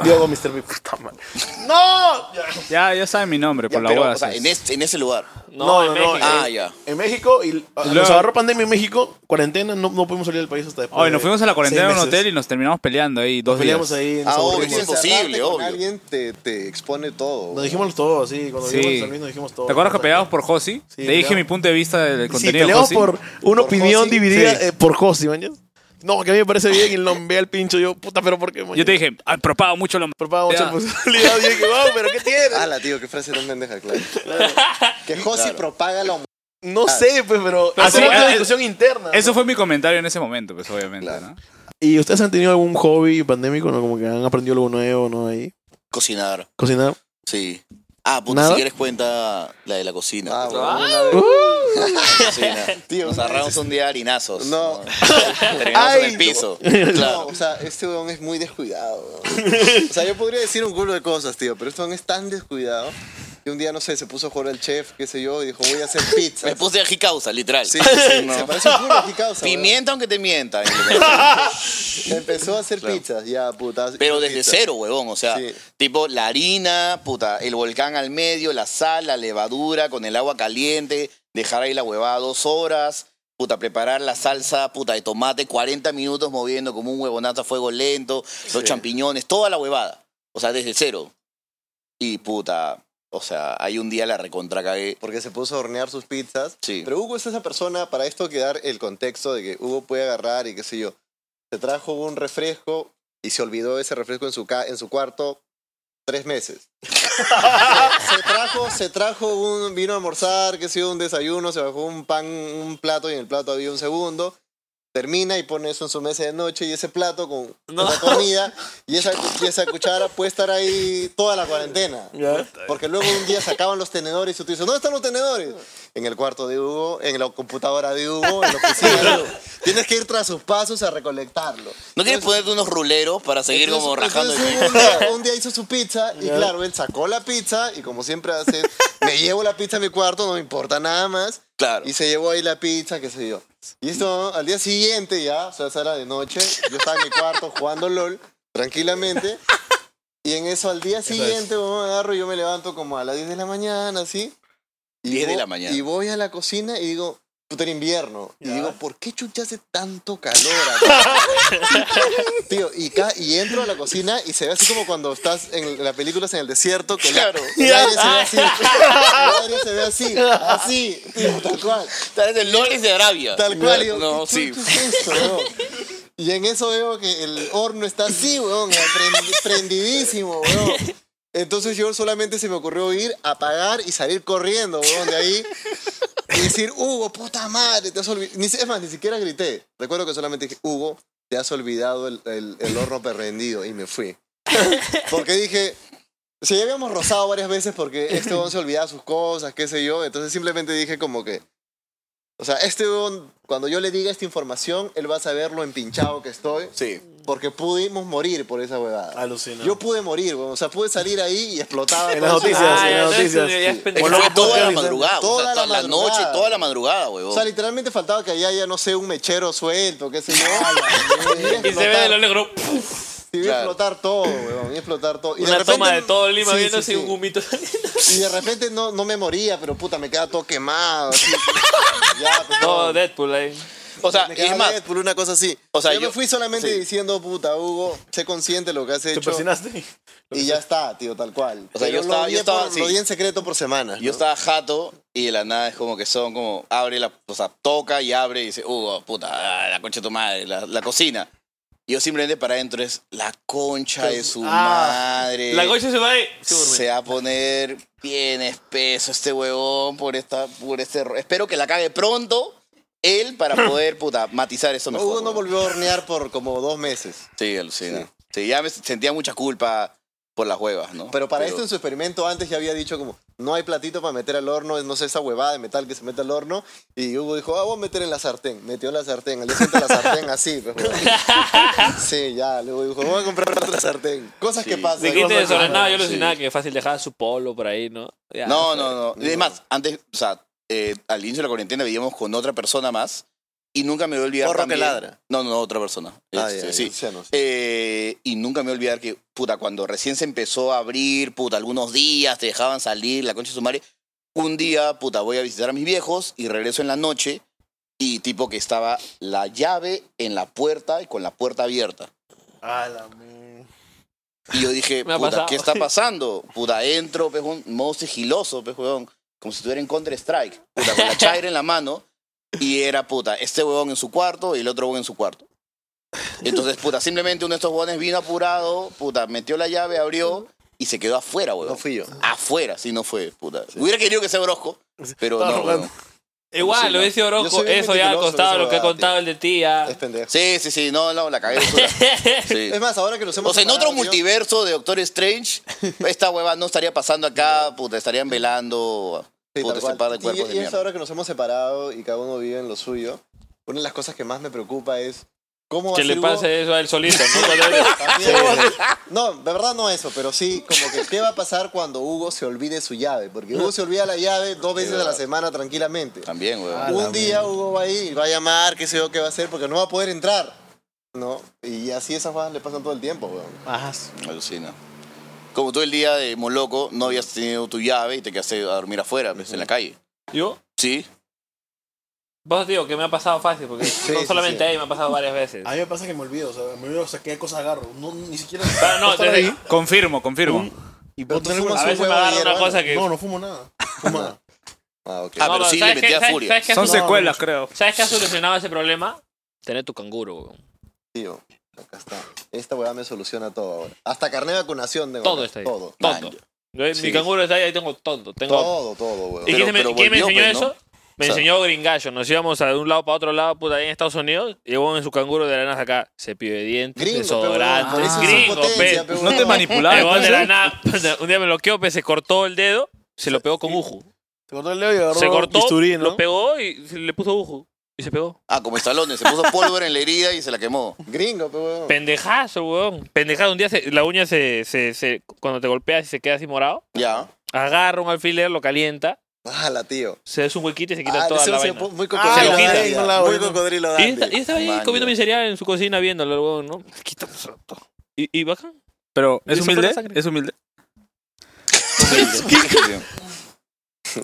[SPEAKER 3] Vivía con Mr. P, puta madre. ¡No! Ya.
[SPEAKER 2] Ya, ya saben mi nombre,
[SPEAKER 4] Ya,
[SPEAKER 2] por la
[SPEAKER 4] pero,
[SPEAKER 2] hueá.
[SPEAKER 4] o sea,
[SPEAKER 2] sí.
[SPEAKER 4] en, este- en ese lugar.
[SPEAKER 1] No,
[SPEAKER 3] No,
[SPEAKER 1] en
[SPEAKER 3] no, no,
[SPEAKER 1] México.
[SPEAKER 4] Ah, ya.
[SPEAKER 3] En México, y ah, nos
[SPEAKER 2] Luego-
[SPEAKER 3] agarró pandemia en México, cuarentena, no, no pudimos salir del país hasta después.
[SPEAKER 2] Hoy nos fuimos a la cuarentena a un hotel y nos terminamos peleando ahí dos
[SPEAKER 3] Peleamos
[SPEAKER 2] días.
[SPEAKER 3] ahí, nos
[SPEAKER 4] Ah, obvio,
[SPEAKER 3] aburrimos.
[SPEAKER 4] sí,
[SPEAKER 5] Encerrarte
[SPEAKER 4] imposible,
[SPEAKER 5] con
[SPEAKER 4] obvio.
[SPEAKER 5] Alguien te, te expone todo.
[SPEAKER 3] Nos dijimos todo, sí, cuando
[SPEAKER 2] Sí.
[SPEAKER 3] vivimos en San Luis nos dijimos todo.
[SPEAKER 2] ¿Te acuerdas que
[SPEAKER 3] Puta,
[SPEAKER 2] peleamos por Josi?
[SPEAKER 3] Sí,
[SPEAKER 2] Te
[SPEAKER 3] peleamos.
[SPEAKER 2] dije mi punto de vista del
[SPEAKER 3] Sí,
[SPEAKER 2] contenido de
[SPEAKER 3] peleamos
[SPEAKER 2] Josi.
[SPEAKER 3] por una
[SPEAKER 5] Por
[SPEAKER 3] opinión
[SPEAKER 5] Josi.
[SPEAKER 3] dividida
[SPEAKER 2] Sí.
[SPEAKER 3] eh, por Josi, man. No, que a mí me parece bien y lo envié al pincho. Yo, puta, pero ¿por qué, man?
[SPEAKER 2] Yo te dije, "Ah, propaga mucho la...
[SPEAKER 3] Pero paga mucha
[SPEAKER 2] Ya.
[SPEAKER 3] posibilidad. Yo dije, wow, pero ¿qué tiene?
[SPEAKER 5] Ala, tío, qué frase tan pendeja, claro. que Josi propaga la homo-
[SPEAKER 3] No sé, pues, pero.
[SPEAKER 2] Pero
[SPEAKER 3] Hacemos
[SPEAKER 2] sí,
[SPEAKER 3] una
[SPEAKER 2] eh,
[SPEAKER 3] discusión interna.
[SPEAKER 2] Eso fue mi comentario en ese momento, pues obviamente,
[SPEAKER 5] Claro.
[SPEAKER 2] ¿no?
[SPEAKER 3] ¿Y ustedes han tenido algún hobby pandémico, no? Como que han aprendido algo nuevo, ¿no? Ahí.
[SPEAKER 4] Cocinar.
[SPEAKER 3] Cocinar.
[SPEAKER 4] Sí. Ah, puta,
[SPEAKER 3] ¿Nada?
[SPEAKER 4] si quieres cuenta la de la cocina.
[SPEAKER 5] Ah,
[SPEAKER 4] puta.
[SPEAKER 5] bueno, una
[SPEAKER 4] Cocina.
[SPEAKER 5] Tío,
[SPEAKER 4] Nos agarramos un día de harinazos.
[SPEAKER 5] No.
[SPEAKER 4] Terminamos en
[SPEAKER 3] Ay,
[SPEAKER 4] el piso.
[SPEAKER 5] vez-
[SPEAKER 4] Claro.
[SPEAKER 5] No, o sea, este weón es muy descuidado. weón. O sea, yo podría decir un culo de cosas, tío, pero este weón es tan descuidado que un día, no sé, se puso a jugar al chef, qué sé yo, y dijo, voy a hacer pizza.
[SPEAKER 4] Me puse a causa, literal.
[SPEAKER 5] Sí, sí,
[SPEAKER 4] No.
[SPEAKER 5] se parece un culo a mi causa, weón.
[SPEAKER 4] Pimienta aunque te mienta. ¿eh?
[SPEAKER 5] Empezó a hacer pizzas, ya, puta.
[SPEAKER 4] Pero desde
[SPEAKER 5] Pizza.
[SPEAKER 4] cero, huevón. O sea,
[SPEAKER 5] Sí.
[SPEAKER 4] tipo la harina, puta, el volcán al medio, la sal, la levadura con el agua caliente, dejar ahí la huevada dos horas. puta, preparar la salsa, puta, de tomate, 40 minutos moviendo como un huevonazo a fuego lento, los champiñones, toda la huevada. O sea, desde cero. Y puta, o sea, hay un día la recontracagué.
[SPEAKER 5] porque se puso a hornear sus pizzas.
[SPEAKER 4] Sí.
[SPEAKER 5] Pero Hugo es esa persona, para esto hay que dar el contexto de que Hugo puede agarrar y qué sé yo. Se trajo un refresco y se olvidó ese refresco en su, ca- en su cuarto tres meses. se, trajo, se trajo un vino a almorzar, qué sé yo, un desayuno, se bajó un pan, un plato y en el plato había un segundo. Termina y pone eso en su mesa de noche y ese plato con
[SPEAKER 1] No.
[SPEAKER 5] la comida y esa, y esa cuchara puede estar ahí toda la cuarentena. Porque luego un día sacaban los tenedores y tú dices, ¿dónde están los tenedores? En el cuarto de Hugo, en la computadora de Hugo, en la oficina de Hugo. Tienes que ir tras sus pasos a recolectarlo.
[SPEAKER 4] ¿No quieres ponerte unos ruleros para seguir
[SPEAKER 5] Entonces-
[SPEAKER 4] como rajando el
[SPEAKER 5] entonces
[SPEAKER 4] pie?
[SPEAKER 5] un, día, un día hizo su pizza y claro, él sacó la pizza y como siempre hace, me llevo la pizza a mi cuarto, no me importa nada más.
[SPEAKER 4] Claro.
[SPEAKER 5] Y se llevó ahí la pizza, qué sé yo. Y esto, al día siguiente ya, o sea, esa era de noche, yo estaba en mi cuarto jugando LOL, tranquilamente. Y en eso, al día siguiente, weón, agarro y yo me levanto como a las 10 de la mañana, así. Y
[SPEAKER 4] 10 de
[SPEAKER 5] vo-
[SPEAKER 4] la mañana.
[SPEAKER 5] Y voy a la cocina y digo, puta, era invierno. Y digo, ¿por qué chucha hace tanto calor acá? Tío, y, ca- y entro a la cocina y se ve así como cuando estás en las películas en el desierto, que la-
[SPEAKER 4] Claro.
[SPEAKER 5] el aire se ve así. El aire se ve así, así, tío, tal cual.
[SPEAKER 4] Estás de Lores de Arabia.
[SPEAKER 5] Tal cual. y yo,
[SPEAKER 4] No,
[SPEAKER 5] ¿qué
[SPEAKER 4] sí.
[SPEAKER 5] chucha es esto, weón? Y en eso veo que el horno está así, weón, eh, prendi- prendidísimo, weón. Entonces yo solamente se me ocurrió ir, apagar y salir corriendo, weón, de ahí. Y decir, Hugo, puta madre, te has olvidado. Es más, ni siquiera grité. Recuerdo que solamente dije, Hugo, te has olvidado el, el- el horno perrendido. Y me fui. Porque dije, si ya habíamos rozado varias veces porque este weón se olvidaba sus cosas, qué sé yo. Entonces simplemente dije como que, o sea, este weón, cuando yo le diga esta información, él va a saber lo empinchado que estoy.
[SPEAKER 4] Sí.
[SPEAKER 5] Porque pudimos morir por esa huevada.
[SPEAKER 6] Alucinado.
[SPEAKER 5] Yo pude morir, weón. O sea, pude salir ahí y explotaba.
[SPEAKER 6] En las
[SPEAKER 5] todo eso.
[SPEAKER 6] noticias,
[SPEAKER 1] Ah,
[SPEAKER 6] en
[SPEAKER 1] ya,
[SPEAKER 6] las
[SPEAKER 1] entonces
[SPEAKER 6] noticias.
[SPEAKER 1] ya es
[SPEAKER 6] Sí.
[SPEAKER 4] Es que
[SPEAKER 1] pendejo.
[SPEAKER 4] fue toda la
[SPEAKER 5] podcast,
[SPEAKER 4] madrugada.
[SPEAKER 5] toda
[SPEAKER 4] o sea,
[SPEAKER 5] la
[SPEAKER 4] toda la,
[SPEAKER 5] madrugada.
[SPEAKER 4] noche, toda la madrugada,
[SPEAKER 5] O
[SPEAKER 4] huevón.
[SPEAKER 5] sea, literalmente faltaba que allá haya, no sé, un mechero suelto, qué sé yo.
[SPEAKER 1] Y se ve de lo negro.
[SPEAKER 5] Y vi
[SPEAKER 4] Claro.
[SPEAKER 5] explotar todo, weón. Y explotar todo. Y
[SPEAKER 1] Una toma de todo Lima
[SPEAKER 5] Sí, sí,
[SPEAKER 1] viéndose
[SPEAKER 5] sí.
[SPEAKER 1] un humito.
[SPEAKER 5] Y de repente no, no me moría, pero puta, me quedaba todo quemado. así. ya, pues,
[SPEAKER 1] Todo Deadpool ahí.
[SPEAKER 4] O sea,
[SPEAKER 5] me
[SPEAKER 4] y
[SPEAKER 5] quedaba
[SPEAKER 4] es más,
[SPEAKER 5] Deadpool, una cosa así.
[SPEAKER 4] O sea,
[SPEAKER 5] yo,
[SPEAKER 4] yo-
[SPEAKER 5] me fui solamente
[SPEAKER 4] sí.
[SPEAKER 5] diciendo, puta, Hugo, sé consciente de lo que has
[SPEAKER 6] ¿Te
[SPEAKER 5] hecho.
[SPEAKER 6] persinaste?
[SPEAKER 5] Y ya está, tío, tal cual.
[SPEAKER 4] O sea, yo
[SPEAKER 5] Pero lo
[SPEAKER 4] estaba-
[SPEAKER 5] vi
[SPEAKER 4] yo estaba
[SPEAKER 5] por-
[SPEAKER 4] así.
[SPEAKER 5] Lo di en secreto por semana.
[SPEAKER 4] yo estaba jato y de la nada es como que son como, abre la, o sea, toca y abre y dice, Hugo, puta, ah, la concha de tu madre, la, la cocina. Y yo simplemente para adentro es la concha de su
[SPEAKER 6] Ah,
[SPEAKER 4] madre.
[SPEAKER 1] La coche se va ahí.
[SPEAKER 4] se va a poner bien espeso este huevón por esta por este error. Espero que la cague pronto él para poder puta matizar eso mejor.
[SPEAKER 5] Hugo no
[SPEAKER 4] huevón.
[SPEAKER 5] volvió a hornear por como dos meses.
[SPEAKER 4] Sí, alucina. Sí. ya me sentía mucha culpa por las huevas, ¿no?
[SPEAKER 5] Pero para esto en su experimento antes ya había dicho como, no hay platito para meter al horno, no sé, esa huevada de metal que se mete al horno. Y Hugo dijo, ah, voy a meter en la sartén. Metió la sartén, al día siguiente la sartén así. pues, huevón. sí, ya, luego dijo, voy a comprar otra sartén. Cosas que pasan.
[SPEAKER 1] Dijiste
[SPEAKER 5] cosas que
[SPEAKER 1] desordenado,
[SPEAKER 5] pasan.
[SPEAKER 1] yo alucinaba que fácil dejaba su polo por ahí, ¿no? Ya,
[SPEAKER 4] No,
[SPEAKER 1] sé.
[SPEAKER 4] no, no. Y Es más, antes, o sea, eh, al inicio de la cuarentena vivíamos con otra persona más y nunca me voy a olvidar
[SPEAKER 5] Porro que
[SPEAKER 4] también-
[SPEAKER 5] ladra.
[SPEAKER 4] No, no, no, otra persona.
[SPEAKER 5] Ah,
[SPEAKER 4] Este,
[SPEAKER 5] ya, ya,
[SPEAKER 4] sí.
[SPEAKER 5] Luciano, sí.
[SPEAKER 4] Eh, y nunca me voy a olvidar que, puta, cuando recién se empezó a abrir, puta, algunos días te dejaban salir, la concha de su madre. Un día, puta, voy a visitar a mis viejos y regreso en la noche y tipo que estaba la llave en la puerta y con la puerta abierta.
[SPEAKER 6] A la mierda.
[SPEAKER 4] Y yo dije,
[SPEAKER 1] Me ha
[SPEAKER 4] puta,
[SPEAKER 1] pasado.
[SPEAKER 4] ¿qué está pasando? Puta, entro, pues, un modo sigiloso, pues, huevón. Como si estuviera en Counter-Strike. Puta, con la chaira en la mano. Y era, puta, este huevón en su cuarto y el otro huevón en su cuarto. Entonces, puta, simplemente uno de estos huevones vino apurado, puta, metió la llave, abrió y se quedó afuera, huevón.
[SPEAKER 5] No fui yo.
[SPEAKER 4] Afuera, sí, no fue, puta. Hubiera querido que sea Orozco, pero
[SPEAKER 6] Estaba
[SPEAKER 4] no,
[SPEAKER 6] rogando.
[SPEAKER 4] huevón.
[SPEAKER 1] Igual, lo dice
[SPEAKER 5] Yo
[SPEAKER 1] Orozco,
[SPEAKER 5] soy bien
[SPEAKER 1] eso ya al
[SPEAKER 5] meticuloso,
[SPEAKER 1] costado,
[SPEAKER 5] esa
[SPEAKER 1] lo que ha
[SPEAKER 5] huevada,
[SPEAKER 1] contado
[SPEAKER 5] tío.
[SPEAKER 1] el de
[SPEAKER 4] Ah.
[SPEAKER 1] tía.
[SPEAKER 5] Es pendejo.
[SPEAKER 4] Sí, sí, sí, no, no, la cagué. basura. Sí.
[SPEAKER 5] Es más, ahora que nos hemos
[SPEAKER 4] O sea, en otro
[SPEAKER 5] separado, tío,
[SPEAKER 4] multiverso de Doctor Strange, esta hueva no estaría pasando acá, puta, estarían velando
[SPEAKER 5] Sí,
[SPEAKER 4] puta,
[SPEAKER 5] tal
[SPEAKER 4] ese
[SPEAKER 5] cual.
[SPEAKER 4] par de
[SPEAKER 5] Y-
[SPEAKER 4] cuerpos de
[SPEAKER 5] y, es
[SPEAKER 4] mierda.
[SPEAKER 5] ahora que nos hemos separado y cada uno vive en lo suyo. Una de las cosas que más me preocupa es cómo va
[SPEAKER 1] Que
[SPEAKER 5] a
[SPEAKER 1] le
[SPEAKER 5] ser Hugo-
[SPEAKER 1] pase eso a él solito, ¿no? Cuando-
[SPEAKER 5] También. No, de verdad no eso, pero sí, como que qué va a pasar cuando Hugo se olvide su llave, porque Hugo se olvida la llave dos veces a la semana tranquilamente.
[SPEAKER 4] También, huevón.
[SPEAKER 5] Un día Hugo va a ir y va a llamar, qué sé yo qué va a hacer, porque no va a poder entrar. ¿No? Y así esas cosas le pasan todo el tiempo, weón.
[SPEAKER 6] Ajá.
[SPEAKER 4] Alucina. Como tú el día de Moloco no habías tenido tu llave y te quedaste a dormir afuera, pues, en la calle.
[SPEAKER 1] ¿Yo?
[SPEAKER 4] Sí.
[SPEAKER 1] Vos digo que me ha pasado fácil, porque no
[SPEAKER 5] sí,
[SPEAKER 1] solamente
[SPEAKER 5] sí.
[SPEAKER 1] ahí me ha pasado varias veces.
[SPEAKER 3] A mí me pasa que me olvido, o sea, me olvido, o sea, qué cosas agarro. No, ni siquiera.
[SPEAKER 1] Pero no,
[SPEAKER 3] estar
[SPEAKER 1] desde-
[SPEAKER 3] ahí.
[SPEAKER 2] Confirmo, confirmo.
[SPEAKER 6] Y
[SPEAKER 3] Pero
[SPEAKER 6] vos
[SPEAKER 3] tú
[SPEAKER 6] tenés
[SPEAKER 3] fumas
[SPEAKER 1] a
[SPEAKER 3] un
[SPEAKER 1] veces me
[SPEAKER 3] huevo
[SPEAKER 1] agarra
[SPEAKER 3] de
[SPEAKER 1] una
[SPEAKER 3] hierba,
[SPEAKER 1] cosa
[SPEAKER 3] ¿no?
[SPEAKER 1] que-
[SPEAKER 3] No, no fumo nada. Fumo nada.
[SPEAKER 5] Ah, ok.
[SPEAKER 4] Ah,
[SPEAKER 1] No,
[SPEAKER 4] pero sí le
[SPEAKER 1] ¿sabes qué-
[SPEAKER 4] metía
[SPEAKER 1] sabes-
[SPEAKER 4] furia.
[SPEAKER 1] ¿sabes qué ha
[SPEAKER 2] Son
[SPEAKER 1] solu-
[SPEAKER 2] secuelas, creo.
[SPEAKER 1] ¿Sabes qué ha solucionado ese problema? Tener tu canguro, weón.
[SPEAKER 5] Tío, acá está. Esta weá me soluciona todo ahora. Hasta carné de vacunación tengo.
[SPEAKER 1] Todo
[SPEAKER 5] acá.
[SPEAKER 1] está ahí.
[SPEAKER 5] Todo.
[SPEAKER 1] Tonto.
[SPEAKER 4] Man,
[SPEAKER 1] Yo- Mi
[SPEAKER 4] Sí.
[SPEAKER 1] canguro está ahí, ahí tengo tonto. Tengo
[SPEAKER 5] Todo, todo, weón.
[SPEAKER 1] ¿Y
[SPEAKER 4] Pero-
[SPEAKER 1] quién, me,
[SPEAKER 4] pero
[SPEAKER 1] quién me
[SPEAKER 4] volvió,
[SPEAKER 1] enseñó
[SPEAKER 4] pues, ¿no?
[SPEAKER 1] eso? Me
[SPEAKER 4] O sea-
[SPEAKER 1] enseñó Gringallo. Nos íbamos a- de un lado para otro lado, puta, ahí en Estados Unidos. Y en su canguro de la nada acá. Cepillo de dientes,
[SPEAKER 5] Gringo, pe, weón.
[SPEAKER 1] desodorante.
[SPEAKER 4] ah,
[SPEAKER 5] Por eso es
[SPEAKER 1] gringo, pe.
[SPEAKER 5] impotencia, pe,
[SPEAKER 2] No te
[SPEAKER 5] weón.
[SPEAKER 1] El
[SPEAKER 2] manipularon.
[SPEAKER 1] huevón de la nada,
[SPEAKER 2] entonces.
[SPEAKER 1] un día me lo quedó, pe, se cortó el dedo, se lo pegó con uju.
[SPEAKER 3] Se cortó el dedo y agarró
[SPEAKER 1] Se cortó,
[SPEAKER 3] bisturí, ¿no?
[SPEAKER 1] lo pegó y se le puso uju. Y se pegó.
[SPEAKER 4] Ah, como Stallone, se puso pólvora en la herida y se la quemó.
[SPEAKER 5] Gringo, pe, weón.
[SPEAKER 1] Pendejazo, weón. Pendejazo. Un día se- la uña se, se, se- Cuando te golpeas y se queda así morado,
[SPEAKER 4] Ya.
[SPEAKER 1] agarra un alfiler, lo calienta,
[SPEAKER 5] Mala, tío.
[SPEAKER 1] se hace un huequito y se quita
[SPEAKER 5] Ah,
[SPEAKER 1] toda
[SPEAKER 5] ese
[SPEAKER 1] la
[SPEAKER 5] se-
[SPEAKER 1] vaina.
[SPEAKER 5] Muy
[SPEAKER 3] Ah,
[SPEAKER 5] cocodrilo
[SPEAKER 1] lo quita.
[SPEAKER 5] Dandy,
[SPEAKER 3] No la
[SPEAKER 5] ah. Muy
[SPEAKER 3] voy.
[SPEAKER 5] cocodrilo
[SPEAKER 1] Y, esta- y
[SPEAKER 5] Dandy.
[SPEAKER 1] estaba ahí
[SPEAKER 4] Maña.
[SPEAKER 1] comiendo mi cereal en su cocina viéndolo, el huevón, ¿no? Quita eso, todo. Y, y bacán.
[SPEAKER 2] Pero,
[SPEAKER 1] Y
[SPEAKER 2] ¿es
[SPEAKER 1] se fue la
[SPEAKER 2] humilde?
[SPEAKER 1] sangre.
[SPEAKER 2] ¿Es humilde?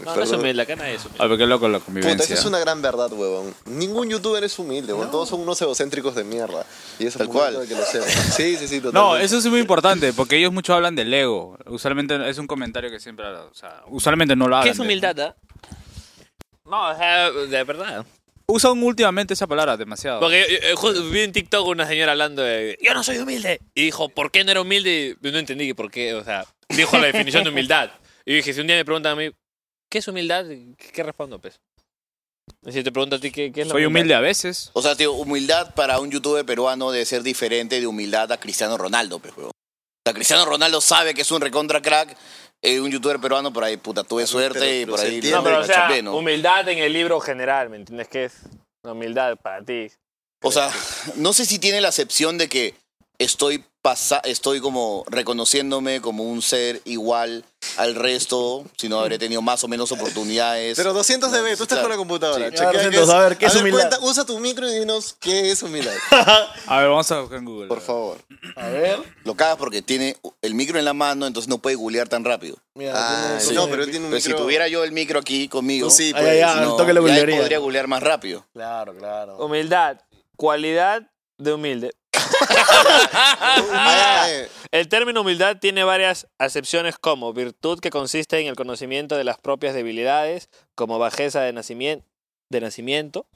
[SPEAKER 1] No, no es humilde, acá nadie es humilde.
[SPEAKER 2] A ver, qué loco la
[SPEAKER 5] Puta,
[SPEAKER 2] convivencia.
[SPEAKER 5] eso es una gran verdad, huevón. Ningún youtuber es humilde, huevón. Todos son unos egocéntricos de mierda. Y es
[SPEAKER 4] Tal
[SPEAKER 5] el momento
[SPEAKER 4] cual.
[SPEAKER 5] de que lo sepan. Sí, sí, sí, totalmente.
[SPEAKER 2] No, eso es muy importante, porque ellos mucho hablan del ego. Usualmente es un comentario que siempre, o sea, usualmente no lo hablan.
[SPEAKER 1] ¿Qué es
[SPEAKER 2] de-
[SPEAKER 1] humildad, ah? No, o sea, de verdad.
[SPEAKER 2] Usan últimamente esa palabra demasiado.
[SPEAKER 1] Porque yo- yo- justo vi en TikTok una señora hablando de. Yo no soy humilde. Y dijo, ¿por qué no era humilde? Y no entendí que por qué. O sea, dijo la definición de humildad. Y dije, si un día me preguntan a mí, ¿qué es humildad? ¿Qué, qué respondo, pues? Y Si te pregunto a ti, ¿qué, qué es la
[SPEAKER 2] Soy humilde
[SPEAKER 1] humildad?
[SPEAKER 2] a veces.
[SPEAKER 4] O sea, tío, humildad para un youtuber peruano debe ser diferente de humildad a Cristiano Ronaldo, pues, huevón. O sea, Cristiano Ronaldo sabe que es un recontra crack. eh, un youtuber peruano por ahí, puta, tuve suerte y
[SPEAKER 5] pero
[SPEAKER 4] por
[SPEAKER 5] se
[SPEAKER 4] ahí
[SPEAKER 5] entiende.
[SPEAKER 4] la-
[SPEAKER 1] No, pero o
[SPEAKER 4] la
[SPEAKER 1] sea,
[SPEAKER 4] chapé, ¿no?
[SPEAKER 1] humildad en el libro general, ¿me entiendes? ¿Qué es la humildad para ti?
[SPEAKER 4] O sea, no sé si tiene la acepción de que estoy pasa estoy como reconociéndome como un ser igual al resto, si no habré tenido más o menos oportunidades.
[SPEAKER 5] Pero 200 dB, tú estás
[SPEAKER 4] Claro.
[SPEAKER 5] con la computadora.
[SPEAKER 4] Sí.
[SPEAKER 5] chequea
[SPEAKER 3] Ah, 200,
[SPEAKER 5] qué es-
[SPEAKER 3] a ver, ¿qué es humildad?
[SPEAKER 5] cuenta, usa tu micro y dinos qué es humildad,
[SPEAKER 2] A ver, vamos a buscar en Google.
[SPEAKER 5] por favor.
[SPEAKER 3] A ver.
[SPEAKER 4] Lo cagas porque tiene el micro en la mano, entonces no puede googlear tan rápido.
[SPEAKER 3] Mira,
[SPEAKER 5] Ah,
[SPEAKER 3] tiene-
[SPEAKER 5] no, pero él tiene un
[SPEAKER 4] Pero si
[SPEAKER 5] micro.
[SPEAKER 4] tuviera yo el micro aquí conmigo,
[SPEAKER 5] Tú sí,
[SPEAKER 3] Ay,
[SPEAKER 5] pues.
[SPEAKER 3] ay, ay. Ah,
[SPEAKER 4] no,
[SPEAKER 3] al toque lo
[SPEAKER 4] ya ahí
[SPEAKER 3] googlearía.
[SPEAKER 4] podría googlear más rápido.
[SPEAKER 3] Claro, claro.
[SPEAKER 1] Humildad, cualidad de humilde.
[SPEAKER 5] Ah, eh,
[SPEAKER 1] El término humildad tiene varias acepciones como virtud que consiste en el conocimiento de las propias debilidades, como bajeza de nacimiento, de, nacimiento,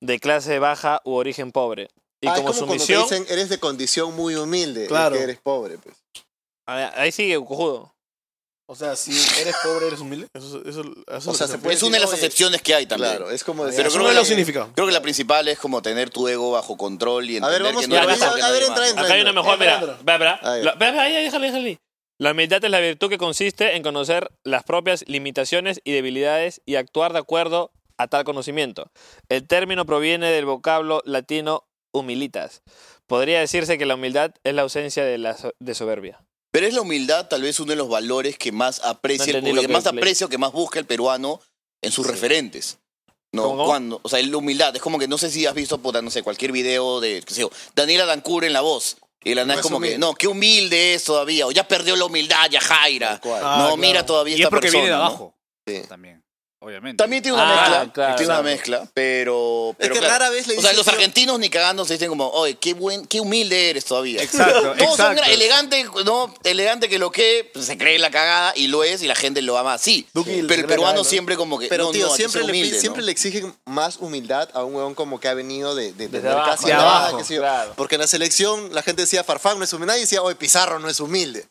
[SPEAKER 1] de clase baja u origen pobre, y
[SPEAKER 5] ah,
[SPEAKER 1] como
[SPEAKER 5] es como cuando te
[SPEAKER 1] sumisión.
[SPEAKER 5] dicen eres de condición muy humilde, claro.
[SPEAKER 3] Claro.
[SPEAKER 5] que eres pobre, pues.
[SPEAKER 1] A ver, Ahí sigue, cojudo.
[SPEAKER 3] O sea, si eres pobre, eres humilde. Eso, eso, eso
[SPEAKER 5] O sea, se puede-
[SPEAKER 4] Es una de las
[SPEAKER 5] Oye,
[SPEAKER 4] acepciones que hay también.
[SPEAKER 5] Claro, es como decir.
[SPEAKER 3] Pero
[SPEAKER 4] Pero creo
[SPEAKER 3] creo
[SPEAKER 4] que-
[SPEAKER 3] lo significa.
[SPEAKER 4] Creo que la principal es como tener tu ego bajo control y
[SPEAKER 5] A
[SPEAKER 4] entender
[SPEAKER 5] ver, vamos
[SPEAKER 4] que no
[SPEAKER 1] a-
[SPEAKER 4] eres
[SPEAKER 1] a-
[SPEAKER 4] mejor que
[SPEAKER 5] a ver,
[SPEAKER 4] nadie
[SPEAKER 5] entra,
[SPEAKER 4] más.
[SPEAKER 5] entra.
[SPEAKER 1] Acá hay una mejor, mira.
[SPEAKER 3] Ahí.
[SPEAKER 1] Ve, verá.
[SPEAKER 5] Ahí.
[SPEAKER 1] La- ve, ve, ahí, ahí, déjale, déjale. La humildad es la virtud que consiste en conocer las propias limitaciones y debilidades y actuar de acuerdo a tal conocimiento. El término proviene del vocablo latino humilitas. Podría decirse que la humildad es la ausencia de, la so- de soberbia.
[SPEAKER 4] Pero es la humildad tal vez uno de los valores que más aprecia,
[SPEAKER 1] No
[SPEAKER 4] el
[SPEAKER 1] entendí
[SPEAKER 4] público,
[SPEAKER 1] lo
[SPEAKER 4] que
[SPEAKER 1] que
[SPEAKER 4] más
[SPEAKER 1] le-
[SPEAKER 4] aprecia o que más busca el peruano en sus referentes. ¿No?
[SPEAKER 1] ¿Cómo, cómo?
[SPEAKER 4] Cuando, o sea, es la humildad. Es como que no sé si has visto, puta, no sé, cualquier video de, qué sé yo, Daniela Dancura en La Voz. Y de la nada
[SPEAKER 5] No
[SPEAKER 4] es
[SPEAKER 5] es
[SPEAKER 4] como que,
[SPEAKER 5] humilde.
[SPEAKER 4] no, qué humilde es todavía. O ya perdió la humildad, ya Jaira.
[SPEAKER 5] Tal cual.
[SPEAKER 3] Ah,
[SPEAKER 4] no,
[SPEAKER 3] claro.
[SPEAKER 4] mira todavía
[SPEAKER 2] Y es
[SPEAKER 4] esta
[SPEAKER 2] porque viene de
[SPEAKER 4] persona, ¿no?
[SPEAKER 2] abajo.
[SPEAKER 5] Sí.
[SPEAKER 2] También, obviamente.
[SPEAKER 4] También tiene una
[SPEAKER 1] Ah,
[SPEAKER 4] mezcla.
[SPEAKER 1] claro,
[SPEAKER 4] tiene
[SPEAKER 1] claro.
[SPEAKER 4] una mezcla, pero.
[SPEAKER 5] Es
[SPEAKER 4] pero
[SPEAKER 5] que
[SPEAKER 4] claro.
[SPEAKER 5] rara vez le
[SPEAKER 4] O sea,
[SPEAKER 5] dicen,
[SPEAKER 4] los
[SPEAKER 5] tío-
[SPEAKER 4] argentinos ni cagando se dicen como, oye, qué buen, qué humilde eres todavía.
[SPEAKER 2] Exacto,
[SPEAKER 4] Todos son
[SPEAKER 2] exacto.
[SPEAKER 4] gra- elegante, no, elegante que lo que pues, se cree la cagada y lo es y la gente lo ama así.
[SPEAKER 3] Duki, se
[SPEAKER 4] pero
[SPEAKER 3] cree
[SPEAKER 4] el
[SPEAKER 3] la
[SPEAKER 4] peruano
[SPEAKER 3] cagada, ¿no?
[SPEAKER 4] siempre como que.
[SPEAKER 5] Pero
[SPEAKER 4] no,
[SPEAKER 5] tío,
[SPEAKER 4] no, hay que
[SPEAKER 5] siempre,
[SPEAKER 4] ser
[SPEAKER 5] le, pi-
[SPEAKER 4] humilde, ¿no?
[SPEAKER 5] siempre le exigen más humildad a un huevón como que ha venido de, de tener
[SPEAKER 1] abajo.
[SPEAKER 5] casi
[SPEAKER 1] De
[SPEAKER 5] nada,
[SPEAKER 3] abajo,
[SPEAKER 5] qué sé yo.
[SPEAKER 1] claro.
[SPEAKER 5] Porque en la selección la gente decía Farfán no es humilde, nadie decía, oye, Pizarro no es humilde.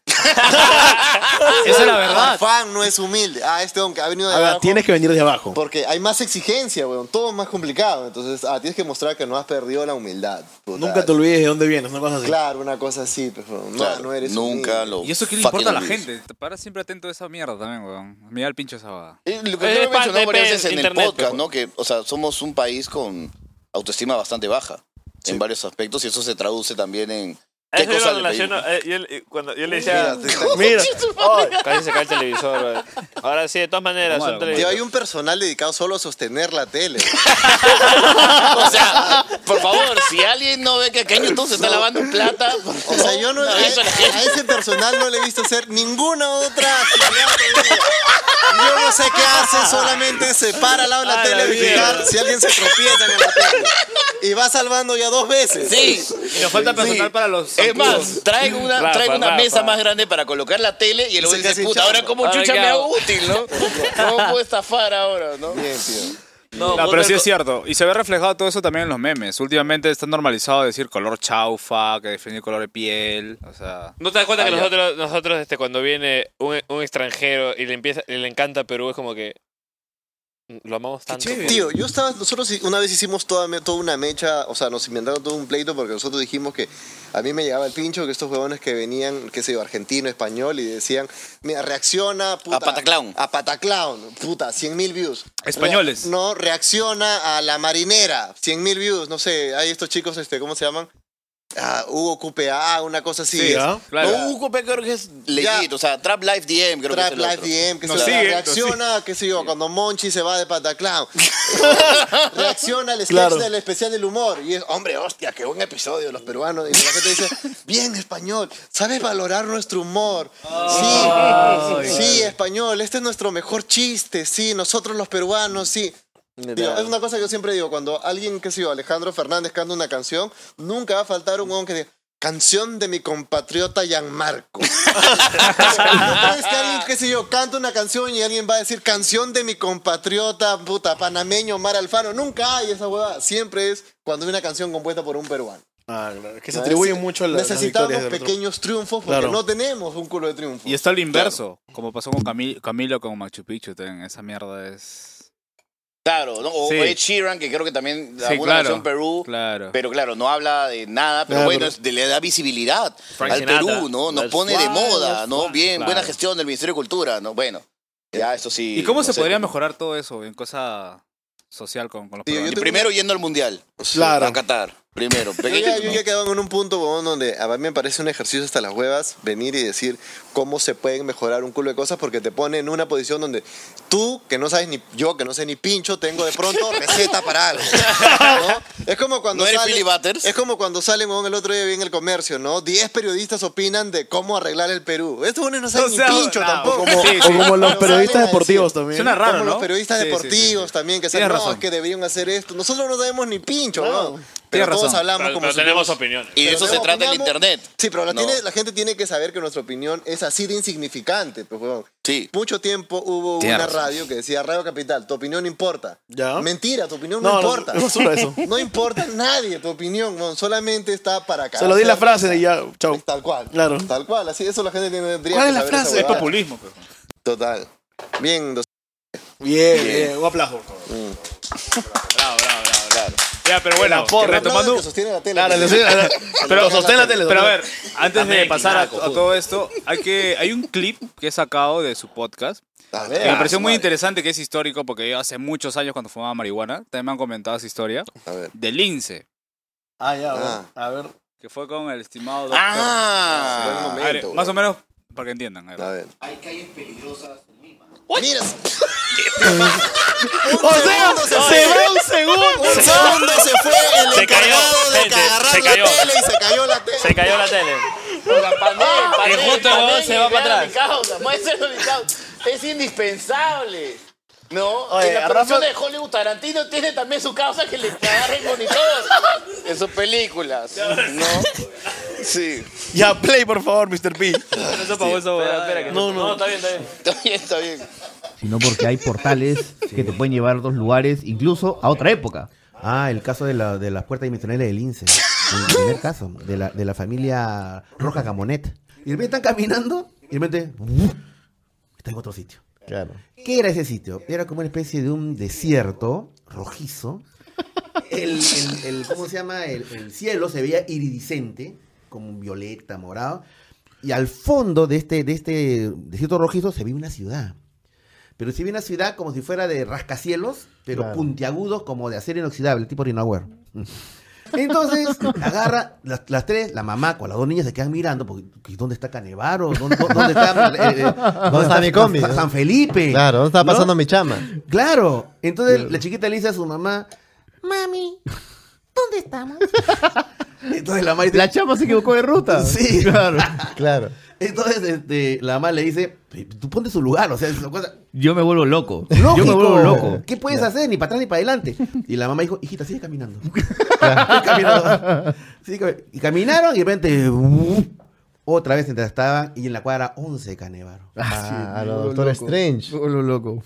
[SPEAKER 2] Ah, Esa es la verdad.
[SPEAKER 5] Farfán no es humilde. Ah, este don que ha venido de
[SPEAKER 3] Ahora,
[SPEAKER 5] abajo.
[SPEAKER 3] tienes que venir de abajo.
[SPEAKER 5] Porque hay más exigencia, weón. Todo es más complicado. Entonces, ah, tienes que mostrar que no has perdido la humildad. puta.
[SPEAKER 3] Nunca te olvides de dónde vienes, una cosa así.
[SPEAKER 5] Claro, una cosa así, pues, weón. No,
[SPEAKER 4] Claro,
[SPEAKER 5] no eres
[SPEAKER 4] Nunca
[SPEAKER 5] humilde.
[SPEAKER 4] lo.
[SPEAKER 2] ¿Y eso qué le
[SPEAKER 4] fucking
[SPEAKER 2] importa a la
[SPEAKER 4] humildes.
[SPEAKER 2] gente? Para siempre atento a esa mierda también, weón. Mira el pincho esa bada.
[SPEAKER 4] Eh, Lo
[SPEAKER 1] Es
[SPEAKER 4] que yo he
[SPEAKER 1] parte de
[SPEAKER 4] mencionado varias veces en
[SPEAKER 1] internet,
[SPEAKER 4] el podcast,
[SPEAKER 1] pero-
[SPEAKER 4] ¿no? Que, o sea, somos un país con autoestima bastante baja en varios aspectos y eso se traduce también en. ¿Qué
[SPEAKER 1] Eso yo
[SPEAKER 4] cosa
[SPEAKER 1] lo
[SPEAKER 4] le
[SPEAKER 1] relaciono,
[SPEAKER 4] pedimos?
[SPEAKER 1] eh, yo le- cuando yo le decía,
[SPEAKER 5] Mira, te-
[SPEAKER 3] Mira. Ay,
[SPEAKER 1] casi se cae el televisor. bro. Ahora sí, de todas maneras,
[SPEAKER 2] Como
[SPEAKER 1] son
[SPEAKER 2] algo,
[SPEAKER 5] Tío,
[SPEAKER 1] televisores.
[SPEAKER 5] hay un personal dedicado solo a sostener la tele.
[SPEAKER 4] O sea, por favor, si alguien no ve que acá en YouTube se está lavando plata.
[SPEAKER 5] O sea, yo no, a,
[SPEAKER 4] avisa a la gente.
[SPEAKER 5] a ese personal no le he visto hacer ninguna otra actividad. que diga, Yo no sé qué hace, solamente se para al lado de la
[SPEAKER 1] A
[SPEAKER 5] tele
[SPEAKER 1] la
[SPEAKER 5] a vigilar
[SPEAKER 1] mierda.
[SPEAKER 5] si alguien se tropieza con la tele. Y va salvando ya dos veces.
[SPEAKER 4] Sí.
[SPEAKER 2] Y nos falta personal
[SPEAKER 4] Sí.
[SPEAKER 2] para los.
[SPEAKER 4] Es más, traigo una,
[SPEAKER 1] Rafa,
[SPEAKER 4] traigo una
[SPEAKER 1] Rafa.
[SPEAKER 4] mesa más grande para colocar la tele y el
[SPEAKER 5] Dice
[SPEAKER 4] güey
[SPEAKER 5] que
[SPEAKER 4] dice,
[SPEAKER 5] es
[SPEAKER 4] puta,
[SPEAKER 5] hinchado.
[SPEAKER 4] ahora como
[SPEAKER 1] Ahora,
[SPEAKER 4] chucha
[SPEAKER 1] ¿qué
[SPEAKER 4] me
[SPEAKER 1] hago?"
[SPEAKER 4] hago útil, ¿no? ¿Cómo puedo estafar ahora, no?
[SPEAKER 5] Bien, tío.
[SPEAKER 1] No,
[SPEAKER 2] No,
[SPEAKER 1] vos
[SPEAKER 2] pero
[SPEAKER 1] te-
[SPEAKER 2] sí es cierto. Y se ve reflejado todo eso también en los memes. Últimamente está normalizado decir color chaufa, que definir color de piel. O sea.
[SPEAKER 1] ¿No te das cuenta
[SPEAKER 4] Ah,
[SPEAKER 1] que
[SPEAKER 4] ya.
[SPEAKER 1] nosotros, nosotros este, cuando viene un, un extranjero y le empieza y le encanta Perú, es como que mm, lo amamos tanto?
[SPEAKER 2] chévere.
[SPEAKER 1] pues.
[SPEAKER 5] Tío, yo estaba, nosotros una vez hicimos toda, me- toda una mecha, o sea, nos inventaron todo un pleito porque nosotros dijimos que a mí me llegaba el pincho que estos huevones que venían, qué sé yo, argentino, español, y decían, mira, reacciona, puta.
[SPEAKER 4] A Pataclown.
[SPEAKER 5] A Pataclown, puta, 100 mil views.
[SPEAKER 2] Españoles.
[SPEAKER 5] Re- no, reacciona a La Marinera, 100 mil views, no sé, hay estos chicos, este, ¿cómo se llaman? Ah, Hugo QPA, una cosa así.
[SPEAKER 2] Sí,
[SPEAKER 5] es-
[SPEAKER 2] ¿ah? Claro.
[SPEAKER 4] No, Hugo Pepe creo que es legit, o sea, Trap Life DM creo
[SPEAKER 5] Trap
[SPEAKER 4] que es el
[SPEAKER 5] Life
[SPEAKER 4] otro.
[SPEAKER 5] DM, que
[SPEAKER 2] Nos
[SPEAKER 5] se
[SPEAKER 2] sigue, nos
[SPEAKER 5] reacciona, qué sé yo, cuando Monchi se va de Pataclown. reacciona al sketch
[SPEAKER 6] Claro.
[SPEAKER 5] del especial del humor. Y es, hombre, hostia, qué buen episodio de los peruanos. Y la gente dice, bien español, sabes valorar nuestro humor. sí, sí, español, este es nuestro mejor chiste, sí, nosotros los peruanos, sí. Tío, es una cosa que yo siempre digo, cuando alguien, qué sé yo, Alejandro Fernández canta una canción, nunca va a faltar un hombre que diga, canción de mi compatriota Gianmarco. ¿Sabes que alguien, qué sé yo, canta una canción y alguien va a decir canción de mi compatriota, puta, panameño Mar Alfaro? Nunca hay esa huevada. Siempre es cuando hay una canción compuesta por un peruano.
[SPEAKER 3] Ah, claro. Que se atribuye
[SPEAKER 5] Neces-
[SPEAKER 3] mucho a la, las
[SPEAKER 5] Necesitamos
[SPEAKER 3] victorias del otro.
[SPEAKER 5] pequeños triunfos porque
[SPEAKER 3] Claro.
[SPEAKER 5] no tenemos un culo de triunfo.
[SPEAKER 2] Y está lo inverso. Como pasó con Cami- Camilo con Machu Picchu. ten, Esa mierda es.
[SPEAKER 4] Claro, ¿no? o
[SPEAKER 2] Sí.
[SPEAKER 4] Ed Sheeran, que creo que también
[SPEAKER 2] Sí,
[SPEAKER 4] alguna
[SPEAKER 2] claro.
[SPEAKER 4] versión Perú.
[SPEAKER 2] Claro.
[SPEAKER 4] Pero claro, no habla de nada, pero
[SPEAKER 3] Claro.
[SPEAKER 4] bueno, es- le da visibilidad
[SPEAKER 1] Frank
[SPEAKER 4] al
[SPEAKER 1] Sinatra.
[SPEAKER 4] Perú, ¿no? Nos
[SPEAKER 1] That's
[SPEAKER 4] pone de
[SPEAKER 1] why,
[SPEAKER 4] moda,
[SPEAKER 1] that's
[SPEAKER 4] ¿no?
[SPEAKER 1] why.
[SPEAKER 4] Bien, buena
[SPEAKER 2] Claro.
[SPEAKER 4] gestión del Ministerio de Cultura, ¿no? Bueno, ya eso sí.
[SPEAKER 2] ¿Y cómo
[SPEAKER 4] no
[SPEAKER 2] se
[SPEAKER 4] sé.
[SPEAKER 2] podría mejorar todo eso en cosa social con, con los
[SPEAKER 5] Tío, yo
[SPEAKER 2] peruanos?
[SPEAKER 5] tengo-
[SPEAKER 4] Primero yendo al Mundial.
[SPEAKER 3] Claro.
[SPEAKER 4] A Qatar, primero.
[SPEAKER 5] Yo ya, yo
[SPEAKER 4] pequeño,
[SPEAKER 5] ya quedaba en un punto huevón, donde a mí me parece un ejercicio hasta las huevas venir y decir cómo se pueden mejorar un culo de cosas porque te pone en una posición donde tú, que no sabes ni yo, que no sé ni pincho, tengo de pronto receta para algo. ¿no? Es como cuando
[SPEAKER 4] ¿No eres
[SPEAKER 5] sale-
[SPEAKER 4] Philly Butters?
[SPEAKER 5] Es como cuando salen huevón, el otro día vi en el comercio, ¿no? 10 periodistas opinan de cómo arreglar el Perú. Estos huevones no saben
[SPEAKER 2] O sea,
[SPEAKER 5] ni pincho
[SPEAKER 2] no,
[SPEAKER 5] tampoco.
[SPEAKER 2] como- Sí, sí.
[SPEAKER 3] O como los
[SPEAKER 5] Pero
[SPEAKER 3] periodistas
[SPEAKER 5] salen a
[SPEAKER 3] deportivos
[SPEAKER 5] decir-
[SPEAKER 3] también.
[SPEAKER 2] Suena raro,
[SPEAKER 5] como
[SPEAKER 2] ¿no?
[SPEAKER 5] los periodistas
[SPEAKER 2] Sí, sí, sí,
[SPEAKER 5] deportivos también que
[SPEAKER 2] Tienes
[SPEAKER 5] dicen, no,
[SPEAKER 2] razón.
[SPEAKER 5] es que deberían hacer esto. Nosotros no sabemos ni pincho,
[SPEAKER 3] Claro.
[SPEAKER 5] huevón. Pero
[SPEAKER 2] Tienes
[SPEAKER 5] todos
[SPEAKER 2] razón.
[SPEAKER 5] hablamos
[SPEAKER 1] Pero-
[SPEAKER 5] como
[SPEAKER 1] pero
[SPEAKER 5] si
[SPEAKER 1] tenemos opiniones.
[SPEAKER 4] Y de
[SPEAKER 5] Pero
[SPEAKER 4] eso se
[SPEAKER 5] tenemos-
[SPEAKER 4] trata el
[SPEAKER 5] opinamos-
[SPEAKER 4] Internet.
[SPEAKER 5] Sí, pero la,
[SPEAKER 4] No.
[SPEAKER 5] tiene- la gente tiene que saber que nuestra opinión es así de insignificante. Pues, huevón.
[SPEAKER 4] Sí.
[SPEAKER 5] Mucho tiempo hubo
[SPEAKER 2] Tienes
[SPEAKER 5] una
[SPEAKER 2] razón.
[SPEAKER 5] radio que decía, Radio Capital, tu opinión importa.
[SPEAKER 3] Ya.
[SPEAKER 5] Mentira, tu opinión no,
[SPEAKER 3] No, no,
[SPEAKER 5] importa.
[SPEAKER 3] es basura eso.
[SPEAKER 5] No importa a nadie tu opinión, huevón, solamente está para acá.
[SPEAKER 3] Se lo di la frase y ya, chau.
[SPEAKER 5] Tal cual.
[SPEAKER 3] Claro.
[SPEAKER 5] Tal cual, así eso la gente tiene- tendría
[SPEAKER 3] ¿Cuál
[SPEAKER 5] que
[SPEAKER 3] es la
[SPEAKER 5] saber esa
[SPEAKER 3] frase?
[SPEAKER 5] huevada.
[SPEAKER 2] Es populismo. pues.
[SPEAKER 5] Total. Bien, dos-
[SPEAKER 3] Bien, bien. Un aplauso. por favor.
[SPEAKER 2] Bravo, bravo, bravo. Ya, pero bueno,
[SPEAKER 3] la porra,
[SPEAKER 2] que retomando.
[SPEAKER 5] Aplausos, sostiene la tele.
[SPEAKER 3] Claro, le sostiene la- lo sostiene la tele.
[SPEAKER 2] Pero a
[SPEAKER 3] sostiene-
[SPEAKER 2] ver, antes de
[SPEAKER 1] Amén,
[SPEAKER 2] pasar a,
[SPEAKER 1] Quinaco,
[SPEAKER 2] a todo esto, hay que hay un clip que he sacado de su podcast.
[SPEAKER 5] A
[SPEAKER 2] que me
[SPEAKER 4] Ah,
[SPEAKER 5] ver,
[SPEAKER 2] pareció muy interesante, que es histórico, porque yo hace muchos años cuando fumaba marihuana, también me han comentado esa historia,
[SPEAKER 5] a ver.
[SPEAKER 2] del lince,
[SPEAKER 3] Ah, ya,
[SPEAKER 5] Ah.
[SPEAKER 3] bueno. A ver.
[SPEAKER 2] que fue con el estimado doctor.
[SPEAKER 5] Buen
[SPEAKER 4] Ah,
[SPEAKER 2] A
[SPEAKER 5] momento,
[SPEAKER 2] ver,
[SPEAKER 5] huevón.
[SPEAKER 2] más o menos, para que entiendan. a ver.
[SPEAKER 5] A ver. Hay calles peligrosas
[SPEAKER 3] O sea, se va un
[SPEAKER 5] Mira,
[SPEAKER 3] segundo.
[SPEAKER 5] un segundo se fue el
[SPEAKER 1] Se cayó,
[SPEAKER 5] encargado de
[SPEAKER 1] gente,
[SPEAKER 5] agarrar
[SPEAKER 1] se
[SPEAKER 5] la
[SPEAKER 1] cayó.
[SPEAKER 5] tele y se cayó la tele.
[SPEAKER 1] Se cayó la tele.
[SPEAKER 4] pandemia,
[SPEAKER 1] Y justo el huevón se va para atrás.
[SPEAKER 4] Es indispensable. No,
[SPEAKER 3] Oye,
[SPEAKER 4] en la
[SPEAKER 3] a
[SPEAKER 4] producción
[SPEAKER 3] Rafa-
[SPEAKER 4] de Hollywood Tarantino tiene también su causa que le agarren monitor en sus películas. ¿No? Sí.
[SPEAKER 3] Ya, play, por favor, Mr. P. No, no.
[SPEAKER 4] Está bien, está bien.
[SPEAKER 8] sino porque hay portales que te pueden llevar a otros lugares, incluso a otra época.
[SPEAKER 9] Ah, el caso de, la- de las puertas dimensionales del INSE. El primer caso, de la, de la familia Roja Gamonet. Y de repente están caminando y de repente. ¡buf! Está en otro sitio. Claro. ¿Qué era ese sitio? Era como una especie de un desierto rojizo. El, el- el- ¿Cómo se llama? El, el cielo se veía iridiscente, como un violeta, morado. Y al fondo de este, de este desierto rojizo se veía una ciudad. Pero si bien una ciudad como si fuera de rascacielos, pero puntiagudos como de acero inoxidable, tipo Rinaware. Entonces, agarra las, las tres, la mamá con las dos niñas se quedan mirando, porque ¿y ¿dónde está Canevaro? ¿Dónde, dó- dónde está, eh, eh, ¿Dónde está mi combi, San, no? San Felipe?
[SPEAKER 8] Claro, ¿dónde estaba
[SPEAKER 9] ¿No?
[SPEAKER 8] pasando mi chama?
[SPEAKER 9] Claro. Entonces, la chiquita le dice a su mamá, mami,
[SPEAKER 10] ¿Dónde estamos?
[SPEAKER 9] Entonces la Mari
[SPEAKER 8] La chama se equivocó de ruta.
[SPEAKER 9] Sí.
[SPEAKER 8] claro.
[SPEAKER 9] Claro. Entonces este, la mamá le dice, tú ponte su lugar, o sea, es una cosa...
[SPEAKER 8] Yo me vuelvo loco.
[SPEAKER 9] Lógico.
[SPEAKER 8] Yo me vuelvo loco.
[SPEAKER 9] ¿Qué puedes hacer? Ni para atrás ni para adelante. Y la mamá dijo, hijita, sigue caminando. Sigue caminando. Sigue cami- y caminaron y de repente, ¡uh! otra vez mientras estaban y en la cuadra 11 de Canevaro.
[SPEAKER 8] Ah,
[SPEAKER 10] Ah,
[SPEAKER 8] sí,
[SPEAKER 10] lo
[SPEAKER 8] me vuelvo
[SPEAKER 10] Doctor
[SPEAKER 8] loco.
[SPEAKER 10] Strange.
[SPEAKER 8] Me vuelvo loco.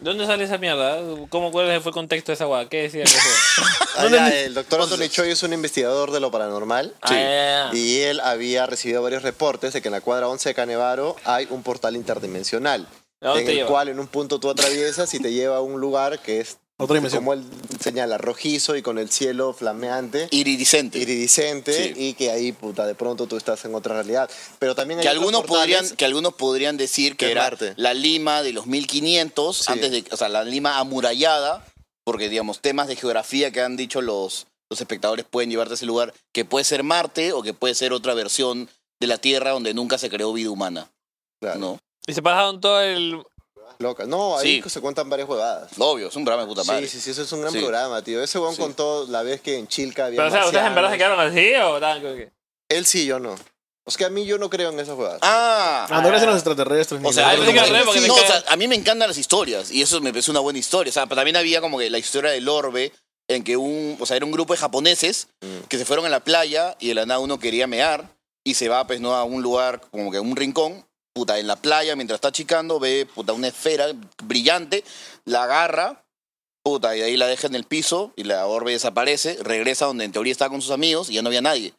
[SPEAKER 1] ¿Dónde sale esa mierda? ¿Cómo cuál fue el contexto de esa guada? ¿Qué decía? que fue?
[SPEAKER 5] Ah, ya, el doctor Anthony Choi es un investigador de lo paranormal.
[SPEAKER 1] Ah, ya, ya.
[SPEAKER 5] Y él había recibido varios reportes de que en la cuadra 11 de Canevaro hay un portal interdimensional.
[SPEAKER 1] ¿A dónde
[SPEAKER 5] En
[SPEAKER 1] te
[SPEAKER 5] el
[SPEAKER 1] lleva?
[SPEAKER 5] cual en un punto tú atraviesas y te lleva a un lugar que es,
[SPEAKER 3] Otra dimensión.
[SPEAKER 5] como él señala, rojizo y con el cielo flameante,
[SPEAKER 4] Iridiscente.
[SPEAKER 5] iridiscente,
[SPEAKER 4] Sí.
[SPEAKER 5] y que ahí, puta, de pronto tú estás en otra realidad. Pero también hay
[SPEAKER 4] Que
[SPEAKER 5] otros
[SPEAKER 4] algunos,
[SPEAKER 5] portales-
[SPEAKER 4] podrían, que algunos podrían decir que
[SPEAKER 5] De
[SPEAKER 4] era
[SPEAKER 5] Marte.
[SPEAKER 4] la Lima de los 1500,
[SPEAKER 5] Sí.
[SPEAKER 4] antes de, o sea, la Lima amurallada, porque digamos, temas de geografía que han dicho los, los espectadores pueden llevarte a ese lugar, que puede ser Marte o que puede ser otra versión de la Tierra donde nunca se creó vida humana.
[SPEAKER 5] Claro.
[SPEAKER 4] No,
[SPEAKER 1] Y se pasaron todo el...
[SPEAKER 5] Loca. No, ahí
[SPEAKER 4] Sí.
[SPEAKER 5] se cuentan varias huevadas.
[SPEAKER 4] obvio, es un drama de puta madre.
[SPEAKER 5] Sí, sí, sí, eso es un gran
[SPEAKER 4] Sí.
[SPEAKER 5] programa, tío. Ese weón
[SPEAKER 4] Sí.
[SPEAKER 5] contó la vez que en Chilca había.
[SPEAKER 1] Pero, o sea, ¿ustedes en verdad se
[SPEAKER 5] marcianos.
[SPEAKER 1] quedaron así o estaban como que...?
[SPEAKER 5] Él sí, yo no. O sea, que a mí yo no creo en esas huevadas.
[SPEAKER 4] Ah,
[SPEAKER 3] Ah, no eres en los extraterrestres. ni
[SPEAKER 4] O sea,
[SPEAKER 1] Ah,
[SPEAKER 4] a
[SPEAKER 3] nada.
[SPEAKER 1] yo
[SPEAKER 4] mí, me
[SPEAKER 1] sí que
[SPEAKER 4] encanta-
[SPEAKER 1] re, porque
[SPEAKER 4] no,
[SPEAKER 1] te
[SPEAKER 4] o sea,
[SPEAKER 1] cae-
[SPEAKER 4] a mí me encantan las historias y eso me parece una buena historia. O sea, pero también había como que la historia del orbe en que un, o sea, era un grupo de japoneses que se fueron a la playa y de la nada uno quería mear y se va pues no a un lugar como que a un rincón, puta, en la playa mientras está chicando ve puta una esfera brillante, la agarra, puta, y de ahí la deja en el piso y la orbe desaparece, regresa donde en teoría estaba con sus amigos y ya no había nadie.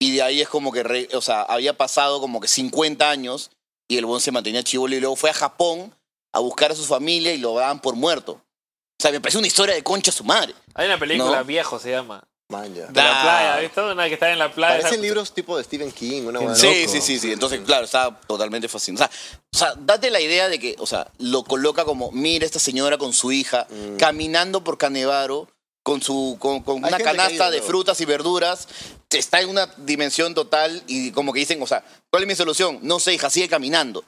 [SPEAKER 4] Y de ahí es como que, re- o sea, había pasado como que 50 años y el bon se mantenía chivolo y luego fue a Japón a buscar a su familia y lo daban por muerto. O sea, me parece una historia de concha su madre.
[SPEAKER 1] Hay una película,
[SPEAKER 4] No.
[SPEAKER 1] Viejo se llama.
[SPEAKER 5] Man, ya.
[SPEAKER 1] De la
[SPEAKER 4] Da.
[SPEAKER 1] playa, ¿viste? Una que está en la playa.
[SPEAKER 5] Parecen
[SPEAKER 1] esa-
[SPEAKER 5] libros tipo de Stephen King, una
[SPEAKER 8] Qué
[SPEAKER 5] huevada.
[SPEAKER 4] Sí,
[SPEAKER 8] loco.
[SPEAKER 4] sí, sí, sí. Entonces, claro, estaba totalmente fascinado. O sea, o sea, date la idea de que, o sea, lo coloca como, mira esta señora con su hija
[SPEAKER 5] Mm.
[SPEAKER 4] caminando por Canevaro con su con, con
[SPEAKER 5] Hay
[SPEAKER 4] una
[SPEAKER 5] gente que ha
[SPEAKER 4] canasta
[SPEAKER 5] ido,
[SPEAKER 4] de
[SPEAKER 5] creo.
[SPEAKER 4] frutas y verduras. Está en una dimensión total y como que dicen, o sea, ¿cuál es mi solución? No sé, hija, sigue caminando.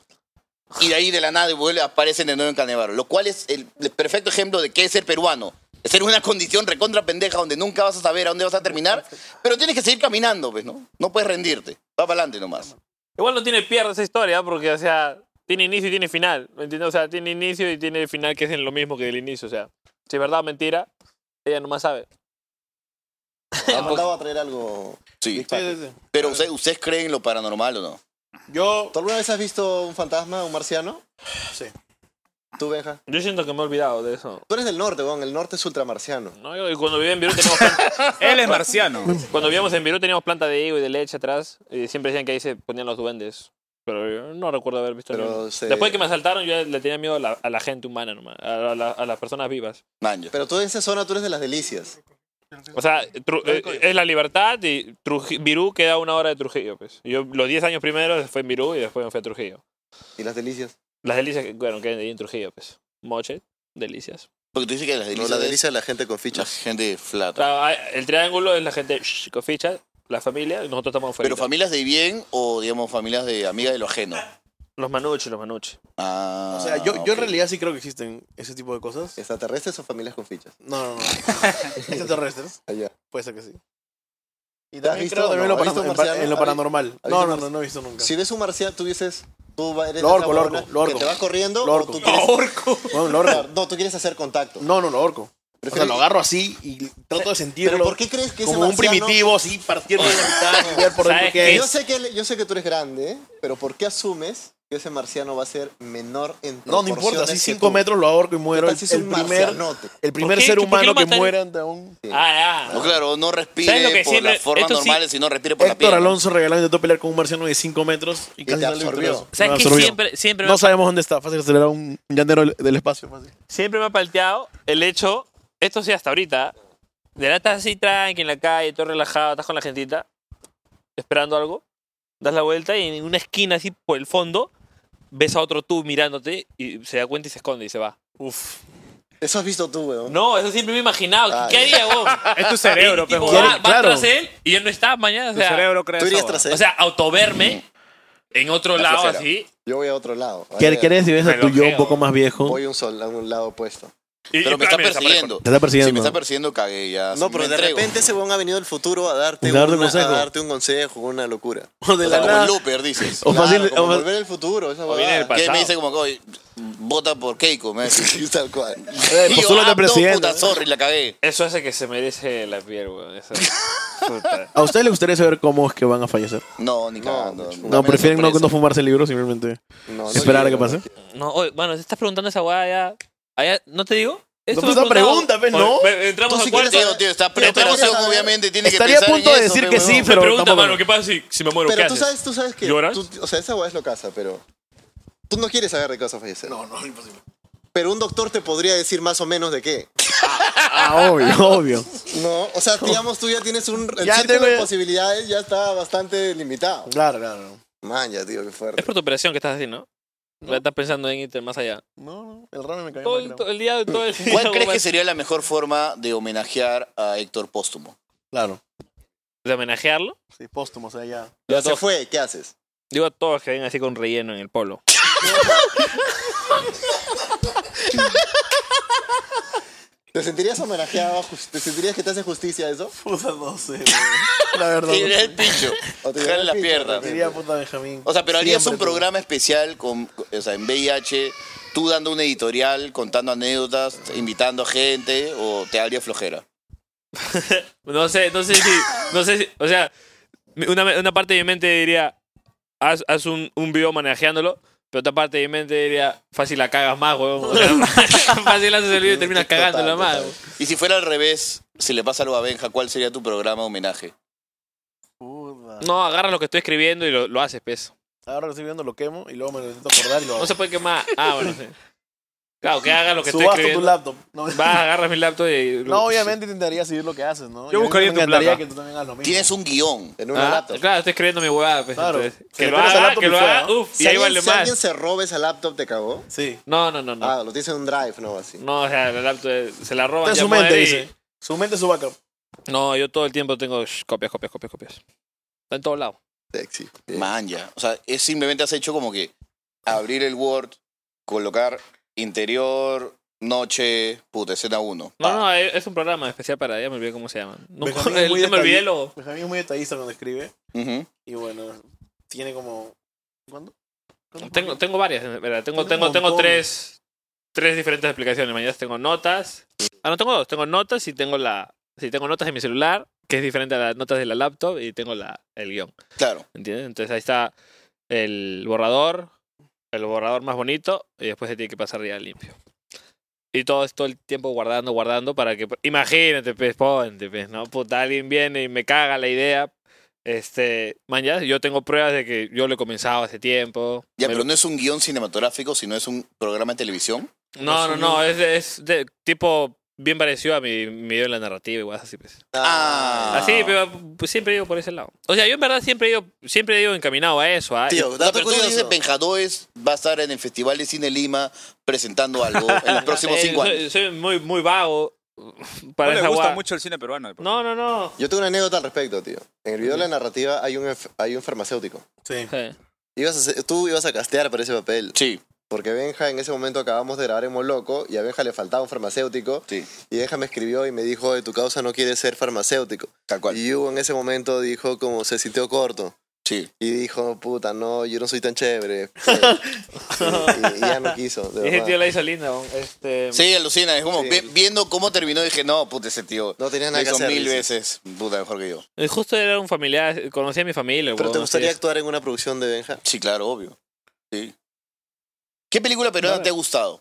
[SPEAKER 4] Y de ahí de la nada vuelve, aparecen de nuevo en Canevaro, lo cual es el el perfecto ejemplo de qué es ser peruano. Es ser una condición recontra pendeja donde nunca vas a saber a dónde vas a terminar, pero tienes que seguir caminando, pues, ¿no? No puedes rendirte. Va para adelante nomás.
[SPEAKER 1] Igual no tiene pierde esa historia, porque, o sea, tiene inicio y tiene final. ¿Me entiendes? O sea, tiene inicio y tiene final que es en lo mismo que el inicio. O sea, si es verdad o mentira, ella nomás sabe.
[SPEAKER 5] Ha mandado a traer algo.
[SPEAKER 4] Sí.
[SPEAKER 5] Big Papi.
[SPEAKER 3] Sí, sí, sí.
[SPEAKER 4] Pero ¿ustedes, ustedes creen en lo paranormal o no?
[SPEAKER 3] Yo,
[SPEAKER 5] ¿Tú alguna vez has visto un fantasma, un marciano?
[SPEAKER 3] Sí.
[SPEAKER 5] ¿Tú, Benja?
[SPEAKER 1] Yo siento que me he olvidado de eso.
[SPEAKER 5] Tú eres del norte, weón. El norte es ultramarciano.
[SPEAKER 1] No, yo- y cuando vivía en Perú teníamos planta-
[SPEAKER 2] Él es marciano.
[SPEAKER 1] cuando vivíamos en Perú teníamos planta de higo y de leche atrás y siempre decían que ahí se ponían los duendes. Pero yo no recuerdo haber visto.
[SPEAKER 5] Pero
[SPEAKER 1] ninguno.
[SPEAKER 5] se-
[SPEAKER 1] Después de que me asaltaron yo le tenía miedo a la, a la gente humana nomás, a, la- a las personas vivas.
[SPEAKER 4] Manjo.
[SPEAKER 5] Pero tú en esa zona tú eres de las delicias.
[SPEAKER 1] O sea, Tru- eh, es la libertad y Truji- Virú queda una hora de Trujillo. Pues. Yo los 10 años primero fue en Virú y después me fui a Trujillo.
[SPEAKER 5] ¿Y las delicias?
[SPEAKER 1] Las delicias que bueno, que hay en Trujillo. pues. Moche, delicias.
[SPEAKER 4] Porque tú dices que las
[SPEAKER 5] No,
[SPEAKER 4] delicias
[SPEAKER 5] las
[SPEAKER 4] de-
[SPEAKER 5] delicias de la gente con
[SPEAKER 4] la
[SPEAKER 5] fichas.
[SPEAKER 4] gente
[SPEAKER 1] O
[SPEAKER 4] flata.
[SPEAKER 1] sea, hay- el triángulo es la gente shh, con ficha, la familia y nosotros estamos fuera.
[SPEAKER 4] Pero familias de bien o, digamos, familias de amigas de lo ajeno.
[SPEAKER 1] los manuches, los manuches.
[SPEAKER 4] Ah,
[SPEAKER 3] o sea, yo, yo
[SPEAKER 4] ok.
[SPEAKER 3] en realidad sí creo que existen ese tipo de cosas.
[SPEAKER 5] ¿Extraterrestres o familias con fichas?
[SPEAKER 3] No, no, no. Extraterrestres.
[SPEAKER 5] Allá.
[SPEAKER 3] Puede ser que sí.
[SPEAKER 5] ¿Y te has
[SPEAKER 3] También
[SPEAKER 5] visto?
[SPEAKER 3] creo
[SPEAKER 5] o no?
[SPEAKER 3] también lo
[SPEAKER 5] ¿Has visto
[SPEAKER 3] paranormal-
[SPEAKER 5] un
[SPEAKER 3] en,
[SPEAKER 5] marciano?
[SPEAKER 3] lo
[SPEAKER 5] ¿Has-
[SPEAKER 3] paranormal.
[SPEAKER 5] ¿Has
[SPEAKER 3] No,
[SPEAKER 5] visto
[SPEAKER 3] no,
[SPEAKER 5] un-
[SPEAKER 3] no, no he visto nunca.
[SPEAKER 5] Si ves un marciano, tú dices. Tú eres de
[SPEAKER 3] Lo orco,
[SPEAKER 5] esa
[SPEAKER 3] lo
[SPEAKER 5] huevona
[SPEAKER 3] orco, lo orco.
[SPEAKER 5] Que te vas corriendo.
[SPEAKER 3] Lo
[SPEAKER 5] o
[SPEAKER 3] orco.
[SPEAKER 5] tú quieres-
[SPEAKER 3] Bueno, lo orco.
[SPEAKER 5] No, tú quieres hacer contacto.
[SPEAKER 3] No, no, lo orco. O sea, lo agarro así y trato de sentirlo.
[SPEAKER 5] Pero ¿por qué crees que ese
[SPEAKER 3] Como un
[SPEAKER 5] marciano-
[SPEAKER 3] primitivo, así, partiendo de la mitad y ver por dentro
[SPEAKER 1] ¿Sabes
[SPEAKER 3] qué
[SPEAKER 5] Yo
[SPEAKER 3] es.
[SPEAKER 5] sé, que, él- yo sé que tú eres grande, ¿eh? pero ¿por qué asumes que ese marciano va a ser menor en
[SPEAKER 3] No, no importa.
[SPEAKER 5] proporciones
[SPEAKER 3] Así
[SPEAKER 5] que
[SPEAKER 3] 5
[SPEAKER 5] tú?
[SPEAKER 3] metros lo ahorco y muero.
[SPEAKER 5] Pero
[SPEAKER 3] El,
[SPEAKER 5] si es
[SPEAKER 3] el
[SPEAKER 5] un
[SPEAKER 3] primer,
[SPEAKER 5] marcianote.
[SPEAKER 3] el primer
[SPEAKER 1] qué?
[SPEAKER 3] ser
[SPEAKER 1] ¿Por qué
[SPEAKER 3] humano
[SPEAKER 1] lo
[SPEAKER 3] que
[SPEAKER 1] matan?
[SPEAKER 3] muera ante un...
[SPEAKER 1] Ah,
[SPEAKER 4] No, claro, no
[SPEAKER 1] ¿Sabes lo
[SPEAKER 4] respire
[SPEAKER 1] que
[SPEAKER 4] por
[SPEAKER 1] siempre-
[SPEAKER 4] las formas
[SPEAKER 1] esto sí-
[SPEAKER 4] normales y no respire por la piel.
[SPEAKER 3] Héctor Alonso regaló intentó pelear con un marciano de 5 metros y casi
[SPEAKER 5] te
[SPEAKER 3] no le
[SPEAKER 5] absorbió.
[SPEAKER 3] entró.
[SPEAKER 1] ¿Sabes
[SPEAKER 3] Me
[SPEAKER 1] qué?
[SPEAKER 3] absorbió.
[SPEAKER 1] Siempre, siempre,
[SPEAKER 3] No
[SPEAKER 1] me,
[SPEAKER 3] sabemos dónde está. Fácil acelerar un llanero del- del espacio. Fácil.
[SPEAKER 1] siempre me ha palteado el hecho, esto sí hasta ahorita, de la estás así tranqui en la calle, todo relajado, estás con la gentita, esperando algo, das la vuelta y en una esquina así por el fondo ves a otro tú mirándote y se da cuenta y se esconde y se va. Uf.
[SPEAKER 5] Eso has visto tú, weón.
[SPEAKER 1] No, eso siempre me he imaginado.
[SPEAKER 5] Ah,
[SPEAKER 1] ¿Qué haría vos?
[SPEAKER 2] Es tu cerebro,
[SPEAKER 1] Y, tipo, va,
[SPEAKER 2] pejo.
[SPEAKER 3] Quiere-
[SPEAKER 1] va
[SPEAKER 3] claro.
[SPEAKER 1] tras él y él no está mañana. O
[SPEAKER 2] Tu
[SPEAKER 1] sea,
[SPEAKER 2] cerebro crea
[SPEAKER 5] Tú
[SPEAKER 2] esa
[SPEAKER 5] irías
[SPEAKER 2] huevada.
[SPEAKER 5] tras él.
[SPEAKER 1] o sea autoverme en otro lado
[SPEAKER 4] flojera.
[SPEAKER 1] así.
[SPEAKER 5] yo voy a otro lado.
[SPEAKER 3] ¿Quieres,
[SPEAKER 5] Voy a-
[SPEAKER 3] ¿Quieres si ves a tu yo un
[SPEAKER 1] Relojeo.
[SPEAKER 3] poco más viejo?
[SPEAKER 5] Voy un sol, a un lado opuesto.
[SPEAKER 1] Y- y
[SPEAKER 4] Pero me
[SPEAKER 1] también
[SPEAKER 4] está
[SPEAKER 1] desaparezco.
[SPEAKER 4] persiguiendo.
[SPEAKER 6] Te está persiguiendo.
[SPEAKER 4] Si me está persiguiendo, cagué ya.
[SPEAKER 5] No, pero
[SPEAKER 4] me
[SPEAKER 5] de
[SPEAKER 4] entrego.
[SPEAKER 5] repente ese weón ha venido del futuro a darte,
[SPEAKER 6] Darte un
[SPEAKER 5] una-
[SPEAKER 6] consejo.
[SPEAKER 5] a darte un consejo, una locura.
[SPEAKER 6] O de
[SPEAKER 4] O
[SPEAKER 6] la
[SPEAKER 4] sea, como
[SPEAKER 6] nada.
[SPEAKER 4] el Looper, dices.
[SPEAKER 6] O
[SPEAKER 5] Claro,
[SPEAKER 6] fácil-
[SPEAKER 5] como
[SPEAKER 6] o-
[SPEAKER 5] volver al futuro, esa
[SPEAKER 1] viene
[SPEAKER 5] huevada.
[SPEAKER 1] del
[SPEAKER 4] Que él
[SPEAKER 1] pasado.
[SPEAKER 4] me dice como que, oye, vota por Keiko, me dice, tal cual.
[SPEAKER 6] Eh,
[SPEAKER 4] Y yo,
[SPEAKER 6] postúlate
[SPEAKER 4] ah,
[SPEAKER 6] a
[SPEAKER 4] no,
[SPEAKER 6] presidente.
[SPEAKER 4] puta, sorry, la cagué.
[SPEAKER 1] Eso hace que se merece la piel, weón. Eso- puta.
[SPEAKER 6] ¿A ustedes les gustaría saber cómo es que van a fallecer?
[SPEAKER 4] No, ni cagando.
[SPEAKER 6] No, prefieren no, no fumarse el libro, simplemente
[SPEAKER 5] No, no
[SPEAKER 6] esperar a que
[SPEAKER 5] quiero.
[SPEAKER 6] pase.
[SPEAKER 1] No, oye, bueno, te estás preguntando esa weá ya. allá- ¿No te digo? Esto
[SPEAKER 6] pues
[SPEAKER 1] me
[SPEAKER 6] esa
[SPEAKER 1] preguntaba.
[SPEAKER 6] pregunta, pe, ¿no?
[SPEAKER 1] Oye, me- Entramos
[SPEAKER 5] Tú
[SPEAKER 1] al
[SPEAKER 5] si
[SPEAKER 1] cuarto.
[SPEAKER 5] quieres
[SPEAKER 4] Tío, tío, está
[SPEAKER 5] Pero
[SPEAKER 4] preoperación,
[SPEAKER 5] estamos-
[SPEAKER 4] obviamente, tiene que
[SPEAKER 6] Estaría a
[SPEAKER 4] pensar en
[SPEAKER 6] punto de
[SPEAKER 4] eso,
[SPEAKER 6] decir
[SPEAKER 4] pe,
[SPEAKER 6] que
[SPEAKER 4] huevón.
[SPEAKER 6] sí,
[SPEAKER 1] Me
[SPEAKER 6] pero
[SPEAKER 1] pregunta,
[SPEAKER 6] tampoco-
[SPEAKER 1] mano, ¿qué pasa si, si me muero? ¿Qué
[SPEAKER 5] Pero tú
[SPEAKER 1] haces?
[SPEAKER 5] sabes, tú sabes que.
[SPEAKER 1] ¿Lloras?
[SPEAKER 5] tú- o sea, esa hueá es lo casa, pero. Tú no quieres saber de qué vas a fallecer. No, no, imposible. Pero un doctor te podría decir más o menos de qué.
[SPEAKER 6] Ah, obvio, obvio.
[SPEAKER 5] No, o sea, digamos, tú ya tienes un. El
[SPEAKER 6] Ya
[SPEAKER 5] círculo
[SPEAKER 6] tengo-
[SPEAKER 5] de posibilidades ya está bastante limitado.
[SPEAKER 6] Claro, claro.
[SPEAKER 5] Man, ya, tío, qué fuerte.
[SPEAKER 1] Es por tu operación que estás haciendo, ¿no? Estás pensando en irte más allá.
[SPEAKER 3] No, no, el ramen me cayó
[SPEAKER 1] Todo el,
[SPEAKER 3] mal, creo.
[SPEAKER 1] todo el día, todo el día.
[SPEAKER 4] ¿Cuál crees
[SPEAKER 1] weón,
[SPEAKER 4] que sería la mejor forma de homenajear a Héctor Póstumo?
[SPEAKER 3] Claro.
[SPEAKER 1] ¿De homenajearlo?
[SPEAKER 3] Sí, póstumo, o sea, ya.
[SPEAKER 5] Ya
[SPEAKER 1] Digo a,
[SPEAKER 5] se
[SPEAKER 1] todos,
[SPEAKER 5] fue, ¿qué haces?
[SPEAKER 1] digo a todos que ven así con relleno en el polo.
[SPEAKER 5] ¿Te sentirías homenajeado? Jus- ¿Te sentirías que te hace justicia eso?
[SPEAKER 3] Puta, no sé, güey. La verdad.
[SPEAKER 4] Tirar
[SPEAKER 3] no sé.
[SPEAKER 4] el
[SPEAKER 1] pues,
[SPEAKER 4] pincho,
[SPEAKER 5] ¿O
[SPEAKER 4] jale
[SPEAKER 5] te llevaría
[SPEAKER 4] la
[SPEAKER 5] el pincho,
[SPEAKER 4] pierna.
[SPEAKER 5] también?
[SPEAKER 3] Diría puta Benjamín.
[SPEAKER 4] pues, O sea, pero harías
[SPEAKER 3] Siempre tú.
[SPEAKER 4] un
[SPEAKER 1] pues.
[SPEAKER 4] programa especial con, o sea, en VIH, tú dando un editorial, contando anécdotas, invitando gente, o te haría flojera.
[SPEAKER 1] No sé, no sé si. No sé si. O sea, mi- una, una parte de mi mente diría. Haz, haz un, un video manejándolo. Pero otra parte de mi mente diría. Fácil la cagas más, weón. O sea, fácil haces el video y terminas
[SPEAKER 5] Total,
[SPEAKER 1] cagándola más.
[SPEAKER 5] total.
[SPEAKER 1] weón.
[SPEAKER 4] Y si fuera al revés, si le pasa algo a Benja, ¿cuál sería tu programa homenaje?
[SPEAKER 5] Uh,
[SPEAKER 3] Puta.
[SPEAKER 1] No, agarras lo que estoy escribiendo y lo, lo haces, peso.
[SPEAKER 3] Ahora lo estoy viendo, lo quemo y luego me lo intento acordar y lo hago.
[SPEAKER 1] No se puede quemar. Ah, bueno, sí. Claro, que hagas lo que estoy
[SPEAKER 3] Subasto tu
[SPEAKER 1] escribiendo.
[SPEAKER 3] laptop. No,
[SPEAKER 1] Vas, agarras mi laptop y.
[SPEAKER 3] no, obviamente intentaría seguir lo que haces, ¿no? Y a mí
[SPEAKER 2] buscaría tu
[SPEAKER 3] Me encantaría
[SPEAKER 2] placa.
[SPEAKER 3] que tú también hagas lo mismo.
[SPEAKER 4] Tienes un guión.
[SPEAKER 5] En una
[SPEAKER 1] Ah,
[SPEAKER 5] laptop.
[SPEAKER 1] claro, estoy escribiendo mi huevada. pues,
[SPEAKER 3] Claro.
[SPEAKER 1] entonces.
[SPEAKER 3] Si
[SPEAKER 1] Que
[SPEAKER 3] le
[SPEAKER 1] lo
[SPEAKER 3] pones al
[SPEAKER 1] haga,
[SPEAKER 3] laptop
[SPEAKER 1] que
[SPEAKER 3] y
[SPEAKER 1] lo
[SPEAKER 3] fuera,
[SPEAKER 1] haga.
[SPEAKER 3] ¿no?
[SPEAKER 1] Uf,
[SPEAKER 5] Si
[SPEAKER 1] y ahí
[SPEAKER 5] alguien,
[SPEAKER 1] vale
[SPEAKER 5] si alguien
[SPEAKER 1] más.
[SPEAKER 5] se roba esa laptop, ¿te cagó?
[SPEAKER 3] Sí.
[SPEAKER 1] No, no, no, no.
[SPEAKER 5] Ah, lo tienes en un drive, no así.
[SPEAKER 1] No, o sea, la laptop eh, se la roban.
[SPEAKER 3] Está en
[SPEAKER 1] ya
[SPEAKER 3] su mente,
[SPEAKER 1] madre, y-
[SPEAKER 3] dice. Su mente, su backup.
[SPEAKER 1] No, yo todo el tiempo tengo shh, copias, copias, copias, copias. Está en todos lados.
[SPEAKER 5] Sexy.
[SPEAKER 4] Man, ya. O sea, es simplemente has hecho como que abrir el Word, colocar interior, noche, puta, escena 1.
[SPEAKER 1] No, no, es es un programa especial para ella, me olvidé cómo se llama. No,
[SPEAKER 3] Benjamín
[SPEAKER 1] me,
[SPEAKER 3] es muy
[SPEAKER 1] me olvidé
[SPEAKER 3] detallista.
[SPEAKER 1] lo.
[SPEAKER 3] Benjamín es muy detallista cuando escribe. Y bueno, tiene como. ¿Cuándo? ¿Cuándo
[SPEAKER 1] Tengo,
[SPEAKER 3] fue?
[SPEAKER 1] tengo varias, en ¿verdad? Tengo,
[SPEAKER 3] Tiene
[SPEAKER 1] tengo,
[SPEAKER 3] un
[SPEAKER 1] tengo
[SPEAKER 3] montón.
[SPEAKER 1] tres, tres diferentes explicaciones. Mañana tengo notas. Ah, no, tengo dos. Tengo notas y tengo la. Sí, tengo notas en mi celular, que es diferente a las notas de la laptop, y tengo la, el guión.
[SPEAKER 4] Claro.
[SPEAKER 1] ¿Entiendes? Entonces ahí está el borrador, el borrador más bonito, y después se tiene que pasar ya limpio. Y todo esto el tiempo guardando, guardando para que. Imagínate, pues, ponte, pues, ¿no? Puta, alguien viene y me caga la idea. Este, man, ya, yo tengo pruebas de que yo lo he comenzado hace tiempo.
[SPEAKER 4] Ya,
[SPEAKER 1] Me
[SPEAKER 4] pero
[SPEAKER 1] lo-
[SPEAKER 4] no es un guión cinematográfico, sino es un programa de televisión.
[SPEAKER 1] no, no, no, es, de- es de tipo bien parecido a mi, mi video en la narrativa, igual así, pues.
[SPEAKER 4] Ah.
[SPEAKER 1] Así, pero pues, siempre he ido por ese lado. O sea, yo en verdad siempre he ido, siempre he ido encaminado a eso. ¿ah?
[SPEAKER 5] Tío,
[SPEAKER 4] O sea,
[SPEAKER 5] dato
[SPEAKER 4] pero tú
[SPEAKER 5] curioso.
[SPEAKER 4] dices, Penjadores va a estar en el Festival de Cine Lima presentando algo en los próximos
[SPEAKER 1] Eh,
[SPEAKER 4] cinco
[SPEAKER 1] soy-
[SPEAKER 4] años.
[SPEAKER 1] Soy muy, muy vago para
[SPEAKER 2] No le
[SPEAKER 1] esa
[SPEAKER 2] gusta
[SPEAKER 1] guada.
[SPEAKER 2] mucho el cine peruano. por
[SPEAKER 1] No, no, no.
[SPEAKER 5] Yo tengo una anécdota al respecto, tío. En el video de la narrativa hay un, enf- hay un farmacéutico.
[SPEAKER 3] Sí.
[SPEAKER 5] Ibas a ser- tú ibas a castear para ese papel.
[SPEAKER 4] Sí,
[SPEAKER 5] Porque Benja, en ese momento acabamos de grabar en Loco y a Benja le faltaba un farmacéutico.
[SPEAKER 4] sí,
[SPEAKER 5] Y Benja me escribió y me dijo, de tu causa no quiere ser farmacéutico.
[SPEAKER 4] tal cual.
[SPEAKER 5] Y Hugo en ese momento dijo, como se sintió corto.
[SPEAKER 4] Sí.
[SPEAKER 5] Y dijo, puta, no, yo no soy tan chévere. y, y ya no quiso, de
[SPEAKER 1] Ese
[SPEAKER 5] verdad.
[SPEAKER 1] tío la hizo linda. bon. Este,
[SPEAKER 4] Sí, alucina, es como
[SPEAKER 5] Sí.
[SPEAKER 4] vi- viendo cómo terminó, dije, no, puta, ese tío.
[SPEAKER 5] No tenía
[SPEAKER 4] Lo
[SPEAKER 5] nada que
[SPEAKER 4] hizo
[SPEAKER 5] hacer.
[SPEAKER 4] mil
[SPEAKER 5] dice.
[SPEAKER 4] veces, puta, mejor que yo.
[SPEAKER 1] eh, Justo era un familiar, conocí a mi familia.
[SPEAKER 5] Pero
[SPEAKER 1] weón,
[SPEAKER 5] ¿te
[SPEAKER 1] no
[SPEAKER 5] gustaría
[SPEAKER 1] sé.
[SPEAKER 5] actuar en una producción de Benja?
[SPEAKER 4] Sí, claro, obvio. Sí. ¿Qué película peruana
[SPEAKER 1] Claro.
[SPEAKER 4] te ha gustado?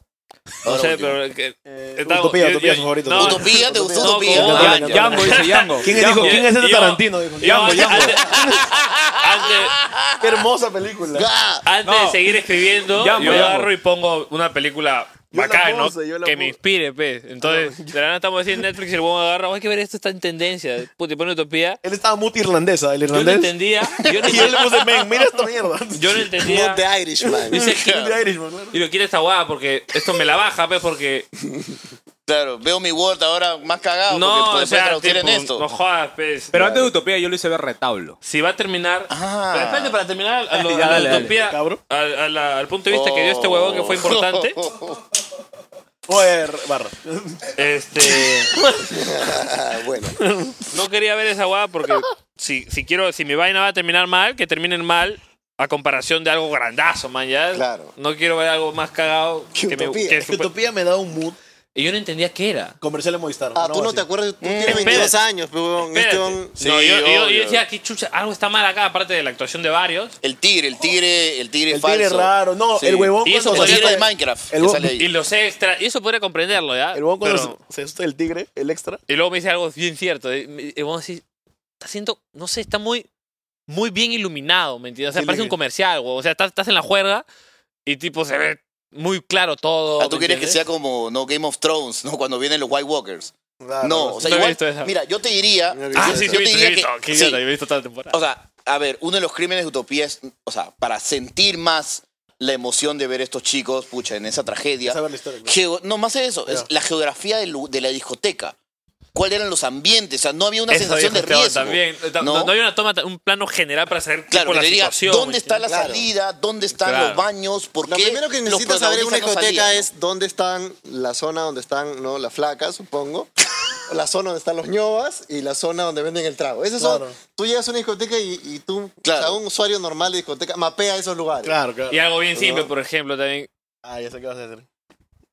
[SPEAKER 1] No
[SPEAKER 4] Ahora
[SPEAKER 1] sé,
[SPEAKER 4] último.
[SPEAKER 1] pero... que-
[SPEAKER 3] Eh,
[SPEAKER 1] estamos-
[SPEAKER 3] Utopía,
[SPEAKER 1] yo-
[SPEAKER 3] Utopía es
[SPEAKER 1] yo-
[SPEAKER 3] su favorito.
[SPEAKER 1] no,
[SPEAKER 4] ¿Utopía? ¿Te gustó
[SPEAKER 1] no,
[SPEAKER 4] Utopía?
[SPEAKER 1] como-
[SPEAKER 4] Ah,
[SPEAKER 1] Yango,
[SPEAKER 4] ya.
[SPEAKER 2] Yango, dice Yango.
[SPEAKER 3] ¿Quién dijo?
[SPEAKER 1] Django.
[SPEAKER 3] ¿Quién es ese
[SPEAKER 1] Yo-
[SPEAKER 3] Tarantino? Dijo. pues,
[SPEAKER 1] yo-
[SPEAKER 3] Django, Django.
[SPEAKER 1] Antes, antes-
[SPEAKER 3] Qué hermosa película.
[SPEAKER 5] ¡Gah!
[SPEAKER 1] antes de
[SPEAKER 2] No.
[SPEAKER 1] seguir escribiendo,
[SPEAKER 2] Yango,
[SPEAKER 1] yo
[SPEAKER 2] Yango.
[SPEAKER 1] agarro y pongo una película
[SPEAKER 3] Yo la
[SPEAKER 1] bacán, ¿no?
[SPEAKER 3] puse, yo la
[SPEAKER 1] Que me
[SPEAKER 3] puse.
[SPEAKER 1] inspire, pues.
[SPEAKER 2] Ah,
[SPEAKER 1] Entonces, de la nada estamos haciendo Netflix y el huevón agarra, "Oh, hay que ver esto, está en tendencia. Puta, y pone Utopía.
[SPEAKER 3] Él estaba muy irlandesa, el
[SPEAKER 1] Yo no
[SPEAKER 3] irlandés.
[SPEAKER 1] entendía. Yo no,
[SPEAKER 3] Y yo le puse, men, mira esta mierda.
[SPEAKER 1] yo no entendía.
[SPEAKER 5] Not the Irishman.
[SPEAKER 3] Muy de Irishman, claro.
[SPEAKER 1] Y lo quiere esta guada porque esto me la baja, pues, porque.
[SPEAKER 4] Claro, veo mi Word ahora más cagado
[SPEAKER 1] No,
[SPEAKER 4] Ah, porque
[SPEAKER 1] o
[SPEAKER 4] puede puede
[SPEAKER 1] sea,
[SPEAKER 4] traducir
[SPEAKER 1] tipo,
[SPEAKER 4] en esto.
[SPEAKER 1] no jodas, pues.
[SPEAKER 2] Pero antes de Utopía yo lo hice ver retablo.
[SPEAKER 1] si va a terminar.
[SPEAKER 4] Ah.
[SPEAKER 1] Pero espérate, para terminar a, lo-
[SPEAKER 2] Ya,
[SPEAKER 1] a la
[SPEAKER 2] dale, dale.
[SPEAKER 1] utopía,
[SPEAKER 3] Cabro.
[SPEAKER 1] al- a la- al punto de vista que dio este huevón que fue importante.
[SPEAKER 3] Oye, barra.
[SPEAKER 1] Este.
[SPEAKER 4] Ah, bueno.
[SPEAKER 1] No quería ver esa guada porque si, si quiero, si mi vaina va a terminar mal, que terminen mal a comparación de algo grandazo, man, ya.
[SPEAKER 4] Claro.
[SPEAKER 1] No quiero ver algo más cagado
[SPEAKER 4] Que
[SPEAKER 1] que, me-
[SPEAKER 4] utopía.
[SPEAKER 1] que
[SPEAKER 3] Es que
[SPEAKER 1] super-
[SPEAKER 3] Utopía me da un mood
[SPEAKER 1] Y yo no entendía qué era.
[SPEAKER 3] comercial de Movistar.
[SPEAKER 5] Ah,
[SPEAKER 3] una
[SPEAKER 5] tú no
[SPEAKER 3] así.
[SPEAKER 5] te acuerdas, tú tienes
[SPEAKER 1] espérate.
[SPEAKER 5] 22 años, pues, weón. Este
[SPEAKER 1] Espérate.
[SPEAKER 5] weón-
[SPEAKER 1] no,
[SPEAKER 4] Sí,
[SPEAKER 1] yo, yo- yo
[SPEAKER 4] obvio.
[SPEAKER 1] decía, aquí chucha, algo está mal acá, aparte de la actuación de varios.
[SPEAKER 4] El tigre, el tigre, el tigre
[SPEAKER 3] El
[SPEAKER 4] falso.
[SPEAKER 3] tigre raro. No,
[SPEAKER 4] Sí.
[SPEAKER 3] el huevón
[SPEAKER 1] Y eso
[SPEAKER 3] cuando
[SPEAKER 4] El
[SPEAKER 1] podría
[SPEAKER 3] se asusta
[SPEAKER 4] tigre
[SPEAKER 1] ser-
[SPEAKER 4] de Minecraft.
[SPEAKER 3] el
[SPEAKER 4] que
[SPEAKER 3] hue-
[SPEAKER 4] sale ahí.
[SPEAKER 1] Y los extras, y eso podría comprenderlo, ¿ya?
[SPEAKER 3] El huevón cuando
[SPEAKER 1] Pero-
[SPEAKER 3] se, se asusta el tigre, el extra.
[SPEAKER 1] Y luego me dice algo bien cierto. y me- Y vos decís, está siendo, no sé, está muy, muy bien iluminado, ¿me entiendes? O sea,
[SPEAKER 3] Sí,
[SPEAKER 1] parece
[SPEAKER 3] lo
[SPEAKER 1] un
[SPEAKER 3] que-
[SPEAKER 1] comercial, güey. O sea, estás, estás en la juerga y tipo se ve muy claro todo.
[SPEAKER 4] Ah, tú
[SPEAKER 1] ¿me
[SPEAKER 4] quieres que
[SPEAKER 1] entiendes?
[SPEAKER 4] sea como no Game of Thrones, ¿no? Cuando vienen los White Walkers. No, o sea,
[SPEAKER 1] Ah, No he
[SPEAKER 4] igual,
[SPEAKER 1] visto esa.
[SPEAKER 4] mira, yo te diría,
[SPEAKER 5] Mira que
[SPEAKER 1] Ah,
[SPEAKER 5] yo-
[SPEAKER 1] sí, sí,
[SPEAKER 4] yo
[SPEAKER 1] he
[SPEAKER 4] te
[SPEAKER 1] visto, sí, he
[SPEAKER 4] diría
[SPEAKER 1] visto.
[SPEAKER 4] que-
[SPEAKER 1] Qué
[SPEAKER 4] sí.
[SPEAKER 1] idiota, he visto toda la temporada.
[SPEAKER 4] o sea, a ver, uno de los crímenes de utopía es, o sea, para sentir más la emoción de ver estos chicos, pucha, en esa tragedia.
[SPEAKER 3] Saber la historia. ¿no?
[SPEAKER 4] Geo- no, más de eso, es
[SPEAKER 3] Ya.
[SPEAKER 4] la geografía del lu- de la discoteca. ¿Cuáles eran los ambientes? O sea, no había una
[SPEAKER 1] Eso
[SPEAKER 4] sensación
[SPEAKER 1] dijo
[SPEAKER 4] de
[SPEAKER 1] Esteban
[SPEAKER 4] riesgo.
[SPEAKER 1] también. No,
[SPEAKER 4] ¿no?
[SPEAKER 1] no hay una toma, un plano general para saber
[SPEAKER 4] Claro,
[SPEAKER 1] tipo,
[SPEAKER 4] que
[SPEAKER 1] la
[SPEAKER 4] te diga,
[SPEAKER 1] situación.
[SPEAKER 4] ¿dónde
[SPEAKER 1] ¿me
[SPEAKER 4] está la
[SPEAKER 1] entiendes?
[SPEAKER 5] Claro.
[SPEAKER 4] salida? ¿Dónde están
[SPEAKER 1] Claro.
[SPEAKER 4] los baños? ¿Por
[SPEAKER 5] Lo
[SPEAKER 4] qué
[SPEAKER 5] primero que
[SPEAKER 4] los
[SPEAKER 5] necesitas saber en una
[SPEAKER 4] protagonistas no
[SPEAKER 5] discoteca
[SPEAKER 4] salían, no?
[SPEAKER 5] es dónde están la zona donde están ¿no? las flacas, supongo. La zona donde están los ñobas y la zona donde venden el trago. Esas son-
[SPEAKER 3] Claro.
[SPEAKER 5] tú llegas a una discoteca y, y tú,
[SPEAKER 4] Claro.
[SPEAKER 5] o sea, un usuario normal de discoteca, mapea esos lugares.
[SPEAKER 3] Claro, claro.
[SPEAKER 1] Y algo bien simple, por ejemplo, también.
[SPEAKER 3] Ah, ya sé qué vas a decir.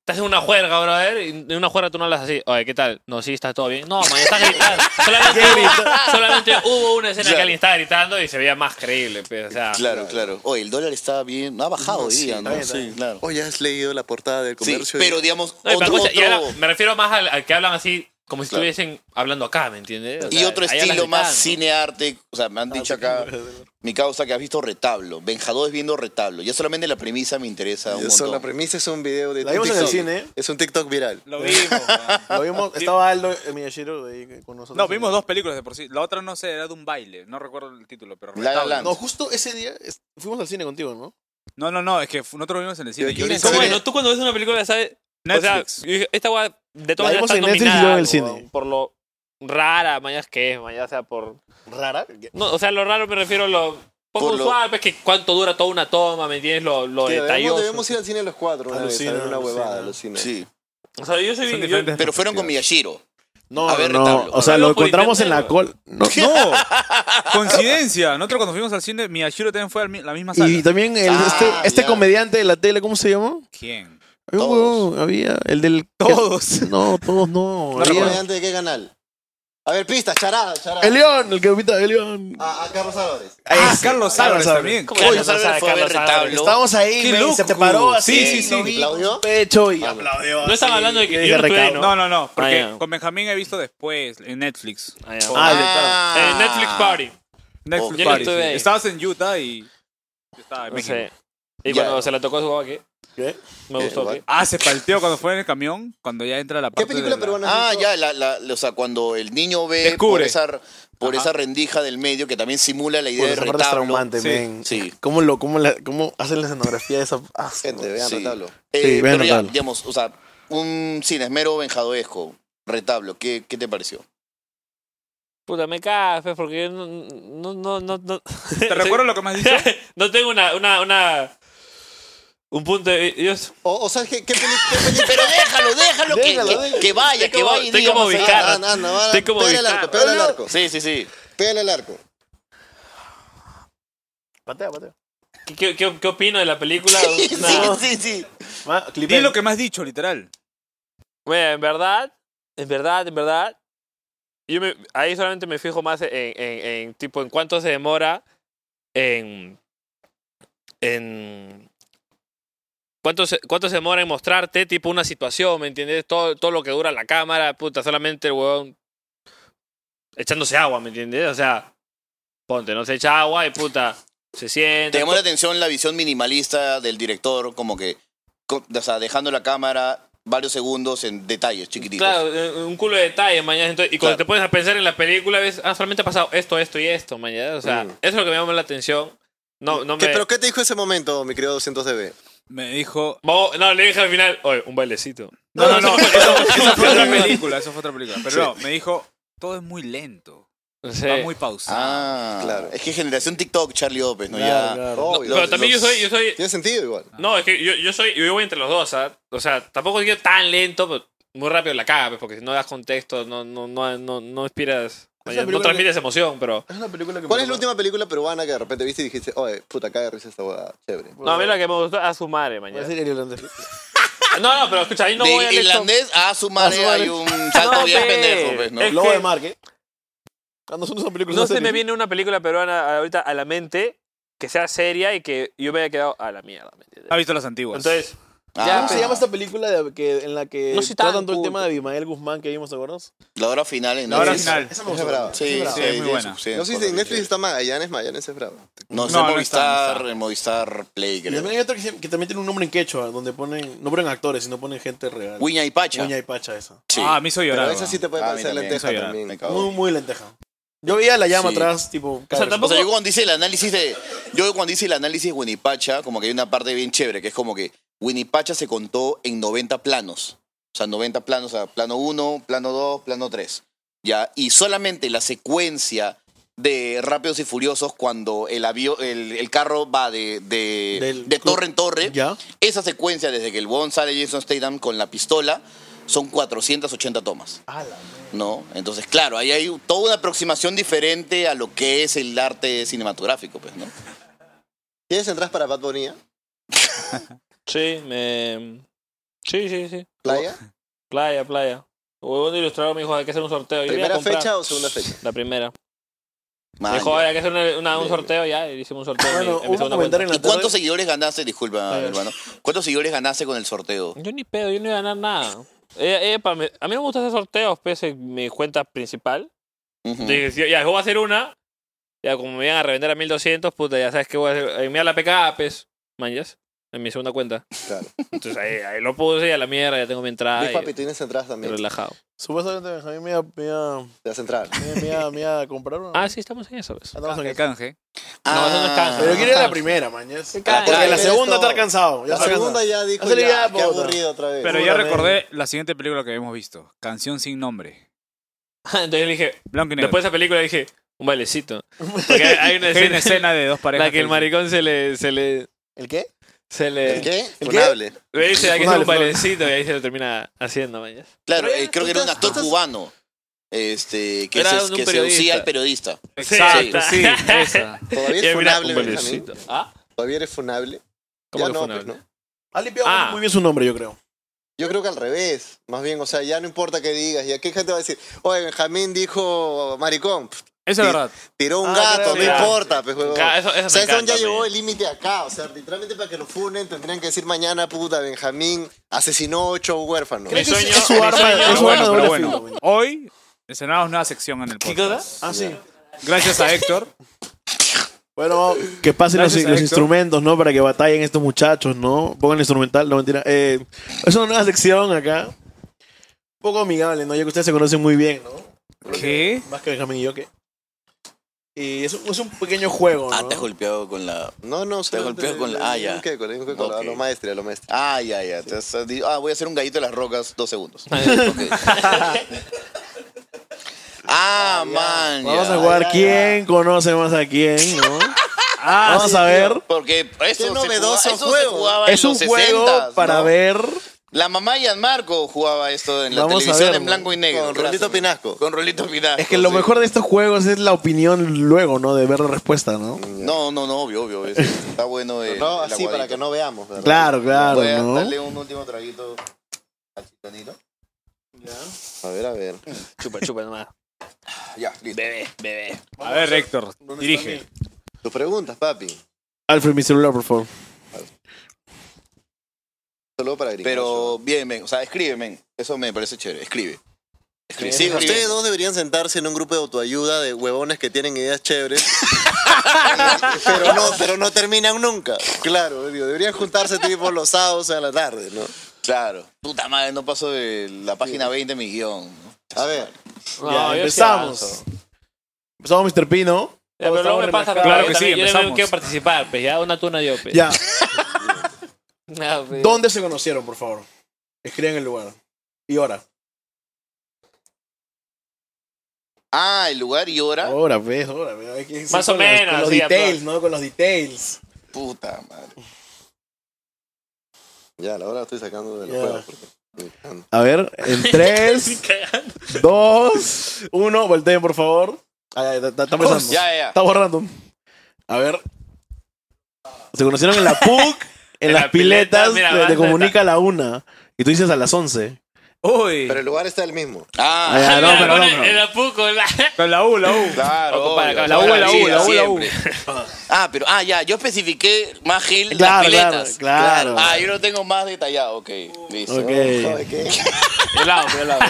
[SPEAKER 1] Estás en una juerga, brother, y en una juerga tú no hablas así. Oye, ¿qué tal? No, sí, está todo bien. No, man, estás gritando. Solamente, hubo, solamente hubo una escena
[SPEAKER 4] Claro.
[SPEAKER 1] que alguien estaba gritando y se veía más creíble. pues, o sea,
[SPEAKER 4] Claro, claro. Oye, el dólar está bien, ha bajado hoy día,
[SPEAKER 3] está
[SPEAKER 4] ¿no?
[SPEAKER 3] bien, está bien.
[SPEAKER 4] claro.
[SPEAKER 5] Oye, has leído la portada del
[SPEAKER 4] Sí,
[SPEAKER 5] comercio. y-
[SPEAKER 4] pero digamos,
[SPEAKER 1] No, y para
[SPEAKER 4] otro,
[SPEAKER 1] cosas- y ahora
[SPEAKER 4] otro-
[SPEAKER 1] me refiero más al, al que hablan así, como si
[SPEAKER 4] Claro.
[SPEAKER 1] estuviesen hablando acá, ¿me entiendes? O
[SPEAKER 4] y
[SPEAKER 1] sea,
[SPEAKER 4] otro
[SPEAKER 1] ahí hablas
[SPEAKER 4] estilo más
[SPEAKER 1] gritando. Ah,
[SPEAKER 4] cine-arte. O sea, me han dicho acá, mi causa que has visto retablo. Benjadó es viendo retablo. Ya solamente la premisa me interesa un
[SPEAKER 5] Eso, la
[SPEAKER 4] montón.
[SPEAKER 5] premisa es un video de
[SPEAKER 3] La vimos en el
[SPEAKER 5] TikTok.
[SPEAKER 3] cine.
[SPEAKER 5] Es un TikTok viral.
[SPEAKER 2] Lo vimos.
[SPEAKER 3] Lo vimos, estaba Aldo eh, Miyashiro ahí con nosotros.
[SPEAKER 2] no, vimos dos películas de por sí. La otra no sé, era de un baile. No recuerdo el título, pero.
[SPEAKER 4] La La
[SPEAKER 2] retablo.
[SPEAKER 4] Land.
[SPEAKER 3] No, justo ese día es- fuimos al cine contigo, ¿no?
[SPEAKER 2] No, no, no, es que fu- nosotros lo vimos en el cine.
[SPEAKER 5] Yo
[SPEAKER 2] Yo
[SPEAKER 5] quiero
[SPEAKER 2] vi-
[SPEAKER 1] ¿Cómo
[SPEAKER 5] Sí.
[SPEAKER 1] es? no? Tú cuando ves una película, ¿sabes?
[SPEAKER 2] Netflix.
[SPEAKER 1] O sea, yo dije, esta guay de
[SPEAKER 3] La
[SPEAKER 1] todas maneras
[SPEAKER 3] vimos
[SPEAKER 1] está
[SPEAKER 3] en Netflix y
[SPEAKER 1] nominada
[SPEAKER 3] luego en el
[SPEAKER 1] algo,
[SPEAKER 3] cine.
[SPEAKER 1] weón, por lo rara, mañas que es, mañas, o sea, por...
[SPEAKER 3] Rara.
[SPEAKER 1] No, o sea, lo raro me refiero a lo poco
[SPEAKER 4] Por lo-
[SPEAKER 1] usual, pues que cuánto dura toda una toma, ¿me entiendes? Lo, lo
[SPEAKER 5] Tío, debemos,
[SPEAKER 1] detalloso.
[SPEAKER 5] debemos ir al cine los cuatro una vez, a
[SPEAKER 3] Alucina,
[SPEAKER 5] ver una
[SPEAKER 3] alucina.
[SPEAKER 5] huevada, alucina.
[SPEAKER 4] Sí.
[SPEAKER 1] O sea, yo soy bien... yo-
[SPEAKER 2] diferentes
[SPEAKER 4] Pero fueron con Miyashiro.
[SPEAKER 3] No,
[SPEAKER 4] A ver,
[SPEAKER 3] no,
[SPEAKER 4] retablo.
[SPEAKER 3] O sea,
[SPEAKER 1] Lo vimos
[SPEAKER 3] lo
[SPEAKER 1] por
[SPEAKER 3] encontramos en la
[SPEAKER 1] internet,
[SPEAKER 3] col. No,
[SPEAKER 2] No, coincidencia. Nosotros cuando fuimos al cine, Miyashiro también fue a la misma sala.
[SPEAKER 3] Y también el,
[SPEAKER 4] Ah,
[SPEAKER 3] este, este
[SPEAKER 4] ya.
[SPEAKER 3] comediante de la tele, ¿cómo se llamó?
[SPEAKER 2] ¿Quién?
[SPEAKER 3] Había un
[SPEAKER 4] Todos.
[SPEAKER 3] huevón, había el del...
[SPEAKER 2] Todos.
[SPEAKER 3] No, todos no.
[SPEAKER 5] ¿Una
[SPEAKER 3] había-
[SPEAKER 5] comediante de qué canal? A ver, pistas, charada, charada.
[SPEAKER 3] El León, el que invita el León.
[SPEAKER 5] A, a Carlos Álvarez.
[SPEAKER 2] Ah, Carlos Álvarez
[SPEAKER 3] Álvarez.
[SPEAKER 2] también.
[SPEAKER 1] ¿Cómo que
[SPEAKER 4] Carlos
[SPEAKER 1] no sabe
[SPEAKER 4] Álvarez fue a ver
[SPEAKER 1] Carlos Álvarez?
[SPEAKER 4] retablo.
[SPEAKER 3] Estábamos ahí,
[SPEAKER 2] Qué
[SPEAKER 3] men, y se
[SPEAKER 2] loco.
[SPEAKER 3] te paró así.
[SPEAKER 2] Sí, sí,
[SPEAKER 3] lo
[SPEAKER 2] sí.
[SPEAKER 3] vi
[SPEAKER 5] ¿Claudio?
[SPEAKER 3] con Pecho y aplaudió.
[SPEAKER 1] No están
[SPEAKER 3] así,
[SPEAKER 1] hablando de que
[SPEAKER 3] y
[SPEAKER 1] yo
[SPEAKER 3] dije,
[SPEAKER 1] no estuve,
[SPEAKER 3] recado.
[SPEAKER 2] No, no, no, porque
[SPEAKER 1] Ah, ya.
[SPEAKER 2] con Benjamín he visto después en Netflix.
[SPEAKER 1] Ah, ya.
[SPEAKER 3] Ah,
[SPEAKER 1] Eh, Netflix Party.
[SPEAKER 2] Netflix
[SPEAKER 1] yo no
[SPEAKER 2] Party,
[SPEAKER 1] estuve
[SPEAKER 2] sí.
[SPEAKER 1] ahí.
[SPEAKER 2] Estabas en Utah y yo estaba en
[SPEAKER 1] No
[SPEAKER 2] México.
[SPEAKER 1] sé. Y
[SPEAKER 4] Ya.
[SPEAKER 1] cuando se la tocó su guapa, ¿qué?
[SPEAKER 3] ¿Qué?
[SPEAKER 1] Me gustó,
[SPEAKER 4] guapa.
[SPEAKER 1] ¿qué?
[SPEAKER 2] Ah, se palteó cuando fue en el camión, cuando ya entra la
[SPEAKER 5] ¿Qué
[SPEAKER 2] parte
[SPEAKER 5] película
[SPEAKER 2] de la-
[SPEAKER 5] peruana has
[SPEAKER 4] Ah,
[SPEAKER 5] visto?
[SPEAKER 4] ya, la, la- la- o sea, cuando el niño ve por,
[SPEAKER 2] Descubre.
[SPEAKER 4] esa, por
[SPEAKER 2] Ajá.
[SPEAKER 4] esa rendija del medio que también simula la idea
[SPEAKER 3] Uy,
[SPEAKER 4] de
[SPEAKER 3] esa parte es
[SPEAKER 4] retablo.
[SPEAKER 3] traumante,
[SPEAKER 2] Sí,
[SPEAKER 3] men.
[SPEAKER 4] sí.
[SPEAKER 3] ¿Cómo, lo, cómo, la, ¿Cómo hacen la escenografía de esa... Ah,
[SPEAKER 5] Gente, vean
[SPEAKER 4] Sí.
[SPEAKER 5] retablo.
[SPEAKER 4] Eh,
[SPEAKER 3] Sí, vean
[SPEAKER 4] pero ya,
[SPEAKER 3] retablo.
[SPEAKER 4] digamos, o sea, un cinesmero benjadoesco, retablo, ¿qué, qué te pareció?
[SPEAKER 1] Puta, me café porque yo no, no, no, no, no.
[SPEAKER 2] ¿Te recuerdo lo que me has dicho?
[SPEAKER 1] no tengo una, una, una, un punto de Dios.
[SPEAKER 5] O, o sea, ¿qué, qué peli- qué película?
[SPEAKER 4] Pero déjalo, déjalo, que-
[SPEAKER 5] Déjalo,
[SPEAKER 4] que,
[SPEAKER 5] déjalo.
[SPEAKER 4] que vaya,
[SPEAKER 1] Estoy
[SPEAKER 4] que
[SPEAKER 1] como-
[SPEAKER 4] vaya y
[SPEAKER 1] estoy
[SPEAKER 4] diga
[SPEAKER 1] como
[SPEAKER 4] más allá.
[SPEAKER 1] Vicar.
[SPEAKER 5] Anda, Ah, anda, anda,
[SPEAKER 1] Estoy como
[SPEAKER 5] pégale al
[SPEAKER 1] Vicar.
[SPEAKER 5] arco, pégale al arco,
[SPEAKER 4] Sí, sí, sí.
[SPEAKER 5] pégale al arco.
[SPEAKER 3] Patea, patea.
[SPEAKER 1] ¿Qué, qué, qué, qué opino de la película? Una-
[SPEAKER 4] Sí, sí, sí.
[SPEAKER 3] Ma-
[SPEAKER 2] Di
[SPEAKER 3] clipea.
[SPEAKER 2] lo que me has dicho, literal.
[SPEAKER 1] Mira, en verdad, en verdad, en verdad, yo me- ahí solamente me fijo más en, en- en, tipo en cuánto se demora en en cuánto se, cuánto se demora en mostrarte tipo una situación, ¿me entiendes? Todo todo lo que dura la cámara, puta, solamente el huevón echándose agua, ¿me entiendes? O sea, ponte, no se echa agua y puta se
[SPEAKER 4] Te
[SPEAKER 1] siente
[SPEAKER 4] llamó la atención la visión minimalista del director, como que, co- o sea, dejando la cámara varios segundos en detalles chiquititos.
[SPEAKER 1] Claro, eh, un culo de detalles, mañana. Entonces, y cuando te
[SPEAKER 4] Claro.
[SPEAKER 1] pones a pensar en la película, ves, ah, solamente ha pasado esto, esto y esto, mañana. O sea,
[SPEAKER 5] Mm.
[SPEAKER 1] eso es lo que me llama la atención. No, no
[SPEAKER 5] ¿Qué-
[SPEAKER 1] me.
[SPEAKER 5] ¿Pero qué te dijo ese momento, mi querido 200 db
[SPEAKER 2] Me dijo.
[SPEAKER 1] Vamos- no, le dije al final, oye, un bailecito.
[SPEAKER 2] No, no, no, eso, eso fue otra
[SPEAKER 1] no, no.
[SPEAKER 2] película, eso fue otra película. Pero no, me dijo, todo es muy lento.
[SPEAKER 1] No sé.
[SPEAKER 2] Va muy pausado.
[SPEAKER 4] Ah,
[SPEAKER 5] Claro.
[SPEAKER 4] claro. Es que generación TikTok, Charlie López, ¿no?
[SPEAKER 3] Claro,
[SPEAKER 4] ya.
[SPEAKER 3] claro.
[SPEAKER 5] Obvio.
[SPEAKER 1] Pero también yo soy, yo soy.
[SPEAKER 5] Tiene sentido igual.
[SPEAKER 1] No, es que yo, yo soy. Yo voy entre los dos, ¿ah? O sea, tampoco quiero tan lento, pero muy rápido la caga, pues, porque si no das contexto, no, no, no, no, no inspiras.
[SPEAKER 3] Esa
[SPEAKER 1] No
[SPEAKER 3] película
[SPEAKER 1] transmites emoción, pero.
[SPEAKER 3] Es una película que
[SPEAKER 5] ¿Cuál
[SPEAKER 3] me
[SPEAKER 5] es la última película peruana que de repente viste y dijiste, oye, puta, cae de risa esta hueá, chévere?
[SPEAKER 1] No, a mí la que me gustó a su madre,
[SPEAKER 3] Voy a
[SPEAKER 1] mañana.
[SPEAKER 3] decir el irlandés.
[SPEAKER 1] No, no, pero escucha, ahí no
[SPEAKER 4] de
[SPEAKER 1] voy a
[SPEAKER 4] irlandés a su madre
[SPEAKER 3] madre.
[SPEAKER 4] hay un salto
[SPEAKER 1] No,
[SPEAKER 4] bien
[SPEAKER 1] pe.
[SPEAKER 4] pendejo, pues, ¿no?
[SPEAKER 1] Es
[SPEAKER 3] Lobo
[SPEAKER 1] que-
[SPEAKER 3] de Mar, ¿qué? Cuando son esas películas
[SPEAKER 1] No se
[SPEAKER 3] series,
[SPEAKER 1] me viene una película peruana ahorita a la mente que sea seria y que yo me haya quedado a la mierda. ¿me entiendes?
[SPEAKER 2] ¿Has visto las antiguas?
[SPEAKER 1] Entonces,
[SPEAKER 4] Ah,
[SPEAKER 3] ¿Cómo se llama esta película de- que, en la que
[SPEAKER 1] No soy tan
[SPEAKER 3] tratan todo el
[SPEAKER 1] culto.
[SPEAKER 3] tema de Abimael Guzmán que vimos, ¿te acuerdas?
[SPEAKER 4] La hora final en
[SPEAKER 2] La hora
[SPEAKER 4] Netflix.
[SPEAKER 2] final.
[SPEAKER 5] Esa es brava.
[SPEAKER 4] Sí, sí,
[SPEAKER 5] Esa es
[SPEAKER 2] sí,
[SPEAKER 5] brava.
[SPEAKER 2] es muy buena.
[SPEAKER 4] sí,
[SPEAKER 5] No sé si en
[SPEAKER 4] sí.
[SPEAKER 5] Netflix está Magallanes, Magallanes es brava.
[SPEAKER 4] No, sé,
[SPEAKER 2] No, no
[SPEAKER 4] Movistar,
[SPEAKER 2] está.
[SPEAKER 4] en Movistar Play,
[SPEAKER 3] Y
[SPEAKER 4] creo.
[SPEAKER 3] también hay otra que, se- que también tiene un nombre en quechua, donde ponen, no ponen actores, sino ponen gente real.
[SPEAKER 4] Wiña y Pacha.
[SPEAKER 3] Uña y Pacha esa.
[SPEAKER 4] Sí.
[SPEAKER 2] Ah, me hizo
[SPEAKER 5] Pero
[SPEAKER 2] llorar.
[SPEAKER 5] esa sí te puede
[SPEAKER 4] Ah, a mí
[SPEAKER 5] parecer
[SPEAKER 4] también.
[SPEAKER 5] lenteja
[SPEAKER 2] Soy yo.
[SPEAKER 5] también.
[SPEAKER 4] Me cago.
[SPEAKER 3] Muy, muy lenteja. Yo veía la llama
[SPEAKER 4] Sí.
[SPEAKER 3] atrás, tipo...
[SPEAKER 1] sea,
[SPEAKER 4] O
[SPEAKER 1] tampoco-
[SPEAKER 4] sea, yo cuando hice el análisis de. Yo cuando hice el análisis de Winipacha, como que hay una parte bien chévere, que es como que Winipacha se contó en 90 planos. O sea, 90 planos, o sea, plano 1, plano 2, plano 3. ¿Ya? Y solamente la secuencia de Rápidos y Furiosos, cuando el avión, el, el carro va de, de,
[SPEAKER 3] Del
[SPEAKER 4] de
[SPEAKER 3] club.
[SPEAKER 4] torre en torre,
[SPEAKER 3] ¿Ya?
[SPEAKER 4] esa secuencia desde que el Bond sale Jason Statham con la pistola, son 480 tomas. ¿no? Entonces, claro, ahí hay toda una aproximación diferente a lo que es el arte cinematográfico, pues, ¿no?
[SPEAKER 5] ¿Tienes entradas para Bad Bunny? ¿eh?
[SPEAKER 1] sí, me. Sí, sí, sí.
[SPEAKER 5] ¿Playa?
[SPEAKER 1] Playa, playa. Huevón de ilustrador me dijo, hay que hacer un sorteo. Yo voy a
[SPEAKER 5] ¿Primera
[SPEAKER 1] comprar.
[SPEAKER 5] fecha o segunda fecha?
[SPEAKER 1] La primera. Me
[SPEAKER 4] Man,
[SPEAKER 1] dijo,
[SPEAKER 4] ya.
[SPEAKER 1] hay que hacer una- una- un sorteo ya, y hicimos un sorteo en mi-
[SPEAKER 3] Ah, Bueno,
[SPEAKER 1] en mi,
[SPEAKER 3] hubo un
[SPEAKER 1] segunda
[SPEAKER 3] comentario en
[SPEAKER 1] cuenta.
[SPEAKER 3] la
[SPEAKER 4] ¿Y cuántos
[SPEAKER 3] tarde-
[SPEAKER 4] seguidores ganaste? Disculpa,
[SPEAKER 3] Ay,
[SPEAKER 4] hermano. ¿Cuántos seguidores ganaste con el sorteo?
[SPEAKER 1] Yo ni pedo, yo no iba a ganar nada. Eh, eh, pa- me- a mí no me gusta hacer sorteos, pese en mi cuenta principal.
[SPEAKER 4] Ujú.
[SPEAKER 1] Dije, sí, ya, yo voy a hacer una. Ya, como me iban a revender a 1200, puta, ya sabes que voy a hacer. En mi a la PK, pues. Mañas. En mi segunda cuenta.
[SPEAKER 5] Claro.
[SPEAKER 1] Entonces ahí, ahí lo puse y a la mierda, ya tengo mi entrada.
[SPEAKER 5] Big
[SPEAKER 1] y-
[SPEAKER 5] Papi, tienes entradas
[SPEAKER 1] y
[SPEAKER 5] también.
[SPEAKER 1] relajado.
[SPEAKER 3] Supuestamente Benjamín me iba, me iba,
[SPEAKER 5] Te vas a entrar.
[SPEAKER 3] me iba- me iba a comprar una.
[SPEAKER 1] Ah, Ah. sí, estamos en eso. ¿ves?
[SPEAKER 3] Ah, estamos en
[SPEAKER 2] Canje,
[SPEAKER 3] eso.
[SPEAKER 2] canje.
[SPEAKER 1] No, eso no
[SPEAKER 4] Ah,
[SPEAKER 1] es canje.
[SPEAKER 3] Pero
[SPEAKER 1] quiere
[SPEAKER 3] quiero ir a la primera, mañez.
[SPEAKER 1] cae.
[SPEAKER 3] Porque la
[SPEAKER 5] Eres
[SPEAKER 3] segunda
[SPEAKER 5] todo.
[SPEAKER 3] está cansado. Ya
[SPEAKER 5] La
[SPEAKER 3] está
[SPEAKER 5] segunda
[SPEAKER 3] cansado.
[SPEAKER 5] ya dijo,
[SPEAKER 3] Hazle
[SPEAKER 5] ya,
[SPEAKER 3] ya,
[SPEAKER 5] qué
[SPEAKER 3] puta.
[SPEAKER 5] aburrido otra vez.
[SPEAKER 2] Pero ya
[SPEAKER 3] Seguramente.
[SPEAKER 2] recordé la siguiente película que habíamos visto. Canción sin nombre.
[SPEAKER 1] Entonces yo le dije,
[SPEAKER 2] Blanco y negro.
[SPEAKER 1] después de esa película dije, un bailecito. Porque hay una
[SPEAKER 2] Que hay una
[SPEAKER 1] escena,
[SPEAKER 2] escena de dos
[SPEAKER 1] en
[SPEAKER 2] parejas.
[SPEAKER 1] la que el maricón se le. Se le
[SPEAKER 3] ¿El qué?
[SPEAKER 1] se le,
[SPEAKER 5] ¿El qué?
[SPEAKER 3] ¿El qué?
[SPEAKER 5] Funable.
[SPEAKER 1] le dice, hay que hacer
[SPEAKER 3] Funable,
[SPEAKER 1] un bailecito y ahí se lo termina haciendo, mañas.
[SPEAKER 4] Claro,
[SPEAKER 5] Pero
[SPEAKER 4] eh,
[SPEAKER 5] ya,
[SPEAKER 4] creo que era un
[SPEAKER 5] entonces,
[SPEAKER 4] actor
[SPEAKER 5] entonces-
[SPEAKER 4] cubano. Este, que,
[SPEAKER 1] Era
[SPEAKER 4] se,
[SPEAKER 1] de un
[SPEAKER 4] que
[SPEAKER 1] periodista.
[SPEAKER 4] seducía al periodista.
[SPEAKER 2] Exacto, sí,
[SPEAKER 1] Sí.
[SPEAKER 2] esa.
[SPEAKER 5] Todavía es funable,
[SPEAKER 1] un
[SPEAKER 5] Benjamín.
[SPEAKER 1] bailecito. ¿Ah?
[SPEAKER 5] Todavía eres funable.
[SPEAKER 1] ¿Cómo
[SPEAKER 5] Ya
[SPEAKER 1] que
[SPEAKER 5] no,
[SPEAKER 1] funable?
[SPEAKER 5] pues no.
[SPEAKER 3] Ha limpiado
[SPEAKER 1] Ah.
[SPEAKER 3] muy bien su nombre, yo creo.
[SPEAKER 5] Yo creo que al revés, más bien, o sea, ya no importa qué digas, ya qué gente va a decir, oye, Benjamín dijo maricón, pf,
[SPEAKER 2] Eso es verdad.
[SPEAKER 5] tiró un
[SPEAKER 3] Ah,
[SPEAKER 5] gato,
[SPEAKER 3] claro,
[SPEAKER 5] no
[SPEAKER 1] ya.
[SPEAKER 5] importa, pues, huevón.
[SPEAKER 1] Ca- Eso, eso
[SPEAKER 5] O sea,
[SPEAKER 1] me
[SPEAKER 5] eso
[SPEAKER 1] encanta,
[SPEAKER 5] ya llegó
[SPEAKER 1] mañas.
[SPEAKER 5] el límite acá, o sea, literalmente para que lo funen tendrían que decir mañana, puta, Benjamín asesinó ocho huérfanos.
[SPEAKER 1] Mi
[SPEAKER 3] Creo que
[SPEAKER 1] sueño-
[SPEAKER 3] es su
[SPEAKER 1] mi
[SPEAKER 3] arma-
[SPEAKER 1] sueño-
[SPEAKER 3] es
[SPEAKER 2] Pero
[SPEAKER 3] su arma
[SPEAKER 2] bueno,
[SPEAKER 3] de
[SPEAKER 2] pero
[SPEAKER 3] doble
[SPEAKER 2] bueno. Hoy estrenamos nueva sección en el
[SPEAKER 1] ¿Qué
[SPEAKER 2] podcast.
[SPEAKER 3] Ah, sí.
[SPEAKER 2] Gracias a Héctor.
[SPEAKER 3] Bueno, que pasen los,
[SPEAKER 2] Gracias a
[SPEAKER 3] los
[SPEAKER 2] Héctor.
[SPEAKER 3] instrumentos, ¿no? Para que batallen estos muchachos, ¿no? Pongan el instrumental, no mentira. Eh, es una nueva sección acá. Un poco amigable, ¿no? Ya que ustedes se conocen muy bien, ¿no?
[SPEAKER 2] ¿Qué?
[SPEAKER 3] Más que Benjamín y yo, ¿qué? Y es un, es un pequeño juego, ¿no?
[SPEAKER 4] Ah, te has golpeado con la.
[SPEAKER 5] No, no, o sea,
[SPEAKER 4] Te golpeó con la- ah, ya.
[SPEAKER 5] ¿Qué? Con, con, con-
[SPEAKER 4] Ok.
[SPEAKER 5] a lo maestro, a lo maestro.
[SPEAKER 4] Ah, ya, ya. te has- has dicho, Ah, voy a hacer un gallito de las rocas dos segundos. Ok. ah, man.
[SPEAKER 3] Vamos
[SPEAKER 4] ya.
[SPEAKER 3] a jugar quién conoce más a quién, ¿no?
[SPEAKER 4] Ah,
[SPEAKER 3] Vamos a ver.
[SPEAKER 4] Porque eso
[SPEAKER 5] Qué
[SPEAKER 4] se
[SPEAKER 5] novedoso
[SPEAKER 4] jugaba- eso se
[SPEAKER 5] juego.
[SPEAKER 4] jugaba en
[SPEAKER 3] Es un
[SPEAKER 4] los
[SPEAKER 3] juego
[SPEAKER 4] 60s,
[SPEAKER 3] para
[SPEAKER 4] ¿no?
[SPEAKER 3] ver.
[SPEAKER 4] La mamá de Marco jugaba esto en la
[SPEAKER 3] Vamos a
[SPEAKER 4] televisión
[SPEAKER 3] ver,
[SPEAKER 4] en blanco y negro.
[SPEAKER 5] Con Rolito
[SPEAKER 4] Gracias.
[SPEAKER 5] Pinasco.
[SPEAKER 4] Con Rolito Pinasco.
[SPEAKER 3] Es que lo
[SPEAKER 4] sí.
[SPEAKER 3] mejor de estos juegos es la opinión luego, ¿no? De ver la respuesta, ¿no?
[SPEAKER 4] No, no, no, obvio, obvio. es- Está bueno. El,
[SPEAKER 5] No,
[SPEAKER 4] el
[SPEAKER 5] así para que
[SPEAKER 4] aguadito.
[SPEAKER 5] no veamos, ¿verdad?
[SPEAKER 3] Claro, claro,
[SPEAKER 4] Voy a
[SPEAKER 3] ¿no?
[SPEAKER 4] darle un último traguito al chitonito.
[SPEAKER 5] A ver, a ver.
[SPEAKER 1] Chupa, chupa nomás.
[SPEAKER 4] Ya, listo.
[SPEAKER 1] Bebé, bebé.
[SPEAKER 2] A ver, Héctor, dirige.
[SPEAKER 5] Tus preguntas, papi.
[SPEAKER 3] Alfred, mi celular, por favor.
[SPEAKER 5] Solo para gritar.
[SPEAKER 4] Pero bien, men. O sea, escribe, men. Eso me parece chévere. Escribe. Escribe. Sí,
[SPEAKER 5] Sí,
[SPEAKER 4] escribe.
[SPEAKER 5] ustedes dos deberían sentarse en un grupo de autoayuda de huevones que tienen ideas chéveres. pero no, pero no terminan nunca. Claro, digo, deberían juntarse tipo los sábados a la tarde, ¿no?
[SPEAKER 4] Claro. Puta madre, no paso de la página 20 de mi guión. ¿no?
[SPEAKER 5] A ver,
[SPEAKER 1] No,
[SPEAKER 3] ya,
[SPEAKER 1] yo sí
[SPEAKER 3] empezamos.
[SPEAKER 1] avanzo.
[SPEAKER 3] Empezamos, Mr. Pino.
[SPEAKER 1] Ya, pero luego me
[SPEAKER 3] Estamos
[SPEAKER 1] pasa,
[SPEAKER 3] relajados.
[SPEAKER 1] claro
[SPEAKER 2] Claro que
[SPEAKER 1] que
[SPEAKER 2] sí,
[SPEAKER 1] yo también
[SPEAKER 2] empezamos.
[SPEAKER 1] quiero participar, pues ya una tuna yo, pues.
[SPEAKER 3] Ya.
[SPEAKER 1] Ah, pues.
[SPEAKER 3] ¿Dónde se conocieron, por favor? Escriban el lugar. Y hora.
[SPEAKER 4] Ah, el lugar y hora.
[SPEAKER 3] Ahora, ves, ahora, ves. Hay que-
[SPEAKER 1] Más
[SPEAKER 3] con
[SPEAKER 1] o
[SPEAKER 3] los-
[SPEAKER 1] menos, pues.
[SPEAKER 3] Con los
[SPEAKER 1] sí,
[SPEAKER 3] details, ¿no? Con los details.
[SPEAKER 4] Puta madre.
[SPEAKER 5] Ya, la hora estoy sacando de los
[SPEAKER 3] Ya.
[SPEAKER 5] juegos. porque-
[SPEAKER 3] A ver, en 3, 2, 1, volteen, por favor. Ah, ya, ya, está, está empezando.
[SPEAKER 4] Ya, ya, ya.
[SPEAKER 3] Está borrando. A ver. Se conocieron en la PUC, en,
[SPEAKER 1] En
[SPEAKER 3] las
[SPEAKER 1] la pileta,
[SPEAKER 3] piletas,
[SPEAKER 1] mira,
[SPEAKER 3] te- te,
[SPEAKER 1] banda,
[SPEAKER 3] comunica a la una. Y tú dices a las 11.
[SPEAKER 2] Uy,
[SPEAKER 5] Pero el lugar está el mismo.
[SPEAKER 4] Ah,
[SPEAKER 3] Ah, ya, no, pero no, pero-
[SPEAKER 1] El apuco, la-
[SPEAKER 2] con la U, la U.
[SPEAKER 4] Claro.
[SPEAKER 1] Ocupa la
[SPEAKER 4] obvio.
[SPEAKER 1] casa. La U, la U,
[SPEAKER 4] Sí,
[SPEAKER 2] la U, la U.
[SPEAKER 4] siempre. Ah, pero, ah, ya, yo especifiqué más Gil
[SPEAKER 3] Claro,
[SPEAKER 4] las piletas.
[SPEAKER 3] claro, claro.
[SPEAKER 4] Ah, yo lo tengo más detallado, ok. Listo.
[SPEAKER 3] Ok.
[SPEAKER 5] ¿Sabes qué?
[SPEAKER 1] el lado, pero el lado.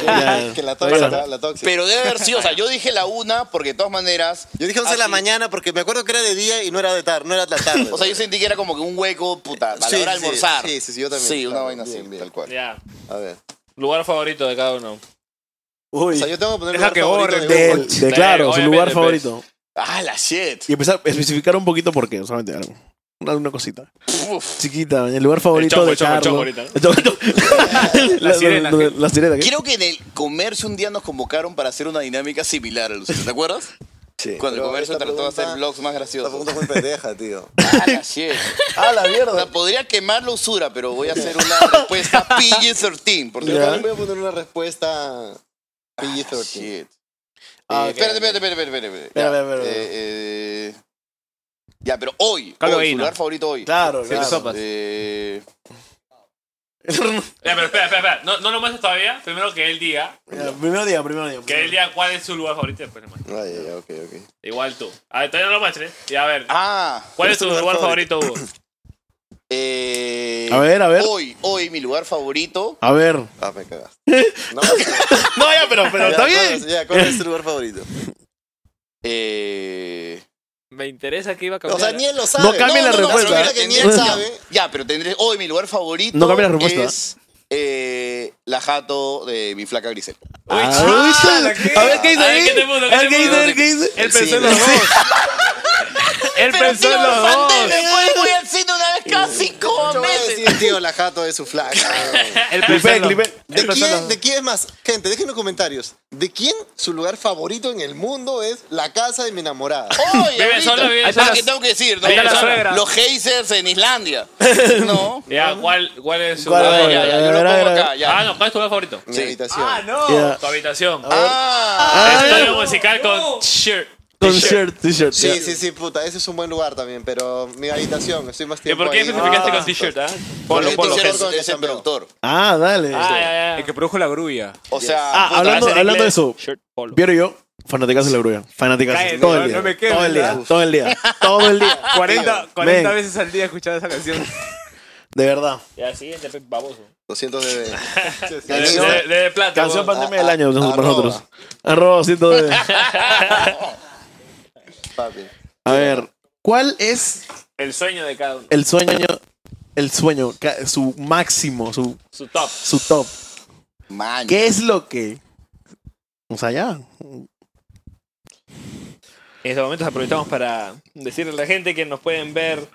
[SPEAKER 3] Ya.
[SPEAKER 5] que la tóxica, la, tóxica.
[SPEAKER 4] Pero debe haber sido, o sea, yo dije la una porque de todas maneras.
[SPEAKER 5] Yo dije 11 de la
[SPEAKER 4] así-
[SPEAKER 5] mañana porque me acuerdo que era de día y no era de tarde, no era la tarde.
[SPEAKER 4] O sea, yo sentí que era como que un hueco, puta, a la
[SPEAKER 5] Sí,
[SPEAKER 4] hora de
[SPEAKER 5] sí,
[SPEAKER 4] almorzar.
[SPEAKER 5] Sí, sí, sí, yo también.
[SPEAKER 4] Sí, una
[SPEAKER 5] Claro,
[SPEAKER 4] vaina
[SPEAKER 5] bien,
[SPEAKER 4] así,
[SPEAKER 5] bien.
[SPEAKER 4] tal cual.
[SPEAKER 1] Ya.
[SPEAKER 5] A ver.
[SPEAKER 1] Lugar favorito de cada uno.
[SPEAKER 5] O
[SPEAKER 3] Uy.
[SPEAKER 5] sea, yo tengo que poner
[SPEAKER 2] Deja
[SPEAKER 5] lugar
[SPEAKER 2] que
[SPEAKER 5] favorito
[SPEAKER 2] borren,
[SPEAKER 5] de
[SPEAKER 3] De,
[SPEAKER 5] Google.
[SPEAKER 3] él, de claro, su
[SPEAKER 1] obviamente,
[SPEAKER 3] lugar
[SPEAKER 1] pues.
[SPEAKER 3] favorito.
[SPEAKER 4] Ah, la shit.
[SPEAKER 3] Y empezar a especificar un poquito por qué, solamente algo. Una, una cosita.
[SPEAKER 4] Uf.
[SPEAKER 3] Chiquita, el lugar favorito
[SPEAKER 1] choco,
[SPEAKER 3] de
[SPEAKER 1] el choco, el
[SPEAKER 3] Carlos.
[SPEAKER 1] choco ahorita, ¿no?
[SPEAKER 3] El choco, el choco. La
[SPEAKER 2] sirena,
[SPEAKER 3] la-
[SPEAKER 2] ¿qué?
[SPEAKER 3] la sirena, ¿qué?
[SPEAKER 4] Creo que en el comercio un día nos convocaron para hacer una dinámica similar, Lucito, ¿te acuerdas?
[SPEAKER 5] Sí.
[SPEAKER 4] Eh, Cuando el
[SPEAKER 5] Pero
[SPEAKER 4] comercio
[SPEAKER 5] esta
[SPEAKER 4] trató de hacer
[SPEAKER 5] pregunta-
[SPEAKER 4] vlogs más
[SPEAKER 5] Esta
[SPEAKER 4] graciosos.
[SPEAKER 5] pregunta fue pendeja, tío.
[SPEAKER 4] Ah, la shit.
[SPEAKER 5] ¡Ah, la
[SPEAKER 4] O sea,
[SPEAKER 5] mierda!
[SPEAKER 4] podría quemar la usura, pero voy a hacer una respuesta PG-13. Porque
[SPEAKER 5] Yo también voy a poner una respuesta PG-13.
[SPEAKER 4] Shit.
[SPEAKER 3] Ah, ok, ok.
[SPEAKER 4] Eh, espérate, espérate, espérate, espérate, espérate.
[SPEAKER 3] Espera,
[SPEAKER 4] Ya,
[SPEAKER 3] espera, espera,
[SPEAKER 4] eh, eh, ya, pero hoy,
[SPEAKER 2] Carlos
[SPEAKER 4] hoy, su
[SPEAKER 2] Gaino.
[SPEAKER 4] lugar favorito hoy.
[SPEAKER 3] Claro, claro.
[SPEAKER 2] sopas.
[SPEAKER 4] Eh,
[SPEAKER 1] Ya, pero espera, espera, espera. No, no lo muestres todavía. Primero que él diga.
[SPEAKER 3] Ya, Primero día, primero día.
[SPEAKER 1] Que él diga cuál es su lugar favorito. y después lo muestras.
[SPEAKER 5] Ah, ya, ya, ok, ok.
[SPEAKER 1] Igual tú. A ver, todavía no lo muestres. Y a ver.
[SPEAKER 4] ah,
[SPEAKER 1] ¿Cuál es tu lugar favorito, Hugo?
[SPEAKER 4] eh,
[SPEAKER 3] A ver, a ver.
[SPEAKER 4] Hoy, hoy, mi lugar favorito.
[SPEAKER 3] A ver.
[SPEAKER 5] Ah, me cagaste. No, pues,
[SPEAKER 3] No, ya, pero, pero
[SPEAKER 5] ya,
[SPEAKER 3] está
[SPEAKER 5] ¿cuál
[SPEAKER 3] bien.
[SPEAKER 5] es- Ya, ¿cuál es tu lugar favorito?
[SPEAKER 4] Eh,
[SPEAKER 1] Me interesa que iba a
[SPEAKER 5] O sea, ni él lo sabe.
[SPEAKER 3] No cambie la
[SPEAKER 5] pero
[SPEAKER 3] respuesta.
[SPEAKER 5] mira que ni él sabe.
[SPEAKER 4] ya, pero tendré hoy mi lugar favorito.
[SPEAKER 3] No cambia la respuesta.
[SPEAKER 4] Es eh, la jato de mi flaca Grisel.
[SPEAKER 3] Ah,
[SPEAKER 2] chala, ¿qué?
[SPEAKER 3] A ver qué dice
[SPEAKER 1] A ver,
[SPEAKER 3] ahí.
[SPEAKER 1] ¿qué te puso?
[SPEAKER 3] A ver
[SPEAKER 1] ¿Qué
[SPEAKER 3] qué
[SPEAKER 1] te
[SPEAKER 3] dice,
[SPEAKER 1] puso?
[SPEAKER 3] a ver qué dice.
[SPEAKER 2] Él
[SPEAKER 4] El
[SPEAKER 2] pensó en
[SPEAKER 4] cine.
[SPEAKER 2] los dos. Él pensó en los dos.
[SPEAKER 4] Voy, voy al cine una vez cada cinco
[SPEAKER 5] Yo voy a
[SPEAKER 4] meses.
[SPEAKER 5] decir, tío, la jato de su flaca.
[SPEAKER 2] Él pensó en los-
[SPEAKER 3] clipe.
[SPEAKER 2] él
[SPEAKER 5] ¿De
[SPEAKER 2] pensó en
[SPEAKER 5] quién,
[SPEAKER 2] los-
[SPEAKER 5] ¿De quién es más? Gente, dejen los comentarios. ¿De quién su lugar favorito en el mundo es la casa de mi enamorada?
[SPEAKER 4] Hoy,
[SPEAKER 1] Vive
[SPEAKER 4] ahorita.
[SPEAKER 1] solo, vive
[SPEAKER 4] Ah,
[SPEAKER 1] solo.
[SPEAKER 4] ¿Qué tengo que decir? No,
[SPEAKER 2] Ahí está la
[SPEAKER 4] Los-
[SPEAKER 2] suegra.
[SPEAKER 4] Los geysers en Islandia. No.
[SPEAKER 1] Ya, ¿cuál, cuál es su
[SPEAKER 3] ¿Cuál
[SPEAKER 4] A
[SPEAKER 1] lugar
[SPEAKER 4] ver,
[SPEAKER 3] es?
[SPEAKER 1] favorito?
[SPEAKER 4] ya, ya, yo
[SPEAKER 3] A ver,
[SPEAKER 4] lo
[SPEAKER 3] a ver,
[SPEAKER 4] pongo
[SPEAKER 3] a ver.
[SPEAKER 4] acá,
[SPEAKER 1] Ah,
[SPEAKER 4] ya.
[SPEAKER 1] no, ¿cuál es tu lugar favorito?
[SPEAKER 5] Mi
[SPEAKER 4] Sí.
[SPEAKER 5] habitación.
[SPEAKER 2] Ah,
[SPEAKER 3] Ya.
[SPEAKER 1] Tu habitación.
[SPEAKER 4] Ah,
[SPEAKER 1] Estudio musical con shirt.
[SPEAKER 3] Con shirt, t-shirt.
[SPEAKER 5] Sí,
[SPEAKER 3] ya.
[SPEAKER 5] sí, sí, puta, ese es un buen lugar también, pero mi habitación, estoy más
[SPEAKER 1] ¿Y
[SPEAKER 5] tiempo
[SPEAKER 1] por qué
[SPEAKER 5] ahí.
[SPEAKER 1] especificaste
[SPEAKER 5] Ah.
[SPEAKER 1] con t-shirt? ah?
[SPEAKER 4] porque
[SPEAKER 1] Ponlo, ponlo.
[SPEAKER 4] tú
[SPEAKER 5] lo que
[SPEAKER 4] eres
[SPEAKER 5] es-
[SPEAKER 4] eres el este productor.
[SPEAKER 3] Ah, dale.
[SPEAKER 1] Ah, ya,
[SPEAKER 2] El
[SPEAKER 1] ya.
[SPEAKER 2] que produjo la grulla.
[SPEAKER 4] O sea,
[SPEAKER 3] Ah,
[SPEAKER 4] puta,
[SPEAKER 3] hablando-
[SPEAKER 4] hacer
[SPEAKER 3] hablando de
[SPEAKER 4] inglés.
[SPEAKER 3] eso,
[SPEAKER 1] Shirt, polo.
[SPEAKER 3] Piero y yo, fanáticas de la grulla. Fanáticas.
[SPEAKER 2] Cállate,
[SPEAKER 3] Todo
[SPEAKER 2] no,
[SPEAKER 3] el día.
[SPEAKER 2] no me quemes,
[SPEAKER 3] Todo el día.
[SPEAKER 2] ¿verdad?
[SPEAKER 3] Todo el día. Todo el día.
[SPEAKER 2] 40,
[SPEAKER 3] Tío,
[SPEAKER 2] 40
[SPEAKER 3] men,
[SPEAKER 2] veces al día escuchaba esa canción.
[SPEAKER 3] De verdad.
[SPEAKER 1] Ya, siguiente, pe, baboso.
[SPEAKER 5] 200 de...
[SPEAKER 1] De, de, de plata.
[SPEAKER 3] Canción
[SPEAKER 1] huevón.
[SPEAKER 3] pandemia del año para
[SPEAKER 5] a- arroba.
[SPEAKER 3] nosotros. Arroba 109.
[SPEAKER 5] Papi.
[SPEAKER 3] A ver, ¿cuál es
[SPEAKER 1] El sueño de cada uno.
[SPEAKER 3] el sueño, el sueño, ca- su máximo, su,
[SPEAKER 1] Su top.
[SPEAKER 3] su top?
[SPEAKER 4] Man.
[SPEAKER 3] ¿Qué es lo que? O sea, ya.
[SPEAKER 1] En este momento aprovechamos para decirle a la gente que nos pueden ver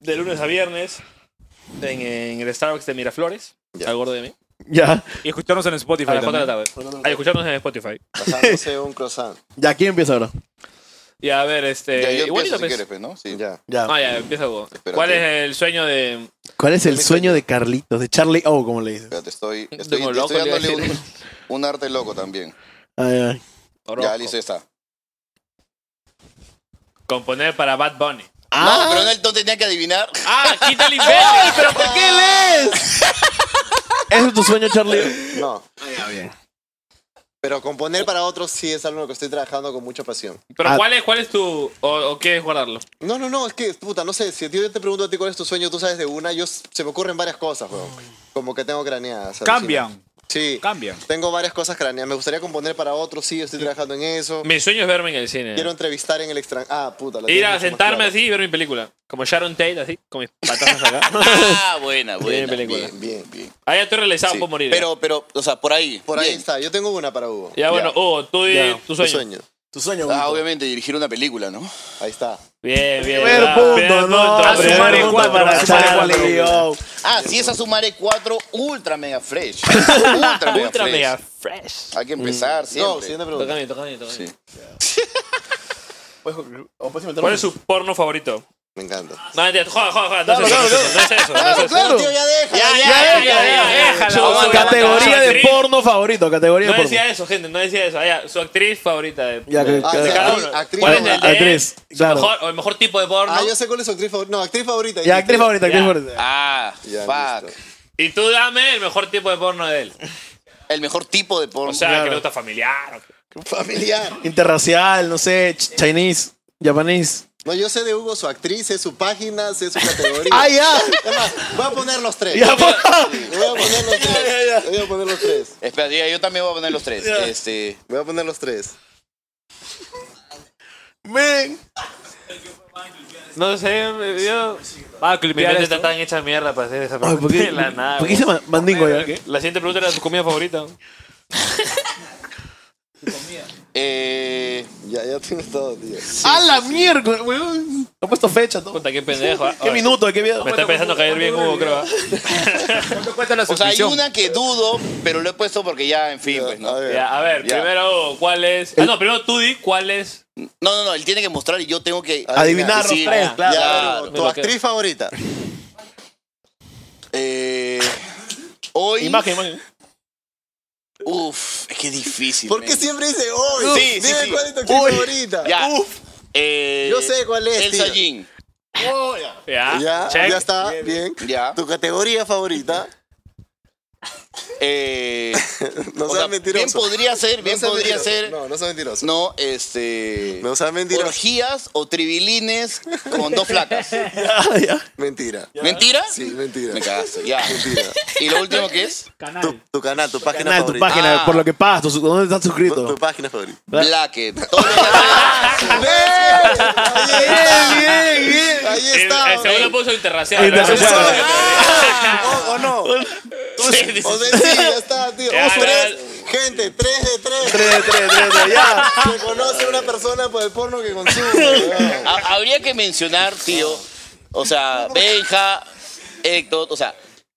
[SPEAKER 1] de lunes a viernes en, en el Starbucks de Miraflores, al gordo de mí,
[SPEAKER 3] Ya.
[SPEAKER 2] Y escucharnos en
[SPEAKER 1] a
[SPEAKER 2] Spotify.
[SPEAKER 1] las 4 de la
[SPEAKER 2] también.
[SPEAKER 1] tarde. A escucharnos en Spotify.
[SPEAKER 5] Pasándose un croissant.
[SPEAKER 3] Ya, ¿quién empieza ahora?
[SPEAKER 1] Y a ver, este.
[SPEAKER 4] Ya, yo
[SPEAKER 1] igualito,
[SPEAKER 4] empiezo si
[SPEAKER 1] pues.
[SPEAKER 4] quieres, Eh, pues, ¿no? Sí.
[SPEAKER 5] Ya.
[SPEAKER 3] Ya.
[SPEAKER 1] Ah, ya, empieza vos.
[SPEAKER 4] Espérate.
[SPEAKER 1] ¿Cuál es el sueño de.
[SPEAKER 3] ¿Cuál es el sueño de Carlitos, de Charlie O, como le dices?
[SPEAKER 4] Espérate, estoy, estoy,
[SPEAKER 1] Tengo
[SPEAKER 4] estoy
[SPEAKER 1] loco, le iba a
[SPEAKER 4] dándole un,
[SPEAKER 1] decir.
[SPEAKER 4] un arte loco también.
[SPEAKER 3] Ay, ay.
[SPEAKER 1] Orozco?
[SPEAKER 4] Ya, listo, ya está.
[SPEAKER 1] Componer para Bad Bunny.
[SPEAKER 4] No, pero él no tenía que adivinar.
[SPEAKER 1] ¡Ah! ¡Quita el imbécil!
[SPEAKER 3] ¿Pero por qué
[SPEAKER 4] Ah.
[SPEAKER 3] lees? ¿Ese es tu sueño, Charlie?
[SPEAKER 5] No. Pero componer para otros sí es algo en lo que estoy trabajando con mucha pasión.
[SPEAKER 1] ¿Pero
[SPEAKER 3] Ah.
[SPEAKER 1] cuál es, cuál es tu. O, o quieres guardarlo?
[SPEAKER 5] No, no, no, es que, puta, no sé, si yo te pregunto a ti cuál es tu sueño, tú sabes de una, yo se me ocurren varias cosas, weón. Como que tengo craneadas. alucina.
[SPEAKER 2] Cambian,
[SPEAKER 5] Sí.
[SPEAKER 2] cambian.
[SPEAKER 5] Tengo varias cosas craneadas. Me gustaría componer para otros, sí, estoy trabajando en eso.
[SPEAKER 1] Mi sueño es verme en el cine.
[SPEAKER 5] Quiero entrevistar en el extranjero. Ah, puta. la
[SPEAKER 1] Ir
[SPEAKER 5] tengo
[SPEAKER 1] a
[SPEAKER 5] mucho más
[SPEAKER 1] sentarme
[SPEAKER 5] clara.
[SPEAKER 1] así y ver mi película. Como Sharon Tate, así, con mis patatas acá.
[SPEAKER 4] Ah, buena, buena.
[SPEAKER 1] Bien, película.
[SPEAKER 4] Bien, bien, bien.
[SPEAKER 1] Ah, ya estoy realizado
[SPEAKER 4] Sí,
[SPEAKER 1] por morir. eh. ya.
[SPEAKER 4] Pero, pero, o sea, por ahí.
[SPEAKER 5] Por ahí
[SPEAKER 4] bien.
[SPEAKER 5] está. Yo tengo una para Hugo.
[SPEAKER 1] Ya bueno,
[SPEAKER 4] Ya.
[SPEAKER 1] Hugo, tú y
[SPEAKER 3] Ya,
[SPEAKER 1] tu sueño.
[SPEAKER 3] Tu sueño,
[SPEAKER 4] Ah,
[SPEAKER 3] Hugo.
[SPEAKER 4] obviamente, dirigir una película, ¿no?
[SPEAKER 5] Ahí está.
[SPEAKER 1] Bien, bien.
[SPEAKER 3] Primer
[SPEAKER 1] va,
[SPEAKER 3] punto,
[SPEAKER 1] primer
[SPEAKER 3] no.
[SPEAKER 1] punto,
[SPEAKER 2] A
[SPEAKER 1] primer
[SPEAKER 2] sumar en
[SPEAKER 1] punto
[SPEAKER 2] cuatro,
[SPEAKER 1] para
[SPEAKER 2] a sumar en
[SPEAKER 1] Charlie.
[SPEAKER 2] cuatro.
[SPEAKER 3] O.
[SPEAKER 4] Ah, si es a sumaré 4, ultra mega fresh. ultra mega
[SPEAKER 1] Ultra
[SPEAKER 4] fresh.
[SPEAKER 1] mega fresh.
[SPEAKER 4] Hay que empezar siempre.
[SPEAKER 5] Mm. No, siguiente pregunta.
[SPEAKER 1] Tócame, tócame, tócame.
[SPEAKER 4] Sí.
[SPEAKER 1] ¿Cuál es su porno favorito?
[SPEAKER 5] Me encanta.
[SPEAKER 1] No, mentira, joda, joda, joda, no es eso, no es eso, no es eso.
[SPEAKER 4] Claro, tío, ya deja.
[SPEAKER 1] Ya, ya, ya, ya, déjala,
[SPEAKER 3] Su
[SPEAKER 1] vamos a hablar
[SPEAKER 3] categoría
[SPEAKER 1] acá. Su
[SPEAKER 3] de
[SPEAKER 1] actriz-
[SPEAKER 3] porno favorito, categoría
[SPEAKER 1] No
[SPEAKER 3] de porno.
[SPEAKER 1] decía eso, gente, no decía eso. Ah, ya, su actriz favorita de,
[SPEAKER 3] Ya, que-
[SPEAKER 1] de-
[SPEAKER 5] Ah,
[SPEAKER 3] que-
[SPEAKER 1] de
[SPEAKER 5] ya,
[SPEAKER 1] cada
[SPEAKER 5] actriz-
[SPEAKER 1] uno.
[SPEAKER 5] actriz
[SPEAKER 1] ¿Cuál es
[SPEAKER 3] favorita.
[SPEAKER 1] el de-
[SPEAKER 3] Actriz,
[SPEAKER 1] su
[SPEAKER 3] claro.
[SPEAKER 1] mejor- o el mejor tipo de porno?
[SPEAKER 5] Ah, yo sé cuál es su actriz favorita. No, actriz favorita.
[SPEAKER 3] Ya, actriz favorita, actriz
[SPEAKER 1] Ya.
[SPEAKER 3] favorita.
[SPEAKER 4] Ah,
[SPEAKER 5] Ya,
[SPEAKER 4] fuck.
[SPEAKER 5] listo.
[SPEAKER 1] Y tú dame el mejor tipo de porno de él.
[SPEAKER 4] El mejor tipo de porno.
[SPEAKER 1] O sea, que le gusta familiar.
[SPEAKER 5] Familiar.
[SPEAKER 3] Interracial, no sé, ch- Chinese, japonés.
[SPEAKER 5] No, yo sé de Hugo su actriz, sé su página, sé su categoría.
[SPEAKER 3] ¡Ah, ya!
[SPEAKER 5] Es más, voy a poner los tres.
[SPEAKER 3] Ya,
[SPEAKER 5] voy
[SPEAKER 3] pues.
[SPEAKER 5] a poner los tres. Voy a poner los tres.
[SPEAKER 4] Espera, ya, yo también voy a poner los tres. Este.
[SPEAKER 5] Voy a poner los tres.
[SPEAKER 1] No sé, yo...
[SPEAKER 2] Ah,
[SPEAKER 1] Mi
[SPEAKER 2] clipear
[SPEAKER 1] mente
[SPEAKER 2] esto.
[SPEAKER 1] está tan hecha mierda para hacer esa
[SPEAKER 3] Ay, ¿por
[SPEAKER 1] pregunta.
[SPEAKER 3] qué,
[SPEAKER 1] De la nada,
[SPEAKER 3] ¿por qué se
[SPEAKER 1] güey.
[SPEAKER 3] llama mandingo ya?
[SPEAKER 1] La siguiente pregunta era su comida favorita.
[SPEAKER 4] Eh,
[SPEAKER 5] Ya, ya tengo todo, tío.
[SPEAKER 3] ¡A la mierda, weón! Ha puesto fecha, todo.
[SPEAKER 1] Puta, qué pendejo. ah.
[SPEAKER 3] ¿Qué
[SPEAKER 1] Oye,
[SPEAKER 3] minuto? ¿Qué miedo?
[SPEAKER 1] Me está pensando caer bien Hugo, creo. ah.
[SPEAKER 4] o sea, hay una que dudo, pero lo he puesto porque ya, en fin, pues, ¿no?
[SPEAKER 5] A ver.
[SPEAKER 1] Ya, a ver,
[SPEAKER 4] Ya.
[SPEAKER 1] primero, ¿cuál es? Ah, no, primero tú di cuál es.
[SPEAKER 4] No, no, no, él tiene que mostrar y yo tengo que.
[SPEAKER 3] Adivinar los
[SPEAKER 4] Sí,
[SPEAKER 3] tres,
[SPEAKER 4] Ya,
[SPEAKER 3] claro.
[SPEAKER 5] Ya,
[SPEAKER 1] me
[SPEAKER 5] tu
[SPEAKER 1] lo quedo.
[SPEAKER 5] actriz favorita.
[SPEAKER 4] Eh, hoy.
[SPEAKER 3] Imagen, imagen.
[SPEAKER 4] Uf, es que es difícil.
[SPEAKER 5] ¿Por qué
[SPEAKER 4] men.
[SPEAKER 5] siempre dice hoy?
[SPEAKER 4] Sí, sí,
[SPEAKER 5] Dime
[SPEAKER 4] sí.
[SPEAKER 5] cuál es tu actriz
[SPEAKER 3] Uy.
[SPEAKER 5] favorita.
[SPEAKER 4] Ya.
[SPEAKER 3] Uf.
[SPEAKER 4] Eh,
[SPEAKER 5] Yo sé cuál es,
[SPEAKER 4] Elsa
[SPEAKER 5] tío.
[SPEAKER 4] Jean. Ah,
[SPEAKER 1] Ya,
[SPEAKER 5] Ya,
[SPEAKER 1] check.
[SPEAKER 5] ya está, bien.
[SPEAKER 4] Ya.
[SPEAKER 5] Tu categoría favorita.
[SPEAKER 4] Eh,
[SPEAKER 5] No
[SPEAKER 4] o sea,
[SPEAKER 5] seas
[SPEAKER 4] bien
[SPEAKER 5] mentiroso.
[SPEAKER 4] podría ser, bien
[SPEAKER 5] No seas
[SPEAKER 4] podría
[SPEAKER 5] mentiroso.
[SPEAKER 4] ser. No,
[SPEAKER 5] No, no seas mentiroso.
[SPEAKER 4] este.
[SPEAKER 5] No seas mentiroso.
[SPEAKER 4] Orgías o trivilines con dos flacas.
[SPEAKER 5] Mentira.
[SPEAKER 4] ¿Mentira?
[SPEAKER 5] Sí, mentira.
[SPEAKER 4] Me cagaste, ya.
[SPEAKER 5] Mentira.
[SPEAKER 4] ¿Y lo último que es?
[SPEAKER 5] Tu, tu canal, tu página
[SPEAKER 3] Canal, tu
[SPEAKER 5] favorita.
[SPEAKER 3] página,
[SPEAKER 4] Ah.
[SPEAKER 3] por lo que pagas, tu- ¿dónde estás
[SPEAKER 5] Tu,
[SPEAKER 3] suscrito?
[SPEAKER 5] tu página favorita.
[SPEAKER 4] Blacket. Todos los días-
[SPEAKER 5] Bien, bien, bien. Ahí
[SPEAKER 1] El,
[SPEAKER 5] está.
[SPEAKER 1] el segundo
[SPEAKER 5] ¿no?
[SPEAKER 1] puso interracial.
[SPEAKER 3] Interracial. Ah,
[SPEAKER 1] ¿verdad?
[SPEAKER 5] O, o Ah, no. O
[SPEAKER 1] Sí, sí, sí.
[SPEAKER 5] sea, sí, ya está, tío.
[SPEAKER 1] Ya,
[SPEAKER 5] O tres.
[SPEAKER 1] ya.
[SPEAKER 5] Gente, tres de tres.
[SPEAKER 3] Tres, tres, tres, tres, ya.
[SPEAKER 5] Se conoce una persona por el porno que consume. weón.
[SPEAKER 4] Ha- Ah, Habría que mencionar, tío, o sea, Benja, Héctor, o sea,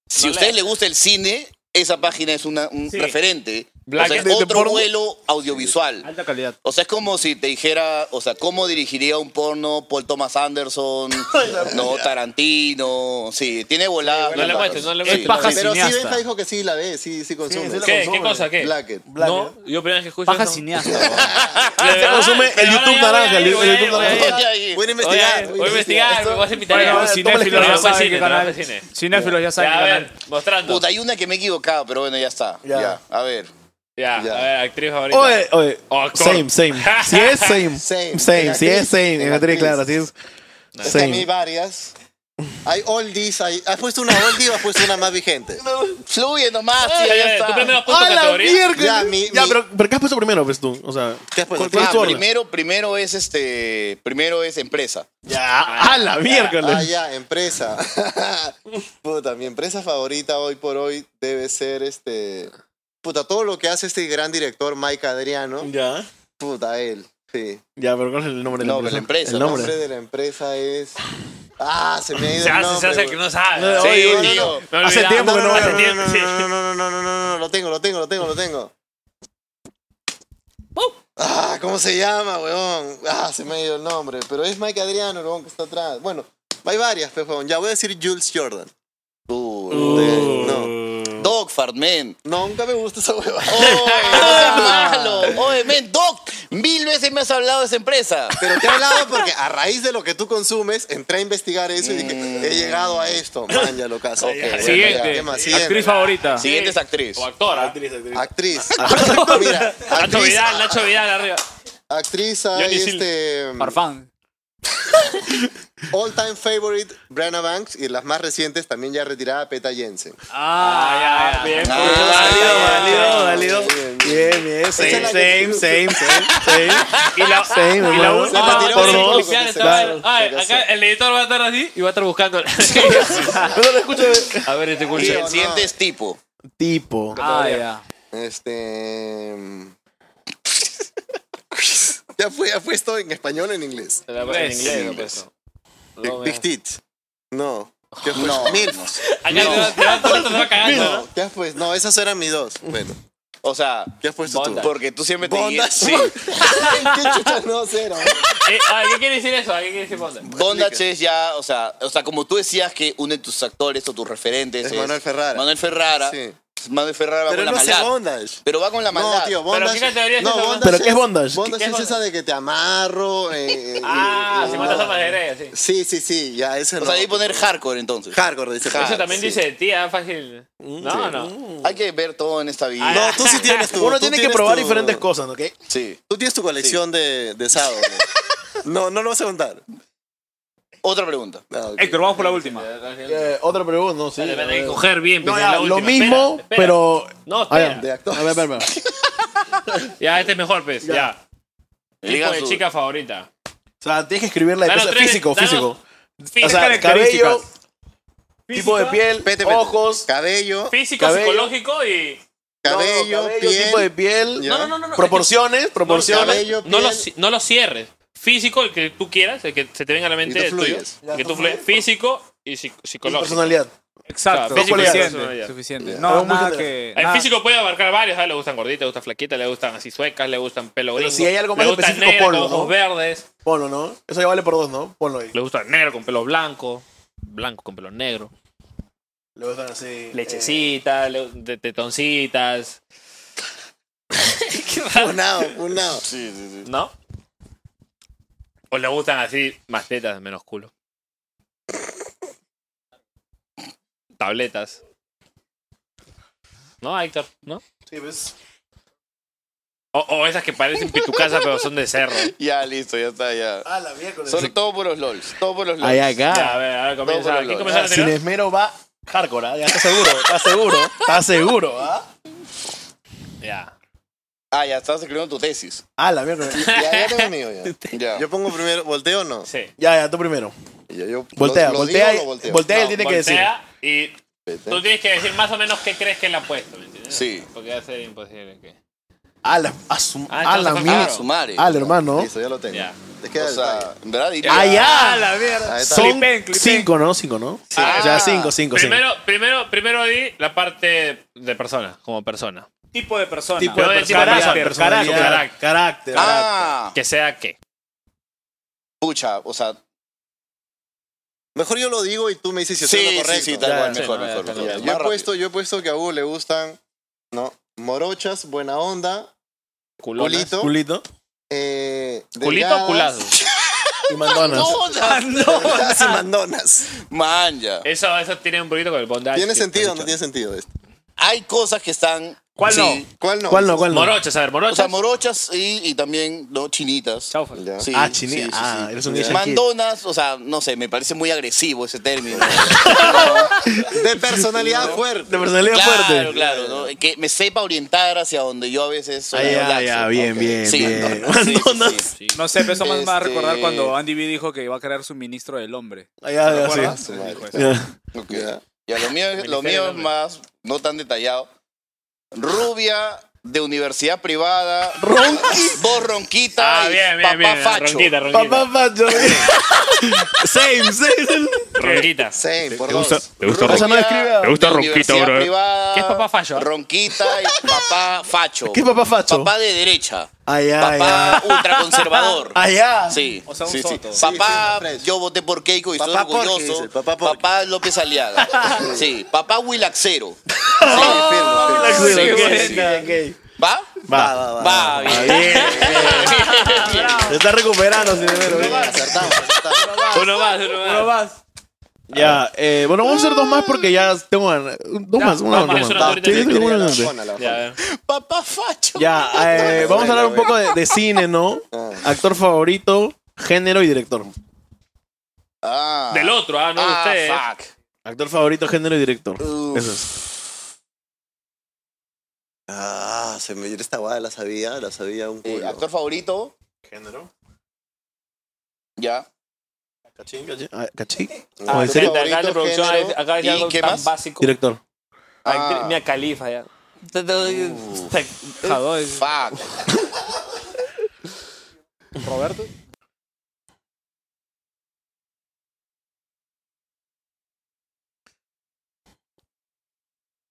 [SPEAKER 4] si a ustedes les gusta el cine, esa página es una, un referente.
[SPEAKER 1] Black
[SPEAKER 4] o sea, es
[SPEAKER 1] and White
[SPEAKER 4] otro
[SPEAKER 1] porno.
[SPEAKER 4] vuelo audiovisual.
[SPEAKER 2] Alta calidad.
[SPEAKER 4] O sea, es como si te dijera, o sea, cómo dirigiría un porno Paul Thomas Anderson, no Tarantino, sí, tiene volada.
[SPEAKER 1] No le muestres, no le
[SPEAKER 4] Sí.
[SPEAKER 1] muestres.
[SPEAKER 2] paja
[SPEAKER 1] Sí.
[SPEAKER 5] Ah. Pero sí,
[SPEAKER 2] cineasta.
[SPEAKER 5] Benja dijo que sí la ve, sí, sí consume.
[SPEAKER 1] ¿Qué? ¿Qué cosa? ¿Qué?
[SPEAKER 5] Blackett.
[SPEAKER 1] No, yo primera vez que escucho
[SPEAKER 2] Paja
[SPEAKER 1] eso.
[SPEAKER 2] cineasta.
[SPEAKER 1] De verdad,
[SPEAKER 3] consume el
[SPEAKER 1] pero ahora
[SPEAKER 3] YouTube
[SPEAKER 1] ya voy a
[SPEAKER 3] naranja,
[SPEAKER 1] ir,
[SPEAKER 3] el-
[SPEAKER 1] voy
[SPEAKER 3] el
[SPEAKER 1] a ir,
[SPEAKER 3] YouTube
[SPEAKER 1] voy a ir.
[SPEAKER 3] naranja.
[SPEAKER 4] Oye, ahí.
[SPEAKER 5] Voy a
[SPEAKER 1] Voy a
[SPEAKER 5] investigar.
[SPEAKER 1] ir, voy a investigar, voy a hacer mi tarea.
[SPEAKER 2] Bueno,
[SPEAKER 1] Voy a
[SPEAKER 2] cinéfilos ya
[SPEAKER 1] hacer
[SPEAKER 2] saben
[SPEAKER 1] cine,
[SPEAKER 2] qué
[SPEAKER 1] voy a hacer
[SPEAKER 2] canal.
[SPEAKER 1] cine.
[SPEAKER 2] Cinéfilos ya saben
[SPEAKER 1] Ya,
[SPEAKER 2] qué
[SPEAKER 1] a ver,
[SPEAKER 2] canal.
[SPEAKER 1] mostrando.
[SPEAKER 4] Puta, hay una que me he equivocado, pero bueno, ya está.
[SPEAKER 5] Ya.
[SPEAKER 4] ya a ver.
[SPEAKER 1] Ya, a
[SPEAKER 5] Ya.
[SPEAKER 1] ver, actriz favorita.
[SPEAKER 3] Oye, oye.
[SPEAKER 1] O actor.
[SPEAKER 3] Same, same. Si es same.
[SPEAKER 5] Same.
[SPEAKER 3] Same,
[SPEAKER 5] En
[SPEAKER 3] si es
[SPEAKER 5] actriz,
[SPEAKER 3] same.
[SPEAKER 5] en
[SPEAKER 3] En actriz,
[SPEAKER 5] actriz.
[SPEAKER 3] claro, así es.
[SPEAKER 5] Es que a mí hay
[SPEAKER 3] Same.
[SPEAKER 5] varias. Hay oldies, hay... ¿has puesto una oldie o has puesto una más vigente?
[SPEAKER 4] Fluye nomás, tío,
[SPEAKER 1] Ah, Ya,
[SPEAKER 4] ya
[SPEAKER 1] ya,
[SPEAKER 4] está.
[SPEAKER 1] Tú primero
[SPEAKER 3] ¡A
[SPEAKER 1] puso
[SPEAKER 3] la
[SPEAKER 1] categoría.
[SPEAKER 3] mierda!
[SPEAKER 5] Ya, mi-
[SPEAKER 3] Ya,
[SPEAKER 5] mi-
[SPEAKER 3] pero pero ¿qué has puesto primero, pues tú? O sea,
[SPEAKER 5] ¿Qué has puesto?
[SPEAKER 3] ¿cuál- cuál es
[SPEAKER 4] Ah,
[SPEAKER 3] tu orden?
[SPEAKER 4] primero, primero es este, primero es empresa.
[SPEAKER 3] Ya, ¡A la
[SPEAKER 5] Ah,
[SPEAKER 3] mierda!
[SPEAKER 5] ya, empresa. Puta, mi empresa favorita hoy por hoy debe ser este. Puta, todo lo que hace este gran director Mike Adriano.
[SPEAKER 3] Ya.
[SPEAKER 5] Puta, él. Sí.
[SPEAKER 3] Ya, pero ¿cuál es el nombre de la
[SPEAKER 4] No,
[SPEAKER 3] empresa?
[SPEAKER 4] la empresa,
[SPEAKER 3] El
[SPEAKER 5] El
[SPEAKER 3] nombre.
[SPEAKER 5] nombre de la empresa es. Ah, se me ha ido
[SPEAKER 1] Se
[SPEAKER 5] el
[SPEAKER 1] hace, se
[SPEAKER 5] nombre,
[SPEAKER 1] hace el
[SPEAKER 5] güey.
[SPEAKER 1] que no sabe.
[SPEAKER 5] No,
[SPEAKER 1] Sí,
[SPEAKER 5] oye, oye,
[SPEAKER 1] tío,
[SPEAKER 5] no.
[SPEAKER 1] me he
[SPEAKER 3] Hace
[SPEAKER 1] olvidado.
[SPEAKER 3] tiempo que no
[SPEAKER 1] Hace
[SPEAKER 3] veo.
[SPEAKER 1] tiempo, sí.
[SPEAKER 5] No, no, no, no, no, no, no, lo tengo, lo tengo, lo tengo, lo tengo. Ah, ¿cómo se llama, weón? Ah, se me ha ido el nombre. Pero es Mike Adriano, weón, que está atrás. Bueno, hay varias, pues, weón. Ya voy a decir Jules Jordan. De- no.
[SPEAKER 4] Dogfart, men.
[SPEAKER 5] No, nunca me gusta esa hueva.
[SPEAKER 4] Oye, no seas malo. Oye, men, Dog, mil veces me has hablado de esa empresa.
[SPEAKER 5] Pero te he hablado porque a raíz de lo que tú consumes, entré a investigar eso y dije,
[SPEAKER 4] Mm.
[SPEAKER 5] he llegado a esto. Man, ya lo caso.
[SPEAKER 4] Ok, ya,
[SPEAKER 2] Siguiente.
[SPEAKER 5] ¿Qué más?
[SPEAKER 2] Actriz favorita.
[SPEAKER 4] Siguiente es actriz.
[SPEAKER 5] Ah.
[SPEAKER 1] O actora.
[SPEAKER 5] Actriz. Mira,
[SPEAKER 1] Nacho
[SPEAKER 5] actriz,
[SPEAKER 1] Vidal, Nacho Vidal arriba.
[SPEAKER 5] actriz
[SPEAKER 1] Johnny
[SPEAKER 5] hay
[SPEAKER 1] Silva.
[SPEAKER 5] este...
[SPEAKER 2] Farfán.
[SPEAKER 5] All time favorite, Brenna Banks, y las más recientes, también ya retirada, Peta Jensen.
[SPEAKER 1] Ah, ya, ya. Bien,
[SPEAKER 4] Ah,
[SPEAKER 1] mucho más.
[SPEAKER 4] válido,
[SPEAKER 1] Válido,
[SPEAKER 3] válido. Bien, bien.
[SPEAKER 5] es
[SPEAKER 3] Same,
[SPEAKER 5] la
[SPEAKER 3] same,
[SPEAKER 5] que-
[SPEAKER 3] same, same. Ah,
[SPEAKER 1] Y la,
[SPEAKER 3] Sí,
[SPEAKER 1] y
[SPEAKER 3] mi
[SPEAKER 1] la
[SPEAKER 3] hermano.
[SPEAKER 1] última
[SPEAKER 5] Se retiró
[SPEAKER 1] va a tener
[SPEAKER 5] por
[SPEAKER 1] que
[SPEAKER 5] dos.
[SPEAKER 1] limpiar esta
[SPEAKER 5] Claro.
[SPEAKER 1] vaina. Ay, acá el editor va a estar así y va a estar buscando. a ver, este
[SPEAKER 4] Y
[SPEAKER 1] curso.
[SPEAKER 4] el siguiente es tipo.
[SPEAKER 3] Tipo.
[SPEAKER 2] Ah, ya.
[SPEAKER 5] Este. mm. ya fue ya fue esto en español o en inglés.
[SPEAKER 1] pues. Se la pone en inglés,
[SPEAKER 5] Big Tits. No. ¿Qué fue?
[SPEAKER 4] No.
[SPEAKER 5] Mil.
[SPEAKER 1] Acá no. te van poniendo, se va cagando.
[SPEAKER 5] ¿Qué has puesto? No, esas eran mis dos. Bueno,
[SPEAKER 4] O sea,
[SPEAKER 5] ¿qué has puesto
[SPEAKER 1] Bonda.
[SPEAKER 5] tú?
[SPEAKER 4] porque tú siempre te
[SPEAKER 5] Bonda.
[SPEAKER 4] guías- Sí.
[SPEAKER 5] ¿Qué chucha no cero?
[SPEAKER 1] Eh, ah, ¿Qué quiere decir eso? ¿Qué quiere decir Bonda?
[SPEAKER 4] Bondage es ya, o sea, o sea, como tú decías que uno de tus actores o tus referentes
[SPEAKER 5] Es Manuel Ferrara.
[SPEAKER 4] Manuel Ferrara.
[SPEAKER 5] Sí.
[SPEAKER 4] Manuel Ferrara va
[SPEAKER 5] Pero
[SPEAKER 4] con la
[SPEAKER 5] no sé
[SPEAKER 4] maldad.
[SPEAKER 5] bondage.
[SPEAKER 4] Pero va con la maldad.
[SPEAKER 5] No, tío,
[SPEAKER 1] ¿Pero
[SPEAKER 5] bondage.
[SPEAKER 1] qué categoría es
[SPEAKER 5] no,
[SPEAKER 1] esa,
[SPEAKER 5] bondage
[SPEAKER 1] Fernando?
[SPEAKER 3] ¿Pero qué es bondage?
[SPEAKER 5] Bondage
[SPEAKER 1] ¿Qué es
[SPEAKER 5] es esa de que te amarro. eh, eh,
[SPEAKER 1] Ah,
[SPEAKER 5] y-
[SPEAKER 1] si
[SPEAKER 5] y-
[SPEAKER 1] matas a Majerez, sí.
[SPEAKER 5] Sí, sí, sí, ya, ese
[SPEAKER 4] O
[SPEAKER 5] no.
[SPEAKER 4] sea, debí poner hardcore entonces.
[SPEAKER 5] Hardcore, dice.
[SPEAKER 1] Eso
[SPEAKER 4] Hard,
[SPEAKER 5] Hardcore,
[SPEAKER 1] también
[SPEAKER 5] sí.
[SPEAKER 1] dice tía, fácil.
[SPEAKER 3] Mm,
[SPEAKER 1] No, no.
[SPEAKER 4] Hay que ver todo en esta vida.
[SPEAKER 5] No, tú sí tienes tu.
[SPEAKER 3] Uno
[SPEAKER 5] tú
[SPEAKER 3] tiene que
[SPEAKER 5] tienes
[SPEAKER 3] probar
[SPEAKER 5] tu-
[SPEAKER 3] diferentes cosas, ¿ok?
[SPEAKER 4] Sí.
[SPEAKER 5] Tú tienes tu colección de, de sábado. No, no lo vas a contar.
[SPEAKER 4] Otra pregunta.
[SPEAKER 5] No, ok.
[SPEAKER 2] Héctor, vamos por la última.
[SPEAKER 3] Eh, otra pregunta, no, sí.
[SPEAKER 1] Le van
[SPEAKER 3] a
[SPEAKER 1] a
[SPEAKER 3] ver.
[SPEAKER 1] coger bien,
[SPEAKER 3] No,
[SPEAKER 1] pues,
[SPEAKER 3] ya,
[SPEAKER 1] es la
[SPEAKER 3] lo
[SPEAKER 1] última.
[SPEAKER 3] mismo,
[SPEAKER 1] Espera, espera.
[SPEAKER 3] pero.
[SPEAKER 1] No,
[SPEAKER 3] Ah, ya,
[SPEAKER 1] espera.
[SPEAKER 5] De actor.
[SPEAKER 3] A ver, a ver, a ver.
[SPEAKER 1] Ya, este es mejor, pues. Ya. Tipo
[SPEAKER 4] Digan
[SPEAKER 1] de
[SPEAKER 4] su-
[SPEAKER 1] chica favorita.
[SPEAKER 3] O sea, tienes que escribirla de
[SPEAKER 1] Danos
[SPEAKER 3] peso-
[SPEAKER 1] tres-
[SPEAKER 3] físico,
[SPEAKER 1] danos-
[SPEAKER 3] físico.
[SPEAKER 1] Física,
[SPEAKER 3] O sea,
[SPEAKER 2] características.
[SPEAKER 3] cabello, tipo de piel,
[SPEAKER 5] Vete, vete.
[SPEAKER 3] ojos,
[SPEAKER 5] Cabello,
[SPEAKER 1] físico,
[SPEAKER 3] cabello.
[SPEAKER 1] psicológico y.
[SPEAKER 5] cabello,
[SPEAKER 3] no,
[SPEAKER 5] piel.
[SPEAKER 3] tipo de piel,
[SPEAKER 5] Ya.
[SPEAKER 1] No, no, no, no, no.
[SPEAKER 3] proporciones, proporciones.
[SPEAKER 5] Cabello,
[SPEAKER 1] No
[SPEAKER 5] piel.
[SPEAKER 1] lo, ci- no lo cierres. Físico, el que tú quieras, el que se te venga a la mente.
[SPEAKER 5] tú
[SPEAKER 1] el tuyo.
[SPEAKER 5] fluyes.
[SPEAKER 1] El Que tú fluyes. Físico y psic-
[SPEAKER 3] y
[SPEAKER 1] psicológico.
[SPEAKER 3] personalidad.
[SPEAKER 2] Exacto.
[SPEAKER 1] Físico y
[SPEAKER 2] suficiente.
[SPEAKER 1] personalidad.
[SPEAKER 2] Suficiente.
[SPEAKER 3] Algo
[SPEAKER 2] No,
[SPEAKER 3] muy
[SPEAKER 2] nada
[SPEAKER 3] general.
[SPEAKER 2] que.
[SPEAKER 1] El
[SPEAKER 2] nada.
[SPEAKER 1] físico puede abarcar varios, ¿sabes? Le gustan gorditas, le gustan flaquitas, le gustan así suecas, le gustan pelo
[SPEAKER 3] Pero
[SPEAKER 1] gringo.
[SPEAKER 3] si hay algo más
[SPEAKER 1] le gustan
[SPEAKER 3] específico,
[SPEAKER 1] negro,
[SPEAKER 3] ponlo,
[SPEAKER 1] con ojos
[SPEAKER 3] ¿no?
[SPEAKER 1] verdes,
[SPEAKER 3] Ponlo, ¿no? Eso ya vale por dos, ¿no? Ponlo ahí.
[SPEAKER 1] le gusta negro con pelo blanco, blanco con pelo negro,
[SPEAKER 3] Eh. Le gustan así. eh,
[SPEAKER 1] lechecitas, le- de- tetoncitas. Qué raro,
[SPEAKER 5] Punado, punado.
[SPEAKER 1] ¿no? O le gustan así más tetas, menos culo. Tabletas. ¿No, Héctor? ¿No?
[SPEAKER 3] sí, pues, ¿ves?
[SPEAKER 1] O, o esas que parecen pitucasa pero son de cerro.
[SPEAKER 4] Ya, listo, ya está, ya.
[SPEAKER 3] Ah, la miércoles.
[SPEAKER 4] Sobre todo por los LOLs. Todo por los LOLs.
[SPEAKER 3] Ahí acá.
[SPEAKER 1] Ya, a ver, a ver, comienza.
[SPEAKER 4] Vámonos.
[SPEAKER 1] ¿Quién comienza la
[SPEAKER 3] Sin
[SPEAKER 1] anterior?
[SPEAKER 3] esmero va hardcore, ¿ah? Ya está seguro, está seguro, está seguro, ¿ah?
[SPEAKER 1] Ya.
[SPEAKER 4] Ah, ya estás escribiendo tu tesis.
[SPEAKER 3] Ah, la mierda.
[SPEAKER 5] Ya, ya tengo el mío, ya.
[SPEAKER 4] Ya.
[SPEAKER 5] Yo pongo primero, ¿volteo o no?
[SPEAKER 1] Sí.
[SPEAKER 3] Ya, ya, tú primero.
[SPEAKER 5] Yo- yo-
[SPEAKER 3] Voltea,
[SPEAKER 5] ¿lo- lo digo
[SPEAKER 3] voltea,
[SPEAKER 5] o no volteo?
[SPEAKER 3] voltea y él
[SPEAKER 1] No,
[SPEAKER 3] tiene que decir.
[SPEAKER 1] voltea Y tú tienes que decir más o menos qué crees que él ha puesto, ¿me entiendes?
[SPEAKER 4] Sí.
[SPEAKER 1] Porque va a ser imposible que.
[SPEAKER 3] A la, a su,
[SPEAKER 1] Ah,
[SPEAKER 3] a
[SPEAKER 1] entonces
[SPEAKER 3] la
[SPEAKER 1] fue
[SPEAKER 3] mierda.
[SPEAKER 4] Ah,
[SPEAKER 1] Claro.
[SPEAKER 4] su madre.
[SPEAKER 3] Al hermano. Ah,
[SPEAKER 5] Listo, ya lo tengo.
[SPEAKER 1] Ya.
[SPEAKER 5] Te queda
[SPEAKER 4] o
[SPEAKER 5] el
[SPEAKER 4] sea,
[SPEAKER 5] detalle.
[SPEAKER 4] en verdad diría.
[SPEAKER 3] Allá.
[SPEAKER 2] la mierda.
[SPEAKER 5] Ahí está.
[SPEAKER 3] Son
[SPEAKER 2] Clipen, clipen.
[SPEAKER 3] cinco, ¿no? Cinco, ¿no? O sea, cinco, cinco, cinco.
[SPEAKER 1] Primero, primero, primero di la parte de persona, como persona.
[SPEAKER 2] Tipo de persona.
[SPEAKER 1] Tipo de
[SPEAKER 2] Yo decía
[SPEAKER 1] persona.
[SPEAKER 2] carácter,
[SPEAKER 1] Personalidad.
[SPEAKER 2] carácter.
[SPEAKER 1] carácter.
[SPEAKER 3] Carácter.
[SPEAKER 4] Ah,
[SPEAKER 1] Que sea qué.
[SPEAKER 4] pucha, o sea,
[SPEAKER 5] Mejor yo lo digo y tú me dices si
[SPEAKER 4] sí,
[SPEAKER 5] estoy en
[SPEAKER 4] sí,
[SPEAKER 5] lo correcto.
[SPEAKER 4] sí, tal
[SPEAKER 1] Ya,
[SPEAKER 4] cual,
[SPEAKER 1] sí,
[SPEAKER 4] mejor,
[SPEAKER 1] no, ya,
[SPEAKER 4] mejor.
[SPEAKER 1] ya,
[SPEAKER 4] mejor.
[SPEAKER 1] ya,
[SPEAKER 4] Más
[SPEAKER 5] yo, he
[SPEAKER 4] rápido.
[SPEAKER 5] puesto, yo he puesto que a Hugo le gustan, ¿no? Morochas, buena onda,
[SPEAKER 1] Culonas.
[SPEAKER 5] culito.
[SPEAKER 3] Culito.
[SPEAKER 5] eh,
[SPEAKER 1] ¿Culito o
[SPEAKER 5] delgadas,
[SPEAKER 1] culazo?
[SPEAKER 3] Y mandonas.
[SPEAKER 5] delgadas y mandonas.
[SPEAKER 4] Man, ya.
[SPEAKER 1] Eso, eso tiene un poquito con el bondage.
[SPEAKER 5] ¿Tiene
[SPEAKER 1] que
[SPEAKER 5] sentido o no
[SPEAKER 1] te he
[SPEAKER 5] tiene sentido esto?
[SPEAKER 4] Hay cosas que están.
[SPEAKER 1] ¿Cuál
[SPEAKER 4] sí.
[SPEAKER 5] ¿Cuál no?
[SPEAKER 3] ¿Cuál no? ¿Cuál
[SPEAKER 1] dicho.
[SPEAKER 3] no?
[SPEAKER 1] Morochas, a ver,
[SPEAKER 4] O sea,
[SPEAKER 1] morochas.
[SPEAKER 4] morochas y, y también, ¿no? Chinitas.
[SPEAKER 1] Chaufa.
[SPEAKER 5] Ya.
[SPEAKER 4] Sí,
[SPEAKER 3] Ah,
[SPEAKER 4] sí,
[SPEAKER 3] chini.
[SPEAKER 4] sí,
[SPEAKER 3] ah,
[SPEAKER 4] sí.
[SPEAKER 3] eres un Asian kid.
[SPEAKER 4] Mandonas, o sea, no sé, me parece muy agresivo ese término.
[SPEAKER 5] De personalidad fuerte.
[SPEAKER 3] De personalidad
[SPEAKER 4] claro,
[SPEAKER 3] fuerte.
[SPEAKER 4] claro, ¿no? Que me sepa orientar hacia donde yo a veces soy.
[SPEAKER 3] Ah, ya,
[SPEAKER 4] laxo.
[SPEAKER 3] ya, bien,
[SPEAKER 4] Ok.
[SPEAKER 3] bien,
[SPEAKER 4] Sí,
[SPEAKER 3] bien.
[SPEAKER 4] mandonas, sí, sí,
[SPEAKER 3] Mandonas.
[SPEAKER 4] sí.
[SPEAKER 2] No sé, pero eso más me va a recordar
[SPEAKER 5] Este-
[SPEAKER 2] cuando Andy B dijo que iba a crear su ministro del hombre.
[SPEAKER 3] Ah, ya, ya,
[SPEAKER 2] ¿Recuerdas?
[SPEAKER 3] sí.
[SPEAKER 5] Su madre.
[SPEAKER 2] Dijo eso.
[SPEAKER 3] Ya.
[SPEAKER 4] Ok.
[SPEAKER 5] Ya.
[SPEAKER 4] Ya, lo mío, es-
[SPEAKER 1] Ministerio
[SPEAKER 4] lo mío es
[SPEAKER 1] del
[SPEAKER 4] más, no tan detallado. Rubia de universidad privada. Voz ronquita.
[SPEAKER 1] Ah,
[SPEAKER 4] y
[SPEAKER 1] bien, bien,
[SPEAKER 4] papá
[SPEAKER 1] bien.
[SPEAKER 4] facho.
[SPEAKER 1] Ronquita, ronquita.
[SPEAKER 3] Papá Facho. same, same.
[SPEAKER 1] Ronquita.
[SPEAKER 5] Same, por dos.
[SPEAKER 1] ¿Te gusta
[SPEAKER 3] Esa no
[SPEAKER 4] Rubia
[SPEAKER 3] describe a-
[SPEAKER 4] de
[SPEAKER 1] Me gusta ronquita,
[SPEAKER 4] universidad
[SPEAKER 1] bro.
[SPEAKER 4] privada,
[SPEAKER 1] ¿Qué es papá facho?
[SPEAKER 4] Ronquita y papá facho.
[SPEAKER 3] ¿Qué es papá Facho?
[SPEAKER 4] Papá de derecha.
[SPEAKER 3] Ay, ay,
[SPEAKER 4] Papá
[SPEAKER 3] ay.
[SPEAKER 4] ultraconservador.
[SPEAKER 3] Allá.
[SPEAKER 4] Sí.
[SPEAKER 2] O sea, un
[SPEAKER 4] sí, sí.
[SPEAKER 2] soto.
[SPEAKER 4] Papá,
[SPEAKER 5] Sí, sí, sí.
[SPEAKER 4] yo voté por Keiko y soy
[SPEAKER 5] Papá Porky,
[SPEAKER 4] orgulloso.
[SPEAKER 5] dice, papá Porky.
[SPEAKER 4] López Aliaga. sí. Papá Willaxero.
[SPEAKER 5] Sí, firme, firme.
[SPEAKER 3] Sí,
[SPEAKER 4] Sí,
[SPEAKER 3] ok,
[SPEAKER 4] sí.
[SPEAKER 3] ok.
[SPEAKER 4] ¿Va?
[SPEAKER 3] Va, va, va.
[SPEAKER 4] Va, bien.
[SPEAKER 3] Se está recuperando, señor.
[SPEAKER 5] Acertamos, acertamos.
[SPEAKER 1] Uno más, uno más. Uno más.
[SPEAKER 3] Ya, eh, bueno, vamos a hacer dos más porque ya tengo ganas. Dos
[SPEAKER 1] Ya,
[SPEAKER 3] más, una
[SPEAKER 1] vamos a
[SPEAKER 3] más.
[SPEAKER 1] hacer
[SPEAKER 3] una
[SPEAKER 1] una
[SPEAKER 3] más.
[SPEAKER 1] ahorita.
[SPEAKER 3] Sí, yo tengo ganas de-
[SPEAKER 5] Ponla, la
[SPEAKER 1] Ya, eh. a ver.
[SPEAKER 4] Papá Facho.
[SPEAKER 3] Ya, eh, vamos a hablar un poco de, de cine, ¿no?
[SPEAKER 5] Ah.
[SPEAKER 3] Actor favorito, género y director.
[SPEAKER 4] Ah.
[SPEAKER 1] Del otro, ah, no de
[SPEAKER 4] Ah,
[SPEAKER 1] ustedes.
[SPEAKER 4] fuck.
[SPEAKER 3] Actor favorito, género y director.
[SPEAKER 4] Uf.
[SPEAKER 3] Eso es.
[SPEAKER 5] Ah, se me esta guada, la sabía, la sabía un
[SPEAKER 4] Eh,
[SPEAKER 5] culo.
[SPEAKER 4] actor favorito.
[SPEAKER 3] ¿Género?
[SPEAKER 4] Ya.
[SPEAKER 3] ¿Cachín? ¿Cachín? Ah, ¿Cachín?
[SPEAKER 5] Ah,
[SPEAKER 3] ¿En serio?
[SPEAKER 5] favorito,
[SPEAKER 1] Acá de producción,
[SPEAKER 5] género.
[SPEAKER 1] acá
[SPEAKER 4] ¿Y
[SPEAKER 1] decía algo
[SPEAKER 4] qué
[SPEAKER 1] tan
[SPEAKER 4] más?
[SPEAKER 1] básico.
[SPEAKER 3] Director.
[SPEAKER 4] Ah.
[SPEAKER 1] Mira Califa ya.
[SPEAKER 4] Fuck.
[SPEAKER 2] Roberto.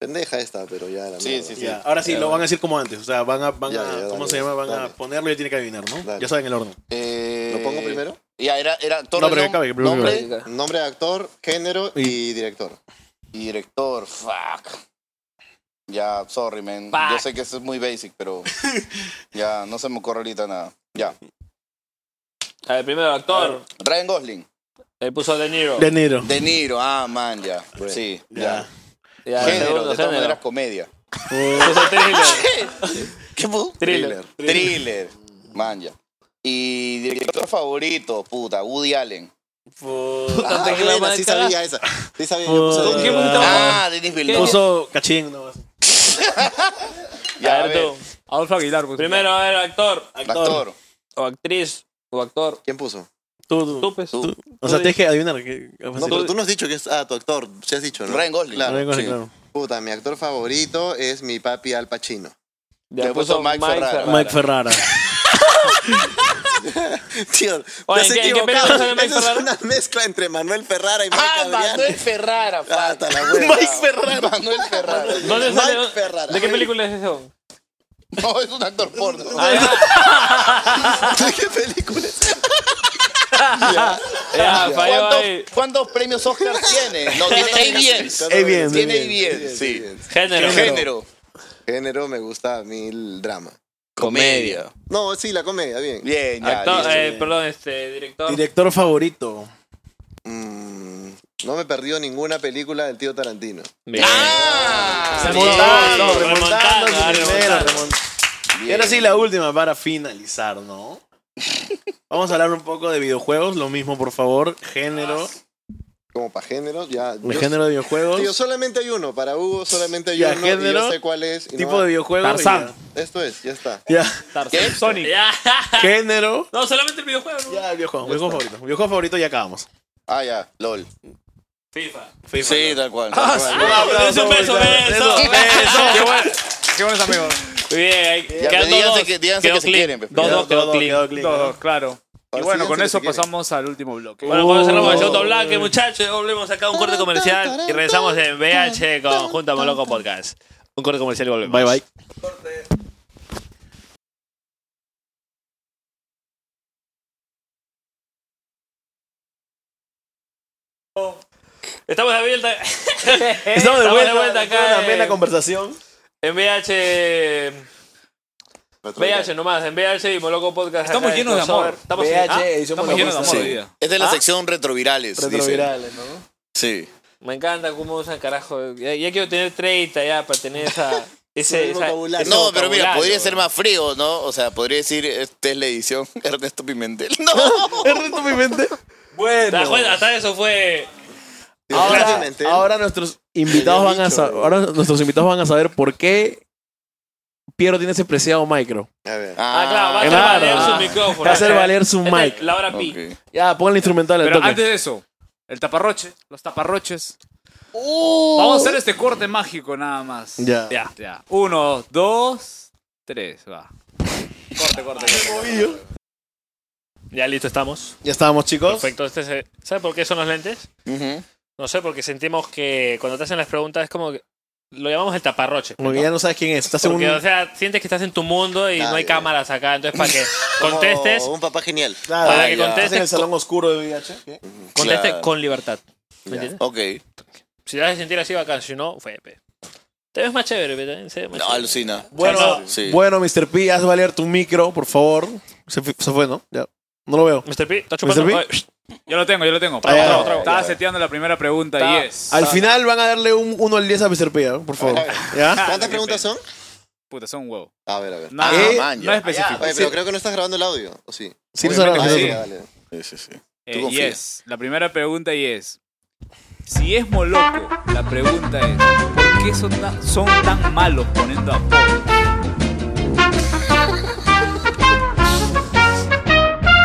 [SPEAKER 5] Pendeja esta, pero ya la
[SPEAKER 4] Sí,
[SPEAKER 5] mierda.
[SPEAKER 4] sí, sí.
[SPEAKER 3] Ya, Ahora sí,
[SPEAKER 5] Ya,
[SPEAKER 3] lo
[SPEAKER 5] bueno.
[SPEAKER 3] van a decir como antes. O sea, van a. Van
[SPEAKER 5] Ya,
[SPEAKER 3] a
[SPEAKER 5] ya,
[SPEAKER 3] ¿Cómo
[SPEAKER 5] dale,
[SPEAKER 3] se llama? Van
[SPEAKER 5] dale.
[SPEAKER 3] a ponerlo y tiene que adivinar, ¿no?
[SPEAKER 5] Dale.
[SPEAKER 3] Ya saben el orden.
[SPEAKER 4] Eh,
[SPEAKER 5] ¿Lo pongo primero?
[SPEAKER 4] Ya, era, era todo
[SPEAKER 3] No,
[SPEAKER 4] el
[SPEAKER 3] pero que
[SPEAKER 4] nom-
[SPEAKER 3] acabe, que primero
[SPEAKER 4] nombre
[SPEAKER 1] acabe.
[SPEAKER 5] Nombre de actor, género y director.
[SPEAKER 4] y director. Fuck. Ya, sorry, man. Yo sé que esto es muy basic, pero ya no se me ocurre ahorita nada. Ya.
[SPEAKER 1] A ver, primero actor.
[SPEAKER 4] Ryan Gosling.
[SPEAKER 1] Él puso De Niro.
[SPEAKER 3] De Niro.
[SPEAKER 4] De Niro. Ah, man, ya. Sí, ya.
[SPEAKER 1] Ya,
[SPEAKER 4] Género,
[SPEAKER 1] segundo,
[SPEAKER 4] de todas
[SPEAKER 1] género.
[SPEAKER 4] maneras, comedia.
[SPEAKER 1] Puso thriller.
[SPEAKER 4] ¿Qué pudo?
[SPEAKER 1] Thriller.
[SPEAKER 4] Thriller. Man, ya. Y director favorito, puta, Woody Allen.
[SPEAKER 1] Puta, te
[SPEAKER 5] Ah,
[SPEAKER 1] que la
[SPEAKER 5] buena,
[SPEAKER 1] madre
[SPEAKER 5] sí
[SPEAKER 1] cara.
[SPEAKER 5] sabía esa. Sí sabía. yo puse
[SPEAKER 1] ¿Con
[SPEAKER 5] de-
[SPEAKER 1] qué punto?
[SPEAKER 4] Ah, Denis Villeneuve.
[SPEAKER 3] Puso cachín. No,
[SPEAKER 4] Ya,
[SPEAKER 1] a ver tú.
[SPEAKER 2] Adolfo Aguilar. pues.
[SPEAKER 1] Primero, a ver, actor.
[SPEAKER 4] Actor.
[SPEAKER 1] O actriz. O actor.
[SPEAKER 5] ¿Quién puso?
[SPEAKER 3] tú, tú.
[SPEAKER 1] Tú, pues.
[SPEAKER 4] Tú.
[SPEAKER 3] O sea, tienes que adivinar. qué- qué
[SPEAKER 5] No,
[SPEAKER 3] fácil.
[SPEAKER 5] pero tú no has dicho que es ah, tu actor, sí has dicho, ¿no?
[SPEAKER 4] Ryan Gosling.
[SPEAKER 5] Claro.
[SPEAKER 3] Vengo,
[SPEAKER 4] sí.
[SPEAKER 3] claro.
[SPEAKER 5] Puta, mi actor favorito es mi papi Al Pacino.
[SPEAKER 1] Ya
[SPEAKER 4] Le puso Mike Ferrara.
[SPEAKER 3] Mike Ferrara.
[SPEAKER 5] Tío,
[SPEAKER 1] Oye,
[SPEAKER 5] te has
[SPEAKER 1] ¿en qué- en qué película
[SPEAKER 5] equivocado.
[SPEAKER 1] sale Mike
[SPEAKER 5] Esa es
[SPEAKER 1] Ferrara?
[SPEAKER 5] una mezcla entre Manuel Ferrara y Mike
[SPEAKER 4] Ah, Manuel
[SPEAKER 5] Adrián.
[SPEAKER 4] Ferrara. fuck.
[SPEAKER 5] Ah, hasta la hueva.
[SPEAKER 4] Ferrara. Manuel Ferrara.
[SPEAKER 1] ¿Dónde sale?
[SPEAKER 5] Mike Ferrara.
[SPEAKER 1] ¿De qué película es eso?
[SPEAKER 4] No, es un actor porno. Ah,
[SPEAKER 5] ¿De qué película es?
[SPEAKER 1] Ya, falló
[SPEAKER 4] ¿Cuántos,
[SPEAKER 1] ahí.
[SPEAKER 4] cuántos premios Oscar tiene? No, tiene ABS.
[SPEAKER 3] ABS.
[SPEAKER 4] Tiene
[SPEAKER 5] Bien,
[SPEAKER 4] ABS, sí.
[SPEAKER 5] bien.
[SPEAKER 1] Género.
[SPEAKER 4] Género.
[SPEAKER 5] Género me gusta a mí el drama.
[SPEAKER 4] Comedia.
[SPEAKER 5] No, sí, la comedia, bien.
[SPEAKER 4] Bien, ya.
[SPEAKER 1] Actor,
[SPEAKER 4] listo.
[SPEAKER 1] eh, perdón, este, director.
[SPEAKER 3] Director favorito.
[SPEAKER 5] Mm, no me perdió ninguna película del tío Tarantino.
[SPEAKER 1] Bien.
[SPEAKER 4] ¡Ah!
[SPEAKER 1] Remontando,
[SPEAKER 4] Bien.
[SPEAKER 1] remontando,
[SPEAKER 3] Remontando,
[SPEAKER 1] ah,
[SPEAKER 3] primera,
[SPEAKER 1] remontando.
[SPEAKER 3] remontando. Y
[SPEAKER 4] Bien.
[SPEAKER 3] ahora sí, la última para finalizar, ¿no? Vamos a hablar un poco de videojuegos, lo mismo, por favor. Género.
[SPEAKER 5] Como para géneros, ya.
[SPEAKER 3] De
[SPEAKER 5] yo-
[SPEAKER 3] género de videojuegos.
[SPEAKER 5] Tío, solamente hay uno. Para Hugo solamente hay
[SPEAKER 3] Ya,
[SPEAKER 5] uno. y
[SPEAKER 3] género,
[SPEAKER 5] yo sé cuál es. y no
[SPEAKER 3] tipo
[SPEAKER 5] va-
[SPEAKER 3] de videojuegos. y
[SPEAKER 2] Tarzán.
[SPEAKER 5] Esto es, ya está.
[SPEAKER 3] Ya.
[SPEAKER 1] ¿Qué? Sonic. Ya.
[SPEAKER 3] ya. Género.
[SPEAKER 1] No, solamente el videojuego. ¿no?
[SPEAKER 3] Ya, videojuego. Videojuego favorito. Videojuego favorito y acabamos.
[SPEAKER 4] Ah, ya. LOL.
[SPEAKER 1] FIFA.
[SPEAKER 3] FIFA.
[SPEAKER 4] Sí, tal cual.
[SPEAKER 1] Ah, pero es un beso, beso, beso.
[SPEAKER 2] Qué bueno- Qué buenos amigos.
[SPEAKER 1] Muy bien, ahí.
[SPEAKER 4] pero
[SPEAKER 1] Quedan dos,
[SPEAKER 4] díganse
[SPEAKER 1] dos.
[SPEAKER 4] que- díganse
[SPEAKER 1] Quedó
[SPEAKER 4] que se
[SPEAKER 1] clean.
[SPEAKER 4] quieren, pues,
[SPEAKER 1] Dos,
[SPEAKER 3] Quedó-
[SPEAKER 1] dos, quedó clean.
[SPEAKER 3] quedó clean,
[SPEAKER 2] Todos, claro. Y
[SPEAKER 5] Ahora
[SPEAKER 2] bueno,
[SPEAKER 5] sí,
[SPEAKER 2] con
[SPEAKER 5] si
[SPEAKER 2] eso
[SPEAKER 5] se quiere.
[SPEAKER 2] pasamos al último bloque.
[SPEAKER 1] Bueno, con eso nos vamos
[SPEAKER 3] Oh.
[SPEAKER 1] al segundo bloque, muchachos. Volvemos acá a un corte comercial y regresamos en VH con Junta Moloco Podcast. Un corte comercial y volvemos.
[SPEAKER 3] Bye, bye.
[SPEAKER 1] Estamos de vuelta.
[SPEAKER 3] Estamos de vuelta,
[SPEAKER 1] acá.
[SPEAKER 3] Una
[SPEAKER 1] en-
[SPEAKER 3] pena conversación.
[SPEAKER 1] En VH. VH nomás, en VH y Moloco Podcast.
[SPEAKER 2] Estamos
[SPEAKER 1] acá en
[SPEAKER 2] llenos de
[SPEAKER 1] crossover.
[SPEAKER 2] amor.
[SPEAKER 1] Estamos
[SPEAKER 3] VH,
[SPEAKER 1] llenos- ah,
[SPEAKER 3] edición
[SPEAKER 1] estamos llenos de
[SPEAKER 3] monopolista.
[SPEAKER 1] amor.
[SPEAKER 4] Sí.
[SPEAKER 1] hoy día.
[SPEAKER 4] Es de la
[SPEAKER 1] ¿Ah?
[SPEAKER 4] sección retrovirales. dicen.
[SPEAKER 3] Retrovirales, ¿no?
[SPEAKER 4] Sí.
[SPEAKER 1] Me encanta cómo usan carajo. Ya, ya quiero tener 30 ya para tener esa. Ese,
[SPEAKER 5] El
[SPEAKER 1] esa-
[SPEAKER 5] vocabulario.
[SPEAKER 1] ese
[SPEAKER 4] No, pero mira,
[SPEAKER 1] vocabulario.
[SPEAKER 4] podría ser más frío, ¿no? O sea, podría decir, esta es la edición Ernesto Pimentel. No.
[SPEAKER 3] Ernesto mi mente.
[SPEAKER 1] ¿Te das cuenta? Hasta eso fue.
[SPEAKER 3] Ahora,
[SPEAKER 5] Claramente,
[SPEAKER 3] ahora nuestros invitados van a
[SPEAKER 5] había dicho,
[SPEAKER 3] saber,
[SPEAKER 5] bro.
[SPEAKER 3] ahora nuestros invitados van a saber por qué Piero tiene ese preciado micro.
[SPEAKER 5] A ver.
[SPEAKER 1] Ah, claro, va a hacer
[SPEAKER 3] claro.
[SPEAKER 1] valer
[SPEAKER 3] Ah.
[SPEAKER 1] su micrófono.
[SPEAKER 3] Va a hacer valer su
[SPEAKER 1] Esta es
[SPEAKER 3] mic.
[SPEAKER 1] La hora pi.
[SPEAKER 4] ok.
[SPEAKER 3] Ya, pongan el instrumental al
[SPEAKER 2] Pero
[SPEAKER 3] toque.
[SPEAKER 2] antes de eso, el taparroche, los taparroches. Vamos a hacer este corte mágico nada más.
[SPEAKER 3] Ya.
[SPEAKER 2] Ya. ya. Uno, dos, tres, va. Corte, corte, corte.
[SPEAKER 1] Ya listo, estamos.
[SPEAKER 3] Ya estábamos, chicos.
[SPEAKER 1] Perfecto. Este se- ¿Sabes por qué son los lentes?
[SPEAKER 4] Ujú.
[SPEAKER 1] No sé, porque sentimos que cuando te hacen las preguntas es como que. Lo llamamos el taparroche.
[SPEAKER 3] Como que ya no sabes quién es. Estás en
[SPEAKER 1] Porque,
[SPEAKER 3] un-
[SPEAKER 1] o sea, sientes que estás en tu mundo y
[SPEAKER 5] Ah,
[SPEAKER 1] no hay
[SPEAKER 5] ya.
[SPEAKER 1] cámaras acá. Entonces, para que contestes,
[SPEAKER 5] Como Oh, un papá genial.
[SPEAKER 3] Claro,
[SPEAKER 1] para
[SPEAKER 4] Ah,
[SPEAKER 1] que
[SPEAKER 4] ya.
[SPEAKER 3] estás en el
[SPEAKER 1] contestes,
[SPEAKER 3] salón oscuro de VIH.
[SPEAKER 1] contestes
[SPEAKER 4] Claro.
[SPEAKER 1] con libertad. ¿Me
[SPEAKER 5] Ya.
[SPEAKER 1] entiendes?
[SPEAKER 4] Ok.
[SPEAKER 1] Si te vas a sentir así bacán, si no, fue pe. Te ves más chévere, pe, también se ve más
[SPEAKER 4] No,
[SPEAKER 1] chévere.
[SPEAKER 4] alucina.
[SPEAKER 3] Bueno,
[SPEAKER 4] Sí.
[SPEAKER 3] bueno, Mr. P, haz valer tu micro, por favor. Se, fu- se fue, ¿no? Ya. No lo veo.
[SPEAKER 1] Mr. P, ¿estás chupando?
[SPEAKER 3] P?
[SPEAKER 1] Oye, shh,
[SPEAKER 2] Yo lo tengo, yo lo tengo.
[SPEAKER 3] Ah, ya,
[SPEAKER 2] Trago,
[SPEAKER 3] ya,
[SPEAKER 2] trago.
[SPEAKER 5] ya,
[SPEAKER 2] Estaba
[SPEAKER 5] ya.
[SPEAKER 2] seteando la primera pregunta y es.
[SPEAKER 3] Al final van a darle un 1 al 10 a Mr. P, ¿eh? por favor. ¿Ya?
[SPEAKER 5] ¿Cuántas preguntas son?
[SPEAKER 2] Puta, son un huevo.
[SPEAKER 5] A ver, a ver.
[SPEAKER 2] No,
[SPEAKER 4] Ah,
[SPEAKER 2] no,
[SPEAKER 4] man,
[SPEAKER 2] no
[SPEAKER 4] ya.
[SPEAKER 2] específico.
[SPEAKER 5] Oye, pero creo que no estás grabando el audio, ¿o sí?
[SPEAKER 3] Sí, no
[SPEAKER 2] Obviamente
[SPEAKER 3] se
[SPEAKER 2] que
[SPEAKER 3] graba.
[SPEAKER 2] sí.
[SPEAKER 5] vale.
[SPEAKER 4] Sí, sí, sí.
[SPEAKER 2] Eh,
[SPEAKER 4] Tú
[SPEAKER 2] y
[SPEAKER 4] confía.
[SPEAKER 2] es, la primera pregunta y es, si es Moloco, la pregunta es, ¿por qué son tan, son tan malos poniendo a Pop?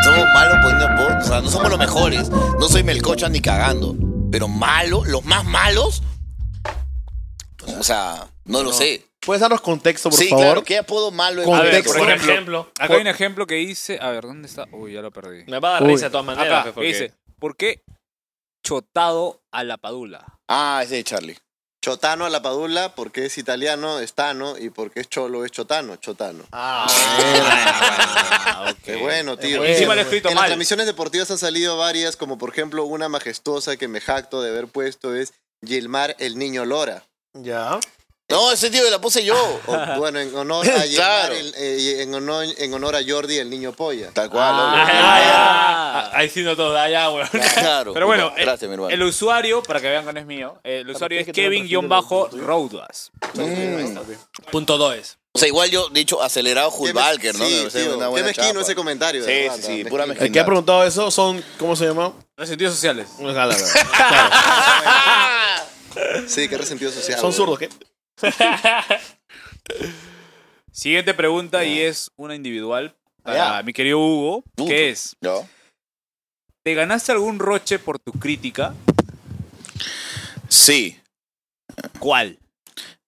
[SPEAKER 4] Somos malos poniendo por. O sea, pues, no somos los mejores. No soy Melcocha ni cagando. Pero malos, los más malos. pues, O sea, no lo sé.
[SPEAKER 3] ¿Puedes darnos contexto, por
[SPEAKER 4] sí,
[SPEAKER 3] favor?
[SPEAKER 4] claro, ¿qué apodo malo es?
[SPEAKER 1] A ver,
[SPEAKER 3] Contexto.
[SPEAKER 1] por
[SPEAKER 2] Por
[SPEAKER 1] ejemplo,
[SPEAKER 2] ejemplo, Acá hay un ejemplo que dice, a ver, ¿dónde está? Uy, ya lo perdí.
[SPEAKER 1] me va a dar
[SPEAKER 3] Uy.
[SPEAKER 1] risa de todas maneras.
[SPEAKER 2] Acá,
[SPEAKER 1] pe,
[SPEAKER 2] que
[SPEAKER 1] porque-
[SPEAKER 2] dice, ¿por qué chotado a la padula?
[SPEAKER 5] Eh.
[SPEAKER 4] Ah, ese de Charlie.
[SPEAKER 5] Chotano a la Padula porque es italiano, es Tano, y porque es cholo, es Chotano, Chotano.
[SPEAKER 3] Ah,
[SPEAKER 2] Ah,
[SPEAKER 5] Qué
[SPEAKER 3] eh,
[SPEAKER 5] bueno, tío.
[SPEAKER 2] Encima lo he escrito
[SPEAKER 5] en las
[SPEAKER 2] mal.
[SPEAKER 5] transmisiones deportivas han salido varias, como por ejemplo una majestuosa que me jacto de haber puesto es Gilmar el Niño Lora.
[SPEAKER 3] Ya.
[SPEAKER 4] No, ese tío la puse yo.
[SPEAKER 5] O, bueno, en honor a Gilmar,
[SPEAKER 4] Claro.
[SPEAKER 5] el- eh, en, honor, en honor a Jordi el Niño Polla.
[SPEAKER 4] Tal cual,
[SPEAKER 1] Ah,
[SPEAKER 4] obvio.
[SPEAKER 1] ya. Ah, Ahí sí no todo, ah, ya, weón.
[SPEAKER 4] Claro.
[SPEAKER 2] Pero bueno, eh,
[SPEAKER 4] gracias, mi hermano.
[SPEAKER 2] el usuario, para que vean que no es mío, eh, el usuario es
[SPEAKER 3] tienes que tener un perfil de
[SPEAKER 2] Kevin-Roadwas.
[SPEAKER 1] Punto 2.
[SPEAKER 4] O sea, igual yo, de hecho, acelerado
[SPEAKER 5] Qué
[SPEAKER 4] Hulk
[SPEAKER 5] mez-
[SPEAKER 4] Balker, ¿no?
[SPEAKER 5] Sí,
[SPEAKER 4] Debe ser
[SPEAKER 5] tío,
[SPEAKER 4] una
[SPEAKER 5] qué
[SPEAKER 4] buena
[SPEAKER 5] mezquino
[SPEAKER 4] chapa.
[SPEAKER 5] ese comentario. de
[SPEAKER 4] Sí,
[SPEAKER 5] verdad,
[SPEAKER 4] sí, sí,
[SPEAKER 5] mezquino.
[SPEAKER 4] pura
[SPEAKER 3] El que ha
[SPEAKER 4] mezquindad.
[SPEAKER 3] preguntado eso son, ¿cómo se llama?
[SPEAKER 2] Los sentidos sociales.
[SPEAKER 5] Sí, qué resentido social.
[SPEAKER 3] Son
[SPEAKER 5] güey.
[SPEAKER 3] zurdos, ¿qué?
[SPEAKER 2] Siguiente pregunta y es una individual para mi querido Hugo,
[SPEAKER 4] Puto.
[SPEAKER 2] que es,
[SPEAKER 4] ¿No?
[SPEAKER 2] ¿te ganaste algún roche por tu crítica?
[SPEAKER 4] Sí.
[SPEAKER 2] ¿Cuál?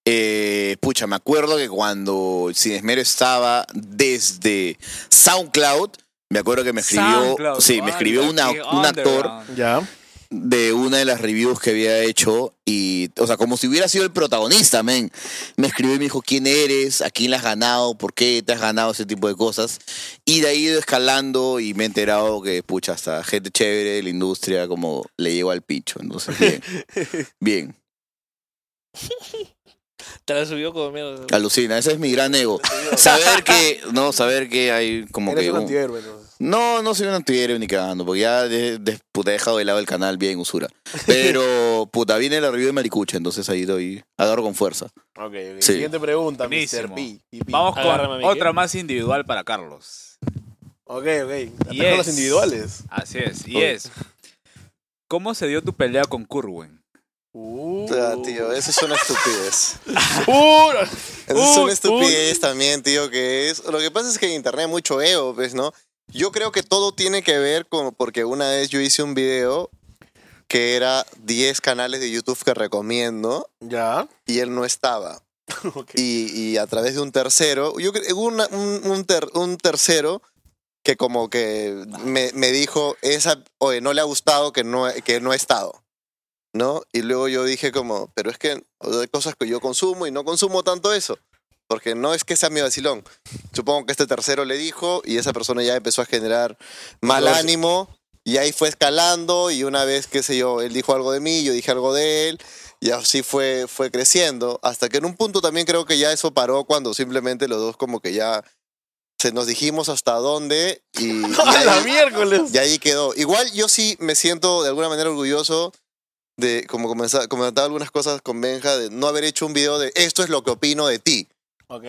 [SPEAKER 4] Eh, pucha, me acuerdo que cuando Sin Esmero estaba desde SoundCloud, me acuerdo que me escribió,
[SPEAKER 2] SoundCloud,
[SPEAKER 4] sí, me
[SPEAKER 2] anda,
[SPEAKER 4] escribió una-
[SPEAKER 2] qué
[SPEAKER 4] un actor
[SPEAKER 2] underground.
[SPEAKER 3] Ya.
[SPEAKER 4] de una de las reviews que había hecho y, o sea, como si hubiera sido el protagonista, men. Me escribió y me dijo quién eres, a quién la has ganado, por qué te has ganado ese tipo de cosas. Y de ahí he ido escalando y me he enterado que, pucha, hasta gente chévere de la industria como le llegó al picho. Entonces, bien. bien.
[SPEAKER 1] Te la subió como mierda.
[SPEAKER 4] Alucina, ese es mi gran ego. Saber que, no, saber que hay como
[SPEAKER 3] Eres
[SPEAKER 4] que...
[SPEAKER 3] un
[SPEAKER 4] un-
[SPEAKER 3] antihéroe, ¿no?
[SPEAKER 4] No, no soy un antihéroe ni cagando, porque ya de- de- puta, he dejado de lado el canal bien usura. Pero, puta, viene la review de Maricucha, entonces ahí doy, agarro con fuerza.
[SPEAKER 3] Ok, ok.
[SPEAKER 4] Sí.
[SPEAKER 3] Siguiente pregunta, Mr.
[SPEAKER 2] Buenísimo.
[SPEAKER 3] P.
[SPEAKER 2] Vamos con
[SPEAKER 1] Agárrame, Miguel.
[SPEAKER 2] otra más individual para Carlos.
[SPEAKER 3] Ok, ok.
[SPEAKER 2] Y
[SPEAKER 3] Ataca
[SPEAKER 2] es-
[SPEAKER 3] las individuales.
[SPEAKER 2] Así es, y
[SPEAKER 4] Uy.
[SPEAKER 2] es, ¿cómo se dio tu pelea con Curwen?
[SPEAKER 3] Uh.
[SPEAKER 5] Ah, tío, eso es una estupidez.
[SPEAKER 3] Uh,
[SPEAKER 5] Eso es
[SPEAKER 3] Uy,
[SPEAKER 5] una estupidez también, tío, que es... Lo que pasa es que en internet hay mucho ego, pues, ¿no? Yo creo que todo tiene que ver con... Porque una vez yo hice un video que era 10 canales de YouTube que recomiendo
[SPEAKER 3] Ya.
[SPEAKER 5] y él no estaba.
[SPEAKER 3] Ok.
[SPEAKER 5] Y, y a través de un tercero, yo creo, hubo una- un, un ter- un tercero que como que me, me dijo, esa, oye, no le ha gustado que no, que no he estado, ¿no? Y luego yo dije como, pero es que hay cosas que yo consumo y no consumo tanto eso, porque no es que sea mi vacilón. Supongo que este tercero le dijo y esa persona ya empezó a generar mal
[SPEAKER 3] Controversia.
[SPEAKER 5] ánimo y ahí fue escalando y una vez, qué sé yo, él dijo algo de mí, yo dije algo de él y así fue, fue creciendo, hasta que en un punto también creo que ya eso paró cuando simplemente los dos como que ya se nos dijimos hasta dónde y, y
[SPEAKER 3] ¡A la
[SPEAKER 5] ahí,
[SPEAKER 3] miércoles!
[SPEAKER 5] y ahí quedó. Igual yo sí me siento de alguna manera orgulloso de, como comenzaba, comentaba algunas cosas con Benja, de no haber hecho un video de esto es lo que opino de ti.
[SPEAKER 3] Ok.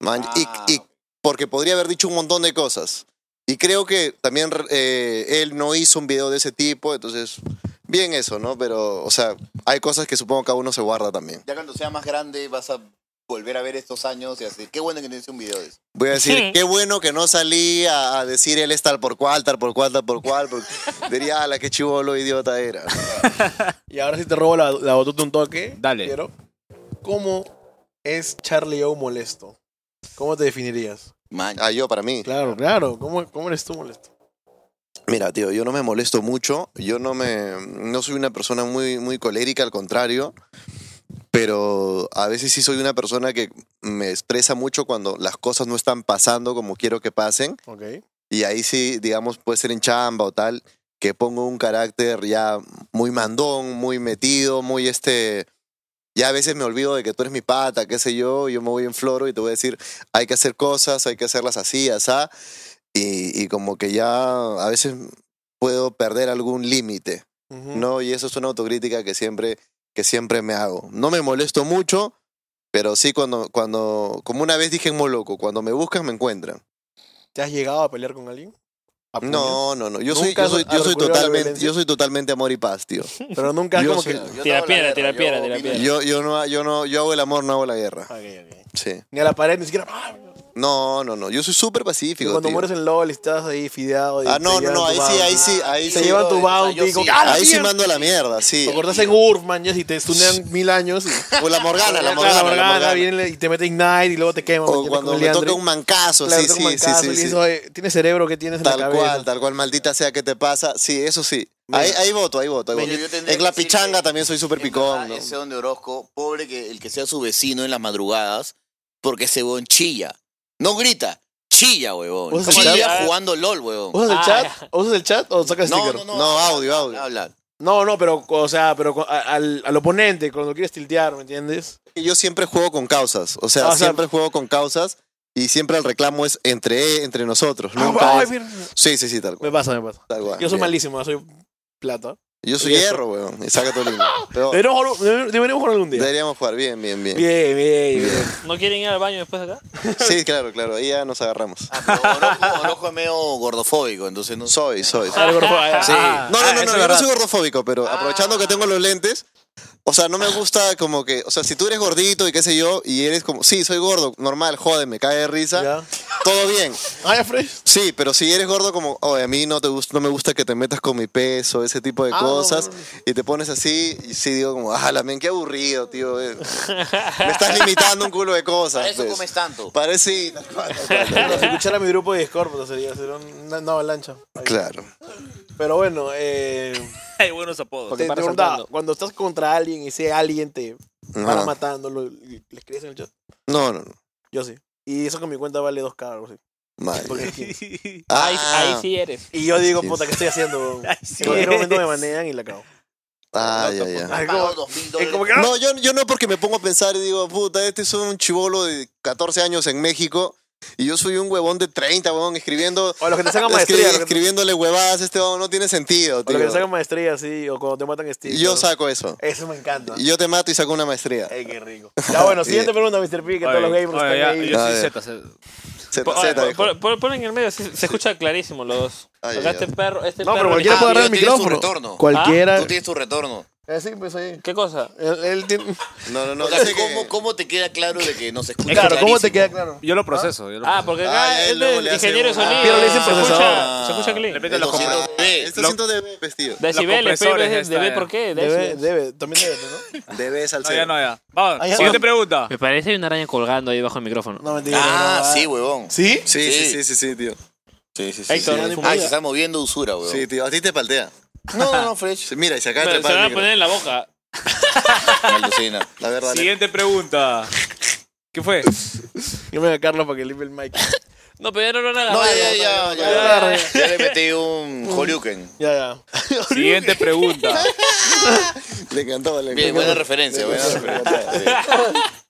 [SPEAKER 5] Man, y- y, porque podría haber dicho un montón de cosas. Y creo que también eh, él no hizo un video de ese tipo, entonces, bien eso, ¿no? Pero, o sea, hay cosas que supongo cada uno se guarda también.
[SPEAKER 4] Ya cuando sea más grande vas a volver a ver estos años y así, qué bueno que tienes un video de eso.
[SPEAKER 5] Voy a decir, qué bueno que no salí a, a decir él es tal por cual, tal por cual, tal por cual, porque diría, ala, qué chivolo idiota era.
[SPEAKER 3] Y ahora sí te robo la, la batuta un toque.
[SPEAKER 2] Dale.
[SPEAKER 3] Quiero. ¿Cómo es Charlie O molesto? ¿Cómo te definirías?
[SPEAKER 4] Man,
[SPEAKER 5] Ah, yo para mí.
[SPEAKER 3] Claro, claro. ¿Cómo, cómo eres tú molesto?
[SPEAKER 5] Mira, tío, yo no me molesto mucho. Yo no me. No soy una persona muy, muy colérica, al contrario. Pero a veces sí soy una persona que me estresa mucho cuando las cosas no están pasando como quiero que pasen.
[SPEAKER 3] Ok.
[SPEAKER 5] Y ahí sí, digamos, puede ser en chamba o tal, que pongo un carácter ya muy mandón, muy metido, muy este. Ya a veces me olvido de que tú eres mi pata, qué sé yo, yo me voy en floro y te voy a decir, hay que hacer cosas, hay que hacerlas así, asá. Y, y como que ya a veces puedo perder algún límite,
[SPEAKER 3] Ujú.
[SPEAKER 5] ¿no? Y eso es una autocrítica que siempre, que siempre me hago. No me molesto mucho, pero sí cuando, cuando, como una vez dije en Moloco, cuando me buscan me encuentran.
[SPEAKER 3] ¿Te has llegado a pelear con alguien? ¿A puños?
[SPEAKER 5] No, no, no. Yo soy,
[SPEAKER 3] Nunca
[SPEAKER 5] yo soy,
[SPEAKER 3] has
[SPEAKER 5] yo soy
[SPEAKER 3] recurrido a la
[SPEAKER 5] totalmente,
[SPEAKER 3] violencia.
[SPEAKER 5] yo soy totalmente amor y paz, tío.
[SPEAKER 3] Pero nunca has
[SPEAKER 5] Yo
[SPEAKER 3] como
[SPEAKER 5] soy-
[SPEAKER 3] que.
[SPEAKER 1] Tira piedra, tira piedra, tira piedra.
[SPEAKER 5] Yo, yo no, yo no, yo hago el amor, no hago la guerra.
[SPEAKER 3] Ok, ok.
[SPEAKER 5] Sí.
[SPEAKER 3] Ni a la pared, ni siquiera. ¡Ah!
[SPEAKER 5] No, no, no. Yo soy súper pacífico.
[SPEAKER 3] cuando
[SPEAKER 5] tío.
[SPEAKER 3] mueres en LOL estás ahí fideado. y
[SPEAKER 5] Ah,
[SPEAKER 3] te
[SPEAKER 5] no, no,
[SPEAKER 3] llevan
[SPEAKER 5] no.
[SPEAKER 3] tu
[SPEAKER 5] Ahí sí,
[SPEAKER 3] bounty.
[SPEAKER 5] ahí sí. Ahí
[SPEAKER 3] Te
[SPEAKER 5] sí,
[SPEAKER 3] llevan
[SPEAKER 5] yo-
[SPEAKER 3] tu bounty.
[SPEAKER 4] yo sí.
[SPEAKER 3] con- ¡Ah, la
[SPEAKER 5] Ahí sí
[SPEAKER 3] mierda!
[SPEAKER 5] mando a la mierda, sí.
[SPEAKER 3] Lo cortas en Urf, man, ya, y te stunean mil años. Y...
[SPEAKER 5] O la Morgana, la
[SPEAKER 3] Acá
[SPEAKER 5] Morgana. La Morgana.
[SPEAKER 3] viene y te mete Ignite y luego te quema.
[SPEAKER 5] O cuando le toca un mancazo, sí, sí, sí, sí, sí.
[SPEAKER 3] Tienes cerebro que tienes en la
[SPEAKER 5] Tal
[SPEAKER 3] cabeza.
[SPEAKER 5] cual, tal cual, maldita sea que te pasa. Sí, eso sí. Ahí, ahí voto, ahí voto. ahí
[SPEAKER 4] Bueno,
[SPEAKER 5] voto.
[SPEAKER 4] yo tendría
[SPEAKER 5] En la
[SPEAKER 4] que decir
[SPEAKER 5] pichanga
[SPEAKER 4] que-
[SPEAKER 5] también soy súper
[SPEAKER 4] En
[SPEAKER 5] picón.
[SPEAKER 4] verdad,
[SPEAKER 5] ¿no?
[SPEAKER 4] Ese don de Orozco, pobre que el que sea su vecino en las madrugadas, porque ese huevón chilla. No grita, chilla, huevón.
[SPEAKER 3] ¿Vos has
[SPEAKER 4] Chilla
[SPEAKER 1] escuchado?
[SPEAKER 4] jugando LOL, huevón.
[SPEAKER 3] ¿Usas el
[SPEAKER 1] Ah,
[SPEAKER 3] chat? ¿Usas el chat o sacas
[SPEAKER 4] No,
[SPEAKER 3] sticker?
[SPEAKER 4] no, no.
[SPEAKER 5] No, audio, audio.
[SPEAKER 4] Habla.
[SPEAKER 3] No, no, pero, o sea, pero co- a- al, al oponente, cuando quieres tiltear, ¿me entiendes?
[SPEAKER 5] Yo siempre juego con causas. O
[SPEAKER 4] Ah,
[SPEAKER 5] sea,
[SPEAKER 3] O sea-
[SPEAKER 5] siempre juego con causas y siempre el reclamo es entre, entre nosotros. Nunca
[SPEAKER 3] Ah, Ay,
[SPEAKER 5] es-
[SPEAKER 3] mira.
[SPEAKER 5] Sí, sí, sí, tal cual.
[SPEAKER 3] Me pasa, me pasa.
[SPEAKER 5] Tal cual.
[SPEAKER 3] Yo soy
[SPEAKER 5] Bien.
[SPEAKER 3] malísimo, soy plata.
[SPEAKER 5] Yo soy
[SPEAKER 3] Hierro.
[SPEAKER 5] hierro, weón. Y saca todo lindo. Pero
[SPEAKER 3] Deberíamos jugar, deber- deberíamos jugar algún día.
[SPEAKER 5] deberíamos jugar bien, bien, bien.
[SPEAKER 3] Bien, bien, bien.
[SPEAKER 1] ¿No quieren ir al baño después de acá?
[SPEAKER 5] Sí, claro, claro. Ahí ya nos agarramos.
[SPEAKER 4] Ah, pero Orozco, Orozco es medio gordofóbico, entonces no
[SPEAKER 5] Soy, soy. soy.
[SPEAKER 3] Ah, el grupo- ah,
[SPEAKER 5] Sí.
[SPEAKER 3] ah,
[SPEAKER 5] no,
[SPEAKER 3] ah,
[SPEAKER 5] no, no,
[SPEAKER 3] eso
[SPEAKER 5] no,
[SPEAKER 3] es
[SPEAKER 5] yo no
[SPEAKER 3] verdad.
[SPEAKER 5] soy gordofóbico, pero aprovechando que tengo los lentes, o sea, no me gusta como que, o sea, si tú eres gordito y qué sé yo, y eres como, sí, soy gordo, normal, jode, me cae de risa,
[SPEAKER 3] Ya.
[SPEAKER 5] todo bien.
[SPEAKER 3] Ah, ya, Fresh.
[SPEAKER 5] Sí, pero si eres gordo como, oye, a mí no te gusta, no me gusta que te metas con mi peso, ese tipo de
[SPEAKER 3] Ah, no,
[SPEAKER 5] cosas,
[SPEAKER 3] no, no.
[SPEAKER 5] y te pones así, y sí digo como, ah, la men, qué aburrido, tío. eh. Me estás limitando un culo de cosas.
[SPEAKER 4] Para eso
[SPEAKER 5] pues.
[SPEAKER 4] comes tanto.
[SPEAKER 5] Parece, sí, tal cual, tal cual.
[SPEAKER 3] Si escuchara mi grupo de Discord, pues, sería, sería una, una avalancha. Ahí.
[SPEAKER 5] Claro.
[SPEAKER 3] Pero bueno, eh,
[SPEAKER 1] Hay buenos apodos.
[SPEAKER 3] te, te preguntaba, cuando estás contra alguien y ese alguien te para
[SPEAKER 5] No,
[SPEAKER 3] matándolo, ¿les crees en el chat?
[SPEAKER 5] no, no. no.
[SPEAKER 3] Yo sí. Y eso con mi cuenta vale dos cargos. sí.
[SPEAKER 5] Mal.
[SPEAKER 3] Porque es que-
[SPEAKER 5] Ah,
[SPEAKER 1] Ahí, ahí sí eres.
[SPEAKER 3] Y yo digo,
[SPEAKER 5] Sí.
[SPEAKER 3] puta, ¿qué estoy haciendo? bro?
[SPEAKER 1] Ahí sí
[SPEAKER 3] En cualquier momento me
[SPEAKER 1] eres.
[SPEAKER 3] manejan y la cago.
[SPEAKER 5] Ah, ya, ya.
[SPEAKER 3] Ay,
[SPEAKER 4] Pago
[SPEAKER 3] como-
[SPEAKER 4] 2000
[SPEAKER 3] Es
[SPEAKER 4] dólares.
[SPEAKER 3] como que,
[SPEAKER 5] No, yo, yo no porque me pongo a pensar y digo, puta, este es un chivolo de 14 años en México y yo soy un huevón de 30, huevón, escribiendo...
[SPEAKER 3] O los que te sacan
[SPEAKER 5] escri-
[SPEAKER 3] maestría. los que te-
[SPEAKER 5] escribiéndole huevadas, este huevón no tiene sentido,
[SPEAKER 3] o los que
[SPEAKER 5] tío.
[SPEAKER 3] te sacan maestría, sí. O cuando te matan Steve.
[SPEAKER 5] Yo
[SPEAKER 3] ¿no?
[SPEAKER 5] saco eso.
[SPEAKER 3] Eso me encanta.
[SPEAKER 5] Yo te mato y saco una maestría.
[SPEAKER 4] Eh,
[SPEAKER 3] Ey, qué rico. Ya bueno, siguiente pregunta, Mr. P, que todos los
[SPEAKER 2] Oye,
[SPEAKER 3] gamers
[SPEAKER 2] oye,
[SPEAKER 3] están
[SPEAKER 2] ya,
[SPEAKER 3] ahí.
[SPEAKER 2] yo
[SPEAKER 5] A
[SPEAKER 2] soy
[SPEAKER 5] ver.
[SPEAKER 2] Z, Z.
[SPEAKER 5] Z,
[SPEAKER 1] Po-
[SPEAKER 5] Z,
[SPEAKER 4] ah,
[SPEAKER 1] oye,
[SPEAKER 5] dijo.
[SPEAKER 1] pon- pon- pon en el medio, se, se escucha clarísimo los.
[SPEAKER 5] Ay,
[SPEAKER 1] acá
[SPEAKER 5] ay,
[SPEAKER 1] este
[SPEAKER 5] ay.
[SPEAKER 1] perro, este
[SPEAKER 3] No,
[SPEAKER 1] perro.
[SPEAKER 3] pero cualquiera
[SPEAKER 1] Ah,
[SPEAKER 3] puede
[SPEAKER 4] Ah,
[SPEAKER 3] agarrar el
[SPEAKER 4] tú tienes tu
[SPEAKER 3] micrófono.
[SPEAKER 4] retorno.
[SPEAKER 3] Cualquiera.
[SPEAKER 4] Tú tienes tu retorno.
[SPEAKER 3] Eh, sí, pues ahí.
[SPEAKER 1] ¿Qué cosa?
[SPEAKER 3] Él, él tiene...
[SPEAKER 5] No, no, no.
[SPEAKER 4] O sea,
[SPEAKER 5] dice que-
[SPEAKER 4] ¿cómo, cómo te queda claro de que nos escucha?
[SPEAKER 3] Claro, ¿cómo te
[SPEAKER 4] clarísimo?
[SPEAKER 3] queda claro?
[SPEAKER 2] Yo lo proceso. yo lo
[SPEAKER 1] Ah,
[SPEAKER 2] proceso.
[SPEAKER 1] porque
[SPEAKER 5] Ah,
[SPEAKER 1] acá
[SPEAKER 5] ya,
[SPEAKER 1] es
[SPEAKER 5] él luego
[SPEAKER 1] del
[SPEAKER 5] le hace
[SPEAKER 1] ingeniero de
[SPEAKER 5] un-
[SPEAKER 1] sonido.
[SPEAKER 5] Ah,
[SPEAKER 3] pero le dicen
[SPEAKER 1] se
[SPEAKER 3] procesador.
[SPEAKER 1] escucha, se escucha
[SPEAKER 2] Le
[SPEAKER 1] clean.
[SPEAKER 2] meten los
[SPEAKER 5] Lo siento,
[SPEAKER 2] compre-
[SPEAKER 5] eh, Está
[SPEAKER 2] lo-
[SPEAKER 5] siento de vestido.
[SPEAKER 1] Decibeles, pe,
[SPEAKER 2] compresores
[SPEAKER 1] de-
[SPEAKER 2] esta,
[SPEAKER 1] de ver
[SPEAKER 2] ya.
[SPEAKER 1] por qué.
[SPEAKER 3] Debe,
[SPEAKER 1] decibeles.
[SPEAKER 3] debe, también debe, ¿no?
[SPEAKER 5] Debe
[SPEAKER 2] No, ya
[SPEAKER 5] salsero.
[SPEAKER 2] no, ya. Vamos,
[SPEAKER 3] Ah, ya.
[SPEAKER 2] siguiente pregunta.
[SPEAKER 1] Me parece hay una araña colgando ahí bajo el micrófono.
[SPEAKER 3] No, mentira. no,
[SPEAKER 4] Ah,
[SPEAKER 3] no.
[SPEAKER 4] sí, huevón.
[SPEAKER 3] ¿Sí?
[SPEAKER 5] Sí, sí,
[SPEAKER 4] Sí.
[SPEAKER 5] sí, sí, sí, tío. Sí, sí, sí.
[SPEAKER 1] Héctor,
[SPEAKER 5] sí.
[SPEAKER 1] no
[SPEAKER 4] Ah,
[SPEAKER 1] fumas.
[SPEAKER 4] se está moviendo usura, huevón.
[SPEAKER 5] Sí, tío, a ti te paltea.
[SPEAKER 4] No, no, no, Fresh.
[SPEAKER 5] Sí, Mira, y se acaba de
[SPEAKER 1] Pero se
[SPEAKER 5] trepar
[SPEAKER 1] van
[SPEAKER 5] el
[SPEAKER 1] a
[SPEAKER 5] micro.
[SPEAKER 1] poner en la boca.
[SPEAKER 4] Alucina.
[SPEAKER 5] La verdad.
[SPEAKER 2] Siguiente pregunta. ¿Qué fue?
[SPEAKER 3] Yo me voy a Carlos para que limpie el mic.
[SPEAKER 1] No, pero ya no lo van a
[SPEAKER 4] No,
[SPEAKER 1] agarrar.
[SPEAKER 4] ya, ya, ya,
[SPEAKER 3] ya,
[SPEAKER 4] ya. Ya le metí un Holiuken.
[SPEAKER 3] Ya, ya.
[SPEAKER 2] Siguiente pregunta.
[SPEAKER 5] Le encantó, le encantó.
[SPEAKER 4] Bien, buena referencia, buena referencia.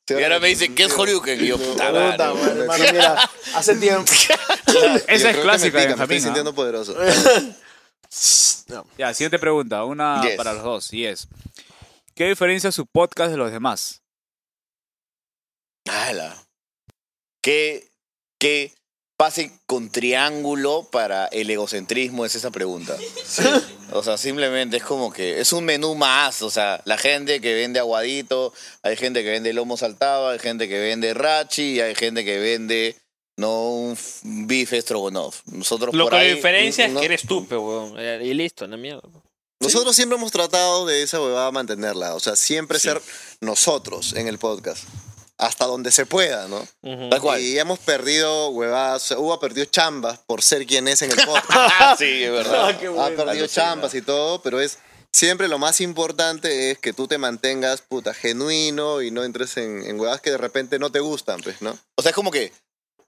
[SPEAKER 5] Sí,
[SPEAKER 4] Y ahora me dicen, ¿qué es Holiuken? Y yo, puta madre.
[SPEAKER 3] Puta madre, hermano, mira, hace tiempo.
[SPEAKER 5] Yo
[SPEAKER 2] Esa
[SPEAKER 5] creo
[SPEAKER 2] es
[SPEAKER 5] que
[SPEAKER 2] clásica,
[SPEAKER 5] me pica, me
[SPEAKER 2] Benjamín,
[SPEAKER 5] estoy
[SPEAKER 2] ¿ah?
[SPEAKER 5] sintiendo poderoso.
[SPEAKER 2] Ya, siguiente pregunta. Una
[SPEAKER 4] Yes.
[SPEAKER 2] para los dos. Y es. ¿Qué diferencia su podcast de los demás?
[SPEAKER 4] Ala. ¿Qué, ¿Qué pase con triángulo para el egocentrismo? Es esa pregunta. O sea, simplemente es como que es un menú más. O sea, la gente que vende aguadito, hay gente que vende lomo saltado, hay gente que vende rachi, y hay gente que vende no un f- bife estrogonoff. Nosotros
[SPEAKER 1] Lo
[SPEAKER 4] por
[SPEAKER 1] que
[SPEAKER 4] ahí,
[SPEAKER 1] diferencia es
[SPEAKER 4] no-
[SPEAKER 1] que eres tú, pe, huevón. Eh, Y listo, no mierda.
[SPEAKER 5] Nosotros siempre hemos tratado de esa huevada mantenerla, o sea, siempre ser nosotros en el podcast, hasta donde se pueda, ¿no?
[SPEAKER 1] Ujú.
[SPEAKER 4] Tal cual.
[SPEAKER 5] Y hemos perdido huevadas, Hugo ha perdido chambas por ser quien es en el podcast.
[SPEAKER 4] Ah, sí, es verdad.
[SPEAKER 3] qué
[SPEAKER 5] ha
[SPEAKER 3] bueno.
[SPEAKER 5] perdido chambas y todo, pero es siempre lo más importante es que tú te mantengas puta genuino y no entres en, en huevadas que de repente no te gustan, pues, ¿no?
[SPEAKER 4] O sea, es como que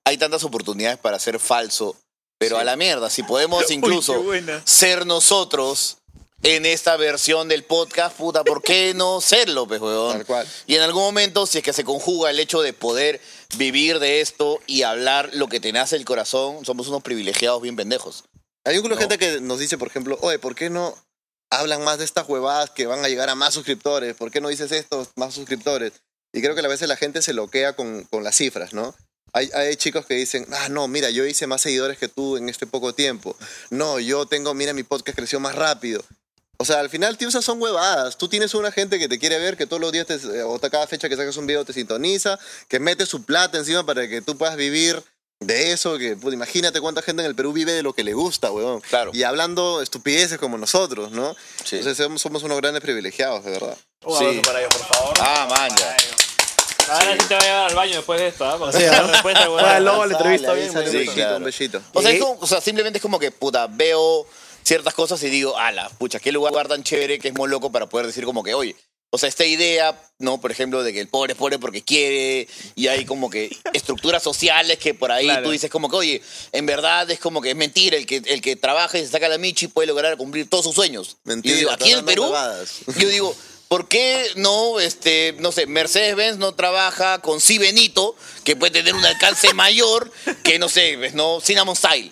[SPEAKER 4] hay tantas oportunidades para ser falso, pero a la mierda, si podemos incluso ser nosotros en esta versión del podcast, puta, ¿por qué no serlo, pues,
[SPEAKER 5] Tal
[SPEAKER 4] weón?
[SPEAKER 5] cual.
[SPEAKER 4] Y en algún momento, si es que se conjuga el hecho de poder vivir de esto y hablar lo que te nace el corazón, somos unos privilegiados bien pendejos.
[SPEAKER 5] Hay un culo de
[SPEAKER 4] No.
[SPEAKER 5] gente que nos dice, por ejemplo, oye, ¿por qué no hablan más de estas huevadas que van a llegar a más suscriptores? ¿Por qué no dices esto, más suscriptores? Y creo que a veces la gente se loquea con, con las cifras, ¿no? Hay, hay chicos que dicen, ah, no, mira, yo hice más seguidores que tú en este poco tiempo. No, yo tengo, mira, mi podcast creció más rápido. O sea, al final, tío, esas son huevadas. Tú tienes una gente que te quiere ver, que todos los días, te, eh, o cada fecha que sacas un video te sintoniza, que mete su plata encima para que tú puedas vivir de eso. Que, puta, imagínate cuánta gente en el Perú vive de lo que le gusta, huevón.
[SPEAKER 4] Claro.
[SPEAKER 5] Y hablando estupideces como nosotros, ¿no?
[SPEAKER 4] Sí.
[SPEAKER 5] Entonces somos, somos unos grandes privilegiados, de verdad.
[SPEAKER 3] Un
[SPEAKER 4] Sí.
[SPEAKER 3] abrazo Oh, ah, para ellos, por favor.
[SPEAKER 4] Ah, man, ya.
[SPEAKER 1] Ahora sí te voy a llevar al baño después de esta. ¿ah? Para
[SPEAKER 3] Sí,
[SPEAKER 1] sacar
[SPEAKER 3] ¿no?
[SPEAKER 1] respuesta de
[SPEAKER 3] Para el
[SPEAKER 1] huevada.
[SPEAKER 3] lobo la entrevista
[SPEAKER 5] Dale,
[SPEAKER 3] bien.
[SPEAKER 5] ahí sale
[SPEAKER 4] Sí,
[SPEAKER 5] un besito,
[SPEAKER 4] claro.
[SPEAKER 5] un besito.
[SPEAKER 4] O sea, es como- o sea, simplemente es como que, puta, veo ciertas cosas y digo, ala, pucha, qué lugar tan chévere que es muy loco para poder decir como que, oye, o sea, esta idea, ¿no? Por ejemplo, de que el pobre es pobre porque quiere y hay como que estructuras sociales que por ahí
[SPEAKER 2] Claro.
[SPEAKER 4] tú dices como que, oye, en verdad es como que es mentira, el que, el que trabaja y se saca la michi puede lograr cumplir todos sus sueños.
[SPEAKER 5] Mentira,
[SPEAKER 4] y yo digo,
[SPEAKER 5] estás
[SPEAKER 4] aquí en el
[SPEAKER 5] hablando
[SPEAKER 4] Perú,
[SPEAKER 5] huevadas.
[SPEAKER 4] yo digo, ¿por qué no, este, no sé, Mercedes-Benz no trabaja con Si Benito, que puede tener un alcance mayor que, no sé, pues, no, Cinnamon Style?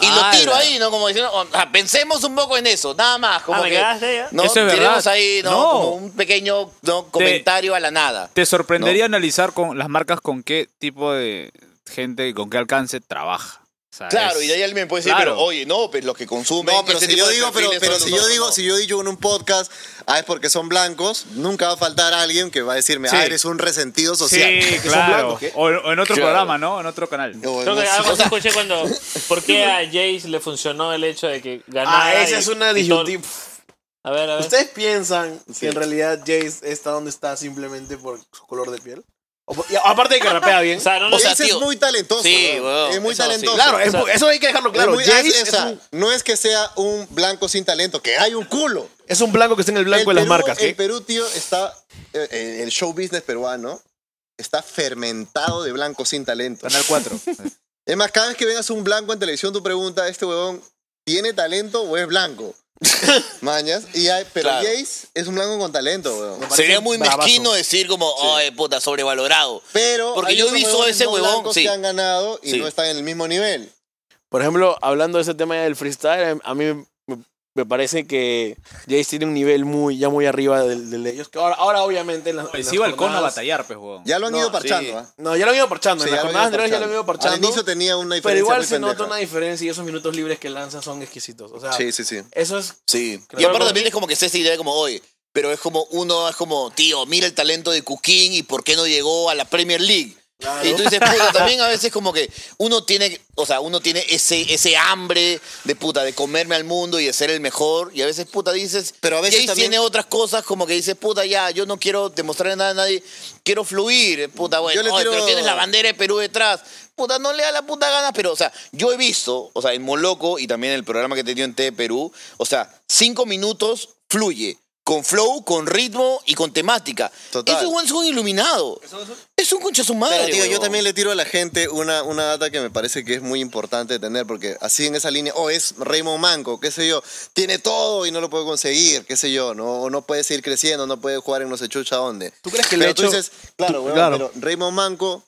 [SPEAKER 4] Y
[SPEAKER 1] Ah,
[SPEAKER 4] lo tiro
[SPEAKER 2] ¡Hala!
[SPEAKER 4] ahí, ¿no? Como diciendo, o sea, pensemos un poco en eso, nada más. Como
[SPEAKER 1] Ah, ¿me
[SPEAKER 4] que,
[SPEAKER 1] quedaste ya?
[SPEAKER 4] ¿no?
[SPEAKER 2] Eso es
[SPEAKER 4] Tenemos
[SPEAKER 2] verdad.
[SPEAKER 4] ahí, ¿no?
[SPEAKER 2] No.
[SPEAKER 4] Como un pequeño ¿no? comentario a la nada.
[SPEAKER 2] ¿Te sorprendería analizar con las marcas con qué tipo de gente, con qué alcance trabaja? O sea,
[SPEAKER 4] Claro,
[SPEAKER 2] es-
[SPEAKER 4] y de ahí alguien puede decir,
[SPEAKER 2] Claro.
[SPEAKER 4] pero oye, no, pues los que consumen.
[SPEAKER 5] No, pero
[SPEAKER 4] ese
[SPEAKER 5] si
[SPEAKER 4] tipo
[SPEAKER 5] yo
[SPEAKER 4] de
[SPEAKER 5] digo, pero,
[SPEAKER 4] perfiles
[SPEAKER 5] pero
[SPEAKER 4] son
[SPEAKER 5] si yo
[SPEAKER 4] nosotros,
[SPEAKER 5] digo,
[SPEAKER 4] ¿no?
[SPEAKER 5] si yo digo en un podcast, ah, es porque son blancos, nunca va a faltar alguien que va a decirme,
[SPEAKER 2] Sí.
[SPEAKER 5] ah, eres un resentido social.
[SPEAKER 2] Sí,
[SPEAKER 5] Porque son
[SPEAKER 2] claro.
[SPEAKER 5] blancos, ¿qué?
[SPEAKER 2] O, o en otro
[SPEAKER 4] Claro.
[SPEAKER 2] programa, ¿no? En otro canal.
[SPEAKER 5] O
[SPEAKER 1] Creo
[SPEAKER 5] no
[SPEAKER 1] que
[SPEAKER 5] sé.
[SPEAKER 1] algo así escuché cuando. ¿Por qué a Jace le funcionó el hecho de que ganara?
[SPEAKER 3] Ah, esa
[SPEAKER 1] y-
[SPEAKER 3] es una
[SPEAKER 1] y todo-
[SPEAKER 3] disyuntiva.
[SPEAKER 1] A ver, a ver.
[SPEAKER 3] ¿Ustedes piensan que en realidad Jace está donde está simplemente por su color de piel? O por- y aparte de que rapea bien.
[SPEAKER 1] O sea, no
[SPEAKER 4] O
[SPEAKER 1] nos
[SPEAKER 4] sea,
[SPEAKER 5] Ese
[SPEAKER 4] tío.
[SPEAKER 5] es muy talentoso.
[SPEAKER 4] Sí,
[SPEAKER 5] weón.
[SPEAKER 4] weón,
[SPEAKER 5] Es muy
[SPEAKER 4] eso sí.
[SPEAKER 5] talentoso.
[SPEAKER 3] claro, es-
[SPEAKER 1] o sea,
[SPEAKER 3] eso hay que dejarlo claro.
[SPEAKER 5] Es muy-
[SPEAKER 3] Jace
[SPEAKER 5] o
[SPEAKER 3] es
[SPEAKER 5] sea,
[SPEAKER 3] un,
[SPEAKER 5] no es que sea un blanco sin talento, que hay un culo.
[SPEAKER 3] es un blanco que está en el blanco de
[SPEAKER 5] El
[SPEAKER 3] las
[SPEAKER 5] Perú-
[SPEAKER 3] marcas. ¿qué?
[SPEAKER 5] El Perú, tío, está. eh, eh, el show business peruano está fermentado de blancos sin talento.
[SPEAKER 2] Canal 4.
[SPEAKER 5] Es más, cada vez que vengas un blanco en televisión, tú preguntas, ¿este huevón tiene talento o es blanco? Mañas. Y hay, pero
[SPEAKER 4] Claro.
[SPEAKER 5] Jace es un blanco con talento, huevón.
[SPEAKER 3] parece
[SPEAKER 4] Sería muy
[SPEAKER 3] bravazo.
[SPEAKER 4] mezquino decir como, oye, puta, sobrevalorado.
[SPEAKER 5] Pero
[SPEAKER 4] Porque
[SPEAKER 5] hay
[SPEAKER 4] yo he
[SPEAKER 5] otros
[SPEAKER 4] visto
[SPEAKER 5] huevones
[SPEAKER 4] ese
[SPEAKER 5] no
[SPEAKER 4] huevón,
[SPEAKER 5] blancos
[SPEAKER 4] sí.
[SPEAKER 5] que han ganado y
[SPEAKER 4] Sí.
[SPEAKER 5] no están en el mismo nivel.
[SPEAKER 3] Por ejemplo, hablando de ese tema ya del freestyle, em, a mí me, me parece que Jace tiene un nivel muy ya muy arriba del, del de ellos. Que ahora, ahora obviamente en las, en las
[SPEAKER 2] Sí, balcón a
[SPEAKER 3] jornadas-
[SPEAKER 2] batallar, pues, huevón.
[SPEAKER 5] Ya lo han
[SPEAKER 3] No,
[SPEAKER 5] ido parchando,
[SPEAKER 4] sí.
[SPEAKER 5] ¿ah?
[SPEAKER 3] No, ya lo han ido parchando.
[SPEAKER 5] Sí,
[SPEAKER 3] en las
[SPEAKER 5] ya lo han ido
[SPEAKER 3] jornadas anteriores ya lo han ido
[SPEAKER 5] parchando.
[SPEAKER 3] parchando.
[SPEAKER 5] Al inicio tenía una
[SPEAKER 3] pero
[SPEAKER 5] diferencia
[SPEAKER 3] igual
[SPEAKER 5] muy
[SPEAKER 3] se nota
[SPEAKER 5] pendeja.
[SPEAKER 3] una diferencia y esos minutos libres que lanza son exquisitos. O sea,
[SPEAKER 5] Sí, sí, sí.
[SPEAKER 3] eso es
[SPEAKER 4] Sí.
[SPEAKER 3] Claro.
[SPEAKER 4] Y aparte también es como que es esta idea como, oye, pero es como uno, es como, tío, mira el talento de Cuquín y por qué no llegó a la Premier League. Y tú dices, puta, también a veces como que uno tiene, o sea, uno tiene ese, ese hambre de puta, de comerme al mundo y de ser el mejor. Y a veces, puta, dices,
[SPEAKER 5] Pero a veces
[SPEAKER 4] Jace
[SPEAKER 5] también-
[SPEAKER 4] tiene otras cosas como que dices, puta, ya, yo no quiero demostrarle nada a nadie, quiero fluir, puta, bueno,
[SPEAKER 5] Yo le
[SPEAKER 4] oye,
[SPEAKER 5] tiro-
[SPEAKER 4] pero tienes la bandera de Perú detrás. Puta, no le da la puta gana, pero, o sea, yo he visto, o sea, en Moloco y también en el programa que te dio en T Perú, o sea, cinco minutos fluye. Con flow, con ritmo y con temática.
[SPEAKER 5] Total.
[SPEAKER 4] Ese es un iluminado. Es un concha su madre.
[SPEAKER 5] Pero, tío, yo
[SPEAKER 4] huevón.
[SPEAKER 5] también le tiro a la gente una, una data que me parece que es muy importante tener, porque así en esa línea, o es Raymond Manco, qué sé yo, tiene todo y no lo puede conseguir, qué sé yo, no, o no puede seguir creciendo, no puede jugar en no sé chucha dónde.
[SPEAKER 3] ¿Tú crees que el
[SPEAKER 5] pero
[SPEAKER 3] hecho-
[SPEAKER 5] tú dices, claro,
[SPEAKER 3] tú-
[SPEAKER 5] huevón,
[SPEAKER 3] claro.
[SPEAKER 5] pero Raymond Manco,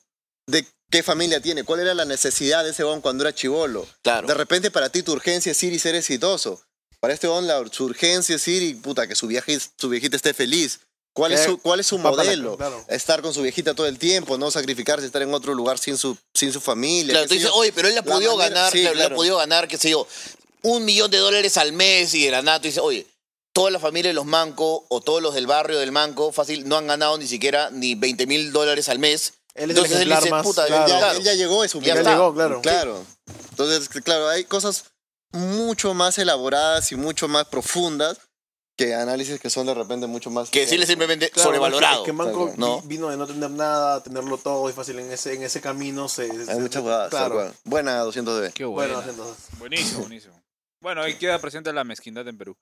[SPEAKER 5] ¿de qué familia tiene? ¿Cuál era la necesidad de ese huevón cuando era chivolo?
[SPEAKER 4] Claro.
[SPEAKER 5] De repente para ti tu urgencia es ir y ser exitoso. Para este huevón la, su urgencia es ir y puta, que su, viaje, su viejita esté feliz. ¿Cuál es
[SPEAKER 3] Que-
[SPEAKER 5] su, cuál es su
[SPEAKER 3] Eh, Papá,
[SPEAKER 5] modelo?
[SPEAKER 3] claro.
[SPEAKER 5] Estar con su viejita todo el tiempo, no sacrificarse, estar en otro lugar sin su, sin su familia.
[SPEAKER 4] Claro,
[SPEAKER 5] qué
[SPEAKER 4] tú
[SPEAKER 5] sé
[SPEAKER 4] dices,
[SPEAKER 5] yo.
[SPEAKER 4] oye, pero él la,
[SPEAKER 5] La
[SPEAKER 4] pudo
[SPEAKER 5] manera-
[SPEAKER 4] ganar,
[SPEAKER 5] sí,
[SPEAKER 4] la- la
[SPEAKER 5] claro.
[SPEAKER 4] pudo ganar, qué sé yo, un millón de dólares al mes y de la nada tú dices, oye, toda la familia de los mancos o todos los del barrio del manco, fácil, no han ganado ni siquiera ni 20 mil dólares al mes.
[SPEAKER 3] Él es el
[SPEAKER 4] Entonces él
[SPEAKER 3] ejemplar
[SPEAKER 4] dice,
[SPEAKER 3] más,
[SPEAKER 4] puta,
[SPEAKER 3] claro.
[SPEAKER 5] Ya-
[SPEAKER 4] ya,
[SPEAKER 5] Él ya llegó de su
[SPEAKER 4] Ya
[SPEAKER 5] vida.
[SPEAKER 4] está.
[SPEAKER 3] llegó, claro.
[SPEAKER 5] Claro. Entonces, este, claro, hay cosas mucho más elaboradas y mucho más profundas que análisis que son de repente mucho más...
[SPEAKER 4] que decirle simplemente
[SPEAKER 3] Claro,
[SPEAKER 4] sobrevalorado.
[SPEAKER 3] Es que Manco
[SPEAKER 5] Tal
[SPEAKER 4] cual. No.
[SPEAKER 3] vi- vino de no tener nada, a tenerlo todo y fácil en ese, en ese camino. Se, se-
[SPEAKER 5] Hay muchas huevadas, tal
[SPEAKER 3] Claro.
[SPEAKER 5] cual. Buena 200 de
[SPEAKER 2] Qué
[SPEAKER 3] Bueno,
[SPEAKER 2] bueno.
[SPEAKER 3] entonces.
[SPEAKER 2] Buenísimo, buenísimo. Bueno, ahí queda presente la mezquindad en Perú.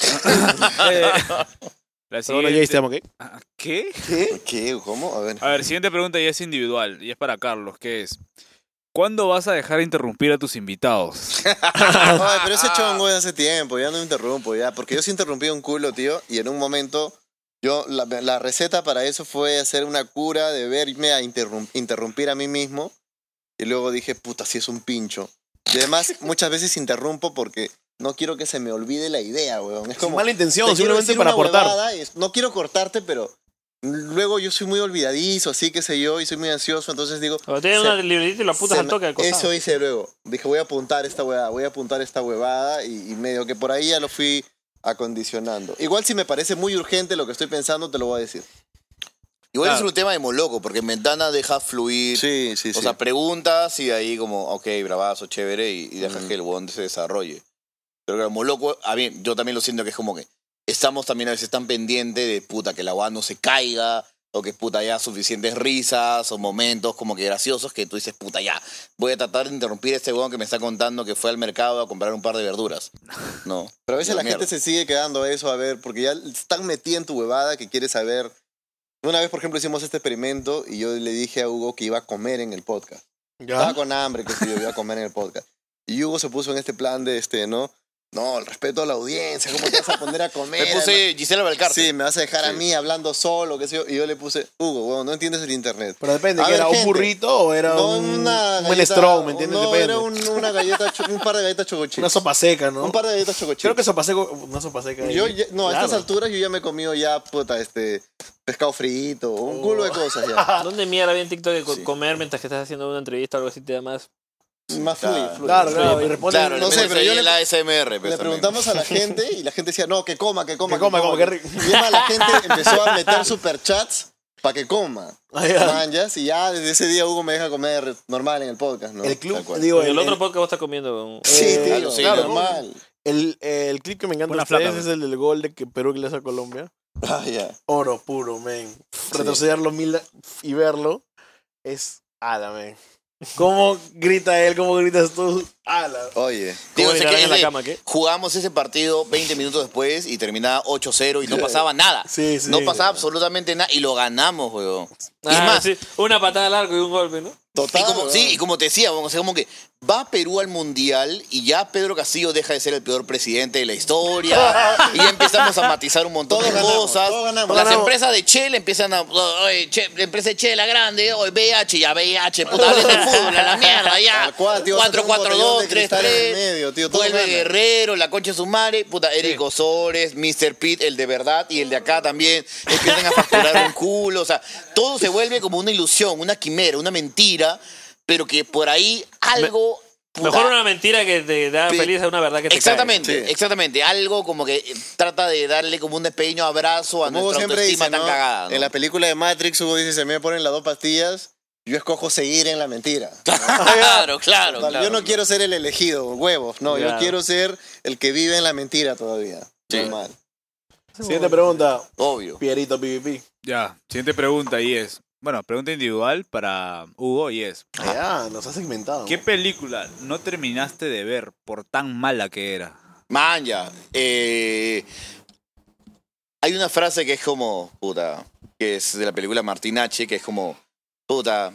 [SPEAKER 2] Eh, la
[SPEAKER 3] Pero bueno,
[SPEAKER 2] siguiente-
[SPEAKER 3] Jace, te amo, ¿ok?
[SPEAKER 2] Ah, ¿Qué?
[SPEAKER 5] ¿Qué? ¿Cómo? A ver.
[SPEAKER 2] A ver, siguiente pregunta y es individual y es para Carlos, que es ¿Cuándo vas a dejar de interrumpir a tus invitados?
[SPEAKER 5] Ay,
[SPEAKER 3] Ah,
[SPEAKER 5] pero ese chongo es hace tiempo, ya no interrumpo, ya. Porque yo sí interrumpí un culo, tío, y en un momento, yo, la, la receta para eso fue hacer una cura de verme a interrum- interrumpir a mí mismo. Y luego dije, puta, si es un pincho. Y además, muchas veces interrumpo porque no quiero que se me olvide la idea, weón. Es
[SPEAKER 3] Sin
[SPEAKER 5] como,
[SPEAKER 3] mala
[SPEAKER 5] te
[SPEAKER 3] intención,
[SPEAKER 5] quiero
[SPEAKER 3] simplemente
[SPEAKER 5] decir
[SPEAKER 3] para
[SPEAKER 5] una
[SPEAKER 3] aportar.
[SPEAKER 5] huevada y No quiero cortarte, pero luego yo soy muy olvidadizo, así que sé yo, y soy muy ansioso, entonces digo,
[SPEAKER 1] Cuando tienes
[SPEAKER 5] se-
[SPEAKER 1] una libretita y la puta
[SPEAKER 5] se
[SPEAKER 1] al
[SPEAKER 5] me-
[SPEAKER 1] toque al costado.
[SPEAKER 5] Eso hice luego. Dije, voy a apuntar esta huevada, voy a apuntar esta huevada y, y medio que por ahí ya lo fui acondicionando. Igual si me parece muy urgente lo que estoy pensando, te lo voy a decir.
[SPEAKER 4] Igual
[SPEAKER 1] Claro.
[SPEAKER 4] es un tema de Moloco, porque en ventana deja fluir.
[SPEAKER 5] Sí, sí,
[SPEAKER 4] O sea, preguntas y ahí como, ok, bravazo, chévere, y, y dejas que el bond se desarrolle. Pero claro, Moloco, a mí, yo también lo siento que es como que estamos también a veces tan pendientes de puta, que la guada no se caiga, o que puta ya suficientes risas o momentos como que graciosos que tú dices, puta ya, voy a tratar de interrumpir a este weón que me está contando que fue al mercado a comprar un par de verduras. No.
[SPEAKER 5] Pero a veces la
[SPEAKER 4] mierda.
[SPEAKER 5] gente se sigue quedando a eso, a ver, porque ya están metida en tu huevada que quieres saber. Una vez, por ejemplo, hicimos este experimento y yo le dije a Hugo que iba a comer en el podcast. Estaba con hambre, que sí, yo iba a comer en el podcast. Y Hugo se puso en este plan de, este, ¿no? No, el respeto a la audiencia, ¿cómo te vas a poner a comer?
[SPEAKER 4] Me puse Gisela Valcarce.
[SPEAKER 5] Sí, me vas a dejar a mí hablando solo, qué sé yo. Y yo le puse, Hugo, weón, no entiendes el internet.
[SPEAKER 3] Pero depende,
[SPEAKER 5] A
[SPEAKER 3] que
[SPEAKER 5] ver,
[SPEAKER 3] ¿era un
[SPEAKER 5] gente.
[SPEAKER 3] burrito o era
[SPEAKER 5] No,
[SPEAKER 3] un,
[SPEAKER 5] una
[SPEAKER 3] un
[SPEAKER 5] galleta-
[SPEAKER 3] menestrón, ¿me entiendes?
[SPEAKER 5] No,
[SPEAKER 3] Depende.
[SPEAKER 5] era un- una galleta, cho- un par de galletas chocochips.
[SPEAKER 3] Una sopa seca, ¿no?
[SPEAKER 5] Un par de galletas chocochips.
[SPEAKER 3] Creo que sopa seca, una sopa seca.
[SPEAKER 5] Yo
[SPEAKER 3] ahí.
[SPEAKER 5] ya- no, a
[SPEAKER 3] Claro.
[SPEAKER 5] estas alturas yo ya me he comido ya, puta, este, pescado frito, un culo de
[SPEAKER 3] Oh.
[SPEAKER 5] cosas ya.
[SPEAKER 1] ¿Dónde mierda bien TikTok de co- comer mientras que estás haciendo una entrevista o algo así te da más?
[SPEAKER 5] Más fluido. fluido.
[SPEAKER 3] Claro, claro, y responde.
[SPEAKER 4] Claro,
[SPEAKER 5] No
[SPEAKER 4] no
[SPEAKER 5] sé,
[SPEAKER 4] sé,
[SPEAKER 5] pero yo le-
[SPEAKER 4] el ASMR. pues,
[SPEAKER 5] Le
[SPEAKER 4] también.
[SPEAKER 5] preguntamos a la gente y la gente decía, no, que coma, que coma.
[SPEAKER 3] Que coma, coma, qué rico.
[SPEAKER 5] Y además la gente empezó a meter superchats para que coma.
[SPEAKER 3] Ah, ya.
[SPEAKER 5] Manjas, y ya desde ese día Hugo me deja comer normal en el podcast, ¿no?
[SPEAKER 3] El
[SPEAKER 5] Tal
[SPEAKER 3] club,
[SPEAKER 5] cual.
[SPEAKER 3] digo,
[SPEAKER 1] En el, otro podcast vos estás comiendo.
[SPEAKER 5] Sí,
[SPEAKER 3] eh,
[SPEAKER 5] tío,
[SPEAKER 4] alucina.
[SPEAKER 5] normal.
[SPEAKER 3] El, el clip que me encanta
[SPEAKER 2] Buena
[SPEAKER 3] a ustedes
[SPEAKER 2] flaca,
[SPEAKER 3] es el del gol de que Perú que le hace a Colombia.
[SPEAKER 5] Ah, ya.
[SPEAKER 3] Oro puro, men. Retrocederlo mil y verlo es ala, men. ¿Cómo grita él? ¿Cómo gritas tú? Ala.
[SPEAKER 5] Oye.
[SPEAKER 4] Digo,
[SPEAKER 1] ¿Cómo
[SPEAKER 4] sé
[SPEAKER 1] gritarán
[SPEAKER 4] que
[SPEAKER 1] en la
[SPEAKER 4] es de-
[SPEAKER 1] cama, qué?
[SPEAKER 4] Jugamos ese partido 20 minutos después y terminaba 8-0 y no pasaba nada.
[SPEAKER 3] Sí, sí.
[SPEAKER 4] no pasaba absolutamente nada y lo ganamos, weón. Y
[SPEAKER 1] Ah,
[SPEAKER 4] más,
[SPEAKER 1] sí, una patada largo y un golpe, ¿no?
[SPEAKER 5] Total.
[SPEAKER 4] y como,
[SPEAKER 5] weón.
[SPEAKER 4] sí, y como te decía, weón, o sea, como que va Perú al Mundial y ya Pedro Castillo deja de ser el peor presidente de la historia y ya empezamos a matizar un montón
[SPEAKER 5] Todos
[SPEAKER 4] de
[SPEAKER 5] ganamos,
[SPEAKER 4] cosas.
[SPEAKER 5] todos ganamos.
[SPEAKER 4] Las
[SPEAKER 5] Ganamos.
[SPEAKER 4] empresas de Che le empiezan a... "Oye, Che, la empresa de Che, la grande, hoy BH, ya BH, puta, hablen de fútbol, a la mierda, ya.
[SPEAKER 5] Tal cual, tío, vas a tener un botellón
[SPEAKER 4] 4-4-2,
[SPEAKER 5] de cristal en
[SPEAKER 4] 3-3.
[SPEAKER 5] el medio, tío, todo
[SPEAKER 4] Vuelve
[SPEAKER 5] gana.
[SPEAKER 4] Guerrero, la concha de su madre, puta, Eric Osores, Mr. Pete, el de verdad y el de acá también, empiezan a facturar un culo, o sea, todo se vuelve como una ilusión, una quimera, una mentira, pero que por ahí algo... puta,
[SPEAKER 1] Mejor una mentira que te da
[SPEAKER 4] Sí.
[SPEAKER 1] feliz a una verdad que te
[SPEAKER 4] Exactamente,
[SPEAKER 5] Sí.
[SPEAKER 4] exactamente. Algo como que trata de darle como un pequeño abrazo a
[SPEAKER 5] Como Hugo
[SPEAKER 4] nuestra
[SPEAKER 5] siempre
[SPEAKER 4] autoestima
[SPEAKER 5] dice,
[SPEAKER 4] tan
[SPEAKER 5] ¿no?
[SPEAKER 4] cagada. ¿no?
[SPEAKER 5] En la película de Matrix, Hugo dice, se me ponen las dos pastillas, yo escojo seguir en la mentira.
[SPEAKER 4] Claro, claro,
[SPEAKER 5] Vale,
[SPEAKER 4] claro.
[SPEAKER 5] yo no quiero ser el elegido, huevos. No, yo
[SPEAKER 1] Claro.
[SPEAKER 5] quiero ser el que vive en la mentira todavía. Normal.
[SPEAKER 3] Siguiente pregunta.
[SPEAKER 4] Obvio.
[SPEAKER 3] Pierito PvP.
[SPEAKER 2] Ya, siguiente pregunta y es. Bueno, pregunta individual para Hugo y es.
[SPEAKER 3] Ya, Ah, nos ha segmentado.
[SPEAKER 2] ¿Qué película no terminaste de ver por tan mala que era?
[SPEAKER 4] Manja, eh, hay una frase que es como, puta, que es de la película Martinache, que es como, puta,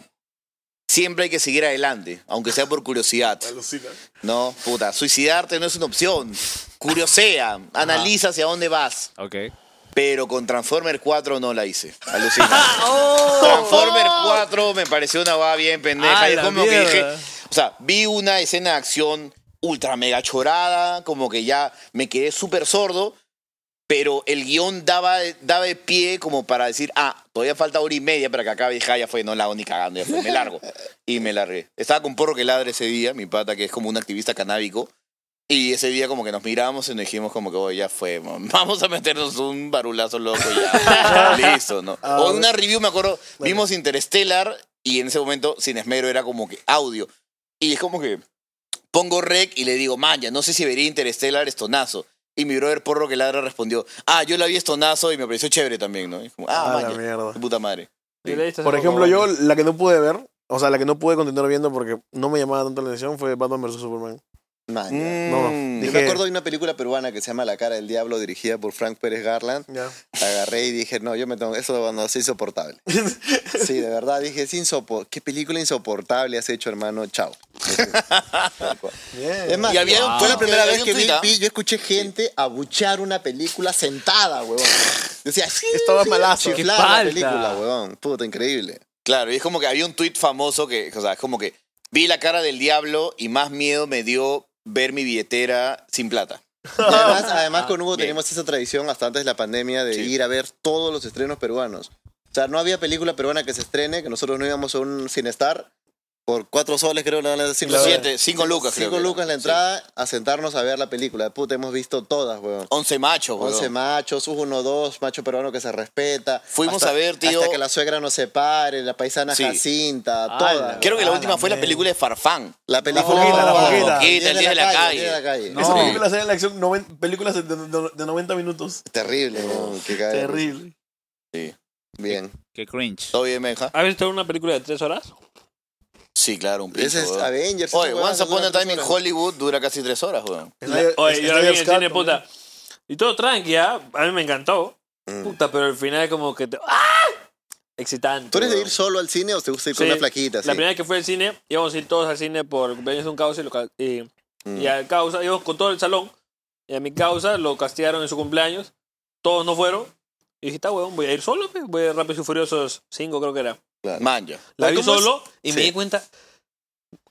[SPEAKER 4] siempre hay que seguir adelante, aunque sea por curiosidad.
[SPEAKER 3] Alucina.
[SPEAKER 4] No, puta, suicidarte no es una opción. Curiosea, analiza hacia dónde vas.
[SPEAKER 2] Ok.
[SPEAKER 4] Pero con Transformer 4 no la hice. Alucina.
[SPEAKER 1] Oh.
[SPEAKER 4] Transformer 4 me pareció una va bien pendeja.
[SPEAKER 1] Ah,
[SPEAKER 4] Y es
[SPEAKER 1] la
[SPEAKER 4] como que dije,
[SPEAKER 1] mierda.
[SPEAKER 4] o sea, vi una escena de acción ultra mega chorada, como que ya me quedé súper sordo, pero el guión daba, daba de pie como para decir, ah, todavía falta hora y media para que acabe. Y dije, ah, ya fue, no la hago ni cagando, ya fue, me largo. Y me largué. Estaba con Porro que ladre ese día, mi pata, que es como un activista canábico. Y ese día como que nos miramos y nos dijimos como que, "Oh, ya fue, man. vamos a meternos un barulazo loco ya. Listo, ¿no?
[SPEAKER 3] Ah,
[SPEAKER 4] o una review, me acuerdo, vimos Interstellar y en ese momento Sin Esmero era como que audio. Y es como que pongo rec y le digo, man, ya no sé si vería Interstellar estonazo. Y mi brother Porro que ladra respondió, ah, yo la vi estonazo y me pareció chévere también, ¿no? Y como, ah,
[SPEAKER 3] Ah,
[SPEAKER 4] man,
[SPEAKER 3] la
[SPEAKER 4] ya,
[SPEAKER 3] mierda.
[SPEAKER 4] qué puta madre.
[SPEAKER 1] Yo la he visto hace
[SPEAKER 3] Por
[SPEAKER 1] poco,
[SPEAKER 3] ejemplo, yo
[SPEAKER 1] bueno.
[SPEAKER 3] la que no pude ver, o sea, la que no pude continuar viendo porque no me llamaba tanto la atención fue Batman vs. Superman.
[SPEAKER 5] Man, ya.
[SPEAKER 4] Mm.
[SPEAKER 3] no.
[SPEAKER 5] Yo
[SPEAKER 3] Dije-
[SPEAKER 5] me acuerdo de una película peruana que se llama La cara del diablo, dirigida por Frank Pérez Garland.
[SPEAKER 3] Ya.
[SPEAKER 5] La agarré y dije, no, yo me tengo, eso no, es insoportable. Sí, de verdad, dije, es insoportable. ¿Qué película insoportable has hecho, hermano? Chao. Tal cual. Es más,
[SPEAKER 4] Y había un
[SPEAKER 5] fue
[SPEAKER 4] tweet,
[SPEAKER 5] la primera
[SPEAKER 4] había
[SPEAKER 5] vez
[SPEAKER 4] un
[SPEAKER 5] que vi,
[SPEAKER 4] tweet, ¿ah?
[SPEAKER 5] vi- yo escuché gente abuchear una película sentada, huevón. Decía, sí,
[SPEAKER 3] Estaba
[SPEAKER 5] sí,
[SPEAKER 3] malazo.
[SPEAKER 5] chiflar
[SPEAKER 2] Qué
[SPEAKER 5] la
[SPEAKER 2] falta.
[SPEAKER 5] película, huevón. Puta, increíble.
[SPEAKER 4] Claro, y es como que había un tuit famoso que, o sea, es como que vi la cara del diablo y más miedo me dio ver mi billetera sin plata.
[SPEAKER 5] Y Además, además con Hugo
[SPEAKER 4] Ah, Bien.
[SPEAKER 5] teníamos esa tradición hasta antes de la pandemia de
[SPEAKER 4] Sí.
[SPEAKER 5] ir a ver todos los estrenos peruanos. O sea, no había película peruana que se estrene que nosotros no íbamos a un cinestar Por cuatro soles creo le van a decir la
[SPEAKER 4] Siete, cinco lucas, creo
[SPEAKER 5] Cinco
[SPEAKER 4] que era.
[SPEAKER 5] lucas la entrada a sentarnos a ver la película. Puta, hemos visto todas, weón.
[SPEAKER 4] Once machos, Oh, weón.
[SPEAKER 5] Once machos, uno, dos, macho peruano que se respeta.
[SPEAKER 4] Fuimos a ver, tío.
[SPEAKER 5] Hasta que la suegra no se pare, la paisana
[SPEAKER 4] Sí.
[SPEAKER 5] Jacinta,
[SPEAKER 6] Ah,
[SPEAKER 5] todas.
[SPEAKER 4] Creo que la
[SPEAKER 9] Ah,
[SPEAKER 4] última
[SPEAKER 9] la
[SPEAKER 4] fue la
[SPEAKER 9] mierda.
[SPEAKER 4] película de Farfán.
[SPEAKER 5] La película.
[SPEAKER 3] foquita, la
[SPEAKER 5] Ah,
[SPEAKER 3] foquita.
[SPEAKER 5] la
[SPEAKER 4] Foquita, el día de la calle.
[SPEAKER 5] el día de la calle.
[SPEAKER 3] Esa
[SPEAKER 2] No.
[SPEAKER 3] película sale en la acción, noven- películas de, de- de 90 minutos.
[SPEAKER 5] Terrible, weón. Qué cae.
[SPEAKER 3] Terrible.
[SPEAKER 5] Bien.
[SPEAKER 2] Qué cringe.
[SPEAKER 4] ¿Todo bien, Benja?
[SPEAKER 1] ¿Has visto una película de tres horas?
[SPEAKER 4] Sí, claro, un
[SPEAKER 5] Ese
[SPEAKER 4] pinche.
[SPEAKER 5] es
[SPEAKER 4] weón.
[SPEAKER 5] Avengers.
[SPEAKER 4] Oye,
[SPEAKER 5] esa weá,
[SPEAKER 4] Once Upon a
[SPEAKER 5] dura tres
[SPEAKER 4] Time in
[SPEAKER 5] horas.
[SPEAKER 4] Hollywood dura casi tres horas, weón.
[SPEAKER 3] Es la-
[SPEAKER 1] Oye,
[SPEAKER 3] es-
[SPEAKER 1] yo
[SPEAKER 3] es
[SPEAKER 1] la vi en el
[SPEAKER 3] Snyder Cut,
[SPEAKER 1] cine,
[SPEAKER 3] ¿no?
[SPEAKER 1] puta. Y todo tranqui, ¿ah? A mí me encantó. Puta, pero al final como que... te- ¡Ah! Excitante.
[SPEAKER 5] ¿Tú eres de
[SPEAKER 1] weón.
[SPEAKER 5] ir solo al cine o te gusta ir con
[SPEAKER 1] Sí.
[SPEAKER 5] una flaquita?
[SPEAKER 1] La
[SPEAKER 5] sí?
[SPEAKER 1] primera vez que fui al cine, íbamos a ir todos al cine por el cumpleaños de un causa y, lo ca- y, y al causa, íbamos con todo el salón. Y a mi causa lo castigaron en su cumpleaños. Todos no fueron. Y dije, está huevón, voy a ir solo, pe. voy a ir Rápidos y Furiosos 5 creo que era.
[SPEAKER 4] Mm, Man, ya.
[SPEAKER 1] La vi
[SPEAKER 5] ¿Cómo es?
[SPEAKER 1] solo y me
[SPEAKER 5] Sí.
[SPEAKER 1] di cuenta.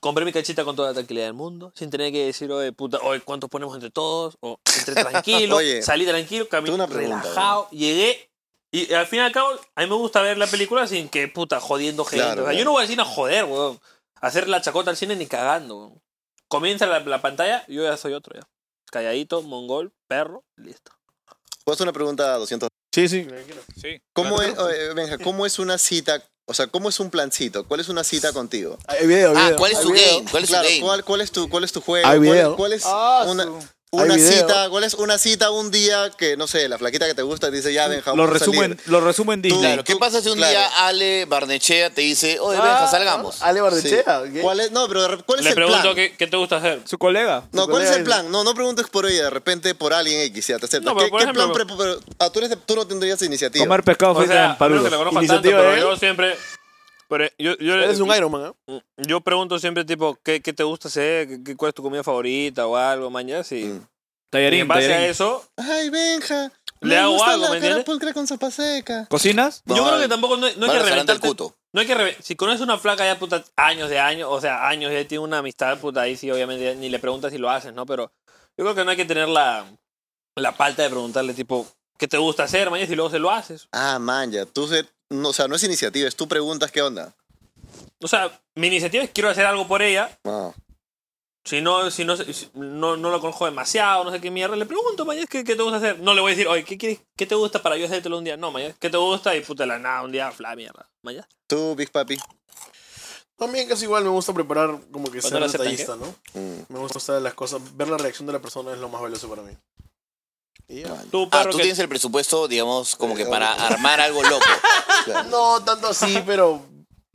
[SPEAKER 1] Compré mi cachita con toda la tranquilidad del mundo, sin tener que decir, oye, puta, oye, ¿cuántos ponemos entre todos? O entre tranquilo,
[SPEAKER 5] Oye,
[SPEAKER 1] salí tranquilo,
[SPEAKER 5] tengo
[SPEAKER 1] caminé
[SPEAKER 5] una pregunta,
[SPEAKER 1] relajado, llegué. Y al fin y al cabo, a mí me gusta ver la película sin que, puta, jodiendo gente.
[SPEAKER 5] Claro,
[SPEAKER 1] o sea,
[SPEAKER 5] claro.
[SPEAKER 1] yo no voy al cine a joder, weón. A Hacer la chacota al cine ni cagando, weón. Comienza la, la pantalla, yo ya soy otro, ya. Calladito, mongol, perro, listo.
[SPEAKER 5] Puedo hacer una pregunta a 200.
[SPEAKER 3] Sí, sí.
[SPEAKER 2] Sí.
[SPEAKER 5] ¿Cómo es, oye, Benja, ¿cómo es una cita? O sea, ¿cómo es un plancito? ¿Cuál es una cita contigo?
[SPEAKER 3] Hay video,
[SPEAKER 4] Ah,
[SPEAKER 3] video.
[SPEAKER 4] ¿cuál es
[SPEAKER 3] Hay
[SPEAKER 4] tu
[SPEAKER 3] video.
[SPEAKER 4] game? ¿Cuál es tu
[SPEAKER 5] claro,
[SPEAKER 4] game?
[SPEAKER 5] ¿cuál, cuál es tu, ¿cuál es tu juego?
[SPEAKER 3] Hay
[SPEAKER 5] ¿Cuál-
[SPEAKER 3] video.
[SPEAKER 5] ¿Cuál, es
[SPEAKER 1] Ah,
[SPEAKER 5] una,
[SPEAKER 3] Hay
[SPEAKER 5] una
[SPEAKER 3] video.
[SPEAKER 5] cita? ¿Cuál es una cita un día que, no sé, la flaquita que te gusta dice, ya, Benja,
[SPEAKER 2] Lo
[SPEAKER 5] vamos a
[SPEAKER 2] resumen,
[SPEAKER 5] salir?
[SPEAKER 2] lo resumen Disney.
[SPEAKER 4] Claro, ¿qué
[SPEAKER 5] tú-
[SPEAKER 4] pasa si un
[SPEAKER 5] claro.
[SPEAKER 4] día Ale Barnechea te dice, oye,
[SPEAKER 3] Ah,
[SPEAKER 4] Benja, salgamos?
[SPEAKER 3] Ale
[SPEAKER 5] Sí.
[SPEAKER 3] Barnechea. ¿qué?
[SPEAKER 5] ¿Cuál es, no, pero de re- ¿cuál es
[SPEAKER 1] Le
[SPEAKER 5] el plan?
[SPEAKER 1] pregunto, ¿qué, ¿qué te gusta hacer?
[SPEAKER 2] Su colega.
[SPEAKER 5] No,
[SPEAKER 3] Tu
[SPEAKER 5] ¿cuál es
[SPEAKER 3] colega
[SPEAKER 5] el plan? No, no preguntes por ella, de repente por alguien X, ya te acepta.
[SPEAKER 1] No, pero
[SPEAKER 5] ¿Qué,
[SPEAKER 1] por
[SPEAKER 5] qué
[SPEAKER 1] ejemplo-
[SPEAKER 5] plan pre- pero- ah, tú, eres de- tú no tendrías iniciativa.
[SPEAKER 2] Comer pescado
[SPEAKER 1] O
[SPEAKER 2] frito
[SPEAKER 1] sea,
[SPEAKER 2] en
[SPEAKER 1] creo que la
[SPEAKER 2] parulo.
[SPEAKER 1] conozco tanto,
[SPEAKER 3] Iniciativa
[SPEAKER 1] pero
[SPEAKER 3] de-
[SPEAKER 1] yo siempre... Pero yo, yo, Mm,
[SPEAKER 3] Eres un Iron Man, ¿eh?
[SPEAKER 1] Yo pregunto siempre, tipo, ¿qué, qué te gusta hacer? ¿Qué- qué- ¿Cuál es tu comida favorita o algo, mañana? Sí.
[SPEAKER 5] Mm.
[SPEAKER 1] Y
[SPEAKER 2] Tallarín,
[SPEAKER 1] en base a
[SPEAKER 2] tallarín.
[SPEAKER 1] eso,
[SPEAKER 5] Ay, Benja,
[SPEAKER 1] Le
[SPEAKER 5] me
[SPEAKER 1] hago
[SPEAKER 5] gusta
[SPEAKER 1] algo, ¿me
[SPEAKER 5] la cara
[SPEAKER 1] entiendes?
[SPEAKER 5] pulcra con sopa seca.
[SPEAKER 2] ¿Cocinas?
[SPEAKER 4] No,
[SPEAKER 1] yo creo
[SPEAKER 4] eh,
[SPEAKER 1] que tampoco no, hay- no hay
[SPEAKER 4] van
[SPEAKER 1] que
[SPEAKER 4] al restaurante
[SPEAKER 1] reventarte.
[SPEAKER 4] del cuto.
[SPEAKER 1] No hay que reven- Si conoces una flaca ya, puta, años de años, o sea, años ya tiene una amistad, puta, ahí sí, obviamente, ya ni le preguntas si lo haces, ¿no? Pero yo creo que no hay que tener la, la palta de preguntarle, tipo, ¿qué te gusta hacer, mañana? Y luego se lo haces.
[SPEAKER 5] Ah, man, ya, tú, se- no, o sea, no es iniciativa, es tú preguntas qué onda.
[SPEAKER 1] O sea, mi iniciativa es quiero hacer algo por ella,
[SPEAKER 5] No.
[SPEAKER 1] Si no, si no, si no, no lo conozco demasiado, no sé qué mierda, le pregunto, Mayas, ¿qué, qué te gusta hacer? No le voy a decir, oye, ¿qué, quieres- qué te gusta para yo hacértelo un día? No, Mayas, ¿qué te gusta? Y puta de la nada, un día, fla, mierda. Mayas.
[SPEAKER 5] Tú, Big Papi.
[SPEAKER 3] También casi igual me gusta preparar como que
[SPEAKER 1] ¿Cuándo
[SPEAKER 3] ser
[SPEAKER 1] lo aceptan,
[SPEAKER 3] detallista, ¿no?
[SPEAKER 5] Mm,
[SPEAKER 3] Me gusta hacer las cosas, ver la reacción de la persona es lo más valioso para mí. Y ya.
[SPEAKER 1] Tú,
[SPEAKER 4] Ah,
[SPEAKER 1] perro,
[SPEAKER 4] tú
[SPEAKER 1] que-
[SPEAKER 4] tienes el presupuesto, digamos, como
[SPEAKER 5] Eh,
[SPEAKER 4] que para armar algo loco.
[SPEAKER 3] No tanto así, pero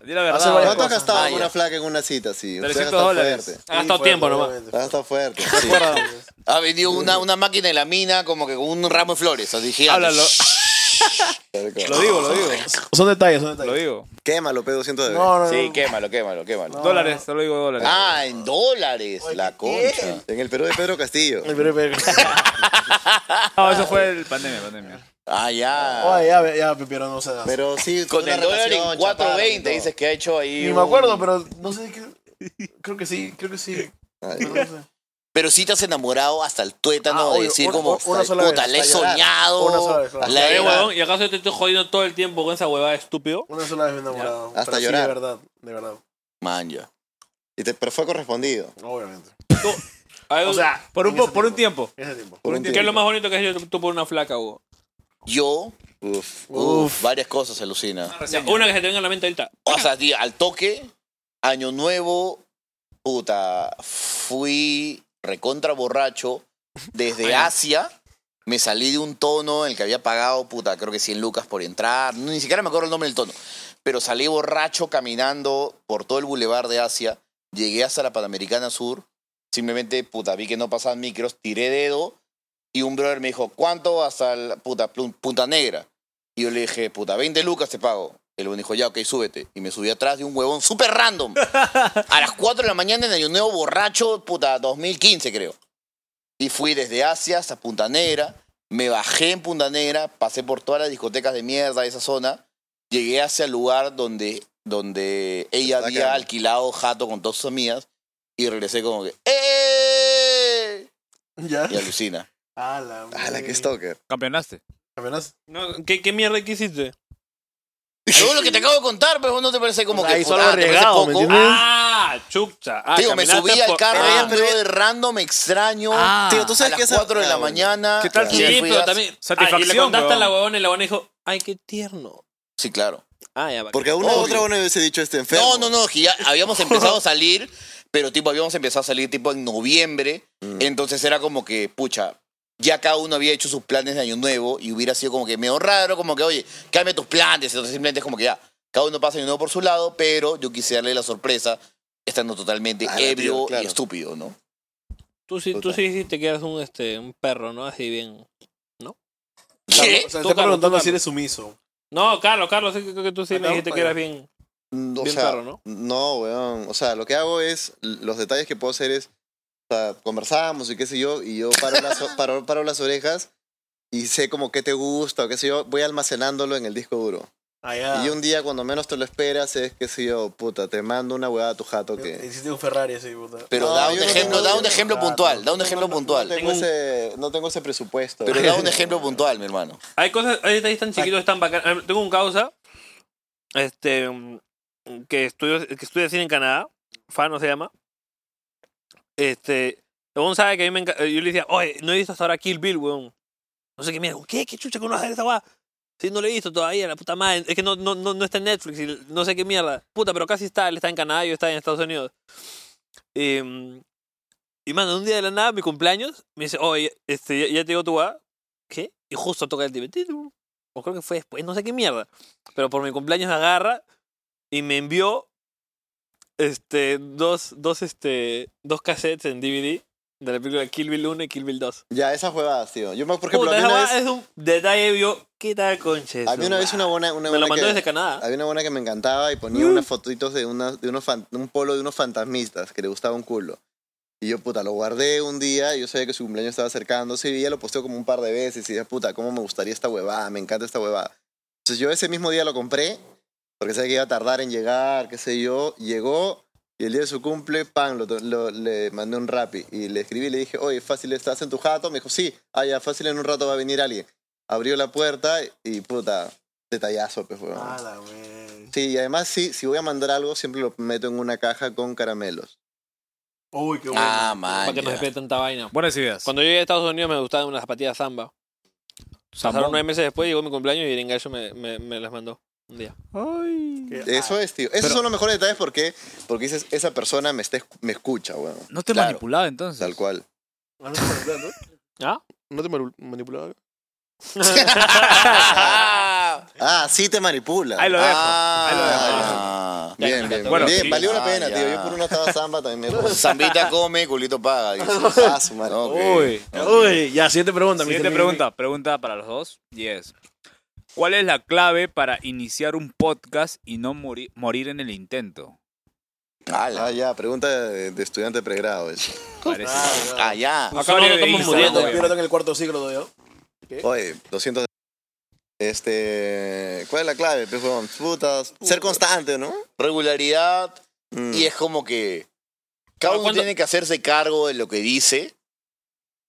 [SPEAKER 2] Di la
[SPEAKER 3] Hace
[SPEAKER 2] verdad.
[SPEAKER 3] varias
[SPEAKER 5] ¿Cuánto has
[SPEAKER 3] cosas.
[SPEAKER 5] gastado
[SPEAKER 4] Ah,
[SPEAKER 5] en
[SPEAKER 4] ya.
[SPEAKER 5] una flaca en una cita? Sí, usted ha
[SPEAKER 2] 300
[SPEAKER 5] gastado
[SPEAKER 2] dólares.
[SPEAKER 5] fuerte.
[SPEAKER 1] ha gastado tiempo nomás.
[SPEAKER 3] Ah,
[SPEAKER 5] Ha gastado fuerte. sí.
[SPEAKER 4] Ha vendido una, una máquina de la mina, como que con un ramo de flores. Así gigante.
[SPEAKER 2] Háblalo. Lo digo, lo digo.
[SPEAKER 3] Son detalles, son
[SPEAKER 2] Lo
[SPEAKER 3] detalles.
[SPEAKER 2] digo.
[SPEAKER 5] Quémalo, P200 de
[SPEAKER 3] No, no, no.
[SPEAKER 4] Sí, quémalo, quémalo, quémalo.
[SPEAKER 2] Dólares, te lo digo dólares.
[SPEAKER 4] Ah, en dólares, la concha.
[SPEAKER 5] En el Perú de Pedro Castillo.
[SPEAKER 3] El primer pegue.
[SPEAKER 2] No, eso fue el pandemia, pandemia.
[SPEAKER 4] Ah, ya.
[SPEAKER 3] Oye, ya, ya, Pepero, no se da.
[SPEAKER 5] Pero sí,
[SPEAKER 4] Con
[SPEAKER 5] una
[SPEAKER 4] el dólar en
[SPEAKER 5] relación,
[SPEAKER 4] 4.20
[SPEAKER 5] chaparon y
[SPEAKER 4] dices que ha hecho ahí.
[SPEAKER 3] Ni me
[SPEAKER 4] un-
[SPEAKER 3] acuerdo, pero no sé qué. Creo que sí, creo que sí.
[SPEAKER 5] todo.
[SPEAKER 3] pero no sé.
[SPEAKER 4] Pero sí te has enamorado hasta el tuétano
[SPEAKER 3] Ah,
[SPEAKER 4] de
[SPEAKER 3] obvio,
[SPEAKER 4] decir
[SPEAKER 3] una-
[SPEAKER 4] como,
[SPEAKER 3] una sola
[SPEAKER 4] puta,
[SPEAKER 3] vez,
[SPEAKER 4] le he
[SPEAKER 3] hasta llorar.
[SPEAKER 4] soñado.
[SPEAKER 3] Una sola vez, claro.
[SPEAKER 4] la
[SPEAKER 1] Eh,
[SPEAKER 4] he-
[SPEAKER 1] huevón, ¿y acaso yo te estoy jodiendo todo el tiempo con esa huevada de estúpido?
[SPEAKER 3] Una sola vez me he enamorado.
[SPEAKER 5] Hasta
[SPEAKER 3] pero sí,
[SPEAKER 5] llorar.
[SPEAKER 3] de verdad, de verdad.
[SPEAKER 4] Man, ya.
[SPEAKER 5] Y te, pero fue correspondido.
[SPEAKER 3] Obviamente.
[SPEAKER 1] A ver,
[SPEAKER 3] O sea,
[SPEAKER 2] Por un, po- por un tiempo.
[SPEAKER 3] ese tiempo.
[SPEAKER 5] Por un
[SPEAKER 1] ¿qué es
[SPEAKER 5] tiempo.
[SPEAKER 1] lo más bonito que has hecho tú por una flaca, Hugo?
[SPEAKER 4] Yo, uf, uf, varias cosas alucina.
[SPEAKER 1] O sea, una que se te venga a la mente ahorita.
[SPEAKER 4] O sea, di- al toque, año nuevo, puta, fui recontra borracho desde Asia. Me salí de un tono en el que había pagado, puta, creo que 100 lucas por entrar. Ni siquiera me acuerdo el nombre del tono. Pero salí borracho caminando por todo el bulevar de Asia. Llegué hasta la Panamericana Sur. Simplemente, puta, vi que no pasaban micros. Tiré dedo. Y un brother me dijo, ¿cuánto hasta la puta Plum- Punta Negra? Y yo le dije, puta, 20 lucas te pago. El me dijo, ya, ok, súbete. Y me subí atrás de un huevón súper random. A las 4 de la mañana en el nuevo borracho, puta, 2015 creo. Y fui desde Asia hasta Punta Negra. Me bajé en Punta Negra, pasé por todas las discotecas de mierda de esa zona. Llegué hacia el lugar donde, donde ella
[SPEAKER 5] Está
[SPEAKER 4] había
[SPEAKER 5] cagando.
[SPEAKER 4] alquilado jato con todas sus amigas. Y regresé como que, ¡eh!
[SPEAKER 3] ¿Ya?
[SPEAKER 4] Y alucina.
[SPEAKER 3] Ah, la.
[SPEAKER 5] Ah, la que
[SPEAKER 3] madre.
[SPEAKER 5] stalker.
[SPEAKER 2] Campeonaste.
[SPEAKER 3] Apenas-
[SPEAKER 1] No, ¿qué, ¿Qué mierda que hiciste?
[SPEAKER 4] Yo lo que te acabo de contar, pero no te parece como
[SPEAKER 3] O sea,
[SPEAKER 4] que
[SPEAKER 3] ahí solo
[SPEAKER 4] ah, te parece
[SPEAKER 3] arriesgado, ¿me
[SPEAKER 4] poco?
[SPEAKER 3] entiendes?
[SPEAKER 1] ¡Ah! Ah, chucha. Ah,
[SPEAKER 4] Tío, me
[SPEAKER 1] caminaste
[SPEAKER 4] subí al
[SPEAKER 1] por-
[SPEAKER 4] carro
[SPEAKER 1] Ah,
[SPEAKER 4] y entró de random, extraño.
[SPEAKER 2] Ah.
[SPEAKER 4] Tío, tú sabes
[SPEAKER 5] A
[SPEAKER 4] que
[SPEAKER 5] las
[SPEAKER 4] es a
[SPEAKER 5] 4
[SPEAKER 4] 4 de la mañana.
[SPEAKER 2] ¿Qué tal
[SPEAKER 4] Y
[SPEAKER 2] tu
[SPEAKER 1] Sí,
[SPEAKER 4] ahí fui
[SPEAKER 1] pero
[SPEAKER 4] a-
[SPEAKER 1] también.
[SPEAKER 2] Satisfacción,
[SPEAKER 1] Ah, y le contaste a la
[SPEAKER 2] weón.
[SPEAKER 1] huevona y la huevona dijo, ay, qué tierno.
[SPEAKER 4] Sí, claro.
[SPEAKER 1] Ah, ya, bacán.
[SPEAKER 5] Porque a una u
[SPEAKER 4] Obvio.
[SPEAKER 5] otra uno hubiese dicho este enfermo.
[SPEAKER 4] No, no, no, que ya habíamos empezado a salir, pero tipo habíamos empezado a salir tipo en noviembre, entonces era como que, pucha, ya cada uno había hecho sus planes de año nuevo y hubiera sido como que medio raro, como que, oye, cambia tus planes, entonces simplemente es como que ya, cada uno pasa año nuevo por su lado, pero yo quise darle la sorpresa estando totalmente
[SPEAKER 5] Ah,
[SPEAKER 4] ebrio
[SPEAKER 5] tío, claro.
[SPEAKER 4] y estúpido, ¿no?
[SPEAKER 1] Tú sí, tú
[SPEAKER 5] Puta.
[SPEAKER 1] sí, sí te quedas un, este, un perro, ¿no? Así bien.
[SPEAKER 6] O
[SPEAKER 4] ¿Qué?
[SPEAKER 6] sea,
[SPEAKER 1] Tú,
[SPEAKER 6] está
[SPEAKER 1] Carlos,
[SPEAKER 6] preguntando
[SPEAKER 1] tú,
[SPEAKER 6] si eres sumiso.
[SPEAKER 1] No, Carlos, Carlos, sí que- creo que tú sí me
[SPEAKER 5] Acabamos
[SPEAKER 1] dijiste que
[SPEAKER 5] para
[SPEAKER 1] eras bien.
[SPEAKER 5] Mm, Ah, O
[SPEAKER 1] Bien
[SPEAKER 5] sea,
[SPEAKER 1] perro, ¿no?
[SPEAKER 5] No, weón. O sea, lo que hago es, l- los detalles que puedo hacer es, o sea, conversamos y qué sé yo, y yo paro las, o- paro, paro las orejas y sé como qué te gusta o qué sé yo, voy almacenándolo en el disco duro.
[SPEAKER 3] Ah.
[SPEAKER 5] Y un día cuando menos te lo esperas es, qué sé yo, puta, te mando una huevada a tu jato que...
[SPEAKER 3] Hiciste un Ferrari así, puta.
[SPEAKER 4] Pero
[SPEAKER 5] No,
[SPEAKER 4] da un
[SPEAKER 5] yo no
[SPEAKER 4] ejemplo,
[SPEAKER 5] tengo-
[SPEAKER 4] da un ejemplo puntual, da un
[SPEAKER 5] No,
[SPEAKER 4] ejemplo
[SPEAKER 5] no,
[SPEAKER 4] puntual.
[SPEAKER 5] No tengo, ese, no tengo ese presupuesto.
[SPEAKER 4] Pero da un ejemplo puntual, mi hermano.
[SPEAKER 1] Hay cosas, hay detalles tan chiquitos, tan bacanas. Tengo un causa, este, mm, que estudia, que estudia cine en Canadá, Fano se llama. Este, Según sabe que a mí me enca- eh, Yo le decía, oye, no he visto hasta ahora Kill Bill, weón. No sé qué mierda, ¿qué? ¿Qué chucha que uno hace esa weá? Sí, no lo he visto todavía, la puta madre. Es que no, no, no, no está en Netflix y no sé qué mierda. Puta, pero casi está, él está en Canadá, yo estaba en Estados Unidos. Em, y mano, un día de la nada, mi cumpleaños, me dice, oye, este, ya, ya te digo tu weá. ¿Qué? Y justo toca el timbre. Ti, tu. O creo que fue después, no sé qué mierda. Pero por mi cumpleaños agarra y me envió este, dos, dos, este, dos cassettes en DVD de la película Kill Bill 1 y Kill Bill 2.
[SPEAKER 5] Ya, esas huevadas, tío. Yo, me- por ejemplo,
[SPEAKER 1] Puta,
[SPEAKER 5] a mí
[SPEAKER 1] esa
[SPEAKER 5] una
[SPEAKER 1] weá
[SPEAKER 5] vez,
[SPEAKER 1] es un detalle, yo, ¿qué tal, conches?
[SPEAKER 5] a mí una, vez una buena... Una
[SPEAKER 1] Me lo
[SPEAKER 5] buena
[SPEAKER 1] mandó
[SPEAKER 5] que-
[SPEAKER 1] desde Canadá.
[SPEAKER 5] Había una buena que me encantaba y ponía unas fotitos de, una, de, unos fan- de un polo de unos fantasmistas que le gustaba un culo. Y yo, puta, lo guardé un día y yo sabía que su cumpleaños estaba acercándose y ella lo posteó como un par de veces y dije, puta, cómo me gustaría esta huevada, me encanta esta huevada. Entonces yo ese mismo día lo compré porque sabía que iba a tardar en llegar, qué sé yo. Llegó y el día de su cumple, pan, lo, lo- le mandé un rapi y le escribí y le dije, oye, fácil, ¿estás en tu jato? Me dijo, sí, ah, ya, fácil, en un rato va a venir alguien. Abrió la puerta y, puta, detallazo, pues, huevón.
[SPEAKER 3] Nada, wey.
[SPEAKER 5] Sí, y además sí, si voy a mandar algo, siempre lo meto en una caja con caramelos.
[SPEAKER 3] Uy, qué bueno.
[SPEAKER 4] Ah,
[SPEAKER 1] Para
[SPEAKER 4] man.
[SPEAKER 1] que no se
[SPEAKER 4] ya.
[SPEAKER 1] espere tanta vaina.
[SPEAKER 2] Buenas ideas.
[SPEAKER 1] Cuando llegué a Estados Unidos me gustaban unas zapatillas Zamba. Pasaron nueve meses después, llegó mi cumpleaños y el engaño me, me, me las mandó un día.
[SPEAKER 4] Ah,
[SPEAKER 5] Eso es, tío. Esos son los mejores detalles porque, porque dices, esa persona me, está, esc- me escucha, weón.
[SPEAKER 2] No te he
[SPEAKER 4] Claro.
[SPEAKER 2] manipulado entonces.
[SPEAKER 5] Tal cual.
[SPEAKER 3] Ah, no te manipulaba, ¿no?
[SPEAKER 1] ¿Ah?
[SPEAKER 3] ¿No te manipul- manipulaba?
[SPEAKER 5] Ah, sí te manipula.
[SPEAKER 2] Ahí lo dejo. ahí lo dejo.
[SPEAKER 4] Ah.
[SPEAKER 1] Ya,
[SPEAKER 5] Bien,
[SPEAKER 1] ya,
[SPEAKER 5] bien,
[SPEAKER 1] ya.
[SPEAKER 2] Bueno,
[SPEAKER 5] bien.
[SPEAKER 2] sí.
[SPEAKER 5] Valió la
[SPEAKER 4] Ah,
[SPEAKER 5] pena,
[SPEAKER 4] ya.
[SPEAKER 5] tío. Yo por una estaba samba también me
[SPEAKER 4] Zambita come, culito paga. dice.
[SPEAKER 5] Ah, su madre.
[SPEAKER 4] Ok.
[SPEAKER 2] Uy.
[SPEAKER 3] Uy, ya, siguiente pregunta.
[SPEAKER 2] Siguiente
[SPEAKER 3] Mr.
[SPEAKER 2] pregunta, pregunta para los dos. Yes. ¿Cuál es la clave para iniciar un podcast y no morir, morir en el intento?
[SPEAKER 4] Ala.
[SPEAKER 5] Ah, ya, pregunta de, de estudiante de pregrado. eso.
[SPEAKER 2] Parece.
[SPEAKER 4] Ah, ya.
[SPEAKER 1] Acá no nos
[SPEAKER 2] de
[SPEAKER 1] estamos
[SPEAKER 2] Instagram,
[SPEAKER 1] muriendo,
[SPEAKER 3] Mr.
[SPEAKER 2] güey.
[SPEAKER 3] Yo lo tengo en el cuarto ciclo todavía.
[SPEAKER 5] Oye, 200. Este. ¿Cuál es la clave? Pues, weón? putas. Ser constante, ¿no?
[SPEAKER 4] Regularidad.
[SPEAKER 5] Mm.
[SPEAKER 4] Y es como que
[SPEAKER 1] Pero
[SPEAKER 4] cada uno
[SPEAKER 1] cuando-
[SPEAKER 4] tiene que hacerse cargo de lo que dice,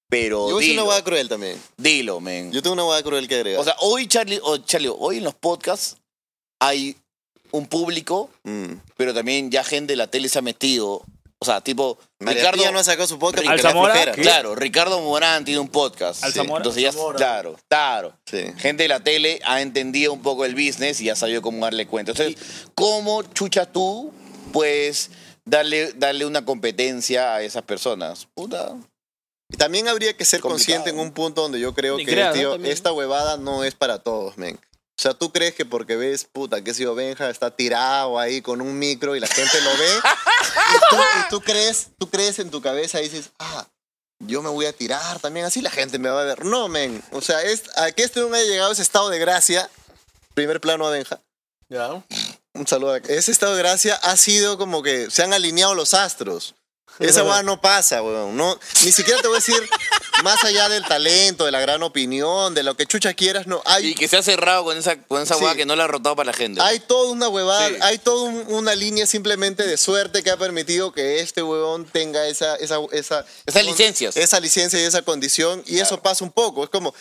[SPEAKER 4] pero
[SPEAKER 5] Yo voy a decir una
[SPEAKER 4] dilo,
[SPEAKER 5] hueá cruel también.
[SPEAKER 4] dilo, men.
[SPEAKER 5] Yo tengo una hueá cruel que agregar.
[SPEAKER 4] O sea, hoy, Charlie, o Charlie, hoy en los podcasts hay un público,
[SPEAKER 5] Mm.
[SPEAKER 4] pero también ya gente de la tele se ha metido. O sea, tipo,
[SPEAKER 5] María
[SPEAKER 4] Ricardo...
[SPEAKER 5] Pía no ha sacado su podcast porque le da
[SPEAKER 2] ¿Alzamora?
[SPEAKER 5] flojera.
[SPEAKER 2] ¿Qué?
[SPEAKER 4] Claro, Ricardo Morán tiene un podcast.
[SPEAKER 2] ¿Al Zamora?
[SPEAKER 4] Entonces ya,
[SPEAKER 3] Zamora.
[SPEAKER 4] claro, claro.
[SPEAKER 5] Sí.
[SPEAKER 4] Gente de la tele ha entendido un poco el business y ya sabido cómo darle cuenta. Entonces, ¿cómo chucha tú, pues, darle, darle una competencia a esas personas? Puta.
[SPEAKER 5] Y También habría que ser
[SPEAKER 4] Complicado.
[SPEAKER 5] consciente en un punto donde yo creo
[SPEAKER 1] Ni
[SPEAKER 5] que,
[SPEAKER 1] creas, ¿no?
[SPEAKER 5] tío,
[SPEAKER 1] También.
[SPEAKER 5] esta huevada no es para todos, men. O sea, tú crees que porque ves, puta, que si Benja está tirado ahí con un micro y la gente lo ve, y, tú, y tú crees, tú crees en tu cabeza y dices, ah, yo me voy a tirar también, así la gente me va a ver. No, men. O sea, es, a que este hombre haya llegado a ese estado de gracia, primer plano a Benja,
[SPEAKER 3] Ya.
[SPEAKER 5] un saludo. a- Ese estado de gracia ha sido como que se han alineado los astros. Esa hueá no pasa, weón. No, ni siquiera te voy a decir, más allá del talento, de la gran opinión, de lo que chucha quieras, no. Hay,
[SPEAKER 4] Y que se ha cerrado con esa, con esa
[SPEAKER 5] Sí.
[SPEAKER 4] hueá que no la ha rotado para la gente.
[SPEAKER 5] hay toda una huevada,
[SPEAKER 4] Sí.
[SPEAKER 5] hay toda un- una línea simplemente de suerte que ha permitido que este huevón tenga esa, esa, esa,
[SPEAKER 4] Esas licencias.
[SPEAKER 5] esa licencia y esa condición. Y eso pasa un poco. Es como,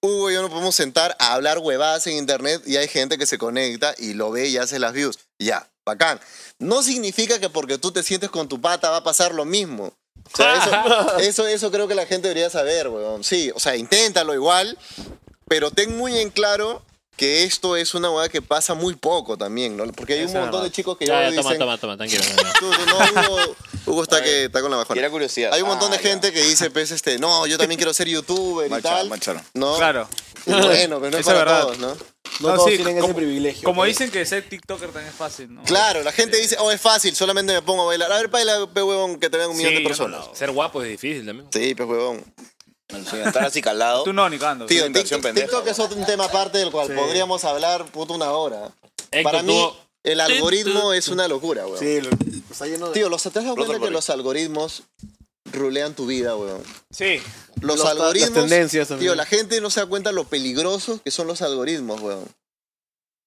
[SPEAKER 5] Hugo y yo nos podemos sentar a hablar huevadas en internet y hay gente que se conecta y lo ve y hace las views. Ya, bacán. No significa que porque tú te sientes con tu pata va a pasar lo mismo. O sea, eso, eso, eso creo que la gente debería saber, weón. Sí, o sea, inténtalo igual, pero ten muy en claro que esto es una weá que pasa muy poco también, ¿no? Porque hay un montón de chicos que ya,
[SPEAKER 1] Ah, Ya,
[SPEAKER 5] lo
[SPEAKER 1] ya, toma,
[SPEAKER 5] dicen...
[SPEAKER 1] toma, toma, tranquilo.
[SPEAKER 5] Tú, tú, no, Hugo, Hugo está, que, está con la
[SPEAKER 4] Y
[SPEAKER 5] bajona.
[SPEAKER 4] era curiosidad.
[SPEAKER 5] Hay un montón de
[SPEAKER 4] Ah, ya.
[SPEAKER 5] gente que dice, pues, este, no, yo también quiero ser youtuber y
[SPEAKER 4] Mancharon,
[SPEAKER 5] tal.
[SPEAKER 4] mancharon.
[SPEAKER 5] No,
[SPEAKER 2] Claro.
[SPEAKER 5] Y Bueno, pero no es
[SPEAKER 2] Eso es
[SPEAKER 5] para
[SPEAKER 2] verdad.
[SPEAKER 5] todos, ¿no?
[SPEAKER 3] No,
[SPEAKER 2] No,
[SPEAKER 3] todos
[SPEAKER 2] sí,
[SPEAKER 3] tienen
[SPEAKER 2] como-
[SPEAKER 3] ese privilegio.
[SPEAKER 2] Como
[SPEAKER 3] pues.
[SPEAKER 2] dicen que ser TikToker también es fácil, ¿no?
[SPEAKER 5] Claro, la gente dice, oh, es fácil, solamente me pongo a bailar. A ver, baila, pe huevón, que te vean un millón
[SPEAKER 2] yo
[SPEAKER 5] de
[SPEAKER 2] no
[SPEAKER 5] personas.
[SPEAKER 2] lo hago.
[SPEAKER 1] Ser guapo es difícil también.
[SPEAKER 5] Sí, pe huevón.
[SPEAKER 4] Alucina, Estar así calado.
[SPEAKER 2] Tú no, Nicando.
[SPEAKER 5] Tío,
[SPEAKER 4] una inversión
[SPEAKER 5] TikTok,
[SPEAKER 4] pendeja,
[SPEAKER 5] TikTok es otro, un tema aparte del cual podríamos hablar puto una hora.
[SPEAKER 1] Héctor,
[SPEAKER 5] Para mí,
[SPEAKER 1] tú-
[SPEAKER 5] el algoritmo es una locura, weón.
[SPEAKER 3] Sí, lo- está lleno de.
[SPEAKER 5] Tío, ¿los, ¿te has dado cuenta que
[SPEAKER 4] algoritmo.
[SPEAKER 5] los algoritmos rulean tu vida, weón?
[SPEAKER 2] Sí.
[SPEAKER 5] Los,
[SPEAKER 3] Los-
[SPEAKER 5] algoritmos.
[SPEAKER 3] las tendencias también.
[SPEAKER 5] tío, la gente no se da cuenta lo peligrosos que son los algoritmos, weón.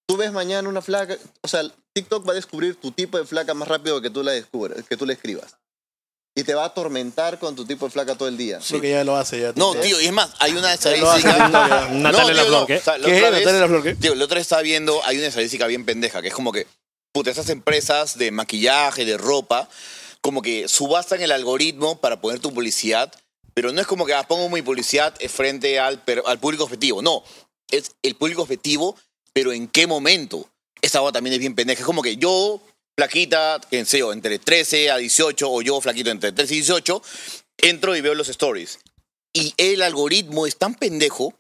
[SPEAKER 5] Tú ves mañana una flaca. O sea, TikTok va a descubrir tu tipo de flaca más rápido que tú la descubras, que tú le escribas. Y te va a atormentar con tu tipo de flaca todo el día.
[SPEAKER 3] Creo que ya lo hace. Ya,
[SPEAKER 4] No, tío, y es más, hay una estadística.
[SPEAKER 1] Natalia
[SPEAKER 4] tío,
[SPEAKER 1] Lafourcade.
[SPEAKER 4] O sea, la
[SPEAKER 3] ¿Qué?
[SPEAKER 4] otra
[SPEAKER 3] ¿Natalia
[SPEAKER 4] vez-
[SPEAKER 3] Lafourcade?
[SPEAKER 4] Tío, la otra vez estaba viendo, hay una estadística bien pendeja, que es como que, puta, esas empresas de maquillaje, de ropa, como que subastan el algoritmo para poner tu publicidad, pero no es como que ah, pongo mi publicidad eh, frente al, per- al público objetivo, no, es el público objetivo, pero en qué momento. Esa agua también es bien pendeja, es como que yo, flaquita, en serio, entre 13 a 18, o yo, flaquito, entre 13 y 18, entro y veo los stories. Y el algoritmo es tan pendejo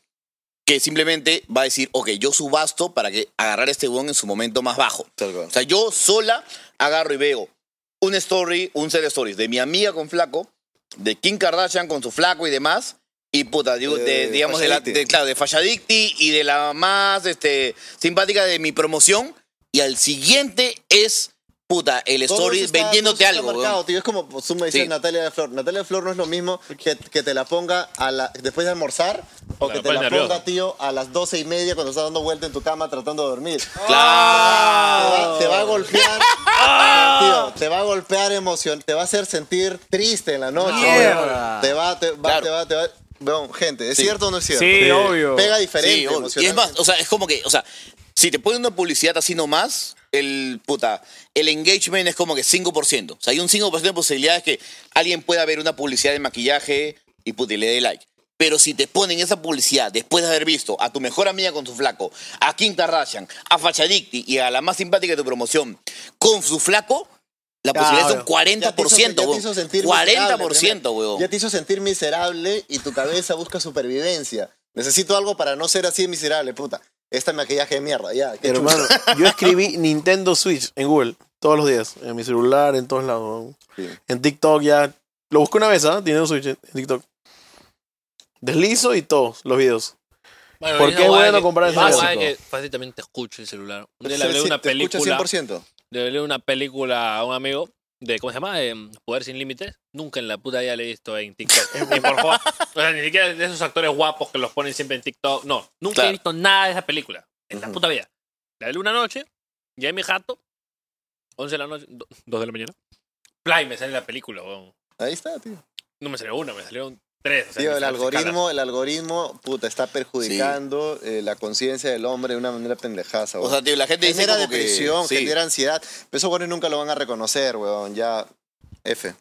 [SPEAKER 4] que simplemente va a decir, ok, yo subasto para que agarrar a este weón en su momento más bajo. O sea, yo sola agarro y veo un story, un set de stories de mi amiga con flaco, de Kim Kardashian con su flaco y demás. Y puta, digo,
[SPEAKER 5] De-
[SPEAKER 4] de-
[SPEAKER 5] de
[SPEAKER 4] digamos, de, la,
[SPEAKER 5] Fashadicti.
[SPEAKER 4] de- claro, de Fashadicti y de la más este, simpática de mi promoción. Y al siguiente es, puta, el
[SPEAKER 5] Todo
[SPEAKER 4] story
[SPEAKER 5] eso está-
[SPEAKER 4] vendiénte
[SPEAKER 5] todo eso está
[SPEAKER 4] algo. weón.
[SPEAKER 5] marcado, tío. Es como pues, tú me decías
[SPEAKER 4] Sí.
[SPEAKER 5] Natalia de Flor. Natalia de Flor no es lo mismo que, que te la ponga a la, después de almorzar o
[SPEAKER 1] Claro,
[SPEAKER 5] que te
[SPEAKER 1] pues,
[SPEAKER 5] la
[SPEAKER 1] nervioso.
[SPEAKER 5] ponga, tío, a las doce y media cuando estás dando vuelta en tu cama tratando de dormir.
[SPEAKER 4] Claro.
[SPEAKER 5] Te va- Te va a golpear.
[SPEAKER 4] Ah.
[SPEAKER 5] Tío, te va a golpear emoción, te va a hacer sentir triste en la noche.
[SPEAKER 2] Mierda.
[SPEAKER 5] Te va, te va,
[SPEAKER 4] Claro.
[SPEAKER 5] te va, te va. Bueno, gente, ¿es
[SPEAKER 4] Sí.
[SPEAKER 5] cierto o no es cierto?
[SPEAKER 2] Sí, obvio.
[SPEAKER 5] Pega diferente.
[SPEAKER 4] Sí, obvio. y es
[SPEAKER 5] emocionalmente.
[SPEAKER 4] más, o sea, es como que, o sea, si te ponen una publicidad así nomás, el puta, el engagement es como que 5%. O sea, hay un 5% de posibilidades que alguien pueda ver una publicidad de maquillaje y puta, y le dé like. Pero si te ponen esa publicidad después de haber visto a tu mejor amiga con su flaco, a Kim Kardashian, a Fachadicti y a la más simpática de tu promoción con su flaco, la posibilidad pues es un
[SPEAKER 3] obvio.
[SPEAKER 4] 40%,
[SPEAKER 5] Ya te hizo- ya te
[SPEAKER 4] weón.
[SPEAKER 5] hizo sentir miserable,
[SPEAKER 4] 40%,
[SPEAKER 5] primero.
[SPEAKER 4] weón.
[SPEAKER 5] Ya te hizo sentir miserable y tu cabeza busca supervivencia. Necesito algo para no ser así de miserable, puta. Este maquillaje de mierda, ya. qué chulo.
[SPEAKER 3] Hermano, yo escribí Nintendo Switch en Google todos los días, en mi celular, en todos lados.
[SPEAKER 5] Sí.
[SPEAKER 3] En TikTok ya. Lo busqué una vez, ¿ah? Nintendo Switch en TikTok. Deslizo y todos los videos. ¿Por qué es bueno comprar ese
[SPEAKER 1] celular?
[SPEAKER 3] clásico?
[SPEAKER 1] que fácilmente escucho el celular. Un día
[SPEAKER 5] Sí,
[SPEAKER 1] le hablé de
[SPEAKER 5] sí,
[SPEAKER 1] una
[SPEAKER 5] te escucho
[SPEAKER 1] película.
[SPEAKER 5] 100%.
[SPEAKER 1] Le hablé de una película a un amigo de, ¿cómo se llama? De Poder sin Límites. Nunca en la puta vida le he visto en TikTok. ni por favor. O sea, ni siquiera de esos actores guapos que los ponen siempre en TikTok. No, nunca he
[SPEAKER 4] Claro.
[SPEAKER 1] visto nada de esa película. En
[SPEAKER 5] Mm,
[SPEAKER 1] la puta vida. Le hablé una noche, ya mi jato, 11 de la noche, 2 de la mañana. Play, me sale la película, weón.
[SPEAKER 5] Ahí está, tío.
[SPEAKER 1] No me salió una, me salieron tres. o sea,
[SPEAKER 5] Tío,
[SPEAKER 1] me
[SPEAKER 5] el
[SPEAKER 1] salieron tres
[SPEAKER 5] algoritmo, el algoritmo, puta, está perjudicando eh, la conciencia del hombre de una manera pendejaza,
[SPEAKER 4] O
[SPEAKER 5] weón.
[SPEAKER 4] sea, tío, la gente dice
[SPEAKER 5] genera
[SPEAKER 4] como que-
[SPEAKER 5] depresión,
[SPEAKER 4] sí.
[SPEAKER 5] genera ansiedad. Pero esos güeyes nunca lo van a reconocer, weón. Ya, F.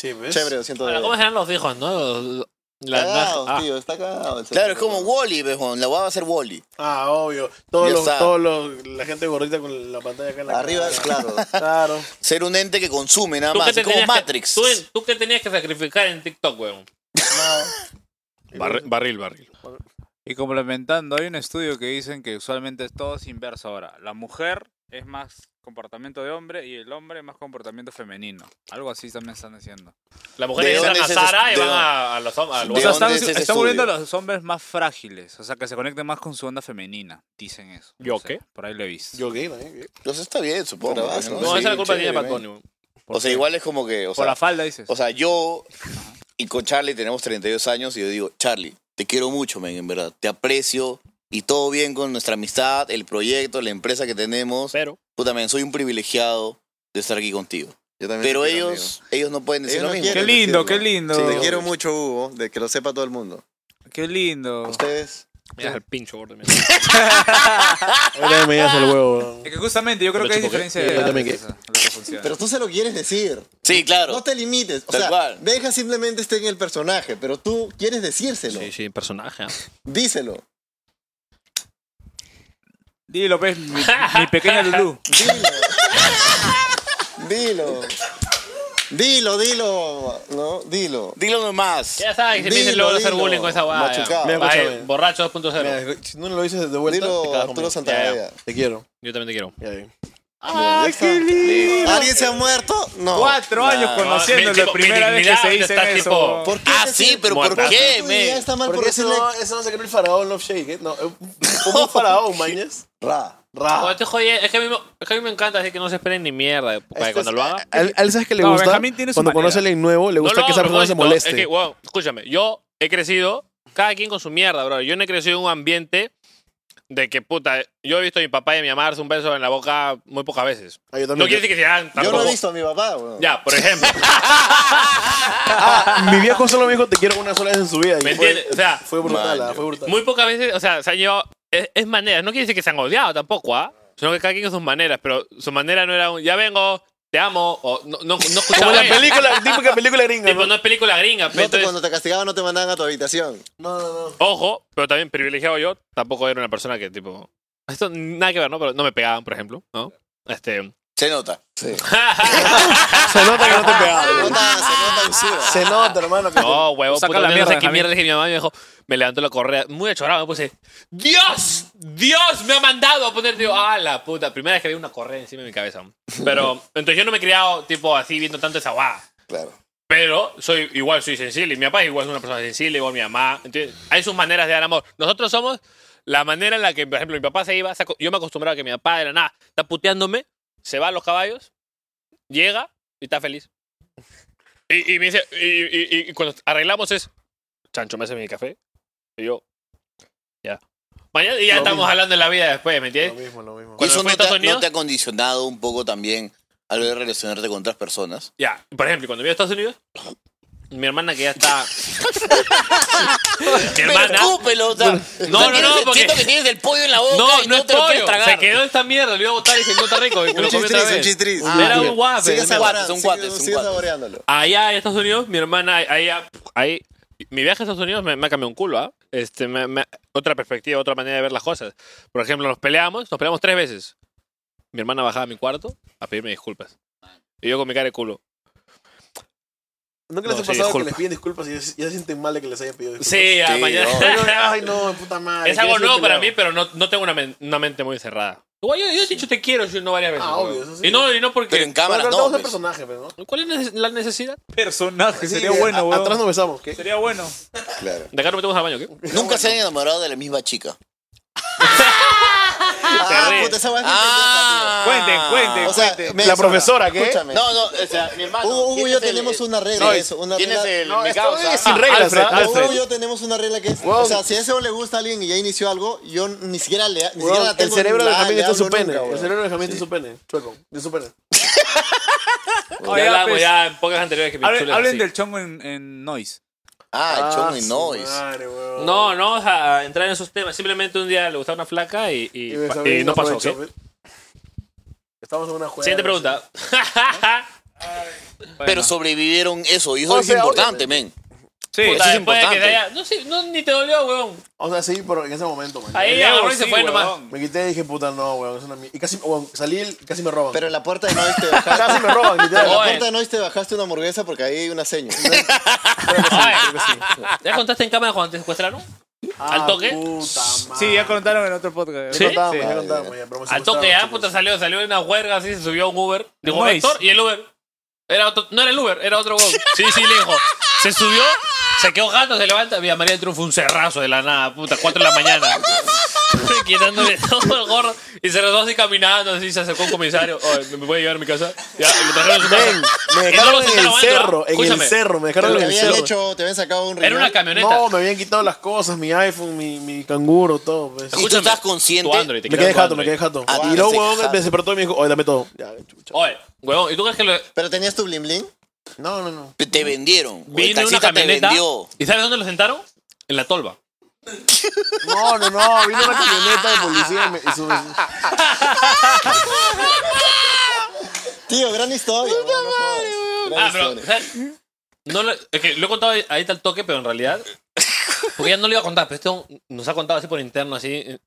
[SPEAKER 3] Sí, ¿ves?
[SPEAKER 5] Chévere, lo siento.
[SPEAKER 1] Ahora, ¿cómo serán los hijos, no? La,
[SPEAKER 5] Cagados,
[SPEAKER 1] ah,
[SPEAKER 5] tío, está cagado. el
[SPEAKER 4] Claro,
[SPEAKER 5] cerebro,
[SPEAKER 4] es como
[SPEAKER 5] weón.
[SPEAKER 4] Wally, -E, la guava va a ser Wally.
[SPEAKER 3] Ah, obvio. Todos
[SPEAKER 4] Ya
[SPEAKER 3] los,
[SPEAKER 4] está.
[SPEAKER 3] todos los, la gente gordita con la pantalla acá en la
[SPEAKER 5] Arriba,
[SPEAKER 3] cara.
[SPEAKER 5] claro.
[SPEAKER 3] Claro.
[SPEAKER 4] ser un ente que consume
[SPEAKER 1] ah,
[SPEAKER 4] nada
[SPEAKER 1] ¿tú qué
[SPEAKER 4] más. Es
[SPEAKER 1] te
[SPEAKER 4] como
[SPEAKER 1] tenías que-
[SPEAKER 4] Matrix.
[SPEAKER 1] ¿tú, tú qué tenías que sacrificar en TikTok, weón? barril, barril.
[SPEAKER 2] Y complementando, hay un estudio que dicen que usualmente es todo es inverso ahora. La mujer es más comportamiento de hombre y el hombre más comportamiento femenino. Algo así también están diciendo.
[SPEAKER 1] Las mujeres
[SPEAKER 4] ¿De
[SPEAKER 1] ayudan
[SPEAKER 4] dónde
[SPEAKER 1] a
[SPEAKER 4] es ese-
[SPEAKER 1] Sara y
[SPEAKER 4] de
[SPEAKER 1] van
[SPEAKER 4] dónde-
[SPEAKER 1] a, a los hombres. al
[SPEAKER 4] de
[SPEAKER 2] O
[SPEAKER 1] lugar.
[SPEAKER 2] sea, están,
[SPEAKER 4] dónde es ese
[SPEAKER 2] están volviendo a
[SPEAKER 4] estudio?
[SPEAKER 2] los hombres más frágiles, o sea, que se conecten más con su onda femenina, dicen eso.
[SPEAKER 1] ¿Yo
[SPEAKER 2] sé,
[SPEAKER 1] qué?
[SPEAKER 2] por ahí lo he visto.
[SPEAKER 3] Yo gay también. gay.
[SPEAKER 4] Pues está bien, supongo.
[SPEAKER 5] Pero
[SPEAKER 4] ¿no?
[SPEAKER 5] vas, ¿no?
[SPEAKER 1] No, esa es la culpa
[SPEAKER 4] chévere,
[SPEAKER 1] de
[SPEAKER 4] ¿no?
[SPEAKER 1] Baconi.
[SPEAKER 4] O sea, igual es como que. O
[SPEAKER 2] por la
[SPEAKER 4] sea,
[SPEAKER 2] falda dices.
[SPEAKER 4] o sea, yo y con Charlie tenemos 32 años y yo digo, Charlie, te quiero mucho, men, en verdad. Te aprecio y todo bien con nuestra amistad, el proyecto, la empresa que tenemos.
[SPEAKER 1] Pero,
[SPEAKER 4] Tú también, soy un privilegiado de estar aquí contigo.
[SPEAKER 5] Yo también
[SPEAKER 4] Pero
[SPEAKER 5] te quiero,
[SPEAKER 4] ellos, ellos no pueden decir lo
[SPEAKER 5] Ellos no
[SPEAKER 4] mismo.
[SPEAKER 2] qué
[SPEAKER 5] quieren
[SPEAKER 2] lindo,
[SPEAKER 5] decirlo.
[SPEAKER 2] qué lindo.
[SPEAKER 5] amigo. Sí, te quiero mucho, Hugo, de que lo sepa todo el mundo.
[SPEAKER 2] Qué lindo.
[SPEAKER 5] Ustedes,
[SPEAKER 1] Mira el pincho gordo. mira.
[SPEAKER 3] Ahora me medidas el huevo.
[SPEAKER 2] Es que justamente yo creo que hay diferencia de edades,
[SPEAKER 3] también que-
[SPEAKER 2] eso, lo que funciona.
[SPEAKER 5] Pero tú se lo quieres decir.
[SPEAKER 4] Sí, claro.
[SPEAKER 5] No te limites. O
[SPEAKER 4] Tal
[SPEAKER 5] sea,
[SPEAKER 4] cual.
[SPEAKER 5] Benja simplemente esté en el personaje, pero tú quieres decírselo.
[SPEAKER 1] Sí, sí, personaje. ¿ah?
[SPEAKER 5] Díselo.
[SPEAKER 2] Dilo, pues, mi, mi pequeña Lulú.
[SPEAKER 5] Dilo. dilo. Dilo, dilo. No, dilo.
[SPEAKER 4] Dilo nomás.
[SPEAKER 1] Ya sabes, que se me dicen
[SPEAKER 5] Dilo,
[SPEAKER 1] luego de hacer
[SPEAKER 5] dilo.
[SPEAKER 1] bullying con esa guada.
[SPEAKER 5] Machucado.
[SPEAKER 1] ya.
[SPEAKER 5] Mira,
[SPEAKER 1] Ay,
[SPEAKER 3] escúchame.
[SPEAKER 1] Borracho 2.0.
[SPEAKER 3] Mira, Si no lo dices de vuelta, te
[SPEAKER 5] Dilo
[SPEAKER 3] cagas conmigo.
[SPEAKER 5] Arturo Santamaría.
[SPEAKER 3] Te quiero.
[SPEAKER 1] Yo también te quiero.
[SPEAKER 3] Ya bien.
[SPEAKER 5] ¿Alguien se ha muerto? No.
[SPEAKER 2] Cuatro años
[SPEAKER 1] mi-
[SPEAKER 2] conociéndolo,
[SPEAKER 1] tipo,
[SPEAKER 2] primera
[SPEAKER 1] mi
[SPEAKER 2] vez
[SPEAKER 1] dignidad
[SPEAKER 2] que se dicen
[SPEAKER 1] está
[SPEAKER 2] eso.
[SPEAKER 1] tipo-
[SPEAKER 5] ¿Por qué
[SPEAKER 4] Ah,
[SPEAKER 5] decir-
[SPEAKER 4] sí, pero ¿por
[SPEAKER 1] Muertazo.
[SPEAKER 4] qué,
[SPEAKER 5] tu idea
[SPEAKER 4] men?
[SPEAKER 5] está mal por
[SPEAKER 3] Porque ese
[SPEAKER 5] decirle
[SPEAKER 3] no, ese no se cree el faraón Love Shake, ¿eh? No, eh, como un faraón, mañas.
[SPEAKER 5] ra?
[SPEAKER 1] Bueno, te jodí, es, que a mí, me- es que a mí me encanta, así que no se esperen ni mierda. Para que
[SPEAKER 5] Esto
[SPEAKER 1] cuando
[SPEAKER 5] es-
[SPEAKER 1] lo haga.
[SPEAKER 3] A él, a él, sabes que le
[SPEAKER 2] No,
[SPEAKER 3] gusta.
[SPEAKER 2] Benjamín tiene su
[SPEAKER 3] cuando
[SPEAKER 2] manera.
[SPEAKER 3] conoce a alguien nuevo, le gusta
[SPEAKER 1] lo
[SPEAKER 3] que
[SPEAKER 1] hago
[SPEAKER 3] esa
[SPEAKER 1] a
[SPEAKER 3] persona se
[SPEAKER 1] propósito,
[SPEAKER 3] moleste.
[SPEAKER 1] Es que, weón, escúchame, yo he crecido, cada quien con su mierda, bro. Yo no he crecido en un ambiente de que, puta, yo he visto a mi papá y a mi mamá darse un beso en la boca muy pocas veces.
[SPEAKER 3] Ah, yo
[SPEAKER 1] No
[SPEAKER 3] también.
[SPEAKER 1] quiere decir que se hagan
[SPEAKER 5] Yo no
[SPEAKER 1] tampoco.
[SPEAKER 5] he visto a mi papá, weón.
[SPEAKER 1] Ya, por ejemplo.
[SPEAKER 3] Ah, mi viejo solo me dijo te quiero una sola vez en su vida. y
[SPEAKER 1] ¿Me
[SPEAKER 3] fue-
[SPEAKER 1] entiendes? O sea,
[SPEAKER 3] Fue brutal,
[SPEAKER 4] Man,
[SPEAKER 3] ah, fue brutal.
[SPEAKER 1] muy pocas veces, o sea, se han llevado. Es, es manera, no quiere decir que se han odiado tampoco, ¿ah? Sino que cada quien con sus maneras, pero su manera no era un ya vengo, te amo, o no, no, no escuchaba.
[SPEAKER 3] Como la
[SPEAKER 1] bien.
[SPEAKER 3] película, típica película gringa.
[SPEAKER 1] Tipo,
[SPEAKER 3] ¿no?
[SPEAKER 1] no es película gringa,
[SPEAKER 5] No
[SPEAKER 1] pero
[SPEAKER 5] te-
[SPEAKER 1] entonces,
[SPEAKER 5] cuando te castigaban no te mandaban a tu habitación.
[SPEAKER 3] No, no, no.
[SPEAKER 1] ojo, pero también privilegiado yo, tampoco era una persona que, tipo. Esto nada que ver, ¿no? Pero no me pegaban, por ejemplo, ¿no? Este.
[SPEAKER 4] Se nota.
[SPEAKER 3] Se nota que no te
[SPEAKER 5] Se
[SPEAKER 3] pegaba.
[SPEAKER 5] nota, se nota usura.
[SPEAKER 3] Se nota, hermano. que-
[SPEAKER 1] No, huevo,
[SPEAKER 2] Saca
[SPEAKER 1] puta,
[SPEAKER 2] la
[SPEAKER 1] no
[SPEAKER 2] mierda,
[SPEAKER 1] sé qué
[SPEAKER 2] Benjamín.
[SPEAKER 1] mierda dije mi mamá y me dijo, me levantó la correa, muy achorado, me puse, Dios, Dios me ha mandado a poner, digo, ah, la puta, primera vez que vi una correa encima de mi cabeza. Pero, entonces yo no me he criado, tipo, así, viendo tanto esa guada.
[SPEAKER 5] Claro.
[SPEAKER 1] Pero soy igual soy sensible. y Mi papá igual es una persona sensible, igual mi mamá. Entonces, hay sus maneras de dar amor. Nosotros somos la manera en la que, por ejemplo, mi papá se iba. se aco- Yo me acostumbraba a que mi papá de la nada está puteándome, se va a los caballos, llega y está feliz. Y, y me dice, y, y- y- y cuando arreglamos es, Chancho, me hace mi café. Y yo, ya. Mañana y ya estamos hablando de la vida después, ¿me
[SPEAKER 3] Lo
[SPEAKER 1] entiendes?
[SPEAKER 3] mismo, lo mismo.
[SPEAKER 4] ¿Y
[SPEAKER 1] Cuando
[SPEAKER 4] eso
[SPEAKER 1] me fui a
[SPEAKER 4] no te, ha-
[SPEAKER 1] Estados
[SPEAKER 4] no
[SPEAKER 1] Unidos-
[SPEAKER 4] te ha condicionado un poco también a lo de relacionarte con otras personas?
[SPEAKER 1] Ya, por ejemplo, cuando voy a Estados Unidos, mi hermana que ya está. mi hermana.
[SPEAKER 4] Escúpelo, o sea,
[SPEAKER 1] no,
[SPEAKER 4] o sea, tienes-
[SPEAKER 1] no, porque-
[SPEAKER 4] Siento que tienes el pollo en la boca
[SPEAKER 1] No,
[SPEAKER 4] y
[SPEAKER 1] no
[SPEAKER 4] no,
[SPEAKER 1] es
[SPEAKER 4] te lo quieres
[SPEAKER 1] pollo.
[SPEAKER 4] tragar.
[SPEAKER 1] Se quedó esta mierda, lo iba a botar y se no está rico. Y me
[SPEAKER 5] Un
[SPEAKER 1] lo comí otra
[SPEAKER 5] chistriz, un
[SPEAKER 1] vez.
[SPEAKER 5] chistriz.
[SPEAKER 1] Era un guape.
[SPEAKER 5] Sigue
[SPEAKER 1] de mierda.
[SPEAKER 5] saboreando,
[SPEAKER 4] son
[SPEAKER 5] sigue-
[SPEAKER 4] cuates, son
[SPEAKER 5] sigue
[SPEAKER 4] cuates.
[SPEAKER 5] saboreándolo.
[SPEAKER 1] Allá en Estados Unidos, mi hermana, allá, ahí, mi viaje a Estados Unidos me, me ha cambiado un culo, ¿ah? Este, me- me- otra perspectiva, otra manera de ver las cosas. Por ejemplo, nos peleamos, nos peleamos tres veces. Mi hermana bajaba a mi cuarto a pedirme disculpas. Y yo con mi cara de culo.
[SPEAKER 3] ¿Nunca les
[SPEAKER 1] No,
[SPEAKER 3] ha
[SPEAKER 1] sí,
[SPEAKER 3] pasado que
[SPEAKER 1] disculpa.
[SPEAKER 3] les piden disculpas y ya se- ya se sienten mal de que les hayan pedido disculpas?
[SPEAKER 1] Sí, a
[SPEAKER 4] Sí,
[SPEAKER 1] mañana.
[SPEAKER 4] no.
[SPEAKER 3] Ay, no, ay, no, puta madre. este
[SPEAKER 1] Es algo
[SPEAKER 3] ¿quieres
[SPEAKER 1] nuevo
[SPEAKER 3] ser
[SPEAKER 1] para
[SPEAKER 3] pelado?
[SPEAKER 1] mí, pero no, no tengo una, men- una mente muy cerrada. Igual yo, yo he dicho te quiero yo no varias veces.
[SPEAKER 3] Ah,
[SPEAKER 1] weón.
[SPEAKER 3] obvio, eso sí.
[SPEAKER 1] Y no, y no
[SPEAKER 4] Pero
[SPEAKER 1] porque...
[SPEAKER 4] en
[SPEAKER 3] Pero
[SPEAKER 4] cámara
[SPEAKER 3] tratamos
[SPEAKER 4] no.
[SPEAKER 3] de
[SPEAKER 4] pues.
[SPEAKER 3] personaje, pero ¿no?
[SPEAKER 1] ¿Cuál es nece- la necesidad?
[SPEAKER 2] Personaje, sería
[SPEAKER 3] Sí, a-
[SPEAKER 2] bueno, weón.
[SPEAKER 3] Atrás nos besamos, ¿qué?
[SPEAKER 2] Sería bueno.
[SPEAKER 5] Claro.
[SPEAKER 1] De acá no metemos al baño, ¿qué?
[SPEAKER 4] Nunca se han enamorado de la misma chica.
[SPEAKER 5] Ah,
[SPEAKER 1] ríe.
[SPEAKER 5] puta, esa vaina
[SPEAKER 1] Ah.
[SPEAKER 4] Ah,
[SPEAKER 2] Cuenten, cuenten.
[SPEAKER 5] O sea, me
[SPEAKER 3] La
[SPEAKER 5] desona.
[SPEAKER 3] profesora, ¿qué?
[SPEAKER 5] Escúchame.
[SPEAKER 4] No, no, o sea, mi hermano.
[SPEAKER 5] Hugo, Hugo y yo tenemos una regla de eso. Una
[SPEAKER 4] ¿Quién es
[SPEAKER 5] regla.
[SPEAKER 4] el mi causa?
[SPEAKER 3] Sin reglas,
[SPEAKER 2] Alfred,
[SPEAKER 3] ¿ah?
[SPEAKER 2] Alfred.
[SPEAKER 5] Hugo y yo tenemos una regla que es, o sea, si a ese hombre le gusta a alguien y ya inició algo, yo ni siquiera le, ni
[SPEAKER 3] Weón,
[SPEAKER 5] siquiera la
[SPEAKER 3] el
[SPEAKER 5] tengo
[SPEAKER 3] cerebro de
[SPEAKER 5] la-
[SPEAKER 3] Benjamín
[SPEAKER 5] le
[SPEAKER 3] está en su
[SPEAKER 5] hablo
[SPEAKER 3] pene.
[SPEAKER 5] nunca,
[SPEAKER 3] el
[SPEAKER 5] weón.
[SPEAKER 3] cerebro de Benjamín está en su pene. Chueco, de su pene.
[SPEAKER 1] Ya hablamos ya en pocas anteriores que mi
[SPEAKER 2] Hablen,
[SPEAKER 1] chulo es
[SPEAKER 2] hablen
[SPEAKER 1] así.
[SPEAKER 2] del chongo en, en Noise.
[SPEAKER 4] Ah, el chongo y
[SPEAKER 3] su
[SPEAKER 4] noise.
[SPEAKER 3] madre, weón.
[SPEAKER 1] No, no vamos a entrar en esos temas. Simplemente un día le gustaba una flaca y, y-
[SPEAKER 3] Y
[SPEAKER 1] y
[SPEAKER 3] Benjamín
[SPEAKER 1] no pasó.
[SPEAKER 3] aprovecha,
[SPEAKER 1] ¿ok?
[SPEAKER 5] pues.
[SPEAKER 3] fe. Estamos en una juega.
[SPEAKER 1] Siguiente pregunta.
[SPEAKER 4] Pero sobrevivieron eso, y eso
[SPEAKER 3] O
[SPEAKER 4] es
[SPEAKER 3] sea,
[SPEAKER 4] importante, men.
[SPEAKER 2] Sí,
[SPEAKER 1] Puta,
[SPEAKER 4] eso
[SPEAKER 1] después
[SPEAKER 4] es
[SPEAKER 1] de que
[SPEAKER 4] importante.
[SPEAKER 1] te haya- no, sí, no, ni te dolió, weón.
[SPEAKER 3] O sea, sí, pero en ese momento, man.
[SPEAKER 1] Ahí
[SPEAKER 2] Diego,
[SPEAKER 1] agarró y se
[SPEAKER 2] sí,
[SPEAKER 1] fue
[SPEAKER 2] weón.
[SPEAKER 1] nomás.
[SPEAKER 3] Me quité y dije, puta, no, weón. Es una mier- Y casi, weón, salí y casi me roban.
[SPEAKER 5] Pero en la puerta de este, Noise te
[SPEAKER 3] casi
[SPEAKER 5] bajaste.
[SPEAKER 3] me roban,
[SPEAKER 5] en la
[SPEAKER 1] Oye.
[SPEAKER 3] literal.
[SPEAKER 5] puerta de Noise te bajaste una hamburguesa porque ahí hay una seña. pues
[SPEAKER 1] Ay, ¿Ya contaste en cámara cuando te secuestraron? ¿Al toque?
[SPEAKER 3] Ah, Puta madre.
[SPEAKER 2] Sí, ya contaron en otro podcast.
[SPEAKER 1] Sí.
[SPEAKER 3] Contábamos,
[SPEAKER 2] Sí.
[SPEAKER 3] ya contábamos, ya, pero
[SPEAKER 1] Al toque,
[SPEAKER 3] me
[SPEAKER 1] ya,
[SPEAKER 3] secuestraron,
[SPEAKER 1] puta,
[SPEAKER 3] chicos.
[SPEAKER 1] salió, salió de una huelga así, se subió a un Uber. Dijo,
[SPEAKER 2] Nice.
[SPEAKER 1] Héctor, y el Uber. Era otro, no era el Uber, era otro huevón. Sí, sí, le dijo. Se subió, se quedó gato, se levanta. Vía María del Triunfo, un cerrazo de la nada, puta, 4 de la mañana. Quitándole todo el gorro. Y se rezó así caminando, así se acercó un comisario. Oye, ¿me puede llevar a mi casa? Ya, y lo trajeron a su casa.
[SPEAKER 3] Ven, me
[SPEAKER 1] Y no lo
[SPEAKER 3] dejaron en
[SPEAKER 1] sentaron
[SPEAKER 3] el
[SPEAKER 1] adentro, ¿ah?
[SPEAKER 3] cerro, en el
[SPEAKER 1] Escúchame,
[SPEAKER 3] cerro, me
[SPEAKER 5] Te
[SPEAKER 3] dejaron en el
[SPEAKER 5] habían
[SPEAKER 3] cerro.
[SPEAKER 5] hecho, te habían sacado un
[SPEAKER 1] Era una
[SPEAKER 5] riñón.
[SPEAKER 1] camioneta.
[SPEAKER 3] No, me habían quitado las cosas, mi iPhone, mi, mi canguro, todo. pues.
[SPEAKER 4] Y tú estás consciente.
[SPEAKER 1] Tu Android, te
[SPEAKER 3] Me
[SPEAKER 1] quitaron
[SPEAKER 3] quedé
[SPEAKER 1] tu
[SPEAKER 3] jato, me quedé
[SPEAKER 1] Android.
[SPEAKER 3] jato.
[SPEAKER 4] Ah,
[SPEAKER 3] Y luego,
[SPEAKER 4] te
[SPEAKER 3] weón,
[SPEAKER 4] jato.
[SPEAKER 3] me despertó y me dijo, oye, dame todo. Ya, chucha.
[SPEAKER 1] Oye, huevón, ¿y tú crees que lo,
[SPEAKER 5] Pero tenías tu bling bling.
[SPEAKER 3] No, no, no.
[SPEAKER 4] Te vendieron. El
[SPEAKER 1] vino en una
[SPEAKER 4] taxista te
[SPEAKER 1] camioneta?
[SPEAKER 4] vendió.
[SPEAKER 1] ¿Y sabes dónde lo sentaron? En la tolva.
[SPEAKER 3] No, no, no, vino una camioneta de policía y me- y su-
[SPEAKER 5] Tío, gran historia. weón, no jodas. Gran
[SPEAKER 1] Ah, pero,
[SPEAKER 5] historia.
[SPEAKER 1] ¿sabes? No lo, es que lo he contado ahí tal toque, pero en realidad. Porque ya no lo iba a contar, pero esto nos ha contado así por interno, así. eh,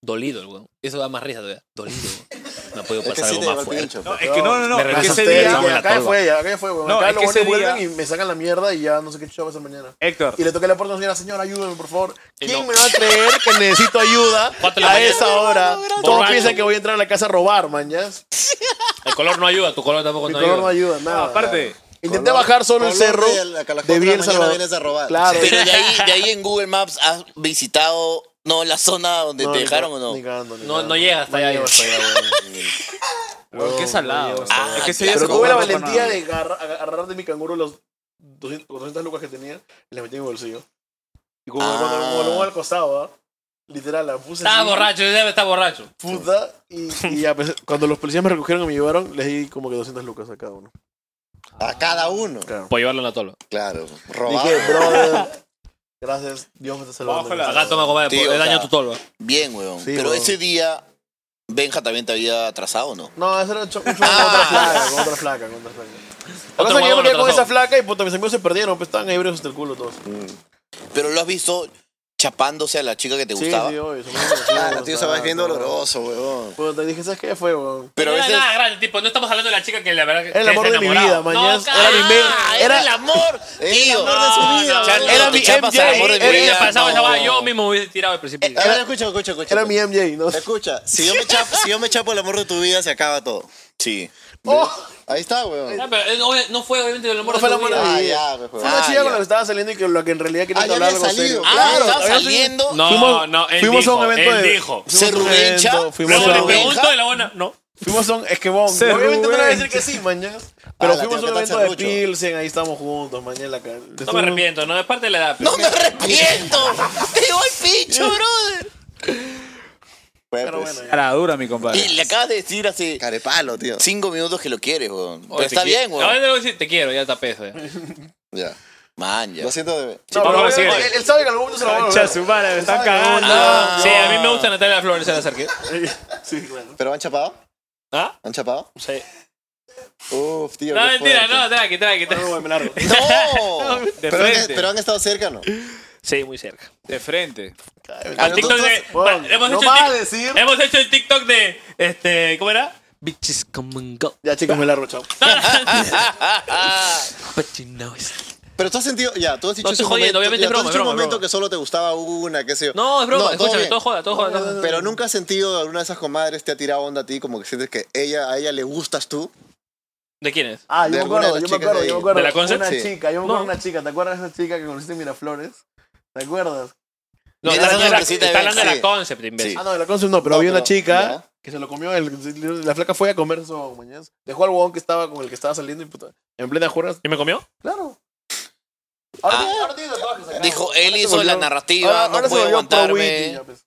[SPEAKER 1] Dolido el weón. Eso da más risa todavía. Dolido. weón. No ha podido
[SPEAKER 4] Pues
[SPEAKER 5] Es que
[SPEAKER 1] pasar algo
[SPEAKER 5] sí te lleva
[SPEAKER 1] más
[SPEAKER 5] el
[SPEAKER 1] fuerte.
[SPEAKER 5] pincho.
[SPEAKER 2] No, es que no, no, no.
[SPEAKER 1] Me
[SPEAKER 2] es que
[SPEAKER 1] regreso a
[SPEAKER 2] ese
[SPEAKER 1] ustedes,
[SPEAKER 2] día,
[SPEAKER 1] vamos a la
[SPEAKER 3] acá
[SPEAKER 1] tolva.
[SPEAKER 3] fue, ya, acá fue, weón.
[SPEAKER 2] No,
[SPEAKER 3] acá
[SPEAKER 2] es
[SPEAKER 3] los
[SPEAKER 2] que
[SPEAKER 3] buenos
[SPEAKER 2] ese día-
[SPEAKER 3] vuelven y me sacan la mierda y ya no sé qué chucha va a hacer mañana.
[SPEAKER 2] Héctor,
[SPEAKER 3] Y le toqué la puerta a la señora, señora, ayúdame, por favor.
[SPEAKER 1] Y
[SPEAKER 3] ¿Quién
[SPEAKER 1] no.
[SPEAKER 3] me va a creer que necesito ayuda
[SPEAKER 1] Cuatro de la
[SPEAKER 3] a
[SPEAKER 1] mañana.
[SPEAKER 3] esa hora? Todos
[SPEAKER 1] Borracho.
[SPEAKER 3] piensan que voy a entrar a la casa a robar, man, ¿ya?
[SPEAKER 1] El color no ayuda, tu color tampoco
[SPEAKER 3] Mi
[SPEAKER 1] no
[SPEAKER 3] color no
[SPEAKER 1] ayuda.
[SPEAKER 3] ayuda, nada.
[SPEAKER 2] aparte,
[SPEAKER 3] Intenté
[SPEAKER 5] Color-
[SPEAKER 3] bajar solo el
[SPEAKER 5] color
[SPEAKER 3] cerro
[SPEAKER 5] de la- que a las
[SPEAKER 3] de
[SPEAKER 5] cuatro de la
[SPEAKER 3] Biel
[SPEAKER 5] mañana
[SPEAKER 3] Salvador.
[SPEAKER 5] vienes a robar.
[SPEAKER 3] Claro.
[SPEAKER 4] Pero de ahí, de ahí en Google Maps has visitado, no, la zona donde
[SPEAKER 3] No,
[SPEAKER 4] te
[SPEAKER 3] ni
[SPEAKER 4] dejaron
[SPEAKER 3] ca-
[SPEAKER 4] o no.
[SPEAKER 3] ni cagando, ni
[SPEAKER 1] No-
[SPEAKER 3] cagando.
[SPEAKER 1] no llega hasta allá,
[SPEAKER 3] llego
[SPEAKER 1] yo.
[SPEAKER 3] hasta allá, weón.
[SPEAKER 2] weón, qué salado.
[SPEAKER 4] Ah,
[SPEAKER 2] Es que ese día
[SPEAKER 3] Pero
[SPEAKER 2] se
[SPEAKER 3] tuve la
[SPEAKER 2] compró ropa
[SPEAKER 3] valentía
[SPEAKER 2] nueva.
[SPEAKER 3] de agarrar, agarrar de mi canguro los 200, 200 lucas que tenía y las metí en mi bolsillo. Y como
[SPEAKER 4] Ah.
[SPEAKER 3] cuando me voló al costado, ¿ah? literal, la puse.
[SPEAKER 1] Estaba
[SPEAKER 3] así,
[SPEAKER 1] borracho, ese día está borracho.
[SPEAKER 3] Puta. Y, y ya, pues, cuando los policías me recogieron y me llevaron, les di como que 200 lucas a cada uno.
[SPEAKER 5] A cada uno.
[SPEAKER 3] Claro.
[SPEAKER 1] Por llevarlo en la tolva.
[SPEAKER 5] Claro.
[SPEAKER 3] Dije,
[SPEAKER 5] Robado.
[SPEAKER 3] brother, gracias, Dios me está salvando.
[SPEAKER 2] Ojalá.
[SPEAKER 1] Acá toma compadre,
[SPEAKER 4] Tío,
[SPEAKER 1] por- he
[SPEAKER 4] o sea,
[SPEAKER 1] dañado tu tolva.
[SPEAKER 4] Bien, weón.
[SPEAKER 3] Sí,
[SPEAKER 4] Pero
[SPEAKER 3] weón.
[SPEAKER 4] ese día, Benja también te había atrasado, ¿o ¿no?
[SPEAKER 3] No, eso era un cho- un choque con otra flaca, con otra flaca, con otra flaca. La
[SPEAKER 1] Otro
[SPEAKER 3] cosa es que yo
[SPEAKER 1] huevón
[SPEAKER 3] me quedé
[SPEAKER 1] lo
[SPEAKER 3] con
[SPEAKER 1] trazó.
[SPEAKER 3] esa flaca y puta, mis amigos se perdieron, pues estaban ebrios hasta el culo todos.
[SPEAKER 4] Pero lo has visto chapándose a la chica que te
[SPEAKER 3] Sí,
[SPEAKER 4] gustaba.
[SPEAKER 3] sí, obvio. se me
[SPEAKER 5] Ah,
[SPEAKER 3] conocían,
[SPEAKER 5] la tío
[SPEAKER 3] o
[SPEAKER 5] se va
[SPEAKER 3] sea,
[SPEAKER 5] viendo
[SPEAKER 3] todo.
[SPEAKER 5] doloroso, weón.
[SPEAKER 3] Puta, dije, ¿sabes qué fue, weón?
[SPEAKER 4] Pero a
[SPEAKER 1] no
[SPEAKER 4] veces.
[SPEAKER 1] era nada grande, tipo, no estamos hablando de la chica que la verdad que
[SPEAKER 3] Era el
[SPEAKER 1] que
[SPEAKER 3] amor
[SPEAKER 1] se
[SPEAKER 3] de mi
[SPEAKER 1] enamoraba.
[SPEAKER 3] vida, mañana.
[SPEAKER 1] No,
[SPEAKER 3] Era mi
[SPEAKER 1] ca-
[SPEAKER 3] men-
[SPEAKER 1] ah,
[SPEAKER 4] Era
[SPEAKER 3] Era-
[SPEAKER 4] el amor, tío.
[SPEAKER 5] amor de su
[SPEAKER 1] No,
[SPEAKER 5] vida.
[SPEAKER 1] no,
[SPEAKER 4] Ya,
[SPEAKER 1] no,
[SPEAKER 4] tío,
[SPEAKER 3] era
[SPEAKER 4] te
[SPEAKER 3] mi
[SPEAKER 4] chapas al
[SPEAKER 3] MJ,
[SPEAKER 4] amor de mi
[SPEAKER 1] Si hubiera
[SPEAKER 4] vida.
[SPEAKER 1] pasado esa
[SPEAKER 4] No.
[SPEAKER 1] vaina, yo mismo me hubiese tirado del precipicio.
[SPEAKER 5] A ver, escucha, escucha, escucha.
[SPEAKER 3] Era mi MJ, ¿no?
[SPEAKER 5] Escucha, si yo, me chapo, si yo me chapo el amor de tu vida, se acaba todo.
[SPEAKER 4] Sí.
[SPEAKER 1] Oh.
[SPEAKER 5] Ahí está, weón.
[SPEAKER 1] Ah, pero, eh, no, eh, no fue obviamente del amor
[SPEAKER 3] No fue
[SPEAKER 1] de
[SPEAKER 3] el
[SPEAKER 1] tu
[SPEAKER 3] amor
[SPEAKER 1] vida.
[SPEAKER 3] de
[SPEAKER 5] Ah, ya, pues,
[SPEAKER 3] Fue
[SPEAKER 5] weón.
[SPEAKER 3] una
[SPEAKER 4] Ah,
[SPEAKER 3] chica con
[SPEAKER 4] ya.
[SPEAKER 3] la que estaba saliendo y que lo que en realidad quería
[SPEAKER 5] Ah, ya
[SPEAKER 3] hablar
[SPEAKER 5] había
[SPEAKER 3] algo serio.
[SPEAKER 5] salido.
[SPEAKER 4] Ah,
[SPEAKER 5] Claro.
[SPEAKER 4] estaba
[SPEAKER 3] había salido.
[SPEAKER 4] saliendo.
[SPEAKER 1] No,
[SPEAKER 3] Fuimos-
[SPEAKER 1] no, él
[SPEAKER 3] fuimos a
[SPEAKER 1] dijo,
[SPEAKER 3] un evento
[SPEAKER 1] él
[SPEAKER 3] de-
[SPEAKER 1] dijo.
[SPEAKER 3] Fuimos a
[SPEAKER 4] Se
[SPEAKER 3] un
[SPEAKER 4] rubencha.
[SPEAKER 3] evento, fuimos
[SPEAKER 1] Luego
[SPEAKER 3] a
[SPEAKER 1] le
[SPEAKER 3] un-
[SPEAKER 1] pregunto y la buena, no.
[SPEAKER 3] Fuimos a un... Es que, bon,
[SPEAKER 2] Se
[SPEAKER 3] obviamente no le voy a decir
[SPEAKER 2] rubencha.
[SPEAKER 3] que sí, mañana.
[SPEAKER 5] Ah,
[SPEAKER 3] Pero
[SPEAKER 5] la
[SPEAKER 3] fuimos a
[SPEAKER 5] tengo
[SPEAKER 3] un
[SPEAKER 5] que
[SPEAKER 3] evento
[SPEAKER 5] pensar
[SPEAKER 3] de
[SPEAKER 5] mucho.
[SPEAKER 3] Pilsen, ahí estamos juntos, mañana. acá.
[SPEAKER 1] No me arrepiento, no, es parte de la edad.
[SPEAKER 4] No me arrepiento. Te digo al pincho, brother.
[SPEAKER 3] Pero
[SPEAKER 1] pues.
[SPEAKER 5] pues.
[SPEAKER 3] bueno, ya.
[SPEAKER 2] Cara dura, mi
[SPEAKER 4] Y
[SPEAKER 2] compadre.
[SPEAKER 4] le acabas de decir hace
[SPEAKER 5] Carepalo, tío.
[SPEAKER 4] cinco minutos que lo quieres, weón. Pero
[SPEAKER 1] Oye, te
[SPEAKER 4] está
[SPEAKER 1] quiero.
[SPEAKER 4] bien,
[SPEAKER 1] Ahora
[SPEAKER 4] weón.
[SPEAKER 1] te voy a decir, te quiero, ya está peso. ya.
[SPEAKER 5] Ya.
[SPEAKER 4] Man, ya.
[SPEAKER 5] Lo siento, bebé.
[SPEAKER 3] No,
[SPEAKER 1] vamos
[SPEAKER 3] pero
[SPEAKER 1] a seguir.
[SPEAKER 3] él- Él sabe que en algún momento se lo va a volver.
[SPEAKER 2] me están
[SPEAKER 1] Ah, sí, a mí me gusta Natalia Flores, se la acerqué.
[SPEAKER 3] Sí, claro.
[SPEAKER 5] ¿Pero han chapado?
[SPEAKER 1] ¿Ah?
[SPEAKER 5] ¿Han chapado?
[SPEAKER 1] Sí.
[SPEAKER 5] Uf, tío.
[SPEAKER 1] No,
[SPEAKER 5] qué
[SPEAKER 1] mentira,
[SPEAKER 5] fuerte.
[SPEAKER 1] no, tranqui, tranqui.
[SPEAKER 3] No,
[SPEAKER 1] tranqui.
[SPEAKER 3] güey, me largo.
[SPEAKER 4] No.
[SPEAKER 2] De
[SPEAKER 5] Pero han,
[SPEAKER 2] frente,
[SPEAKER 5] pero han estado cerca, ¿no?
[SPEAKER 1] Sí, muy cerca.
[SPEAKER 2] de frente.
[SPEAKER 1] Al TikTok
[SPEAKER 5] Pero
[SPEAKER 1] de.
[SPEAKER 5] entonces,
[SPEAKER 3] Bueno,
[SPEAKER 1] hemos
[SPEAKER 3] no
[SPEAKER 1] hecho el
[SPEAKER 3] va a
[SPEAKER 1] tic-
[SPEAKER 3] decir.
[SPEAKER 1] Hemos hecho el TikTok de. Este, ¿Cómo era? Bitches come and go.
[SPEAKER 3] Ya, chicos, me largo, chao.
[SPEAKER 1] But you know it's-
[SPEAKER 5] Pero tú has sentido, ya, tú has dicho
[SPEAKER 1] No,
[SPEAKER 5] ese
[SPEAKER 1] estoy jodiendo,
[SPEAKER 5] momento,
[SPEAKER 1] obviamente
[SPEAKER 5] ya,
[SPEAKER 1] es
[SPEAKER 5] tú has
[SPEAKER 1] broma,
[SPEAKER 5] dicho
[SPEAKER 1] broma,
[SPEAKER 5] un momento
[SPEAKER 1] broma.
[SPEAKER 5] que solo te gustaba una, qué sé yo.
[SPEAKER 1] No, es broma, escúchame,
[SPEAKER 5] bien.
[SPEAKER 1] todo joda, todo joda. todo joda.
[SPEAKER 5] Pero nunca has sentido alguna de esas comadres te ha tirado onda a ti, como que sientes que ella, a ella le gustas tú.
[SPEAKER 1] ¿De quién es?
[SPEAKER 3] Ah, yo
[SPEAKER 5] De
[SPEAKER 3] me
[SPEAKER 5] alguna
[SPEAKER 3] acuerdo,
[SPEAKER 5] de las
[SPEAKER 3] yo me
[SPEAKER 5] chicas
[SPEAKER 3] acuerdo,
[SPEAKER 5] de
[SPEAKER 3] yo
[SPEAKER 5] ahí.
[SPEAKER 3] me acuerdo.
[SPEAKER 1] ¿De la Concept?
[SPEAKER 5] Sí.
[SPEAKER 3] Una chica, yo me acuerdo
[SPEAKER 1] No.
[SPEAKER 3] de una chica. ¿Te acuerdas de esa chica que conociste en Miraflores? ¿Te acuerdas?
[SPEAKER 1] No,
[SPEAKER 4] Mira,
[SPEAKER 1] está hablando de la,
[SPEAKER 4] esa sorpresita de
[SPEAKER 1] está hablando de
[SPEAKER 4] Benji.
[SPEAKER 1] la concept, imbécil.
[SPEAKER 4] Sí.
[SPEAKER 3] Ah, no, de la Concept no, pero
[SPEAKER 5] No,
[SPEAKER 3] había una
[SPEAKER 5] pero-
[SPEAKER 3] chica
[SPEAKER 5] ya.
[SPEAKER 3] que se lo comió. el- la flaca fue a comer su huevón, mañana. Dejó al huevón que estaba con el que estaba saliendo y puta. En plena juerga.
[SPEAKER 1] ¿Y me comió?
[SPEAKER 3] Claro. Ahora
[SPEAKER 4] Ah.
[SPEAKER 3] tiene- ahora tiene tatuajes acá,
[SPEAKER 4] Dijo,
[SPEAKER 3] huevón.
[SPEAKER 4] él
[SPEAKER 3] Ahora se
[SPEAKER 4] hizo la
[SPEAKER 3] volvió-
[SPEAKER 4] narrativa,
[SPEAKER 5] Ah,
[SPEAKER 3] ahora-
[SPEAKER 4] no
[SPEAKER 3] ahora se
[SPEAKER 4] puedo
[SPEAKER 3] volvió pro witty,
[SPEAKER 4] aguantarme.
[SPEAKER 3] ya, pues.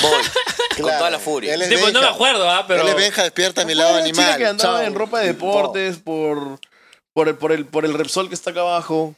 [SPEAKER 4] Voy. Con
[SPEAKER 5] Claro,
[SPEAKER 4] toda la furia.
[SPEAKER 5] Él es
[SPEAKER 1] Sí, pues no me
[SPEAKER 5] Benja.
[SPEAKER 1] acuerdo, ¿ah? Pero.
[SPEAKER 5] Él es Benja, despierta a mi
[SPEAKER 3] Fue
[SPEAKER 5] lado
[SPEAKER 3] una chica
[SPEAKER 5] animal.
[SPEAKER 3] que andaba
[SPEAKER 5] Chao.
[SPEAKER 3] en ropa de deportes por, por, el, por, el, por el Repsol que está acá abajo.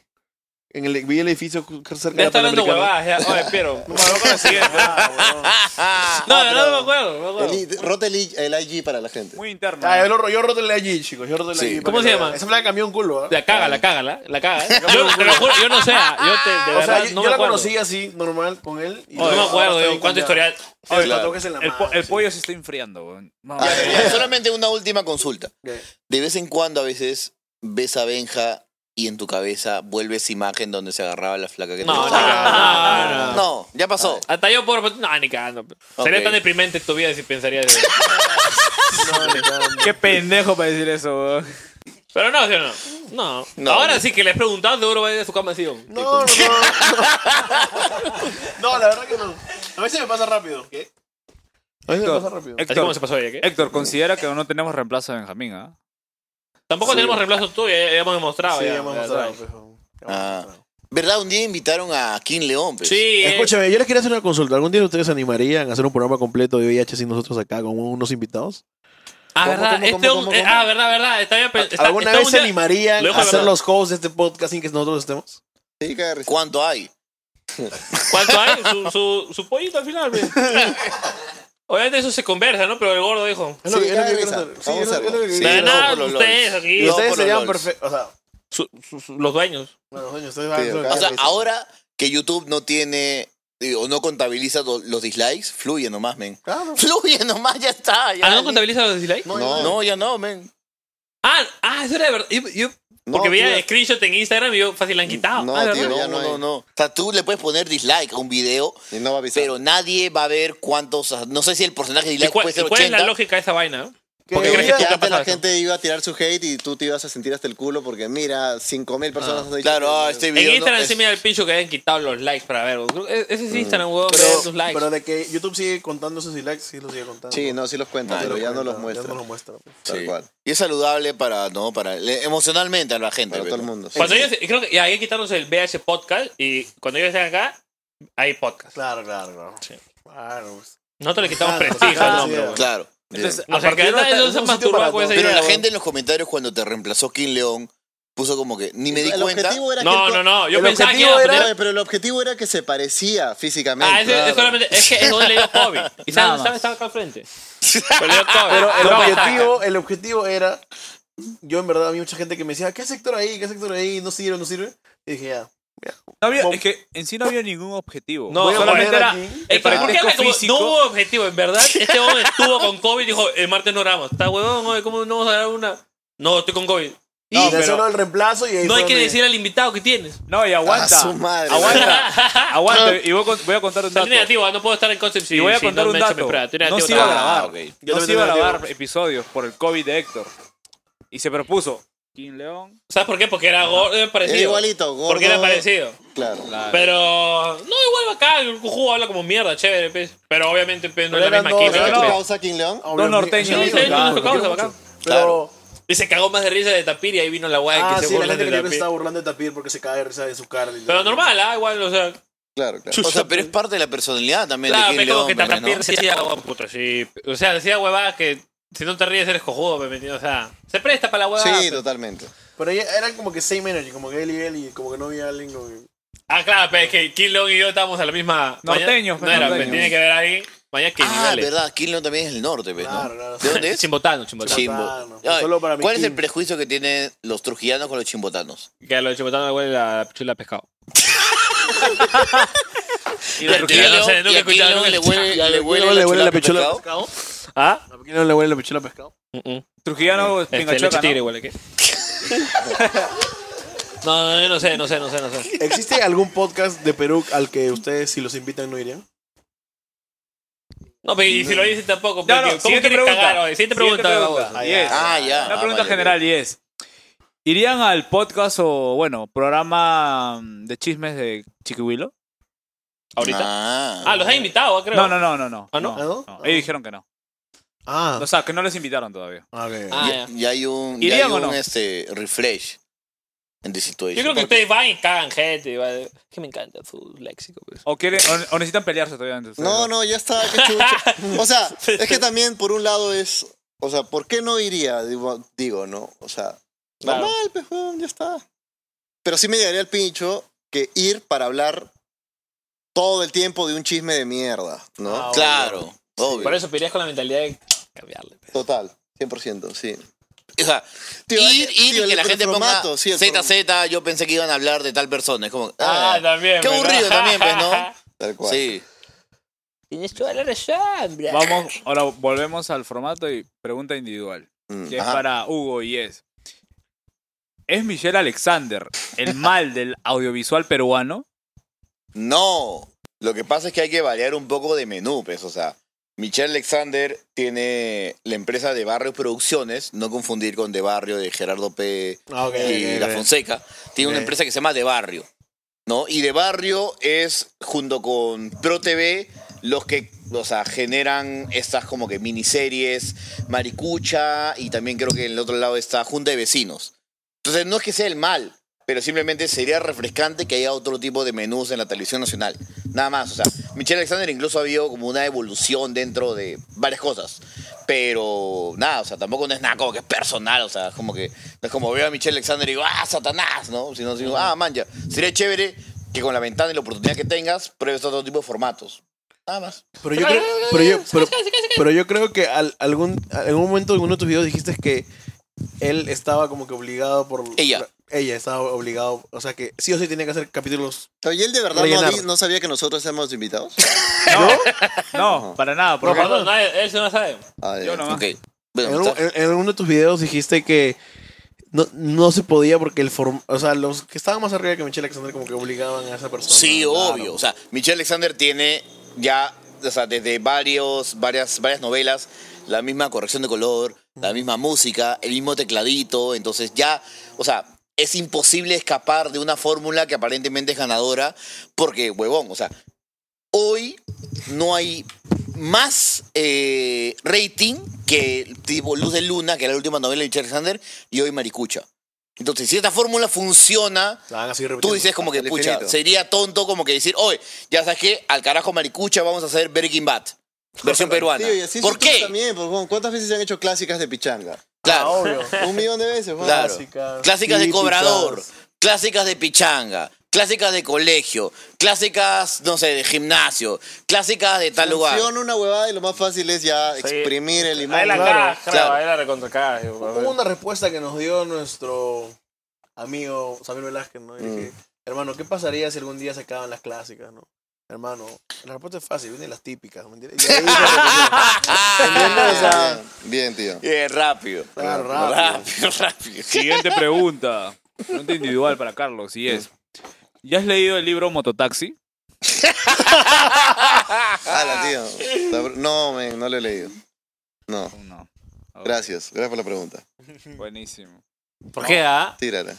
[SPEAKER 3] En el, vi el edificio cerca
[SPEAKER 1] Ya
[SPEAKER 3] de la
[SPEAKER 1] está hablando
[SPEAKER 3] Panamericana.
[SPEAKER 1] huevadas, ya. Oye, Piero. No, no, no,
[SPEAKER 5] Ah,
[SPEAKER 1] pues. no, no me
[SPEAKER 5] pero-
[SPEAKER 1] acuerdo. no me
[SPEAKER 5] El,
[SPEAKER 1] acuerdo.
[SPEAKER 5] I- rota el, I- el IG para la gente.
[SPEAKER 2] Muy interno.
[SPEAKER 3] Ah, yo, lo- yo rotelé allí, chicos. Yo rotelé
[SPEAKER 4] Sí.
[SPEAKER 3] allí.
[SPEAKER 1] ¿Cómo
[SPEAKER 3] para
[SPEAKER 1] se
[SPEAKER 3] que-
[SPEAKER 1] llama?
[SPEAKER 3] Esa flaca cambió un culo. ¿ah?
[SPEAKER 1] La caga, la caga, la, la caga. ¿eh? Yo, te lo juro, yo no sé. ah, Yo te, de
[SPEAKER 3] O
[SPEAKER 1] verdad,
[SPEAKER 3] sea,
[SPEAKER 1] no
[SPEAKER 3] yo, yo
[SPEAKER 1] me
[SPEAKER 3] la
[SPEAKER 1] acuerdo.
[SPEAKER 3] conocí así, normal, con él.
[SPEAKER 1] Oye, no
[SPEAKER 3] y
[SPEAKER 1] me
[SPEAKER 3] ahora
[SPEAKER 1] acuerdo,
[SPEAKER 3] está
[SPEAKER 1] digo,
[SPEAKER 3] bien
[SPEAKER 1] cuánto
[SPEAKER 3] cambiada.
[SPEAKER 1] historial.
[SPEAKER 3] Oye,
[SPEAKER 4] Claro.
[SPEAKER 3] tatuajes en la
[SPEAKER 2] El, po-
[SPEAKER 3] mano,
[SPEAKER 2] el
[SPEAKER 3] sí.
[SPEAKER 2] pollo se está enfriando, weón. No,
[SPEAKER 5] Ah.
[SPEAKER 4] Ya,
[SPEAKER 2] ya,
[SPEAKER 4] ya, ya. Solamente una última consulta.
[SPEAKER 3] ¿Qué?
[SPEAKER 4] De vez en cuando a veces ves a Benja y en tu cabeza vuelve esa imagen donde se agarraba la flaca que te
[SPEAKER 1] No,
[SPEAKER 4] gustaba.
[SPEAKER 1] no, no, no.
[SPEAKER 4] No, ya pasó.
[SPEAKER 1] Hasta yo por. No, ni cagando.
[SPEAKER 4] Ok.
[SPEAKER 1] Sería tan deprimente tu vida si pensaría de.
[SPEAKER 2] ya. Qué pendejo para decir eso, weón.
[SPEAKER 1] Pero no, sí o no. No.
[SPEAKER 4] No.
[SPEAKER 1] Ahora sí que les preguntaban, seguro va a ir de su cama así. ¿o?
[SPEAKER 3] No, no, no. No, la verdad que no. A veces me pasa rápido. ¿Qué? A veces me pasa
[SPEAKER 2] Héctor,
[SPEAKER 3] rápido.
[SPEAKER 1] Así como se
[SPEAKER 2] Héctor,
[SPEAKER 1] pasó ella, ¿qué?
[SPEAKER 2] Héctor, considera que no tenemos reemplazo de Benjamín, ¿ah?
[SPEAKER 1] Tampoco tenemos reemplazo tuyo, ya, ya hemos demostrado.
[SPEAKER 3] Sí,
[SPEAKER 1] ya,
[SPEAKER 3] ya hemos
[SPEAKER 1] ya,
[SPEAKER 3] mostrado,
[SPEAKER 1] ya.
[SPEAKER 3] pues, huevón. Ya hemos
[SPEAKER 4] Ah,
[SPEAKER 3] mostrado.
[SPEAKER 4] ¿Verdad? Un día invitaron a Kim León. pues.
[SPEAKER 1] Sí, eh,
[SPEAKER 3] Escúchame, yo les quería hacer una consulta. ¿Algún día ustedes se animarían a hacer un programa completo de VIH sin nosotros acá con unos invitados?
[SPEAKER 1] Ah,
[SPEAKER 3] ¿Cómo,
[SPEAKER 1] verdad,
[SPEAKER 3] cómo,
[SPEAKER 1] este
[SPEAKER 3] cómo,
[SPEAKER 1] un-
[SPEAKER 3] cómo,
[SPEAKER 1] eh,
[SPEAKER 3] cómo?
[SPEAKER 1] ah, verdad, verdad. Está bien, pero está,
[SPEAKER 3] ¿Alguna
[SPEAKER 1] está
[SPEAKER 3] vez
[SPEAKER 1] un
[SPEAKER 3] se
[SPEAKER 1] día-
[SPEAKER 3] animarían
[SPEAKER 1] Lo dijo
[SPEAKER 3] a
[SPEAKER 1] de
[SPEAKER 3] ser
[SPEAKER 1] verdad.
[SPEAKER 3] los hosts de este podcast sin que nosotros estemos?
[SPEAKER 5] Sí, que
[SPEAKER 4] ¿Cuánto hay?
[SPEAKER 1] ¿Cuánto hay? Su, su, su pollito al final. pues. Obviamente eso se conversa, ¿no? Pero el gordo dijo.
[SPEAKER 5] Sí, ya regresa. Vamos a verlo.
[SPEAKER 4] Sí,
[SPEAKER 1] De
[SPEAKER 4] no
[SPEAKER 1] nada,
[SPEAKER 4] por los
[SPEAKER 1] ustedes
[SPEAKER 4] lols.
[SPEAKER 1] aquí.
[SPEAKER 4] No
[SPEAKER 3] ustedes
[SPEAKER 4] por los
[SPEAKER 3] serían
[SPEAKER 4] lols.
[SPEAKER 3] perfectos. O sea,
[SPEAKER 1] Su- su- su- los dueños.
[SPEAKER 3] bueno, coño, ustedes van-
[SPEAKER 5] Sí, acá-
[SPEAKER 4] O sea,
[SPEAKER 5] Claro,
[SPEAKER 4] ahora que YouTube no tiene eh, o no contabiliza do- los dislikes, fluye nomás, men.
[SPEAKER 5] Claro.
[SPEAKER 4] Fluye nomás, ya está. Ya,
[SPEAKER 1] ¿Ah, no contabiliza los dislikes?
[SPEAKER 4] No,
[SPEAKER 5] No.
[SPEAKER 4] no, ya no, men.
[SPEAKER 1] Ah, ah, eso era de verdad. Yo- yo- porque
[SPEAKER 5] No,
[SPEAKER 1] veía
[SPEAKER 5] tío.
[SPEAKER 1] el screenshot en Instagram y yo fácil la han quitado.
[SPEAKER 5] No,
[SPEAKER 1] Ah, de
[SPEAKER 5] tío,
[SPEAKER 1] verdad.
[SPEAKER 4] No,
[SPEAKER 5] ya no
[SPEAKER 4] no,
[SPEAKER 5] hay.
[SPEAKER 4] no, no. O sea, tú le puedes poner dislike a un video,
[SPEAKER 5] Y no va a avisar.
[SPEAKER 4] pero nadie va a ver cuántos. No sé si el porcentaje de
[SPEAKER 1] ¿Y
[SPEAKER 4] dislike
[SPEAKER 1] cuál,
[SPEAKER 4] puede ser
[SPEAKER 1] y cuál es
[SPEAKER 4] 80.
[SPEAKER 1] la lógica de esa vaina? no?
[SPEAKER 5] Que
[SPEAKER 1] ¿Por qué crees que
[SPEAKER 5] ahorita
[SPEAKER 1] nunca ha
[SPEAKER 5] antes
[SPEAKER 1] pasado
[SPEAKER 5] la
[SPEAKER 1] eso?
[SPEAKER 5] gente iba a tirar su hate y tú te ibas a sentir hasta el culo porque mira, 5000 personas han dicho
[SPEAKER 4] Claro,
[SPEAKER 5] que-
[SPEAKER 4] ah, este
[SPEAKER 1] En
[SPEAKER 4] video.
[SPEAKER 1] Instagram
[SPEAKER 4] no, es-
[SPEAKER 1] sí me da el pincho que hayan quitado los likes para ver. Creo que Ese es Instagram, huevón, pero,
[SPEAKER 3] Pero,
[SPEAKER 1] sus likes.
[SPEAKER 3] pero de que YouTube sigue contando sus likes, sí los sigue contando.
[SPEAKER 5] Sí, no, sí los cuentan,
[SPEAKER 4] Ah,
[SPEAKER 5] pero
[SPEAKER 3] Lo
[SPEAKER 5] ya no
[SPEAKER 3] cuenta,
[SPEAKER 5] los muestra.
[SPEAKER 3] Ya no los muestra. pues.
[SPEAKER 5] Tal
[SPEAKER 4] Sí.
[SPEAKER 5] cual.
[SPEAKER 4] Y es saludable para, no, para, le- emocionalmente a la gente.
[SPEAKER 5] Para
[SPEAKER 4] pero-
[SPEAKER 5] todo el mundo. sí.
[SPEAKER 1] Cuando ellos, creo que ya ahí quitaron el BH Podcast y cuando ellos estén acá, hay podcast.
[SPEAKER 3] Claro, claro, claro. Claro, pues.
[SPEAKER 1] Nosotros le quitamos
[SPEAKER 3] Claro,
[SPEAKER 1] prestigio al
[SPEAKER 3] claro,
[SPEAKER 1] nombre.
[SPEAKER 3] sí,
[SPEAKER 1] weón.
[SPEAKER 4] Claro.
[SPEAKER 3] Entonces,
[SPEAKER 1] No
[SPEAKER 3] a
[SPEAKER 1] sé,
[SPEAKER 3] partir
[SPEAKER 1] que
[SPEAKER 3] de ahora
[SPEAKER 1] nadie
[SPEAKER 3] tenemos
[SPEAKER 1] se
[SPEAKER 3] un sitio
[SPEAKER 1] masturba pues,
[SPEAKER 3] para
[SPEAKER 1] con
[SPEAKER 3] todo.
[SPEAKER 1] ese-
[SPEAKER 4] Pero la
[SPEAKER 1] Claro.
[SPEAKER 4] gente en los comentarios cuando te reemplazó King León puso como que ni me di
[SPEAKER 5] el
[SPEAKER 4] cuenta.
[SPEAKER 5] objetivo era que
[SPEAKER 1] No,
[SPEAKER 5] el-
[SPEAKER 1] no, no. Yo
[SPEAKER 3] el
[SPEAKER 1] pensaba que
[SPEAKER 3] objetivo
[SPEAKER 1] iban a
[SPEAKER 3] era-
[SPEAKER 1] poner-
[SPEAKER 5] Oye, pero el objetivo era que se parecía físicamente.
[SPEAKER 1] Ah, ese- es,
[SPEAKER 5] Claro.
[SPEAKER 1] solamente, es que es donde le dio COVID. ¿Y
[SPEAKER 2] Nada
[SPEAKER 1] sabes
[SPEAKER 2] más.
[SPEAKER 1] dónde estaba acá al frente? Pero, le dio COVID.
[SPEAKER 3] Pero el
[SPEAKER 1] No,
[SPEAKER 3] objetivo, el objetivo era. Yo, en verdad, había mucha gente que me decía, ¿qué sector ahí? ¿Qué sector ahí? ¿No sirve? ¿No sirve? Y dije, ya.
[SPEAKER 2] No había-
[SPEAKER 3] Bom-
[SPEAKER 2] es que en sí no había ningún objetivo.
[SPEAKER 1] No,
[SPEAKER 3] Voy a
[SPEAKER 1] solamente
[SPEAKER 3] poner
[SPEAKER 1] era.
[SPEAKER 3] aquí
[SPEAKER 1] Eh, pero
[SPEAKER 2] el
[SPEAKER 1] ¿por qué
[SPEAKER 2] parentesco
[SPEAKER 1] me-
[SPEAKER 2] físico.
[SPEAKER 1] No hubo objetivo, en verdad. Este hombre estuvo con COVID y dijo: el martes no grabamos. Está huevón, oye, ¿cómo no vamos a dar una? No, estoy con COVID.
[SPEAKER 3] Y
[SPEAKER 2] No,
[SPEAKER 3] de
[SPEAKER 2] pero-
[SPEAKER 3] solo el reemplazo y ahí
[SPEAKER 1] No
[SPEAKER 3] fue
[SPEAKER 1] hay que
[SPEAKER 3] donde-
[SPEAKER 1] decir al invitado que tienes.
[SPEAKER 2] No, y aguanta.
[SPEAKER 5] Ah, su madre.
[SPEAKER 2] Aguanta. aguanta. Y voy a, con- voy a contar un
[SPEAKER 1] Estoy
[SPEAKER 2] dato.
[SPEAKER 1] negativo, ah, no puedo estar en Concept si,
[SPEAKER 2] Y voy a
[SPEAKER 1] si
[SPEAKER 2] contar
[SPEAKER 1] no
[SPEAKER 2] un
[SPEAKER 1] me echan mi
[SPEAKER 2] dato.
[SPEAKER 1] prueba. Estoy
[SPEAKER 2] No
[SPEAKER 1] negativo
[SPEAKER 2] se iba a
[SPEAKER 1] también.
[SPEAKER 2] grabar.
[SPEAKER 4] ok.
[SPEAKER 3] Yo
[SPEAKER 2] No
[SPEAKER 3] también
[SPEAKER 2] se iba a
[SPEAKER 3] tengo
[SPEAKER 2] grabar episodios por el COVID de Héctor. Y se propuso. King León.
[SPEAKER 1] ¿Sabes por qué? Porque era gordo, era parecido.
[SPEAKER 5] Era igualito, gordo.
[SPEAKER 1] Porque era parecido.
[SPEAKER 5] Claro.
[SPEAKER 1] Pero. No, igual bacán. El Cujú habla como mierda, chévere, pues. Pero obviamente pues, no es la
[SPEAKER 3] eran
[SPEAKER 1] misma
[SPEAKER 3] dos,
[SPEAKER 1] química.
[SPEAKER 5] ¿Sabes
[SPEAKER 3] no,
[SPEAKER 5] qué
[SPEAKER 1] pues.
[SPEAKER 5] causa King León?
[SPEAKER 3] Obvio,
[SPEAKER 2] Dos norteños.
[SPEAKER 1] Sí,
[SPEAKER 2] no,
[SPEAKER 1] sí,
[SPEAKER 2] no,
[SPEAKER 1] sí,
[SPEAKER 2] claro,
[SPEAKER 1] nos tocamos,
[SPEAKER 3] porque-
[SPEAKER 1] bacán.
[SPEAKER 3] Pero.
[SPEAKER 1] Y se cagó más de risa de Tapir y ahí vino la guay
[SPEAKER 3] Ah,
[SPEAKER 1] que
[SPEAKER 3] sí,
[SPEAKER 1] se
[SPEAKER 3] la
[SPEAKER 1] burla de
[SPEAKER 3] gente que siempre
[SPEAKER 1] Tapir.
[SPEAKER 3] se está burlando de Tapir porque se cae de risa de su cara. y-
[SPEAKER 1] Pero normal, ah, igual, o sea.
[SPEAKER 5] Claro, claro.
[SPEAKER 4] O sea, pero es parte de la personalidad también
[SPEAKER 1] Claro,
[SPEAKER 4] de
[SPEAKER 1] pero
[SPEAKER 4] King
[SPEAKER 1] es como
[SPEAKER 4] León.
[SPEAKER 1] que
[SPEAKER 4] pues,
[SPEAKER 1] Tapir
[SPEAKER 4] ¿no?
[SPEAKER 1] decía, "Oh, puta, sí". O sea, decía huevadas que si no te ríes eres cojudo, me metió. O sea, se presta para la huevada.
[SPEAKER 5] Sí,
[SPEAKER 1] pues.
[SPEAKER 5] totalmente.
[SPEAKER 3] Pero ella- eran como que same energy, como que él y él, y como que no había alguien como que-
[SPEAKER 1] Ah, claro, pero es que King Long y yo estábamos a la misma.
[SPEAKER 2] Norteños,
[SPEAKER 1] Mañana- No era,
[SPEAKER 2] norteños.
[SPEAKER 1] pero tiene que ver ahí. Mañana que
[SPEAKER 4] Ah, verdad, King León también es el norte, pues,
[SPEAKER 3] Claro,
[SPEAKER 4] ¿no?
[SPEAKER 3] claro.
[SPEAKER 4] ¿De dónde es?
[SPEAKER 1] Chimbotano, chimbotano.
[SPEAKER 3] Sí.
[SPEAKER 4] Chimbo.
[SPEAKER 3] Chimbotano.
[SPEAKER 4] Ay,
[SPEAKER 3] Solo para mi
[SPEAKER 4] ¿Cuál es el
[SPEAKER 3] King.
[SPEAKER 4] prejuicio que tienen los trujillanos con los chimbotanos?
[SPEAKER 1] Que a los chimbotanos le huele la chula de pescado.
[SPEAKER 4] Y
[SPEAKER 1] los trujillanos, no sé, nunca he escuchado, nunca
[SPEAKER 4] le
[SPEAKER 1] he escuchado.
[SPEAKER 4] huele,
[SPEAKER 3] Y a
[SPEAKER 4] le
[SPEAKER 3] King
[SPEAKER 4] huele,
[SPEAKER 3] León le huele
[SPEAKER 4] la
[SPEAKER 3] la pichula
[SPEAKER 4] pichula de
[SPEAKER 3] de
[SPEAKER 4] pescado.
[SPEAKER 1] ¿Ah?
[SPEAKER 3] ¿A quién no le huele la pichula a pescado?
[SPEAKER 1] Mm-mm.
[SPEAKER 2] Trujillano,
[SPEAKER 1] Este, leche
[SPEAKER 2] Pingachoca,
[SPEAKER 1] tigre
[SPEAKER 2] ¿no?
[SPEAKER 1] huele, ¿qué? No, no, yo no sé, no sé, no sé, no sé.
[SPEAKER 3] ¿Existe algún podcast de Perú al que ustedes, si los invitan, no irían?
[SPEAKER 1] No, pero y si lo dices tampoco.
[SPEAKER 2] No,
[SPEAKER 1] Porque,
[SPEAKER 2] no,
[SPEAKER 1] ¿Cómo quieres
[SPEAKER 2] siguiente pregunta.
[SPEAKER 1] cagar hoy? Siguiente pregunta, baboso.
[SPEAKER 3] Ahí
[SPEAKER 2] Yes.
[SPEAKER 4] Ah, ya.
[SPEAKER 2] Una
[SPEAKER 4] Ah,
[SPEAKER 2] pregunta
[SPEAKER 4] vale,
[SPEAKER 2] general y es: ¿irían al podcast o, bueno, programa mm, de chismes de Chiquihuilo?
[SPEAKER 1] ¿Ahorita?
[SPEAKER 4] Ah,
[SPEAKER 1] Ah, los has invitado, ah, creo.
[SPEAKER 2] No, no, no, no. no.
[SPEAKER 1] ¿Ah, no?
[SPEAKER 3] ¿Ah, no?
[SPEAKER 2] Ellos dijeron que no.
[SPEAKER 3] Ah,
[SPEAKER 2] O sea, que no les invitaron todavía.
[SPEAKER 3] ok.
[SPEAKER 1] Ah, ya.
[SPEAKER 4] Ya, ya hay un, ya hay
[SPEAKER 2] ¿Irían o
[SPEAKER 4] un
[SPEAKER 2] no?
[SPEAKER 4] este, refresh en The Situation.
[SPEAKER 1] Yo creo que
[SPEAKER 4] Porque-
[SPEAKER 1] ustedes van y cagan gente. y va- Es que me encanta su léxico. pues.
[SPEAKER 2] ¿O, quieren, o, o necesitan pelearse todavía? antes?
[SPEAKER 5] No, no, ya está, qué chucha. O sea, es que también por un lado es, o sea, ¿por qué no iría? Digo, digo, ¿no? O sea,
[SPEAKER 1] Claro.
[SPEAKER 5] normal, pues, weón, ya está. Pero sí me llegaría el pincho que ir para hablar todo el tiempo de un chisme de mierda, ¿no?
[SPEAKER 3] Ah,
[SPEAKER 4] Claro, obvio.
[SPEAKER 1] Por eso peleas con la mentalidad de cambiarle. pues.
[SPEAKER 5] Total, 100%, sí.
[SPEAKER 4] O sea,
[SPEAKER 5] Tío,
[SPEAKER 4] ir, ir
[SPEAKER 5] eh, tío,
[SPEAKER 4] y que
[SPEAKER 5] el-
[SPEAKER 4] la
[SPEAKER 5] el
[SPEAKER 4] gente ponga
[SPEAKER 5] formato, sí, el
[SPEAKER 4] ZZ, yo pensé que iban a hablar de tal persona. Es como, ah,
[SPEAKER 1] Ah, también.
[SPEAKER 4] qué
[SPEAKER 1] ¿verdad?
[SPEAKER 4] aburrido también, pues, ¿no?
[SPEAKER 5] Tal cual.
[SPEAKER 4] Sí.
[SPEAKER 1] Tienes toda la razón, bro.
[SPEAKER 2] Vamos, ahora volvemos al formato y pregunta individual.
[SPEAKER 5] Mm,
[SPEAKER 2] Que
[SPEAKER 5] ajá.
[SPEAKER 2] es para Hugo y es. ¿Es Michelle Alexander el mal del audiovisual peruano?
[SPEAKER 4] No. Lo que pasa es que hay que variar un poco de menú, pues, o sea. Michelle Alexander tiene la empresa de Barrio Producciones, no confundir con De Barrio de Gerardo P.
[SPEAKER 3] Ah, ok,
[SPEAKER 4] y
[SPEAKER 3] ok,
[SPEAKER 4] La
[SPEAKER 3] ok.
[SPEAKER 4] Fonseca. Tiene una
[SPEAKER 3] Ok.
[SPEAKER 4] empresa que se llama De Barrio, ¿no? Y De Barrio es, junto con ProTV, los que, o sea, generan estas como que miniseries, Maricucha, y también creo que en el otro lado está Junta de Vecinos. Entonces, no es que sea el mal, pero simplemente sería refrescante que haya otro tipo de menús en la televisión nacional. Nada más, o sea, Michelle Alexander incluso ha habido como una evolución dentro de varias cosas. Pero nada, o sea, tampoco no es nada como que es personal, o sea, es como que no es como veo a Michelle Alexander y digo, ah, Satanás, ¿no? Sino, sino, ah, man, ya, sería chévere que con la ventana y la oportunidad que tengas, pruebes otro tipo de formatos. Nada más.
[SPEAKER 3] Pero yo creo, pero yo, pero, pero yo creo que al, algún, algún momento en uno de tus videos dijiste que él estaba como que obligado por...
[SPEAKER 4] Ella.
[SPEAKER 3] Ella estaba obligado, o sea que sí o sí tenía que hacer capítulos.
[SPEAKER 5] Oye, él de verdad no,
[SPEAKER 3] Rellenar.
[SPEAKER 5] di- no sabía que nosotros éramos invitados.
[SPEAKER 2] No, para nada.
[SPEAKER 1] No,
[SPEAKER 2] Porque
[SPEAKER 1] perdón, nadie, él se no sabe.
[SPEAKER 5] Ah,
[SPEAKER 2] Yo
[SPEAKER 5] ya.
[SPEAKER 2] nomás.
[SPEAKER 4] Ok.
[SPEAKER 3] En,
[SPEAKER 4] Bueno,
[SPEAKER 3] algún-
[SPEAKER 4] está-
[SPEAKER 3] en- en alguno de tus videos dijiste que no, no se podía porque el form, o sea, los que estaban más arriba que Michelle Alexander como que obligaban a esa persona.
[SPEAKER 4] sí,
[SPEAKER 3] Claro.
[SPEAKER 4] obvio. O sea, Michelle Alexander tiene ya, o sea, desde varios, varias, varias novelas, la misma corrección de color, la misma música, el mismo tecladito. Entonces ya, o sea, es imposible escapar de una fórmula que aparentemente es ganadora, porque, huevón, o sea, hoy no hay más eh, rating que tipo Luz de Luna, que era la última novela de Michelle Alexander, y hoy Maricucha. Entonces, si esta fórmula funciona,
[SPEAKER 3] Estaban así
[SPEAKER 4] Tú
[SPEAKER 3] repitiendo.
[SPEAKER 4] dices como que,
[SPEAKER 5] Al
[SPEAKER 4] pucha,
[SPEAKER 5] infinito.
[SPEAKER 4] sería tonto como que decir, oye, ya sabes qué, al carajo maricucha vamos a hacer Breaking Bad, versión peruana.
[SPEAKER 5] Tío, y así
[SPEAKER 4] ¿Por
[SPEAKER 5] es tú
[SPEAKER 4] qué?
[SPEAKER 5] También, pues, bueno, ¿Cuántas veces se han hecho clásicas de pichanga?
[SPEAKER 4] Claro,
[SPEAKER 5] Un millón de veces, Juan.
[SPEAKER 4] claro.
[SPEAKER 3] Ah, Clásicas,
[SPEAKER 4] Clásicas de
[SPEAKER 3] típicas.
[SPEAKER 4] cobrador, clásicas de pichanga, clásicas de colegio, clásicas, no sé, de gimnasio, clásicas de tal lugar.
[SPEAKER 5] Funciona una huevada y lo más fácil es ya
[SPEAKER 1] Sí.
[SPEAKER 5] exprimir el limón.
[SPEAKER 1] Ahí la
[SPEAKER 5] Claro.
[SPEAKER 1] caja,
[SPEAKER 4] claro.
[SPEAKER 1] ahí la recontracaja.
[SPEAKER 3] Hubo una respuesta que nos dio nuestro amigo Samuel Velázquez, ¿no? Y dije, hermano, ¿qué pasaría si algún día se acaban las clásicas, no? Hermano, la respuesta es fácil, vienen las típicas, ¿me entiendes? Y ahí dijo que-
[SPEAKER 5] Bien,
[SPEAKER 4] Ah,
[SPEAKER 5] bien, bien, tío.
[SPEAKER 4] Bien, rápido.
[SPEAKER 3] Claro,
[SPEAKER 4] Rápido, rápido.
[SPEAKER 2] Siguiente pregunta. Pregunta individual para Carlos, y es. ¿Ya has leído el libro Mototaxi?
[SPEAKER 5] Hala, tío.
[SPEAKER 4] Ah.
[SPEAKER 5] Está- No, men, no lo he leído. No.
[SPEAKER 2] No.
[SPEAKER 5] Gracias, gracias por la pregunta.
[SPEAKER 2] Buenísimo.
[SPEAKER 1] ¿Por qué, ah?
[SPEAKER 5] Tírala.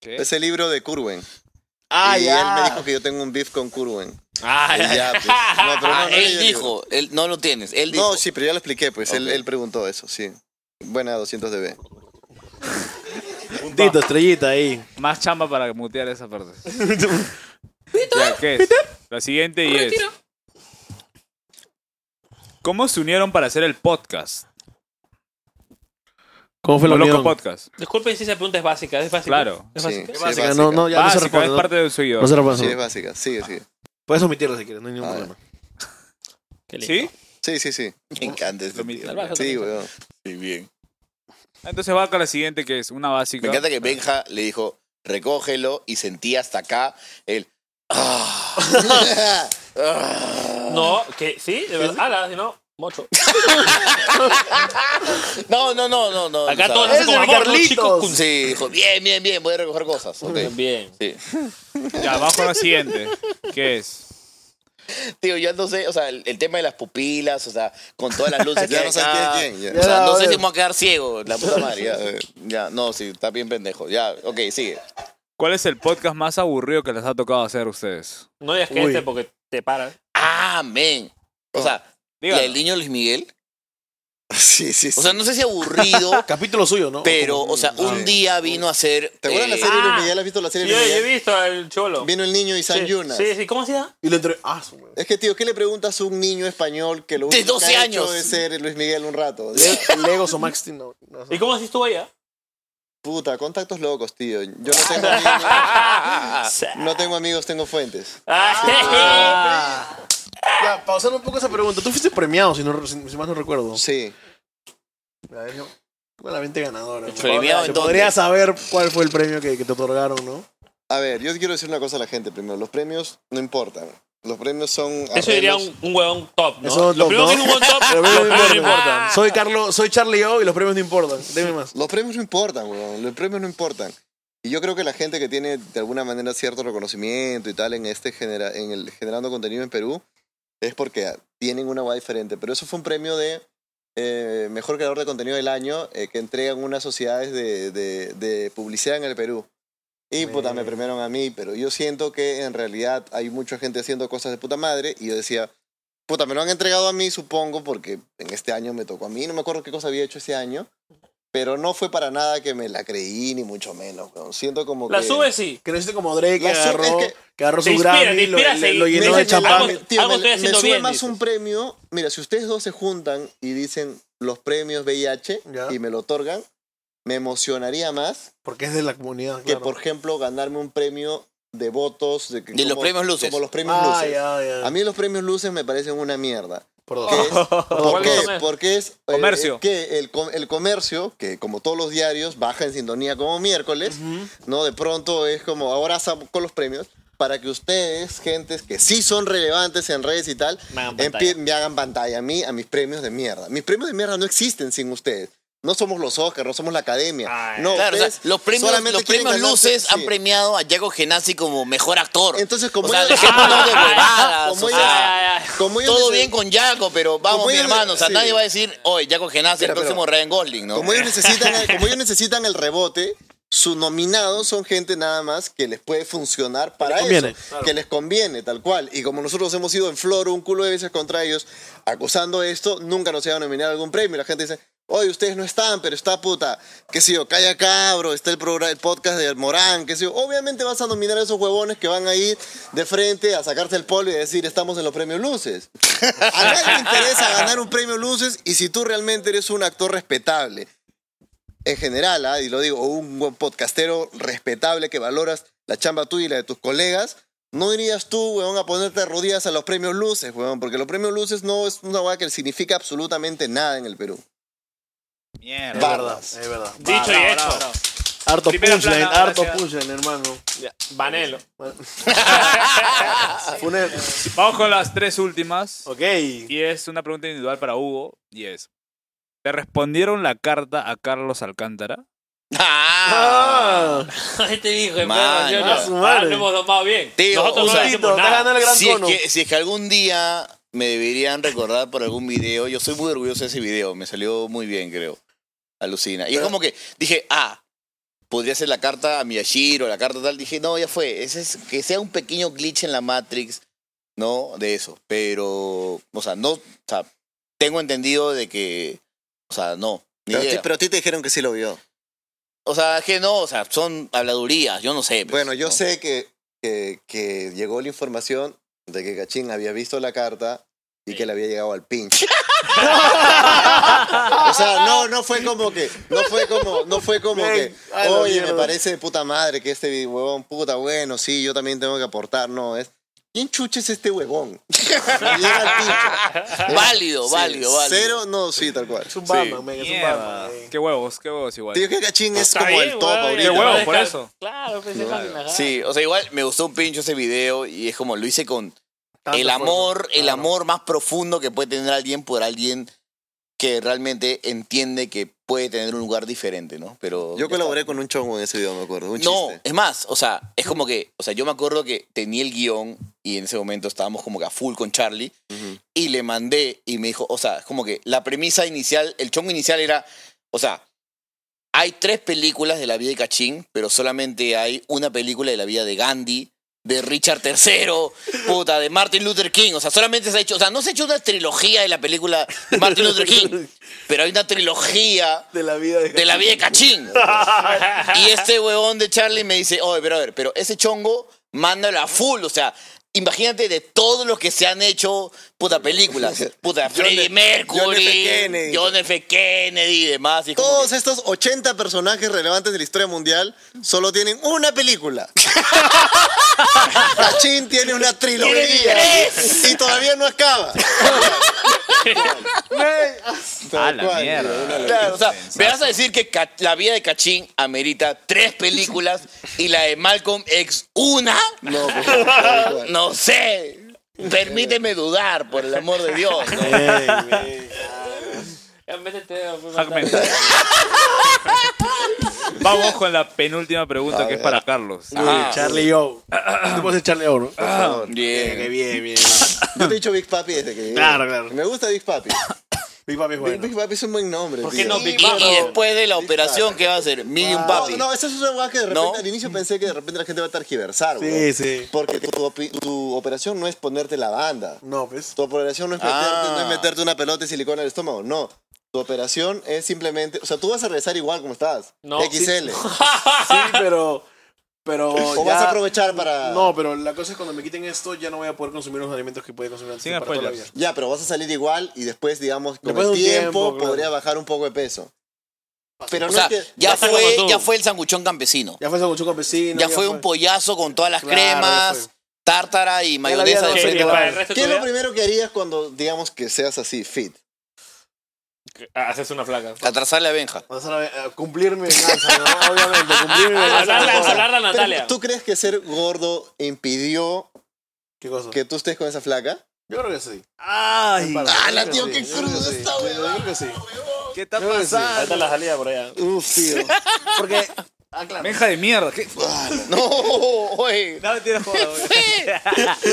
[SPEAKER 2] ¿Qué?
[SPEAKER 4] Pues-
[SPEAKER 5] Es el libro de Curwen.
[SPEAKER 3] Ah,
[SPEAKER 5] y
[SPEAKER 3] ya.
[SPEAKER 5] él me dijo que yo tengo un beef con Curwen.
[SPEAKER 1] Ah,
[SPEAKER 5] Y ya, pues. No, pero no,
[SPEAKER 4] Ah,
[SPEAKER 5] no leí
[SPEAKER 4] él
[SPEAKER 5] el libro.
[SPEAKER 4] dijo, él, no lo tienes, él dijo.
[SPEAKER 5] No, sí, pero ya lo expliqué, pues. Él,
[SPEAKER 4] Ok.
[SPEAKER 5] él preguntó eso, sí. Buena 200 dB.
[SPEAKER 3] Puntito, estrellita ahí.
[SPEAKER 2] Más chamba para mutear esa parte. ya, ¿qué es? La siguiente y es. ¿Cómo se unieron para hacer el podcast?
[SPEAKER 3] ¿Cómo fue la
[SPEAKER 2] Loco
[SPEAKER 3] unión?
[SPEAKER 2] Podcast.
[SPEAKER 1] Disculpen si esa pregunta es básica, es básica.
[SPEAKER 2] Claro.
[SPEAKER 1] Es
[SPEAKER 5] Sí,
[SPEAKER 1] básica.
[SPEAKER 5] sí, es
[SPEAKER 3] Básica,
[SPEAKER 5] básica.
[SPEAKER 3] no, no, ya no se
[SPEAKER 2] Básica, es
[SPEAKER 3] responde.
[SPEAKER 2] parte de su
[SPEAKER 3] No,
[SPEAKER 2] seguidor.
[SPEAKER 3] no se responde.
[SPEAKER 5] Sí, es básica. Sigue, sigue.
[SPEAKER 3] Puedes omitirlo si quieres, no hay ningún
[SPEAKER 5] Ah,
[SPEAKER 3] problema.
[SPEAKER 1] Qué lindo.
[SPEAKER 2] ¿Sí?
[SPEAKER 5] Sí, sí, sí.
[SPEAKER 4] Me encanta este
[SPEAKER 2] Lo mismo.
[SPEAKER 4] tío.
[SPEAKER 1] Salvaje,
[SPEAKER 5] Sí,
[SPEAKER 1] salvaje.
[SPEAKER 5] weón.
[SPEAKER 4] Muy bien.
[SPEAKER 2] Entonces va con la siguiente que es una básica.
[SPEAKER 4] Me encanta que Benja le dijo, recógelo y sentí hasta acá el... "Ah".
[SPEAKER 1] No, que sí, de verdad. Ala, si no, mocho.
[SPEAKER 4] no, no, no, no, no.
[SPEAKER 1] Acá
[SPEAKER 4] no
[SPEAKER 1] todos
[SPEAKER 4] sabe.
[SPEAKER 1] hacen como
[SPEAKER 3] de
[SPEAKER 1] amor, ¿no,
[SPEAKER 3] Carlitos.
[SPEAKER 1] chicos? Con-
[SPEAKER 4] Sí, dijo, bien, bien, bien, voy a recoger cosas. Ok.
[SPEAKER 1] Bien.
[SPEAKER 4] Sí.
[SPEAKER 2] Ya, vamos con la siguiente. ¿Qué es?
[SPEAKER 4] Tío, yo no sé, o sea, el, el tema de las pupilas, o sea, con todas las luces que
[SPEAKER 5] Ya
[SPEAKER 4] hay
[SPEAKER 5] no sabes
[SPEAKER 4] acá.
[SPEAKER 5] quién es quién, ya.
[SPEAKER 4] O sea,
[SPEAKER 3] Ya,
[SPEAKER 4] no
[SPEAKER 3] a
[SPEAKER 4] sé
[SPEAKER 3] ver.
[SPEAKER 4] si me voy a quedar ciego, la puta madre. Ya, eh, ya, no, sí, está bien pendejo. Ya, ok, sigue.
[SPEAKER 2] ¿Cuál es el podcast más aburrido que les ha tocado hacer a ustedes?
[SPEAKER 1] No digas que
[SPEAKER 3] Uy.
[SPEAKER 1] este porque te paras.
[SPEAKER 4] Ah, men. O sea, la
[SPEAKER 2] Díganlo.
[SPEAKER 4] del niño Luis Miguel.
[SPEAKER 5] Sí, sí, sí.
[SPEAKER 4] O sea, no sé si aburrido,
[SPEAKER 3] Capítulo suyo, ¿no? ah,
[SPEAKER 4] pero, o sea,
[SPEAKER 5] como-
[SPEAKER 4] un día vino a ser...
[SPEAKER 5] ¿Te acuerdas la
[SPEAKER 4] eh,
[SPEAKER 5] serie
[SPEAKER 1] ah.
[SPEAKER 5] Luis Miguel? ¿Has visto la
[SPEAKER 1] Sí,
[SPEAKER 5] serie
[SPEAKER 1] yo,
[SPEAKER 5] Luis
[SPEAKER 1] yo he
[SPEAKER 5] Miguel?
[SPEAKER 1] visto al cholo.
[SPEAKER 5] Vino el niño y San
[SPEAKER 1] sí,
[SPEAKER 5] Yunas.
[SPEAKER 1] sí, sí, ¿cómo se llama?
[SPEAKER 3] Y lo entre. Ah, su madre.
[SPEAKER 5] Es que, tío, ¿qué le preguntas a un niño español que lo
[SPEAKER 4] De
[SPEAKER 5] único
[SPEAKER 4] 12
[SPEAKER 5] que ha
[SPEAKER 4] años.
[SPEAKER 5] hecho es ser Luis Miguel un rato?
[SPEAKER 3] Le- Legos o Max Steel, no, no sé.
[SPEAKER 1] ¿Y cómo así estuvo ah? allá?
[SPEAKER 5] Puta, contactos locos, tío. Yo no tengo amigos,
[SPEAKER 1] Ah.
[SPEAKER 5] no tengo, amigos, tengo fuentes.
[SPEAKER 3] Ah. Ya, pausando un poco esa pregunta. Tú fuiste premiado, si, no, si, si más no recuerdo.
[SPEAKER 5] Sí.
[SPEAKER 3] Ya, es Claramente ganadora. ¿no?
[SPEAKER 4] Premiado,
[SPEAKER 3] Se
[SPEAKER 4] ¿en dónde?
[SPEAKER 3] podría saber cuál fue el premio que, que te otorgaron, ¿no?
[SPEAKER 5] A ver, yo quiero decir una cosa a la gente primero. Los premios no importan. Los premios son.
[SPEAKER 1] Eso diría
[SPEAKER 5] arreglos.
[SPEAKER 1] un, un huevón top, ¿no?
[SPEAKER 3] Eso es
[SPEAKER 1] Lo
[SPEAKER 3] top,
[SPEAKER 1] primero
[SPEAKER 3] ¿no?
[SPEAKER 1] que es un huevón top, Ah,
[SPEAKER 3] Pero
[SPEAKER 1] los
[SPEAKER 3] no
[SPEAKER 1] premios no
[SPEAKER 3] importa.
[SPEAKER 1] importan.
[SPEAKER 3] Soy Carlos, soy Charlie O y los premios no importan. Deme más.
[SPEAKER 5] Los premios no importan, weón. Los premios no importan. Y yo creo que la gente que tiene de alguna manera cierto reconocimiento y tal en este genera- en el generando contenido en Perú es porque tienen una guay diferente. Pero eso fue un premio de eh, mejor creador de contenido del año eh, que entregan unas sociedades de, de- de publicidad en el Perú. Y puta, me premiaron a mí, pero yo siento que en realidad hay mucha gente haciendo cosas de puta madre y yo decía, puta, me lo han entregado a mí, supongo, porque en este año me tocó a mí, no me acuerdo qué cosa había hecho ese año, pero no fue para nada que me la creí, ni mucho menos. weón. Siento como
[SPEAKER 1] La
[SPEAKER 5] que...
[SPEAKER 1] sube sí.
[SPEAKER 3] Creciste como Drake, que
[SPEAKER 5] La sub-
[SPEAKER 3] agarró,
[SPEAKER 5] es que-
[SPEAKER 3] que agarró su
[SPEAKER 1] Te inspira,
[SPEAKER 3] Grammy,
[SPEAKER 1] te
[SPEAKER 3] lo,
[SPEAKER 1] inspira a
[SPEAKER 3] le-
[SPEAKER 1] seguir.
[SPEAKER 3] lo
[SPEAKER 5] Me
[SPEAKER 1] Y
[SPEAKER 3] llenó
[SPEAKER 1] dice,
[SPEAKER 5] dicen,
[SPEAKER 3] de champán.
[SPEAKER 1] algo-
[SPEAKER 5] tío, me,
[SPEAKER 1] estoy
[SPEAKER 5] me
[SPEAKER 1] haciendo
[SPEAKER 5] sube
[SPEAKER 1] bien,
[SPEAKER 5] más
[SPEAKER 1] dices.
[SPEAKER 5] un premio. Mira, si ustedes dos se juntan y dicen los premios VIH
[SPEAKER 3] Ya.
[SPEAKER 5] y me lo otorgan, me emocionaría más
[SPEAKER 3] Porque es de la comunidad,
[SPEAKER 5] que,
[SPEAKER 3] claro.
[SPEAKER 5] por ejemplo, ganarme un premio devotos de, que
[SPEAKER 4] De los premios Luces.
[SPEAKER 5] Como los premios
[SPEAKER 3] Ah,
[SPEAKER 5] luces.
[SPEAKER 3] ya, ya.
[SPEAKER 5] A mí los premios luces me parecen una mierda.
[SPEAKER 3] Por dos.
[SPEAKER 5] ¿Qué es? ¿Por
[SPEAKER 1] ¿Cuáles
[SPEAKER 5] qué?
[SPEAKER 1] son?
[SPEAKER 5] Porque es eh,
[SPEAKER 2] Comercio.
[SPEAKER 5] es que el, com- el comercio, que como todos los diarios, baja en sintonía como miércoles, ¿no? De pronto es como ahora sa- con los premios para que ustedes, gentes que sí son relevantes en redes y tal,
[SPEAKER 1] Me hagan
[SPEAKER 5] empie-
[SPEAKER 1] pantalla.
[SPEAKER 5] me hagan pantalla a mí, a mis premios de mierda. Mis premios de mierda no existen sin ustedes. No somos los Oscars, no somos la academia.
[SPEAKER 1] Ay.
[SPEAKER 5] no,
[SPEAKER 4] Claro, o sea,
[SPEAKER 5] ustedes
[SPEAKER 4] los premios,
[SPEAKER 5] solamente
[SPEAKER 4] los
[SPEAKER 5] quieren
[SPEAKER 4] premios
[SPEAKER 5] ganarse-
[SPEAKER 4] Luces han
[SPEAKER 5] sí.
[SPEAKER 4] premiado a Diego Genasi como mejor actor.
[SPEAKER 5] Entonces, como
[SPEAKER 4] o sea,
[SPEAKER 5] ellos-
[SPEAKER 4] dejémonos de
[SPEAKER 1] Ah,
[SPEAKER 4] huevadas,
[SPEAKER 5] como
[SPEAKER 4] o
[SPEAKER 5] ellos-
[SPEAKER 4] sea,
[SPEAKER 5] como ellos
[SPEAKER 4] todo
[SPEAKER 5] les-
[SPEAKER 4] bien con Jaco, pero vamos,
[SPEAKER 5] como
[SPEAKER 4] mi
[SPEAKER 5] ellos-
[SPEAKER 4] hermano. O sea,
[SPEAKER 5] sí.
[SPEAKER 4] nadie va a decir, oye, Jaco Genasi es el
[SPEAKER 5] Pero, pero-
[SPEAKER 4] próximo Ryan Gosling, ¿no?
[SPEAKER 5] Como ellos necesitan, el- como ellos necesitan el rebote, sus nominados son gente nada más que les puede funcionar para
[SPEAKER 3] les conviene,
[SPEAKER 5] eso, que les conviene, tal cual. Y como nosotros hemos ido en flor un culo de veces contra ellos, acusando esto, nunca nos iban a nominar algún premio. La gente dice, oye, ustedes no están, pero está puta, qué sé yo, calla cabro, está el, progra- el podcast de Morán, qué sé yo. Obviamente vas a nominar a esos huevones que van a ir de frente a sacarse el polvo y decir, estamos en los premios luces. A nadie le interesa ganar un premio luces y si tú realmente eres un actor respetable en general, ¿ah? y lo digo, o un buen podcastero respetable que valoras la chamba tuya y la de tus colegas, no irías tú, weón, a ponerte de rodillas a los premios luces, weón, porque los premios luces no es una weá que significa absolutamente nada en el Perú.
[SPEAKER 2] Mierda.
[SPEAKER 3] Es verdad, es verdad.
[SPEAKER 1] Dicho y hecho.
[SPEAKER 3] Harto
[SPEAKER 1] Primera
[SPEAKER 3] punchline,
[SPEAKER 1] plana,
[SPEAKER 3] harto
[SPEAKER 1] gracias.
[SPEAKER 3] punchline, hermano.
[SPEAKER 1] Ya, Vanelo.
[SPEAKER 3] Funel.
[SPEAKER 2] Vamos con las tres últimas.
[SPEAKER 3] e- Ok.
[SPEAKER 2] Y es una pregunta individual para Hugo. Y es: ¿Te respondieron la carta a Carlos Alcántara?
[SPEAKER 4] Ah.
[SPEAKER 3] Ah,
[SPEAKER 1] este hijo de
[SPEAKER 4] Man,
[SPEAKER 1] perra, yo
[SPEAKER 4] ah,
[SPEAKER 1] no-
[SPEAKER 3] su madre.
[SPEAKER 1] Ah, lo hemos tomado bien.
[SPEAKER 4] Tío,
[SPEAKER 1] Nosotros
[SPEAKER 4] o
[SPEAKER 1] no
[SPEAKER 4] sea,
[SPEAKER 1] decimos
[SPEAKER 3] Tito, te
[SPEAKER 1] nada.
[SPEAKER 3] ganó el gran
[SPEAKER 4] si, es
[SPEAKER 3] cono.
[SPEAKER 4] que, si es que algún día me deberían recordar por algún video, yo soy muy orgulloso de ese video, me salió muy bien, creo. Alucina. Y es como que dije, ah, podría ser la carta a Miyashiro, la carta tal. Dije, no, ya fue. Ese es, que sea un pequeño glitch en la Matrix, ¿no? De eso. Pero, o sea, no, o sea, tengo entendido de que, o sea, no. Ni
[SPEAKER 5] Pero, a ti-
[SPEAKER 4] idea.
[SPEAKER 5] pero a ti te dijeron que sí lo vio.
[SPEAKER 4] o sea, que no, o sea, son habladurías, yo no sé. pues,
[SPEAKER 5] Bueno, yo
[SPEAKER 4] ¿no?
[SPEAKER 5] sé que, que, que llegó la información de que Cachín había visto la carta y que le había llegado al pinche. o sea, no, no fue como que, no fue como, no fue como
[SPEAKER 3] Ven,
[SPEAKER 5] que,
[SPEAKER 3] a la
[SPEAKER 5] oye, me
[SPEAKER 3] mierda".
[SPEAKER 5] parece de puta madre que este huevón, puta, bueno, sí, yo también tengo que aportar, no, es, ¿quién chucha es este huevón? Y llega al pinche.
[SPEAKER 4] Válido,
[SPEAKER 5] Sí,
[SPEAKER 4] válido, válido.
[SPEAKER 5] Cero, no, sí, tal cual.
[SPEAKER 3] es un Batman, men, es un
[SPEAKER 2] Mierda.
[SPEAKER 3] Batman. eh.
[SPEAKER 2] Qué huevos, qué huevos igual.
[SPEAKER 5] Tío, que Cachín es
[SPEAKER 1] Está
[SPEAKER 5] como
[SPEAKER 1] bien,
[SPEAKER 5] el top
[SPEAKER 1] weón, ya
[SPEAKER 5] ahorita.
[SPEAKER 2] De
[SPEAKER 1] está,
[SPEAKER 2] huevo,
[SPEAKER 1] deja-
[SPEAKER 2] por eso.
[SPEAKER 1] Claro, pues es la cagada.
[SPEAKER 4] Sí, o sea, igual me gustó un pincho ese video y es como lo hice con
[SPEAKER 3] Tanto
[SPEAKER 4] el
[SPEAKER 3] esfuerzo.
[SPEAKER 4] amor, el
[SPEAKER 3] Claro.
[SPEAKER 4] amor más profundo que puede tener alguien por alguien que realmente entiende que puede tener un lugar diferente, ¿no? Pero
[SPEAKER 5] Yo
[SPEAKER 4] ya
[SPEAKER 5] colaboré
[SPEAKER 4] está.
[SPEAKER 5] con un chongo en ese video, me acuerdo, un
[SPEAKER 4] No,
[SPEAKER 5] chiste.
[SPEAKER 4] es más, o sea, es como que, o sea, yo me acuerdo que tenía el guión y en ese momento estábamos como que a full con Charlie y le mandé y me dijo, o sea, es como que la premisa inicial, el chongo inicial era, o sea, hay tres películas de la vida de Cachín, pero solamente hay una película de la vida de Gandhi, de Richard III, puta, de Martin Luther King. O sea, solamente se ha hecho, o sea, no se ha hecho una trilogía de la película de Martin Luther King, pero hay una trilogía
[SPEAKER 3] De la vida de,
[SPEAKER 4] de la vida de Cachín. Y este huevón de Charlie me dice, oye, pero a ver, pero ese chongo, mándalo a full, o sea... Imagínate de todos los que se han hecho, puta, películas. Puta, Freddie Mercury,
[SPEAKER 5] John F. Kennedy.
[SPEAKER 4] John F. Kennedy y demás. y es como que-
[SPEAKER 5] Todos estos 80 personajes relevantes de la historia mundial solo tienen una película. Cachín tiene una trilogía y todavía no acaba.
[SPEAKER 2] A
[SPEAKER 5] Tal
[SPEAKER 2] la
[SPEAKER 5] cual,
[SPEAKER 2] mierda.
[SPEAKER 5] tío, una locura.
[SPEAKER 4] Claro, o sea, me vas a decir que Ca- la vida de Cachín amerita tres películas y la de Malcolm X una.
[SPEAKER 5] No, pues, tal cual.
[SPEAKER 4] No sé. Permíteme dudar, por el amor de Dios. ¿no?
[SPEAKER 1] Ya, métete, pues,
[SPEAKER 2] Hack
[SPEAKER 1] mandale.
[SPEAKER 2] mental. Vamos con la penúltima pregunta que es para Carlos.
[SPEAKER 3] Uy, Ah. Charlie O. Tú puedes ser Charlie O, ¿no? Qué
[SPEAKER 4] Bien.
[SPEAKER 3] bien, bien.
[SPEAKER 5] Yo te he dicho Big Papi desde que llegué.
[SPEAKER 3] Claro, claro.
[SPEAKER 5] Me gusta Big Papi.
[SPEAKER 3] Big Papi es
[SPEAKER 5] Big,
[SPEAKER 3] bueno.
[SPEAKER 5] Big Papi es un buen nombre.
[SPEAKER 1] ¿Por qué
[SPEAKER 5] tío.
[SPEAKER 1] no
[SPEAKER 4] Y,
[SPEAKER 1] Big
[SPEAKER 4] y
[SPEAKER 1] Papi?
[SPEAKER 4] después de la operación, ¿qué va a hacer? Medium Papi.
[SPEAKER 5] Ah, No, no, esa es una weá que de repente
[SPEAKER 4] No.
[SPEAKER 5] al inicio pensé que de repente la gente va a tergiversar,
[SPEAKER 3] Sí,
[SPEAKER 5] weón.
[SPEAKER 3] sí.
[SPEAKER 5] Porque tu, opi- tu operación no es ponerte la banda.
[SPEAKER 3] No, pues.
[SPEAKER 5] Tu operación no es, meterte,
[SPEAKER 4] Ah.
[SPEAKER 5] no es meterte una pelota de silicona al estómago, no. Tu operación es simplemente, o sea, tú vas a regresar igual como estás,
[SPEAKER 1] No,
[SPEAKER 5] XL.
[SPEAKER 3] Sí, pero. Pero.
[SPEAKER 5] O
[SPEAKER 3] ya-
[SPEAKER 5] vas a aprovechar para
[SPEAKER 3] No, pero la cosa es cuando me quiten esto, ya no voy a poder consumir los alimentos que podía consumir antes
[SPEAKER 2] Sin
[SPEAKER 3] para toda la
[SPEAKER 2] spoilers.
[SPEAKER 3] vida.
[SPEAKER 5] ya, pero vas a salir igual y después digamos con
[SPEAKER 3] Después de
[SPEAKER 5] el
[SPEAKER 3] un
[SPEAKER 5] tiempo,
[SPEAKER 3] tiempo, claro.
[SPEAKER 5] podría bajar un poco de peso.
[SPEAKER 4] Pero
[SPEAKER 5] Pero
[SPEAKER 4] o
[SPEAKER 5] no
[SPEAKER 4] sea,
[SPEAKER 5] es que-
[SPEAKER 4] ya,
[SPEAKER 1] Basta como
[SPEAKER 4] fue,
[SPEAKER 1] tú.
[SPEAKER 4] ya fue el sanguchón campesino.
[SPEAKER 3] Ya fue Sabuchón Campesino.
[SPEAKER 4] ya fue un pollazo con todas las
[SPEAKER 3] Claro, ya
[SPEAKER 4] cremas,
[SPEAKER 3] fue.
[SPEAKER 4] tártara y
[SPEAKER 3] la
[SPEAKER 4] mayonesa
[SPEAKER 3] vida
[SPEAKER 4] de
[SPEAKER 3] no
[SPEAKER 1] ¿Qué,
[SPEAKER 4] frente.
[SPEAKER 1] y para el resto de
[SPEAKER 5] ¿Qué es
[SPEAKER 1] tu
[SPEAKER 5] lo
[SPEAKER 1] vida?
[SPEAKER 5] primero que harías cuando, digamos, que seas así, fit?
[SPEAKER 1] Ah, Haces una flaca.
[SPEAKER 4] Atrasarle a Benja.
[SPEAKER 3] O sea, a cumplir mi venganza, ¿no? Obviamente, cumplir mi venganza.
[SPEAKER 1] Hablarla,
[SPEAKER 3] ¿no?
[SPEAKER 1] hablarla a
[SPEAKER 5] Pero,
[SPEAKER 1] Natalia.
[SPEAKER 5] ¿Tú crees que ser gordo impidió
[SPEAKER 3] ¿Qué cosa?
[SPEAKER 5] que tú estés con esa flaca?
[SPEAKER 3] Yo creo que sí.
[SPEAKER 2] ¡Ay!
[SPEAKER 3] ¡Hala,
[SPEAKER 5] tío, qué crudo esta
[SPEAKER 3] Yo creo que sí.
[SPEAKER 2] ¿Qué está
[SPEAKER 3] Yo creo que sí.
[SPEAKER 1] Ahí está la salida por allá.
[SPEAKER 5] Uf, tío.
[SPEAKER 3] Porque, ah, claro.
[SPEAKER 2] Menja de mierda. ¿Qué?
[SPEAKER 4] No, oye.
[SPEAKER 2] No, mentira, joda, güey.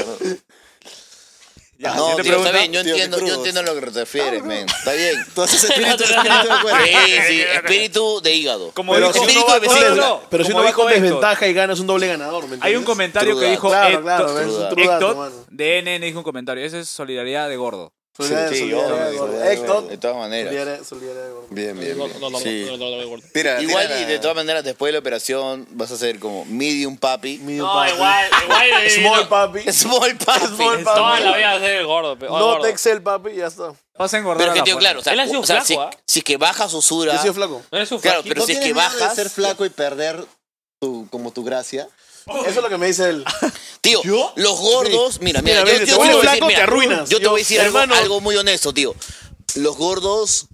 [SPEAKER 4] No,
[SPEAKER 5] siguiente
[SPEAKER 4] tío,
[SPEAKER 5] pregunta.
[SPEAKER 4] está bien, yo
[SPEAKER 5] Tío, qué
[SPEAKER 4] entiendo, yo
[SPEAKER 5] crudos.
[SPEAKER 4] entiendo a lo que te refieres, men. Está bien.
[SPEAKER 5] Entonces, espíritu, espíritu de
[SPEAKER 4] Sí,
[SPEAKER 5] cuerpo.
[SPEAKER 4] sí, espíritu de hígado.
[SPEAKER 2] Como
[SPEAKER 3] Pero
[SPEAKER 2] dijo,
[SPEAKER 3] si
[SPEAKER 4] uno
[SPEAKER 2] no
[SPEAKER 4] va
[SPEAKER 2] va,
[SPEAKER 4] con
[SPEAKER 2] no, no,
[SPEAKER 4] desventaja-
[SPEAKER 2] no.
[SPEAKER 3] Pero si
[SPEAKER 2] Como
[SPEAKER 3] uno va
[SPEAKER 2] dijo
[SPEAKER 3] con
[SPEAKER 2] Héctor,
[SPEAKER 3] desventaja y gana, es un doble ganador. ¿me
[SPEAKER 2] Hay un
[SPEAKER 3] entiendes?
[SPEAKER 2] comentario que
[SPEAKER 4] Trudazo.
[SPEAKER 2] dijo
[SPEAKER 3] Claro,
[SPEAKER 2] Héctor,
[SPEAKER 3] claro, es un
[SPEAKER 4] Héctor-
[SPEAKER 3] trudazo,
[SPEAKER 2] Héctor
[SPEAKER 3] mano.
[SPEAKER 2] de NN dijo un comentario. Esa es solidaridad de gordo.
[SPEAKER 3] Solidaridad,
[SPEAKER 4] Sí,
[SPEAKER 3] solidaridad,
[SPEAKER 4] obvio,
[SPEAKER 3] gordo.
[SPEAKER 4] solidaridad,
[SPEAKER 3] Héctor,
[SPEAKER 4] De todas maneras.
[SPEAKER 3] solidaridad, solidaridad, gordo.
[SPEAKER 5] Bien, bien,
[SPEAKER 1] No, no, no, no,
[SPEAKER 5] bien. Sí.
[SPEAKER 1] no, no, no, no.
[SPEAKER 5] Tira,
[SPEAKER 4] Igual
[SPEAKER 5] tira
[SPEAKER 4] y
[SPEAKER 5] la-
[SPEAKER 4] de todas maneras después de la operación vas a ser como medium papi.
[SPEAKER 3] Mío,
[SPEAKER 1] No,
[SPEAKER 3] papi.
[SPEAKER 1] igual, igual.
[SPEAKER 3] eh, Small
[SPEAKER 1] no,
[SPEAKER 3] papi.
[SPEAKER 4] Small papi.
[SPEAKER 3] Small papi.
[SPEAKER 1] Toda la vida hacer el gordo. pe- oh,
[SPEAKER 3] No
[SPEAKER 1] gordo.
[SPEAKER 3] te excel, papi, y ya está.
[SPEAKER 2] Vas a engordar.
[SPEAKER 4] Pero es
[SPEAKER 2] a
[SPEAKER 4] que
[SPEAKER 2] la
[SPEAKER 4] tío,
[SPEAKER 2] fuerza.
[SPEAKER 4] claro, o sea,
[SPEAKER 1] pues. Él ha sido
[SPEAKER 4] o sea,
[SPEAKER 1] flaco,
[SPEAKER 4] si,
[SPEAKER 1] ¿ah?
[SPEAKER 4] si es que bajas usura,
[SPEAKER 3] Yo soy flaco.
[SPEAKER 1] No eres un
[SPEAKER 4] Claro,
[SPEAKER 1] flaquito.
[SPEAKER 4] pero
[SPEAKER 5] ¿No
[SPEAKER 4] si es
[SPEAKER 5] tienes
[SPEAKER 4] que
[SPEAKER 5] miedo
[SPEAKER 4] bajas-
[SPEAKER 5] de ser flaco y perder tu, como tu gracia?
[SPEAKER 3] Eso es lo que me dice él.
[SPEAKER 4] tío,
[SPEAKER 3] ¿Yo?
[SPEAKER 4] los gordos, mira, mira,
[SPEAKER 3] Mira, ves,
[SPEAKER 4] yo,
[SPEAKER 3] te
[SPEAKER 4] yo te voy a
[SPEAKER 3] vuelves
[SPEAKER 4] decir,
[SPEAKER 3] flaco,
[SPEAKER 4] mira,
[SPEAKER 3] te arruinas.
[SPEAKER 4] yo te voy a decir
[SPEAKER 3] Yo-
[SPEAKER 4] algo,
[SPEAKER 3] hermano.
[SPEAKER 4] algo muy honesto, tío. Los gordos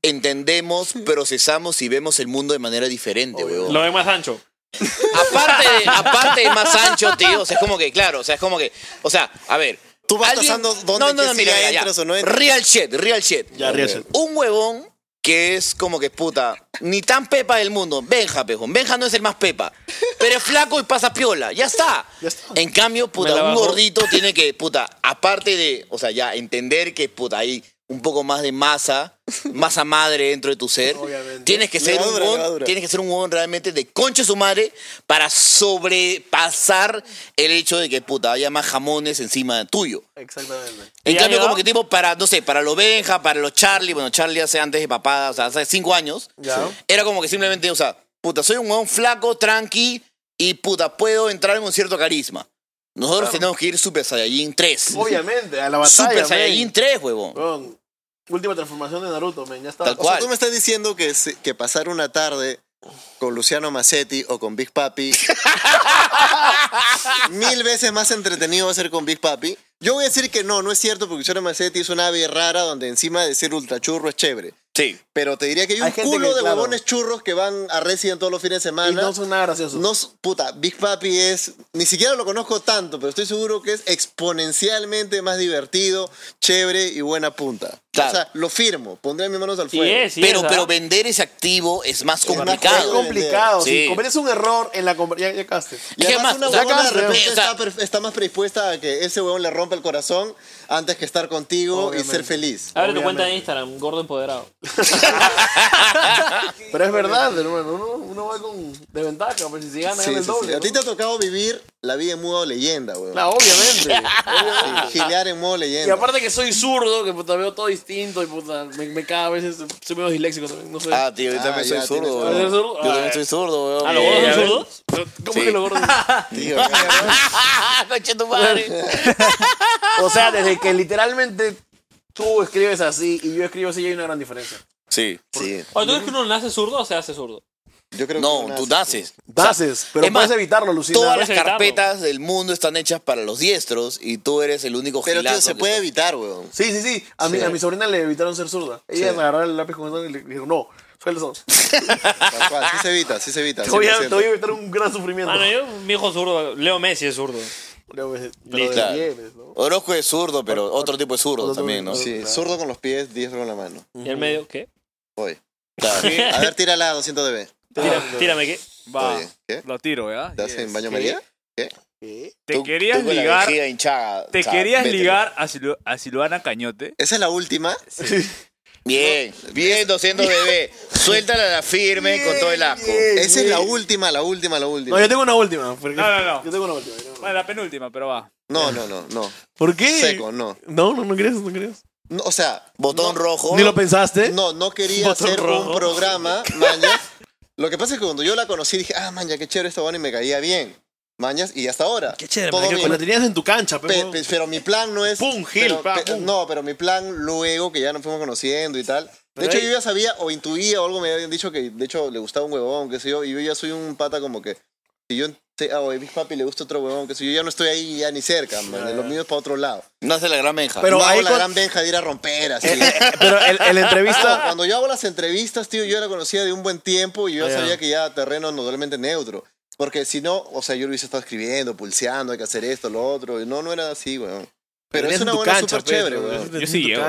[SPEAKER 4] entendemos, procesamos y vemos el mundo de manera diferente, weón.
[SPEAKER 1] Lo ven más ancho.
[SPEAKER 4] Aparte, de- aparte es más ancho, tío. O sea, es como que, claro, o sea, es como que, o sea, a ver.
[SPEAKER 5] Tú vas
[SPEAKER 4] alguien-
[SPEAKER 5] tasando dónde
[SPEAKER 4] no, no,
[SPEAKER 5] que
[SPEAKER 4] no,
[SPEAKER 5] sí
[SPEAKER 4] mira, mira, ya.
[SPEAKER 5] entras o no entras.
[SPEAKER 4] Real shit, real shit.
[SPEAKER 3] Ya, real shit.
[SPEAKER 4] Un huevón que es como que puta, ni tan pepa del mundo. Benja, pejón. Benja no es el más pepa. Pero es flaco y pasa piola. Ya está.
[SPEAKER 3] Ya está.
[SPEAKER 4] En cambio,
[SPEAKER 1] Me
[SPEAKER 4] puta,
[SPEAKER 1] la
[SPEAKER 4] un
[SPEAKER 1] bajó.
[SPEAKER 4] gordito tiene que, puta, aparte de, o sea, ya entender que, puta, hay un poco más de masa, masa madre dentro de tu ser.
[SPEAKER 3] Obviamente.
[SPEAKER 4] Tienes que ser un
[SPEAKER 5] Levadura,
[SPEAKER 4] huevón-
[SPEAKER 5] levadura.
[SPEAKER 4] tienes que ser un huevón realmente de concha su madre para sobrepasar el hecho de que, puta, haya más jamones encima tuyo.
[SPEAKER 3] Exactamente.
[SPEAKER 4] En
[SPEAKER 1] ¿Y
[SPEAKER 4] cambio,
[SPEAKER 1] ya
[SPEAKER 4] como
[SPEAKER 1] llegó?
[SPEAKER 4] que tipo para, no sé, para los Benja, para los Charlie, bueno, Charlie hace antes de papá, o sea, hace cinco años,
[SPEAKER 3] Ya.
[SPEAKER 4] era como que simplemente, o sea, puta, soy un huevón flaco, tranqui, y puta, puedo entrar en un cierto carisma. Nosotros tenemos que ir Super Saiyajin 3.
[SPEAKER 3] Obviamente, a la batalla.
[SPEAKER 4] Super
[SPEAKER 3] men.
[SPEAKER 4] Saiyajin 3, huevón.
[SPEAKER 3] Weón, Última transformación de Naruto, men, ya está.
[SPEAKER 4] Tal
[SPEAKER 5] O sea,
[SPEAKER 4] cual.
[SPEAKER 5] tú me estás diciendo que, se- que pasar una tarde con Luciano Massetti o con Big Papi mil veces más entretenido va a ser con Big Papi. Yo voy a decir que no, no es cierto porque Luciano Massetti es una ave rara donde encima de ser ultrachurro es chévere.
[SPEAKER 4] Sí.
[SPEAKER 5] Pero te diría que hay un
[SPEAKER 3] Hay gente
[SPEAKER 5] culo
[SPEAKER 3] que,
[SPEAKER 5] de
[SPEAKER 3] claro.
[SPEAKER 5] huevones churros que van a Resident todos los fines de semana.
[SPEAKER 3] Y no son nada graciosos.
[SPEAKER 5] No, s- puta, Big Papi es, ni siquiera lo conozco tanto, pero estoy seguro que es exponencialmente más divertido, chévere y buena punta.
[SPEAKER 4] Claro.
[SPEAKER 5] O sea, lo firmo, pondré mis manos al
[SPEAKER 1] Y
[SPEAKER 5] fuego.
[SPEAKER 1] es, y
[SPEAKER 4] pero,
[SPEAKER 1] es, ¿ah?
[SPEAKER 4] pero vender ese activo es más
[SPEAKER 3] es
[SPEAKER 4] complicado.
[SPEAKER 3] complicado.
[SPEAKER 4] Sí.
[SPEAKER 3] Si cometes un error en la compra. Ya, ya cagaste.
[SPEAKER 5] Y
[SPEAKER 4] Es que
[SPEAKER 5] además,
[SPEAKER 4] además,
[SPEAKER 5] una huevona de
[SPEAKER 3] sacaste,
[SPEAKER 5] repente
[SPEAKER 4] o sea-
[SPEAKER 5] está, per- está más predispuesta a que ese huevón le rompa el corazón antes que estar contigo y ser feliz.
[SPEAKER 1] Abre tu cuenta
[SPEAKER 3] Obviamente.
[SPEAKER 1] de Instagram, gordo empoderado.
[SPEAKER 3] Pero es verdad, hermano. Uno, uno va con desventaja, pero si se Ah, gana,
[SPEAKER 5] Sí,
[SPEAKER 3] gana el
[SPEAKER 5] sí,
[SPEAKER 3] doble.
[SPEAKER 5] sí. A
[SPEAKER 3] ¿no?
[SPEAKER 5] ti te ha tocado vivir la vida en modo leyenda, huevón.
[SPEAKER 3] Claro, obviamente.
[SPEAKER 5] Sí, gilear en modo
[SPEAKER 3] y
[SPEAKER 5] leyenda.
[SPEAKER 3] aparte que soy zurdo, que puta, veo todo distinto y puta, me, me caga a veces, soy medio disléxico también, no sé.
[SPEAKER 4] Ah, tío, yo
[SPEAKER 5] Ah,
[SPEAKER 4] también
[SPEAKER 5] ya,
[SPEAKER 4] soy
[SPEAKER 5] tienes-
[SPEAKER 4] zurdo,
[SPEAKER 3] ¿Eres
[SPEAKER 4] weón.
[SPEAKER 3] zurdo?
[SPEAKER 4] Yo
[SPEAKER 3] Ah,
[SPEAKER 4] también soy zurdo, weón.
[SPEAKER 1] ¿A los gordos
[SPEAKER 4] Eh,
[SPEAKER 1] son zurdos?
[SPEAKER 3] ¿Cómo
[SPEAKER 4] Sí.
[SPEAKER 3] que lo gordo?
[SPEAKER 5] tío.
[SPEAKER 4] Concha tu madre.
[SPEAKER 3] O sea, desde que literalmente tú escribes así y yo escribo así, ya hay una gran diferencia.
[SPEAKER 4] Sí, sí.
[SPEAKER 1] Oye, ¿tú crees que uno nace zurdo o se hace zurdo?
[SPEAKER 5] Yo creo
[SPEAKER 4] No,
[SPEAKER 5] que
[SPEAKER 4] tú naces.
[SPEAKER 3] Haces, pero
[SPEAKER 4] es más,
[SPEAKER 3] puedes evitarlo, Lucina.
[SPEAKER 4] Todas las
[SPEAKER 1] evitarlo.
[SPEAKER 4] carpetas del mundo están hechas para los diestros y tú eres el único
[SPEAKER 5] Pero tío,
[SPEAKER 4] gilazo
[SPEAKER 5] se
[SPEAKER 4] que
[SPEAKER 5] puede
[SPEAKER 4] está-
[SPEAKER 5] evitar, huevón.
[SPEAKER 3] Sí, sí, sí. A, mi, a mi sobrina le evitaron ser zurda. Ella
[SPEAKER 5] Sí.
[SPEAKER 3] agarró el lápiz con el y le dijo, no, suelta eso.
[SPEAKER 5] Tal cual, Sí se evita, sí se evita.
[SPEAKER 3] Te voy, a,
[SPEAKER 5] 100%.
[SPEAKER 3] te voy a evitar un gran sufrimiento. "Pues,
[SPEAKER 1] Mano, yo, mi hijo zurdo, Leo Messi es zurdo.
[SPEAKER 3] Pero de
[SPEAKER 4] Claro.
[SPEAKER 3] lleves, pues, ¿no?
[SPEAKER 4] Orozco es zurdo, pero otro tipo de zurdo también, ¿no?
[SPEAKER 5] Sí, zurdo con los pies, diestro con la mano.
[SPEAKER 1] ¿Y el medio qué?
[SPEAKER 5] Voy.
[SPEAKER 4] Claro.
[SPEAKER 5] A ver, tírala a 200 dB.
[SPEAKER 1] Tira- tírame qué.
[SPEAKER 2] Va,
[SPEAKER 5] Oye, ¿qué?
[SPEAKER 2] lo tiro, ¿verdad?
[SPEAKER 5] ¿Te hacen baño
[SPEAKER 3] ¿Qué?
[SPEAKER 5] María?
[SPEAKER 3] ¿Qué?
[SPEAKER 2] Te
[SPEAKER 4] Tú-
[SPEAKER 2] querías
[SPEAKER 4] tú con la
[SPEAKER 2] ligar.
[SPEAKER 4] vejiga hinchada,
[SPEAKER 2] Te
[SPEAKER 4] o sea,
[SPEAKER 2] querías
[SPEAKER 4] vete.
[SPEAKER 2] ligar a, Silu- a Silvana Cañote.
[SPEAKER 5] Esa es la última.
[SPEAKER 4] Bien, bien, 200 bebé. Suéltala a la firme con todo el asco.
[SPEAKER 5] Esa es la última, la última, la
[SPEAKER 3] No,
[SPEAKER 5] última.
[SPEAKER 3] yo tengo una última. porque-
[SPEAKER 2] No, no, no.
[SPEAKER 3] Yo tengo una última. yo tengo una última.
[SPEAKER 2] Bueno, la penúltima, pero va.
[SPEAKER 5] No, no, no, no.
[SPEAKER 3] ¿Por qué?
[SPEAKER 5] Seco, no.
[SPEAKER 3] No, no, no crees, no crees.
[SPEAKER 5] No, O sea,
[SPEAKER 4] Botón rojo.
[SPEAKER 3] ¿Ni lo pensaste?
[SPEAKER 5] no, no quería
[SPEAKER 3] Botón
[SPEAKER 5] hacer un
[SPEAKER 3] rojo.
[SPEAKER 5] programa, mañas. Lo que pasa es que cuando yo la conocí dije, ah, maña, qué chévere esta buena y me caía bien. Mañas, y hasta ahora. Qué chévere,
[SPEAKER 3] Pues la tenías en tu cancha,
[SPEAKER 5] Pe-
[SPEAKER 3] pero...
[SPEAKER 5] pe- pero mi plan no es.
[SPEAKER 3] Pum, Gil,
[SPEAKER 5] pero,
[SPEAKER 3] pa,
[SPEAKER 5] pe-
[SPEAKER 3] pum.
[SPEAKER 5] No, pero mi plan luego que ya nos fuimos conociendo y tal, De hecho, yo ya sabía o intuía o algo me habían dicho que de hecho le gustaba un huevón, qué sé yo, y yo ya soy un pata como que si yo te- ah, oye, mi papi le gusta otro huevón, qué sé yo, ya no estoy ahí ya ni cerca, man, lo mío es para otro lado.
[SPEAKER 4] No hace la gran menja.
[SPEAKER 6] Pero
[SPEAKER 5] no hago
[SPEAKER 6] ahí
[SPEAKER 5] la
[SPEAKER 6] con-
[SPEAKER 5] gran benja de ir a romper así.
[SPEAKER 6] Pero el, el
[SPEAKER 5] No,
[SPEAKER 6] entrevista.
[SPEAKER 5] Ah, cuando yo hago las entrevistas, tío, yo la conocía de un buen tiempo y yo
[SPEAKER 6] Ah,
[SPEAKER 5] ya
[SPEAKER 6] ya.
[SPEAKER 5] sabía que ya terreno totalmente neutro. Porque si no, o sea, yo lo hubiese estado escribiendo, pulseando, hay que hacer esto, lo otro. y No, no era así, weón. Pero es una buena
[SPEAKER 3] pues,
[SPEAKER 5] súper chévere, weón.
[SPEAKER 1] Yo sí llego.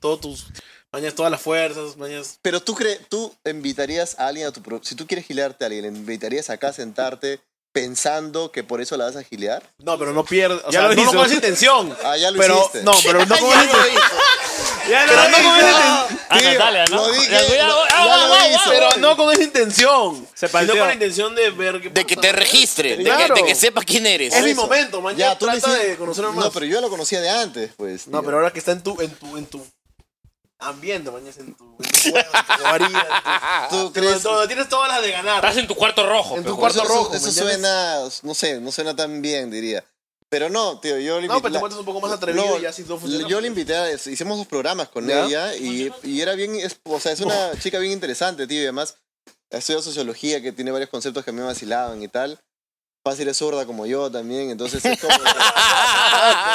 [SPEAKER 3] todos tus mañas, todas las fuerzas, mañas.
[SPEAKER 5] Pero tú crees, tú invitarías a alguien a tu pro- Si tú quieres gilearte a alguien, ¿le invitarías acá a sentarte pensando que por eso la vas a gilear?
[SPEAKER 3] No, pero no pierdes. O
[SPEAKER 1] Ya
[SPEAKER 3] sea,
[SPEAKER 1] lo
[SPEAKER 3] no, no
[SPEAKER 1] hizo.
[SPEAKER 3] con esa intención.
[SPEAKER 5] Ah, ya lo
[SPEAKER 3] pero,
[SPEAKER 5] hiciste.
[SPEAKER 3] No, pero no con esa intención.
[SPEAKER 5] Pero no con
[SPEAKER 1] Ah, Natalia, ¿no?
[SPEAKER 5] Lo dije,
[SPEAKER 1] Ya, ya,
[SPEAKER 5] lo-
[SPEAKER 1] ah,
[SPEAKER 5] ya
[SPEAKER 1] ah,
[SPEAKER 5] lo
[SPEAKER 1] ah,
[SPEAKER 5] hizo.
[SPEAKER 3] Pero no con esa intención.
[SPEAKER 1] Se
[SPEAKER 3] sino
[SPEAKER 1] palteó.
[SPEAKER 3] con la intención de ver qué
[SPEAKER 4] De que
[SPEAKER 3] pasa.
[SPEAKER 4] te registre, de,
[SPEAKER 3] Claro.
[SPEAKER 4] que, de que sepa quién eres.
[SPEAKER 3] Es mi
[SPEAKER 5] eso.
[SPEAKER 3] momento, mañana.
[SPEAKER 5] Ya, tú le
[SPEAKER 3] trata
[SPEAKER 5] hiciste-
[SPEAKER 3] de conocer más.
[SPEAKER 5] No, pero yo lo conocía de antes, pues.
[SPEAKER 3] No,
[SPEAKER 5] tío.
[SPEAKER 3] pero ahora que está en tu, en tu, en tu ambiente, mañana en tu, en tu cueva, en tu guarida, en tu-
[SPEAKER 5] ¿Tú
[SPEAKER 3] te-
[SPEAKER 5] crees? Ah,
[SPEAKER 3] donde tienes todas las de ganar.
[SPEAKER 1] Estás en tu cuarto rojo.
[SPEAKER 3] En
[SPEAKER 1] pe,
[SPEAKER 3] tu
[SPEAKER 1] weón.
[SPEAKER 3] cuarto
[SPEAKER 5] eso,
[SPEAKER 3] rojo.
[SPEAKER 5] Eso,
[SPEAKER 3] ¿me
[SPEAKER 5] eso
[SPEAKER 3] entiendes?
[SPEAKER 5] suena, no sé, no suena tan bien, diría. Pero no, tío, yo le
[SPEAKER 3] No, pero te
[SPEAKER 5] la-
[SPEAKER 3] pones un poco más atrevido
[SPEAKER 5] No,
[SPEAKER 3] y así no
[SPEAKER 5] le-
[SPEAKER 3] funciona. pues.
[SPEAKER 5] Yo le invité, a- hicimos dos programas con
[SPEAKER 3] ¿Ya?
[SPEAKER 5] ella y, y era bien, es- o sea, es una chica bien interesante, tío, y además ha estudiado sociología, que tiene varios conceptos que a mí me vacilaban y tal. Fácil es zurda como yo también, entonces es como...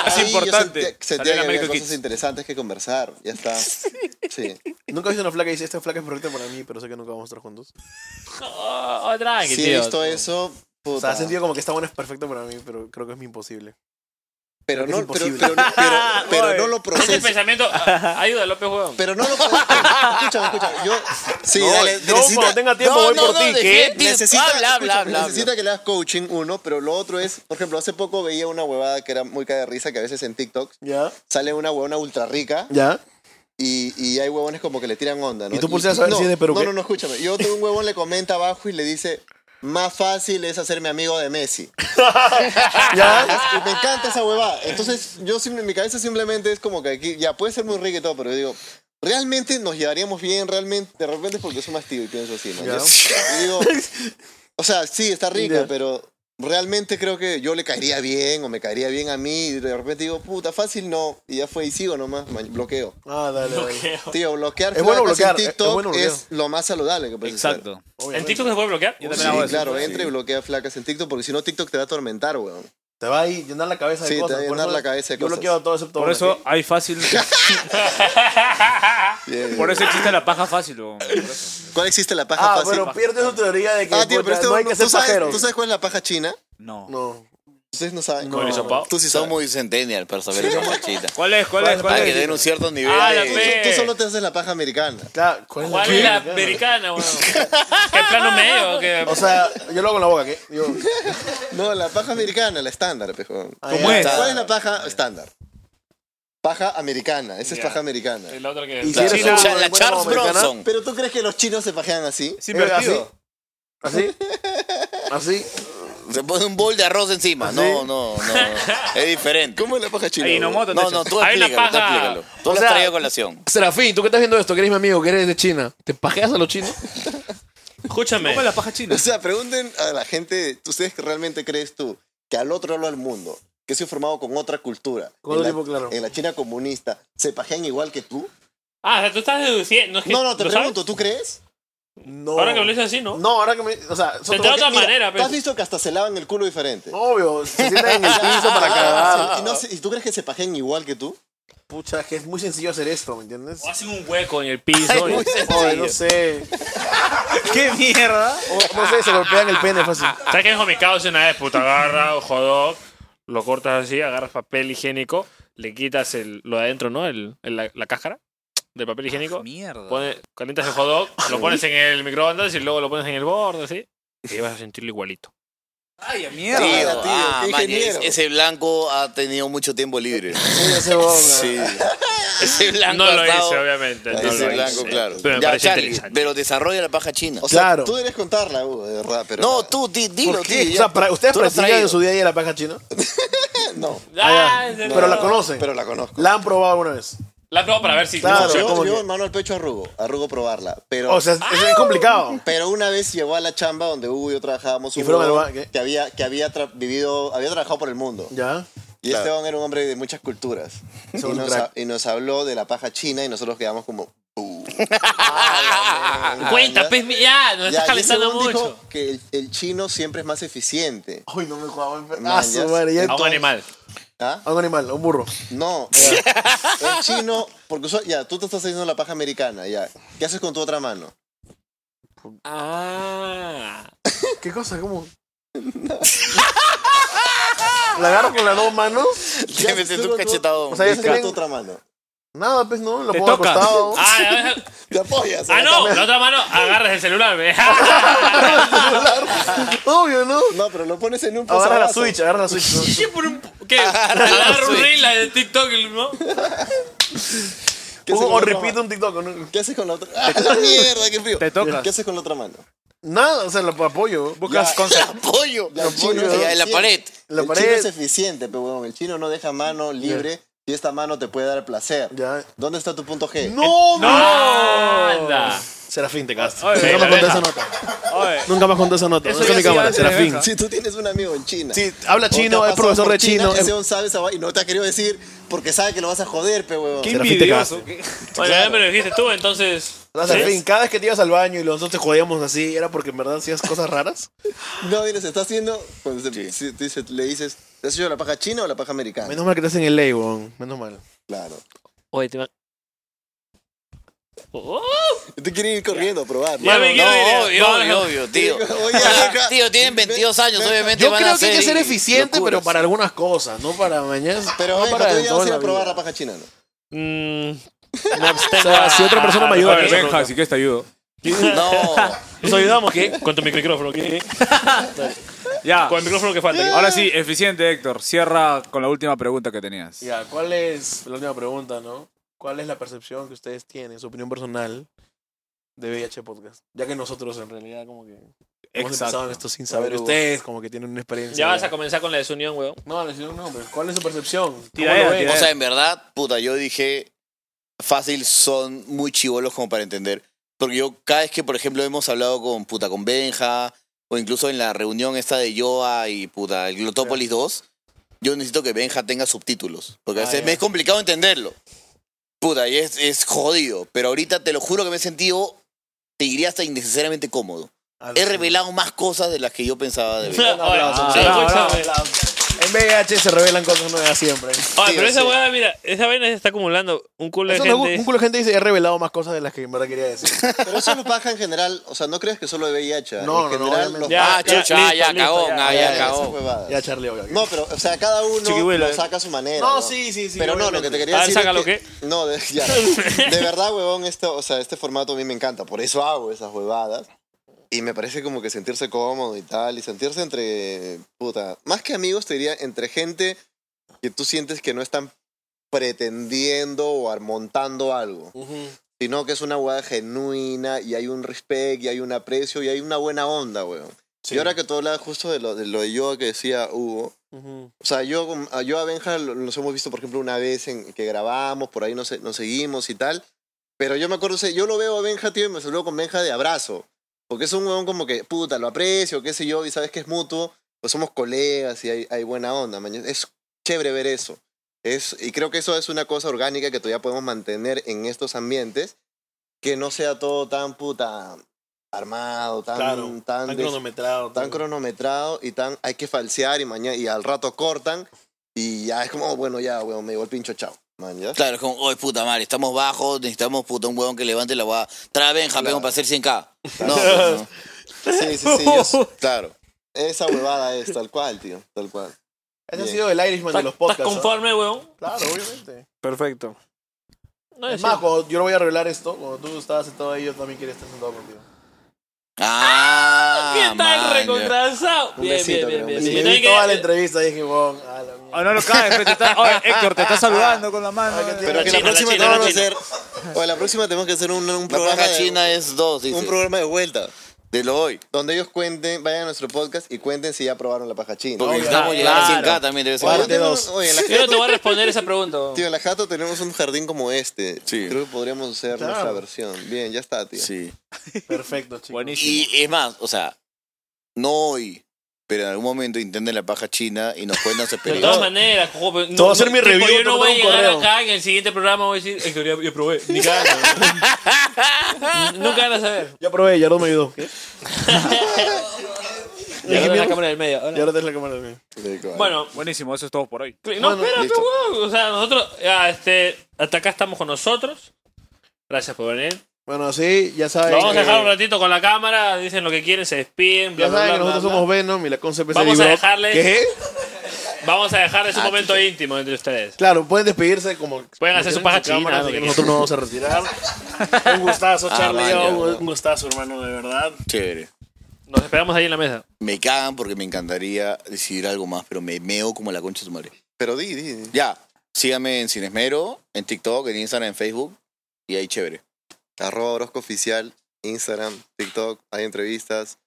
[SPEAKER 1] Es
[SPEAKER 5] Ahí yo
[SPEAKER 1] importante.
[SPEAKER 5] sentía- sentía
[SPEAKER 1] Salió en
[SPEAKER 5] que había
[SPEAKER 1] American
[SPEAKER 5] cosas
[SPEAKER 1] Kids.
[SPEAKER 5] interesantes que conversar, ya está. Sí.
[SPEAKER 3] Nunca he visto una flaca y dice, esta flaca es perfecta para mí, pero sé que nunca vamos a estar juntos.
[SPEAKER 1] Oh, oh, tranqui,
[SPEAKER 5] Si he
[SPEAKER 1] tío.
[SPEAKER 5] visto eso,
[SPEAKER 3] O sea,
[SPEAKER 5] puta.
[SPEAKER 3] ha sentido como que esta buena es perfecta para mí, pero creo que es mi imposible.
[SPEAKER 5] Pero
[SPEAKER 3] que es
[SPEAKER 5] no, pero,
[SPEAKER 3] imposible.
[SPEAKER 5] pero, pero- pero
[SPEAKER 1] Oye.
[SPEAKER 5] no lo
[SPEAKER 1] Ese
[SPEAKER 5] procesas.
[SPEAKER 1] pensamiento. ah, Ayuda, López, weón.
[SPEAKER 5] Pero no lo puedo. escúchame, escúchame. Yo. Sí, dale,
[SPEAKER 3] yo cuando tenga tiempo
[SPEAKER 4] No,
[SPEAKER 3] voy
[SPEAKER 4] no,
[SPEAKER 3] por
[SPEAKER 4] no,
[SPEAKER 3] ti.
[SPEAKER 4] de
[SPEAKER 3] ¿Qué?
[SPEAKER 4] gente,
[SPEAKER 5] necesita,
[SPEAKER 4] bla, bla,
[SPEAKER 5] escúchame,
[SPEAKER 4] bla, bla.
[SPEAKER 5] necesita que le das coaching, uno, pero lo otro es. Por ejemplo, hace poco veía una huevada que era muy caga de risa que a veces en TikTok
[SPEAKER 3] ¿Ya?
[SPEAKER 5] sale una huevona ultra rica
[SPEAKER 3] ¿Ya?
[SPEAKER 5] y, y hay huevones como que le tiran onda, ¿no?
[SPEAKER 3] Y tú pulseas a ver
[SPEAKER 5] no,
[SPEAKER 3] si es de Perú,
[SPEAKER 5] No,
[SPEAKER 3] ¿qué?
[SPEAKER 5] no, no, escúchame. Yo tengo un huevón le comenta abajo y le dice. Más fácil es hacerme amigo de Messi.
[SPEAKER 3] Ah,
[SPEAKER 5] ¿Ya? Y me encanta esa huevada. Entonces, yo simple- mi cabeza simplemente es como que aquí, ya puede ser muy rico y todo, pero yo digo, realmente nos llevaríamos bien, realmente, de repente es porque soy más tío y pienso así, ¿no? Y digo, o sea, sí, está rica,
[SPEAKER 3] Ya.
[SPEAKER 5] pero realmente creo que yo le caería bien o me caería bien a mí y de repente digo, puta, fácil no, y ya fue y sigo nomás, ma- bloqueo.
[SPEAKER 3] Ah, dale, dale.
[SPEAKER 5] Tío, bloquear
[SPEAKER 3] Es bueno
[SPEAKER 5] flacas
[SPEAKER 3] bloquear,
[SPEAKER 5] en
[SPEAKER 3] es- es
[SPEAKER 5] TikTok es,
[SPEAKER 3] bueno bloquear.
[SPEAKER 5] lo más saludable que puedes hacer.
[SPEAKER 2] Exacto.
[SPEAKER 1] ¿En
[SPEAKER 3] Obviamente.
[SPEAKER 1] TikTok se puede bloquear?
[SPEAKER 2] Yo
[SPEAKER 5] Sí,
[SPEAKER 2] también hago eso.
[SPEAKER 5] claro, entra y bloquea flacas en TikTok porque si no TikTok te va a atormentar, weón.
[SPEAKER 3] Te va a ir llenar la cabeza de
[SPEAKER 5] Sí, te va a
[SPEAKER 3] cosas. por
[SPEAKER 5] llenar
[SPEAKER 3] eso
[SPEAKER 5] la cabeza de
[SPEAKER 3] Yo
[SPEAKER 5] cosas.
[SPEAKER 3] bloqueo todo excepto
[SPEAKER 2] Por
[SPEAKER 3] una,
[SPEAKER 2] eso
[SPEAKER 3] ¿qué?
[SPEAKER 2] hay fácil. Por eso existe la paja fácil, weón. Por eso.
[SPEAKER 5] ¿Cuál existe la paja
[SPEAKER 3] Ah,
[SPEAKER 5] fácil?
[SPEAKER 3] pero pierdes tu teoría de que
[SPEAKER 5] Ah, tío,
[SPEAKER 3] puta,
[SPEAKER 5] pero este
[SPEAKER 3] no hay
[SPEAKER 5] no-
[SPEAKER 3] que ser
[SPEAKER 5] ¿tú, sabes,
[SPEAKER 3] pajero.
[SPEAKER 5] ¿Tú sabes cuál es la paja china?
[SPEAKER 2] No.
[SPEAKER 3] No.
[SPEAKER 5] Ustedes no saben.
[SPEAKER 1] Con el hisopado.
[SPEAKER 5] Tú sí
[SPEAKER 4] Son
[SPEAKER 5] sabes.
[SPEAKER 4] muy centennial para saber esa machita.
[SPEAKER 2] ¿Cuál es? ¿Cuál es? ¿Cuál
[SPEAKER 4] Hay que
[SPEAKER 2] es?
[SPEAKER 4] tener un cierto nivel
[SPEAKER 1] Ah, la
[SPEAKER 5] Tú,
[SPEAKER 1] fe.
[SPEAKER 4] de...
[SPEAKER 5] tú solo te haces la paja americana.
[SPEAKER 3] Claro, ¿cuál es la-
[SPEAKER 1] ¿Cuál es la
[SPEAKER 3] ¿Qué?
[SPEAKER 1] americana, weón? ¿Qué plano medio? ¿Qué-
[SPEAKER 3] O sea, yo lo hago en la boca, ¿qué? Yo,
[SPEAKER 5] No, la paja americana, la estándar, pejón.
[SPEAKER 3] Ah,
[SPEAKER 2] ¿Cómo
[SPEAKER 3] ya.
[SPEAKER 2] es?
[SPEAKER 5] ¿Cuál es la paja estándar? Paja americana, esa es paja americana.
[SPEAKER 1] el otro que
[SPEAKER 3] Y si
[SPEAKER 1] La
[SPEAKER 3] eres
[SPEAKER 1] China-
[SPEAKER 3] un-
[SPEAKER 4] Cha- la Charles
[SPEAKER 3] Americana.
[SPEAKER 4] Bronson.
[SPEAKER 5] Pero tú crees que los chinos se pajean así?
[SPEAKER 2] Es
[SPEAKER 3] Pero así,
[SPEAKER 2] invertido.
[SPEAKER 3] así, así.
[SPEAKER 4] Se pone un bol de arroz encima. No, no, no. Es diferente.
[SPEAKER 5] ¿Ah, ¿Cómo es la paja china?
[SPEAKER 2] Ahí, no
[SPEAKER 5] weón?
[SPEAKER 2] moto,
[SPEAKER 4] No, no, tú
[SPEAKER 1] Hay una
[SPEAKER 4] explícalo, tú
[SPEAKER 1] paja.
[SPEAKER 4] explícalo. Tú
[SPEAKER 3] O
[SPEAKER 4] lo has
[SPEAKER 3] sea-
[SPEAKER 4] traído a colación.
[SPEAKER 3] Serafín, ¿tú qué estás viendo esto? ¿Que eres mi amigo? ¿Que eres de China? ¿Te pajeas a los chinos?
[SPEAKER 1] Escúchame.
[SPEAKER 2] ¿Cómo es la paja china?
[SPEAKER 5] O sea, pregunten a la gente, ¿ustedes que realmente crees tú que al otro lado del mundo, que soy formado con otra cultura,
[SPEAKER 3] Con
[SPEAKER 5] en
[SPEAKER 3] otro tipo,
[SPEAKER 5] la,
[SPEAKER 1] eh,
[SPEAKER 3] claro.
[SPEAKER 5] en la China comunista, se pajean igual que tú?
[SPEAKER 1] Ah, o sea, tú estás deduciendo. es que-
[SPEAKER 5] No, no, te
[SPEAKER 1] ¿lo
[SPEAKER 5] pregunto, ¿tú crees?
[SPEAKER 3] No.
[SPEAKER 1] sabes? Ahora que lo dices así, ¿no?
[SPEAKER 3] No, ahora que me... O sea,
[SPEAKER 1] Se
[SPEAKER 3] otro-
[SPEAKER 1] te da otra
[SPEAKER 5] Mira,
[SPEAKER 1] manera,
[SPEAKER 5] ¿tú
[SPEAKER 1] pero.
[SPEAKER 5] has visto que hasta se lavan el culo diferente?
[SPEAKER 3] Obvio, Oh, se sientan en el piso para
[SPEAKER 5] Ah, sí, y
[SPEAKER 3] cagar.
[SPEAKER 5] no sé, ¿Y tú crees que se pajean igual que tú?
[SPEAKER 3] Pucha, es que es muy sencillo hacer esto, ¿me entiendes?
[SPEAKER 1] O hacen un hueco en el piso. y-
[SPEAKER 3] Oye, no sé.
[SPEAKER 2] ¿Qué mierda?
[SPEAKER 3] O- no sé, se golpean el pene fácil.
[SPEAKER 1] ¿Sabes qué dijo mi causa una vez? Puta, agarra un hot dog, lo cortas así, agarras papel higiénico, le quitas el, lo de adentro, ¿no? El, el- la, la cáscara del papel higiénico.
[SPEAKER 2] Ah, Mierda.
[SPEAKER 1] pone- calientas el hot dog, lo pones en el microondas y luego lo pones en el borde, así. Y vas a sentirlo igualito.
[SPEAKER 2] Ay,
[SPEAKER 4] Tío,
[SPEAKER 2] mierda.
[SPEAKER 5] tío,
[SPEAKER 4] ah,
[SPEAKER 5] qué
[SPEAKER 4] man,
[SPEAKER 5] ingeniero.
[SPEAKER 4] es- ese blanco ha tenido mucho tiempo libre.
[SPEAKER 3] Sí, ese bonga.
[SPEAKER 4] Sí. Ese blanco
[SPEAKER 1] No lo
[SPEAKER 4] asado-
[SPEAKER 1] hice, obviamente. no
[SPEAKER 4] Ese
[SPEAKER 1] lo
[SPEAKER 4] blanco,
[SPEAKER 1] hice.
[SPEAKER 4] claro.
[SPEAKER 1] Pero me
[SPEAKER 4] Ya,
[SPEAKER 1] parece
[SPEAKER 4] Charlie,
[SPEAKER 1] interesante.
[SPEAKER 4] pero desarrolla la paja china.
[SPEAKER 5] O sea,
[SPEAKER 3] Claro.
[SPEAKER 5] tú deberes contarla, uh, de verdad, pero...
[SPEAKER 4] No, tú, di- dilo,
[SPEAKER 3] ¿Por qué?
[SPEAKER 4] tío.
[SPEAKER 3] O sea, pra- ¿ustedes
[SPEAKER 4] Tú lo has
[SPEAKER 3] practican
[SPEAKER 4] traído.
[SPEAKER 3] en su día a día la paja china?
[SPEAKER 5] No,
[SPEAKER 1] Ah, ya.
[SPEAKER 3] Pero la conocen.
[SPEAKER 5] pero la conozco.
[SPEAKER 3] ¿La han probado alguna vez?
[SPEAKER 1] La pruebo para ver si
[SPEAKER 3] Claro.
[SPEAKER 1] funciona.
[SPEAKER 5] yo,
[SPEAKER 3] ¿cómo
[SPEAKER 5] yo
[SPEAKER 3] que?
[SPEAKER 5] mano al pecho arrugo, arrugo probarla, pero...
[SPEAKER 3] O sea, es, es complicado.
[SPEAKER 5] Pero una vez llegó a la chamba donde Hugo y yo trabajábamos
[SPEAKER 3] Y
[SPEAKER 5] un
[SPEAKER 3] fueron al
[SPEAKER 5] huevón
[SPEAKER 3] ba- ¿qué?
[SPEAKER 5] que había, que había tra- vivido, había trabajado por el mundo.
[SPEAKER 3] ¿Ya?
[SPEAKER 5] Y este
[SPEAKER 4] Claro.
[SPEAKER 5] Esteban era un hombre de muchas culturas. Y
[SPEAKER 3] Según
[SPEAKER 5] nos,
[SPEAKER 3] crack.
[SPEAKER 5] ha- y nos habló de la paja china y nosotros quedamos como. "Uh".
[SPEAKER 1] Cuenta,
[SPEAKER 5] Ah, ya.
[SPEAKER 1] pues, mi- ya, nos
[SPEAKER 5] Ya,
[SPEAKER 1] estás
[SPEAKER 5] y ese
[SPEAKER 1] calentando
[SPEAKER 5] huevón
[SPEAKER 1] mucho.
[SPEAKER 5] dijo que el, el chino siempre es más eficiente.
[SPEAKER 3] Uy, no me jugaba un
[SPEAKER 5] Man,
[SPEAKER 3] pedazo,
[SPEAKER 5] ya.
[SPEAKER 3] madre. Ya
[SPEAKER 1] A un
[SPEAKER 3] entonces-
[SPEAKER 1] animal.
[SPEAKER 5] ¿Ah?
[SPEAKER 3] A un animal, a un burro.
[SPEAKER 5] No, ya. el chino, porque usa- ya, tú te estás haciendo la paja americana, ya. ¿Qué haces con tu otra mano?
[SPEAKER 1] Ah.
[SPEAKER 3] ¿Qué cosa? ¿Cómo? ¿La agarro con las dos manos?
[SPEAKER 5] ¿Qué
[SPEAKER 4] Te
[SPEAKER 5] haces
[SPEAKER 4] metes un
[SPEAKER 5] tú con tu-
[SPEAKER 4] cachetadón.
[SPEAKER 3] O sea, ya
[SPEAKER 5] ¿Y
[SPEAKER 3] se
[SPEAKER 5] con tu
[SPEAKER 3] tienen...
[SPEAKER 5] otra mano?
[SPEAKER 3] Nada, pues, ¿no? La
[SPEAKER 2] Te
[SPEAKER 3] pongo
[SPEAKER 2] toca.
[SPEAKER 3] acostado.
[SPEAKER 1] Ah, la-
[SPEAKER 5] Te apoyas. eh,
[SPEAKER 1] ah, no, la otra mano agarras el celular. ve.
[SPEAKER 3] Obvio, ¿no?
[SPEAKER 5] No, pero lo pones en un
[SPEAKER 3] Agarra la
[SPEAKER 5] posavasos.
[SPEAKER 3] Switch, agarra la Switch. ¿no?
[SPEAKER 1] ¿Qué por un ¿Qué? Agarra un reel de TikTok, ¿no?
[SPEAKER 5] ¿Qué haces
[SPEAKER 3] O,
[SPEAKER 5] con
[SPEAKER 3] o
[SPEAKER 5] la otra
[SPEAKER 3] repite
[SPEAKER 5] mano?
[SPEAKER 3] un TikTok, ¿no?
[SPEAKER 5] ¿Qué haces con la otra? ¡Ah, la mierda, qué frío!
[SPEAKER 2] Te tocas.
[SPEAKER 5] ¿Qué haces con la otra mano?
[SPEAKER 3] Nada, o sea, la apoyo.
[SPEAKER 2] Buscas con-
[SPEAKER 4] Apoyo.
[SPEAKER 5] Ya, el chino
[SPEAKER 3] pollo,
[SPEAKER 5] es
[SPEAKER 4] Ya, en la
[SPEAKER 5] eficiente.
[SPEAKER 4] pared.
[SPEAKER 3] La
[SPEAKER 5] el chino
[SPEAKER 3] pared.
[SPEAKER 5] es eficiente, pero huevón, el chino no deja mano libre y esta mano te puede dar placer.
[SPEAKER 3] Ya.
[SPEAKER 5] ¿Dónde está tu punto G?
[SPEAKER 3] ¡No,
[SPEAKER 1] Anda.
[SPEAKER 3] Serafín te cagaste.
[SPEAKER 1] Oye,
[SPEAKER 3] Nunca
[SPEAKER 1] la
[SPEAKER 3] más conté
[SPEAKER 1] oreja.
[SPEAKER 3] esa nota.
[SPEAKER 2] Oye,
[SPEAKER 3] Nunca más conté esa nota.
[SPEAKER 2] Eso
[SPEAKER 3] No está en
[SPEAKER 2] ya
[SPEAKER 3] mi
[SPEAKER 2] hacía
[SPEAKER 3] cámara.
[SPEAKER 2] antes de la
[SPEAKER 3] Serafín.
[SPEAKER 2] oreja.
[SPEAKER 5] Si tú tienes un amigo en China.
[SPEAKER 3] Sí, habla
[SPEAKER 5] o te
[SPEAKER 3] chino,
[SPEAKER 5] ha
[SPEAKER 3] es
[SPEAKER 5] pasado
[SPEAKER 3] profesor
[SPEAKER 5] por
[SPEAKER 3] de chino. em-
[SPEAKER 5] China,
[SPEAKER 3] es-
[SPEAKER 5] Ese don sabe esa vaina y no te ha querido decir porque sabe que lo vas a joder, pe huevón.
[SPEAKER 2] qué
[SPEAKER 3] Serafín te
[SPEAKER 2] envidioso.
[SPEAKER 1] Bueno, ya me lo dijiste tú, entonces.
[SPEAKER 3] No, Serafín, cada vez que te ibas al baño y los dos te jodíamos así, era porque en verdad hacías cosas raras.
[SPEAKER 5] No, mira, se está haciendo. Cuando se- si te dice- le dices, ¿te has hecho la paja china o la paja americana?
[SPEAKER 3] Menos mal que te hacen el ley, weón. Menos mal.
[SPEAKER 5] Claro.
[SPEAKER 1] Oye, te va. Oh,
[SPEAKER 5] Te quieren ir corriendo a probar.
[SPEAKER 1] Ya me
[SPEAKER 4] No,
[SPEAKER 1] quiero ir, ya.
[SPEAKER 4] obvio,
[SPEAKER 1] Vamos.
[SPEAKER 4] obvio, obvio, tío.
[SPEAKER 5] Oye, acá-
[SPEAKER 4] Tío, tienen 22 años, obviamente
[SPEAKER 3] Yo
[SPEAKER 4] van
[SPEAKER 3] creo
[SPEAKER 4] a
[SPEAKER 3] que hay que
[SPEAKER 4] hacer
[SPEAKER 3] ser eficiente, pero
[SPEAKER 4] locuras.
[SPEAKER 3] para algunas cosas, no para mañana.
[SPEAKER 5] Pero
[SPEAKER 3] no
[SPEAKER 5] venga,
[SPEAKER 3] para
[SPEAKER 5] tú
[SPEAKER 3] de
[SPEAKER 5] ya
[SPEAKER 3] toda
[SPEAKER 5] vas a ir
[SPEAKER 3] la
[SPEAKER 5] a probar
[SPEAKER 3] vida.
[SPEAKER 5] la paja china, ¿no?
[SPEAKER 1] Mm, me abstengo.
[SPEAKER 3] O sea, si otra persona me ayuda,
[SPEAKER 1] a-
[SPEAKER 2] Oye,
[SPEAKER 3] Esa
[SPEAKER 2] Benja,
[SPEAKER 3] pregunta.
[SPEAKER 2] si quieres te ayudo.
[SPEAKER 4] No.
[SPEAKER 1] Nos ayudamos, ¿qué? Con tu micrófono, ¿qué?
[SPEAKER 3] Ah.
[SPEAKER 2] Ya.
[SPEAKER 1] Con el micrófono que falta. ¿qué?
[SPEAKER 2] Ahora sí, eficiente, Héctor. Cierra con la última pregunta que tenías.
[SPEAKER 3] Ya, ¿cuál es la última pregunta, no? ¿Cuál es la percepción que ustedes tienen, su opinión personal de VIH Podcast? Ya que nosotros en realidad como que hemos empezado en esto sin saber
[SPEAKER 5] Bueno,
[SPEAKER 3] ustedes, como que tienen una experiencia.
[SPEAKER 1] Ya vas a comenzar con la desunión, weón.
[SPEAKER 3] No, les digo un nombre. ¿Cuál es su percepción? ¿Cómo
[SPEAKER 2] Tiraera,
[SPEAKER 3] lo ven?
[SPEAKER 2] tiraera.
[SPEAKER 4] O sea, en verdad, puta, yo dije, fácil, son muy chivolos como para entender. Porque yo cada vez que, por ejemplo, hemos hablado con, puta, con Benja, o incluso en la reunión esta de Yoa y, puta, el Glotópolis 2, yo necesito que Benja tenga subtítulos. Porque a
[SPEAKER 3] Ah,
[SPEAKER 4] veces
[SPEAKER 3] ya.
[SPEAKER 4] me es complicado entenderlo. Puta, y es, es jodido. Pero ahorita te lo juro que me he sentido, te diría hasta innecesariamente cómodo.
[SPEAKER 3] A
[SPEAKER 4] He
[SPEAKER 3] los-
[SPEAKER 4] revelado más cosas de las que yo pensaba de
[SPEAKER 1] Oye,
[SPEAKER 4] ver.
[SPEAKER 2] Ah,
[SPEAKER 1] sí,
[SPEAKER 2] bravo,
[SPEAKER 1] escúchame.
[SPEAKER 2] bravo.
[SPEAKER 3] En VIH se revelan cosas nuevas siempre.
[SPEAKER 1] Oye, Ah, pero
[SPEAKER 4] Sí,
[SPEAKER 1] esa
[SPEAKER 4] sí.
[SPEAKER 1] weá, mira, esa vaina se está acumulando un culo de
[SPEAKER 3] Eso me gu- un
[SPEAKER 1] gente.
[SPEAKER 3] culo de gente dice, he revelado más cosas de las que en verdad quería decir.
[SPEAKER 5] Pero eso es paja en general. O sea, no crees que solo de VIH.
[SPEAKER 3] No, no,
[SPEAKER 5] ¿eh? en
[SPEAKER 3] no,
[SPEAKER 5] general,
[SPEAKER 3] obviamente.
[SPEAKER 5] los
[SPEAKER 1] Ya,
[SPEAKER 4] ah, chucha,
[SPEAKER 1] ya,
[SPEAKER 4] ah, ya,
[SPEAKER 1] listo, listo,
[SPEAKER 4] cagón,
[SPEAKER 1] ya,
[SPEAKER 4] ah,
[SPEAKER 5] pajas
[SPEAKER 4] ya,
[SPEAKER 5] esas
[SPEAKER 4] cagón.
[SPEAKER 5] huevadas.
[SPEAKER 3] Ya, Charlie, obvio.
[SPEAKER 5] No, pero, o sea, cada uno
[SPEAKER 2] Chiquihuila.
[SPEAKER 5] lo saca a su manera.
[SPEAKER 3] No, sí, sí, sí,
[SPEAKER 5] Pero no, lo
[SPEAKER 3] obviamente.
[SPEAKER 5] que te
[SPEAKER 1] A
[SPEAKER 5] quería
[SPEAKER 1] ver,
[SPEAKER 5] decir. es
[SPEAKER 1] sácalo,
[SPEAKER 5] que- No, de, ya. De verdad, huevón, esto, o sea, este formato a mí me encanta. Por eso hago esas huevadas. Y me parece como que sentirse cómodo y tal. Y sentirse entre. Puta. Más que amigos, te diría entre gente que tú sientes que no están pretendiendo o montando algo. Sino que es una huevada genuina y hay un respect y hay un aprecio y hay una buena onda, huevón. Y ahora que tú hablabas justo de lo de, lo de yo que decía Hugo, o sea, yo, con- a- yo a Benja lo- nos hemos visto, por ejemplo, una vez en que grabamos, por ahí nos, se- nos seguimos y tal, pero yo me acuerdo, o sea, yo lo veo a Benja, tío, y me saludo con Benja de abrazo, porque es un huevón como que, puta, lo aprecio, qué sé yo, y sabes que es mutuo, pues somos colegas y hay, hay buena onda, maña- es chévere ver eso. Es, y creo que eso es una cosa orgánica que todavía podemos mantener en estos ambientes, que no sea todo tan puta armado, tan,
[SPEAKER 3] Claro,
[SPEAKER 5] tan,
[SPEAKER 3] Tan
[SPEAKER 5] des-
[SPEAKER 3] cronometrado.
[SPEAKER 5] tan cronometrado y tan hay que falsear y mañana y al rato cortan y ya es como "Oh, bueno ya weón me llegó el pincho chao man ya
[SPEAKER 4] Claro, es como, oye, puta madre, estamos bajos, necesitamos puta un huevón que levante la guada. Trae Benja,
[SPEAKER 5] Claro.
[SPEAKER 4] pego para hacer 100k. No, pues, no.
[SPEAKER 5] sí sí sí yo- claro esa huevada es tal cual tío tal cual
[SPEAKER 3] Ese ha
[SPEAKER 5] Bien.
[SPEAKER 3] sido el Irishman de los
[SPEAKER 1] ¿Estás
[SPEAKER 3] podcasts. ¿no?
[SPEAKER 1] conforme, weón?
[SPEAKER 3] Claro, obviamente.
[SPEAKER 2] Perfecto.
[SPEAKER 1] No,
[SPEAKER 3] Es
[SPEAKER 1] es
[SPEAKER 3] más, cuando yo lo voy a revelar esto, cuando tú estabas sentado ahí, yo también quería estar sentado contigo.
[SPEAKER 4] Ah,
[SPEAKER 1] ¿Qué
[SPEAKER 4] man,
[SPEAKER 1] tal,
[SPEAKER 4] ya.
[SPEAKER 1] recontrazado?
[SPEAKER 5] Un
[SPEAKER 1] Bien, bien,
[SPEAKER 5] besito, creo,
[SPEAKER 1] bien,
[SPEAKER 5] un
[SPEAKER 1] bien.
[SPEAKER 5] besito.
[SPEAKER 3] Y
[SPEAKER 1] bien.
[SPEAKER 3] le
[SPEAKER 1] No hay
[SPEAKER 3] vi
[SPEAKER 1] que-
[SPEAKER 3] toda la entrevista y dije, bon, a la
[SPEAKER 2] Oh,
[SPEAKER 3] mierda.
[SPEAKER 2] no lo caes, pero te está- oye, Héctor, te está saludando con la mano.
[SPEAKER 3] Ah, que
[SPEAKER 5] pero
[SPEAKER 1] La
[SPEAKER 5] que
[SPEAKER 1] china,
[SPEAKER 5] la próxima
[SPEAKER 1] la china,
[SPEAKER 5] tenemos que
[SPEAKER 1] la
[SPEAKER 5] hacer o la próxima tenemos que hacer un, un
[SPEAKER 4] La
[SPEAKER 5] programa
[SPEAKER 4] paja
[SPEAKER 5] de,
[SPEAKER 4] china es dos, dice.
[SPEAKER 5] un programa de vuelta
[SPEAKER 4] Te lo doy.
[SPEAKER 5] donde ellos cuenten vayan a nuestro podcast y cuenten si ya probaron la paja china
[SPEAKER 4] Porque
[SPEAKER 5] Oye,
[SPEAKER 4] necesitamos
[SPEAKER 1] claro.
[SPEAKER 4] llegar a 100k también de vez en
[SPEAKER 5] ahora
[SPEAKER 3] Parte
[SPEAKER 4] cuando.
[SPEAKER 5] tenemos-
[SPEAKER 3] dos.
[SPEAKER 5] oye, en la
[SPEAKER 1] Yo no te
[SPEAKER 5] Jato-
[SPEAKER 1] voy a responder esa pregunta. weón.
[SPEAKER 5] tío en la jato tenemos un jardín como este
[SPEAKER 4] Sí.
[SPEAKER 5] creo que podríamos hacer
[SPEAKER 3] Claro.
[SPEAKER 5] nuestra versión bien ya está tío
[SPEAKER 4] Sí.
[SPEAKER 3] Perfecto, chicos.
[SPEAKER 2] Buenísimo.
[SPEAKER 4] Y es más, o sea, no hoy, pero en algún momento intenten la paja china y nos cuentan su
[SPEAKER 1] De todas
[SPEAKER 4] experiencia.
[SPEAKER 1] maneras, cojo, pero no,
[SPEAKER 6] Te voy a hacer mi
[SPEAKER 1] tipo,
[SPEAKER 6] review,
[SPEAKER 1] Yo
[SPEAKER 6] te
[SPEAKER 1] no
[SPEAKER 6] voy
[SPEAKER 1] voy
[SPEAKER 6] a
[SPEAKER 1] a llegar
[SPEAKER 6] mandar un correo.
[SPEAKER 1] acá en el siguiente programa voy a decir, "Héctor, ya, ya probé, ni cagando. N- Nunca van a saber.
[SPEAKER 6] Ya probé, ya no me ayudó.
[SPEAKER 1] Y ahora la cámara del medio. ahora.
[SPEAKER 6] Y ahora tenés la cámara de mí.
[SPEAKER 1] Bueno,
[SPEAKER 2] Buenísimo, eso es todo por hoy.
[SPEAKER 1] no, espérate,
[SPEAKER 4] listo.
[SPEAKER 1] huevón. O sea, nosotros, ya, este, hasta acá estamos con nosotros. Gracias por venir.
[SPEAKER 3] Bueno, sí, ya saben.
[SPEAKER 1] Lo vamos a
[SPEAKER 3] que-
[SPEAKER 1] dejar un ratito con la cámara, dicen lo que quieren, se despiden, bla,
[SPEAKER 3] Ya
[SPEAKER 1] bla,
[SPEAKER 3] saben
[SPEAKER 1] bla,
[SPEAKER 3] que nosotros
[SPEAKER 1] bla, bla.
[SPEAKER 3] somos Venom y la Concept es
[SPEAKER 1] Vamos a
[SPEAKER 3] Eddie Brock.
[SPEAKER 1] dejarles-
[SPEAKER 3] ¿Qué?
[SPEAKER 1] Vamos a dejar ese momento íntimo entre ustedes.
[SPEAKER 3] Claro, pueden despedirse como.
[SPEAKER 1] Pueden hacer su
[SPEAKER 3] como
[SPEAKER 1] paja
[SPEAKER 3] quieren en
[SPEAKER 1] china,
[SPEAKER 3] cámara,
[SPEAKER 1] lo que
[SPEAKER 3] así que Nosotros nos vamos a retirar. Un gustazo,
[SPEAKER 4] Ah,
[SPEAKER 3] Charlie.
[SPEAKER 4] vaya,
[SPEAKER 3] un,
[SPEAKER 4] no.
[SPEAKER 3] un gustazo, hermano, de verdad.
[SPEAKER 4] Chévere.
[SPEAKER 1] Nos esperamos ahí en la mesa.
[SPEAKER 4] Me cagan porque me encantaría decidir algo más, pero me meo como la concha de su madre.
[SPEAKER 5] Pero di, di, di.
[SPEAKER 4] Ya, síganme en Cinesmero, en TikTok, en Instagram, en Facebook. Y ahí chévere.
[SPEAKER 5] Arroba Orozco Oficial, Instagram, TikTok, hay entrevistas.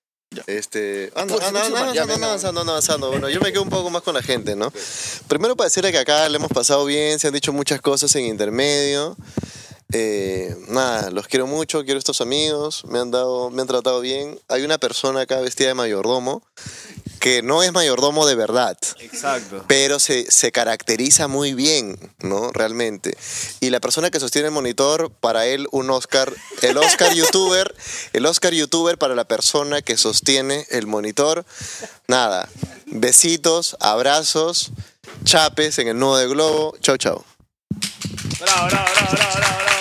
[SPEAKER 5] Este, anda,
[SPEAKER 4] Pues,
[SPEAKER 5] anda,
[SPEAKER 4] mucho
[SPEAKER 5] anda,
[SPEAKER 4] más, ya,
[SPEAKER 5] anda,
[SPEAKER 4] venga.
[SPEAKER 5] anda avanzando, anda avanzando. Bueno, yo me quedo un poco más con la gente, ¿no? Primero para decirle que acá le hemos pasado bien, se han dicho muchas cosas en intermedio. Eh, nada, los quiero mucho, quiero estos amigos, me han dado, me han tratado bien. Hay una persona acá vestida de mayordomo que no es mayordomo de verdad
[SPEAKER 2] Exacto.
[SPEAKER 5] pero se, se caracteriza muy bien, ¿no? Realmente. Y la persona que sostiene el monitor, para él un Oscar, el Oscar youtuber, el Oscar youtuber para la persona que sostiene el monitor. Nada, besitos, abrazos, chapes en el nudo de globo. Chau, chau.
[SPEAKER 1] Bravo, bravo, bravo, bravo, bravo, bravo.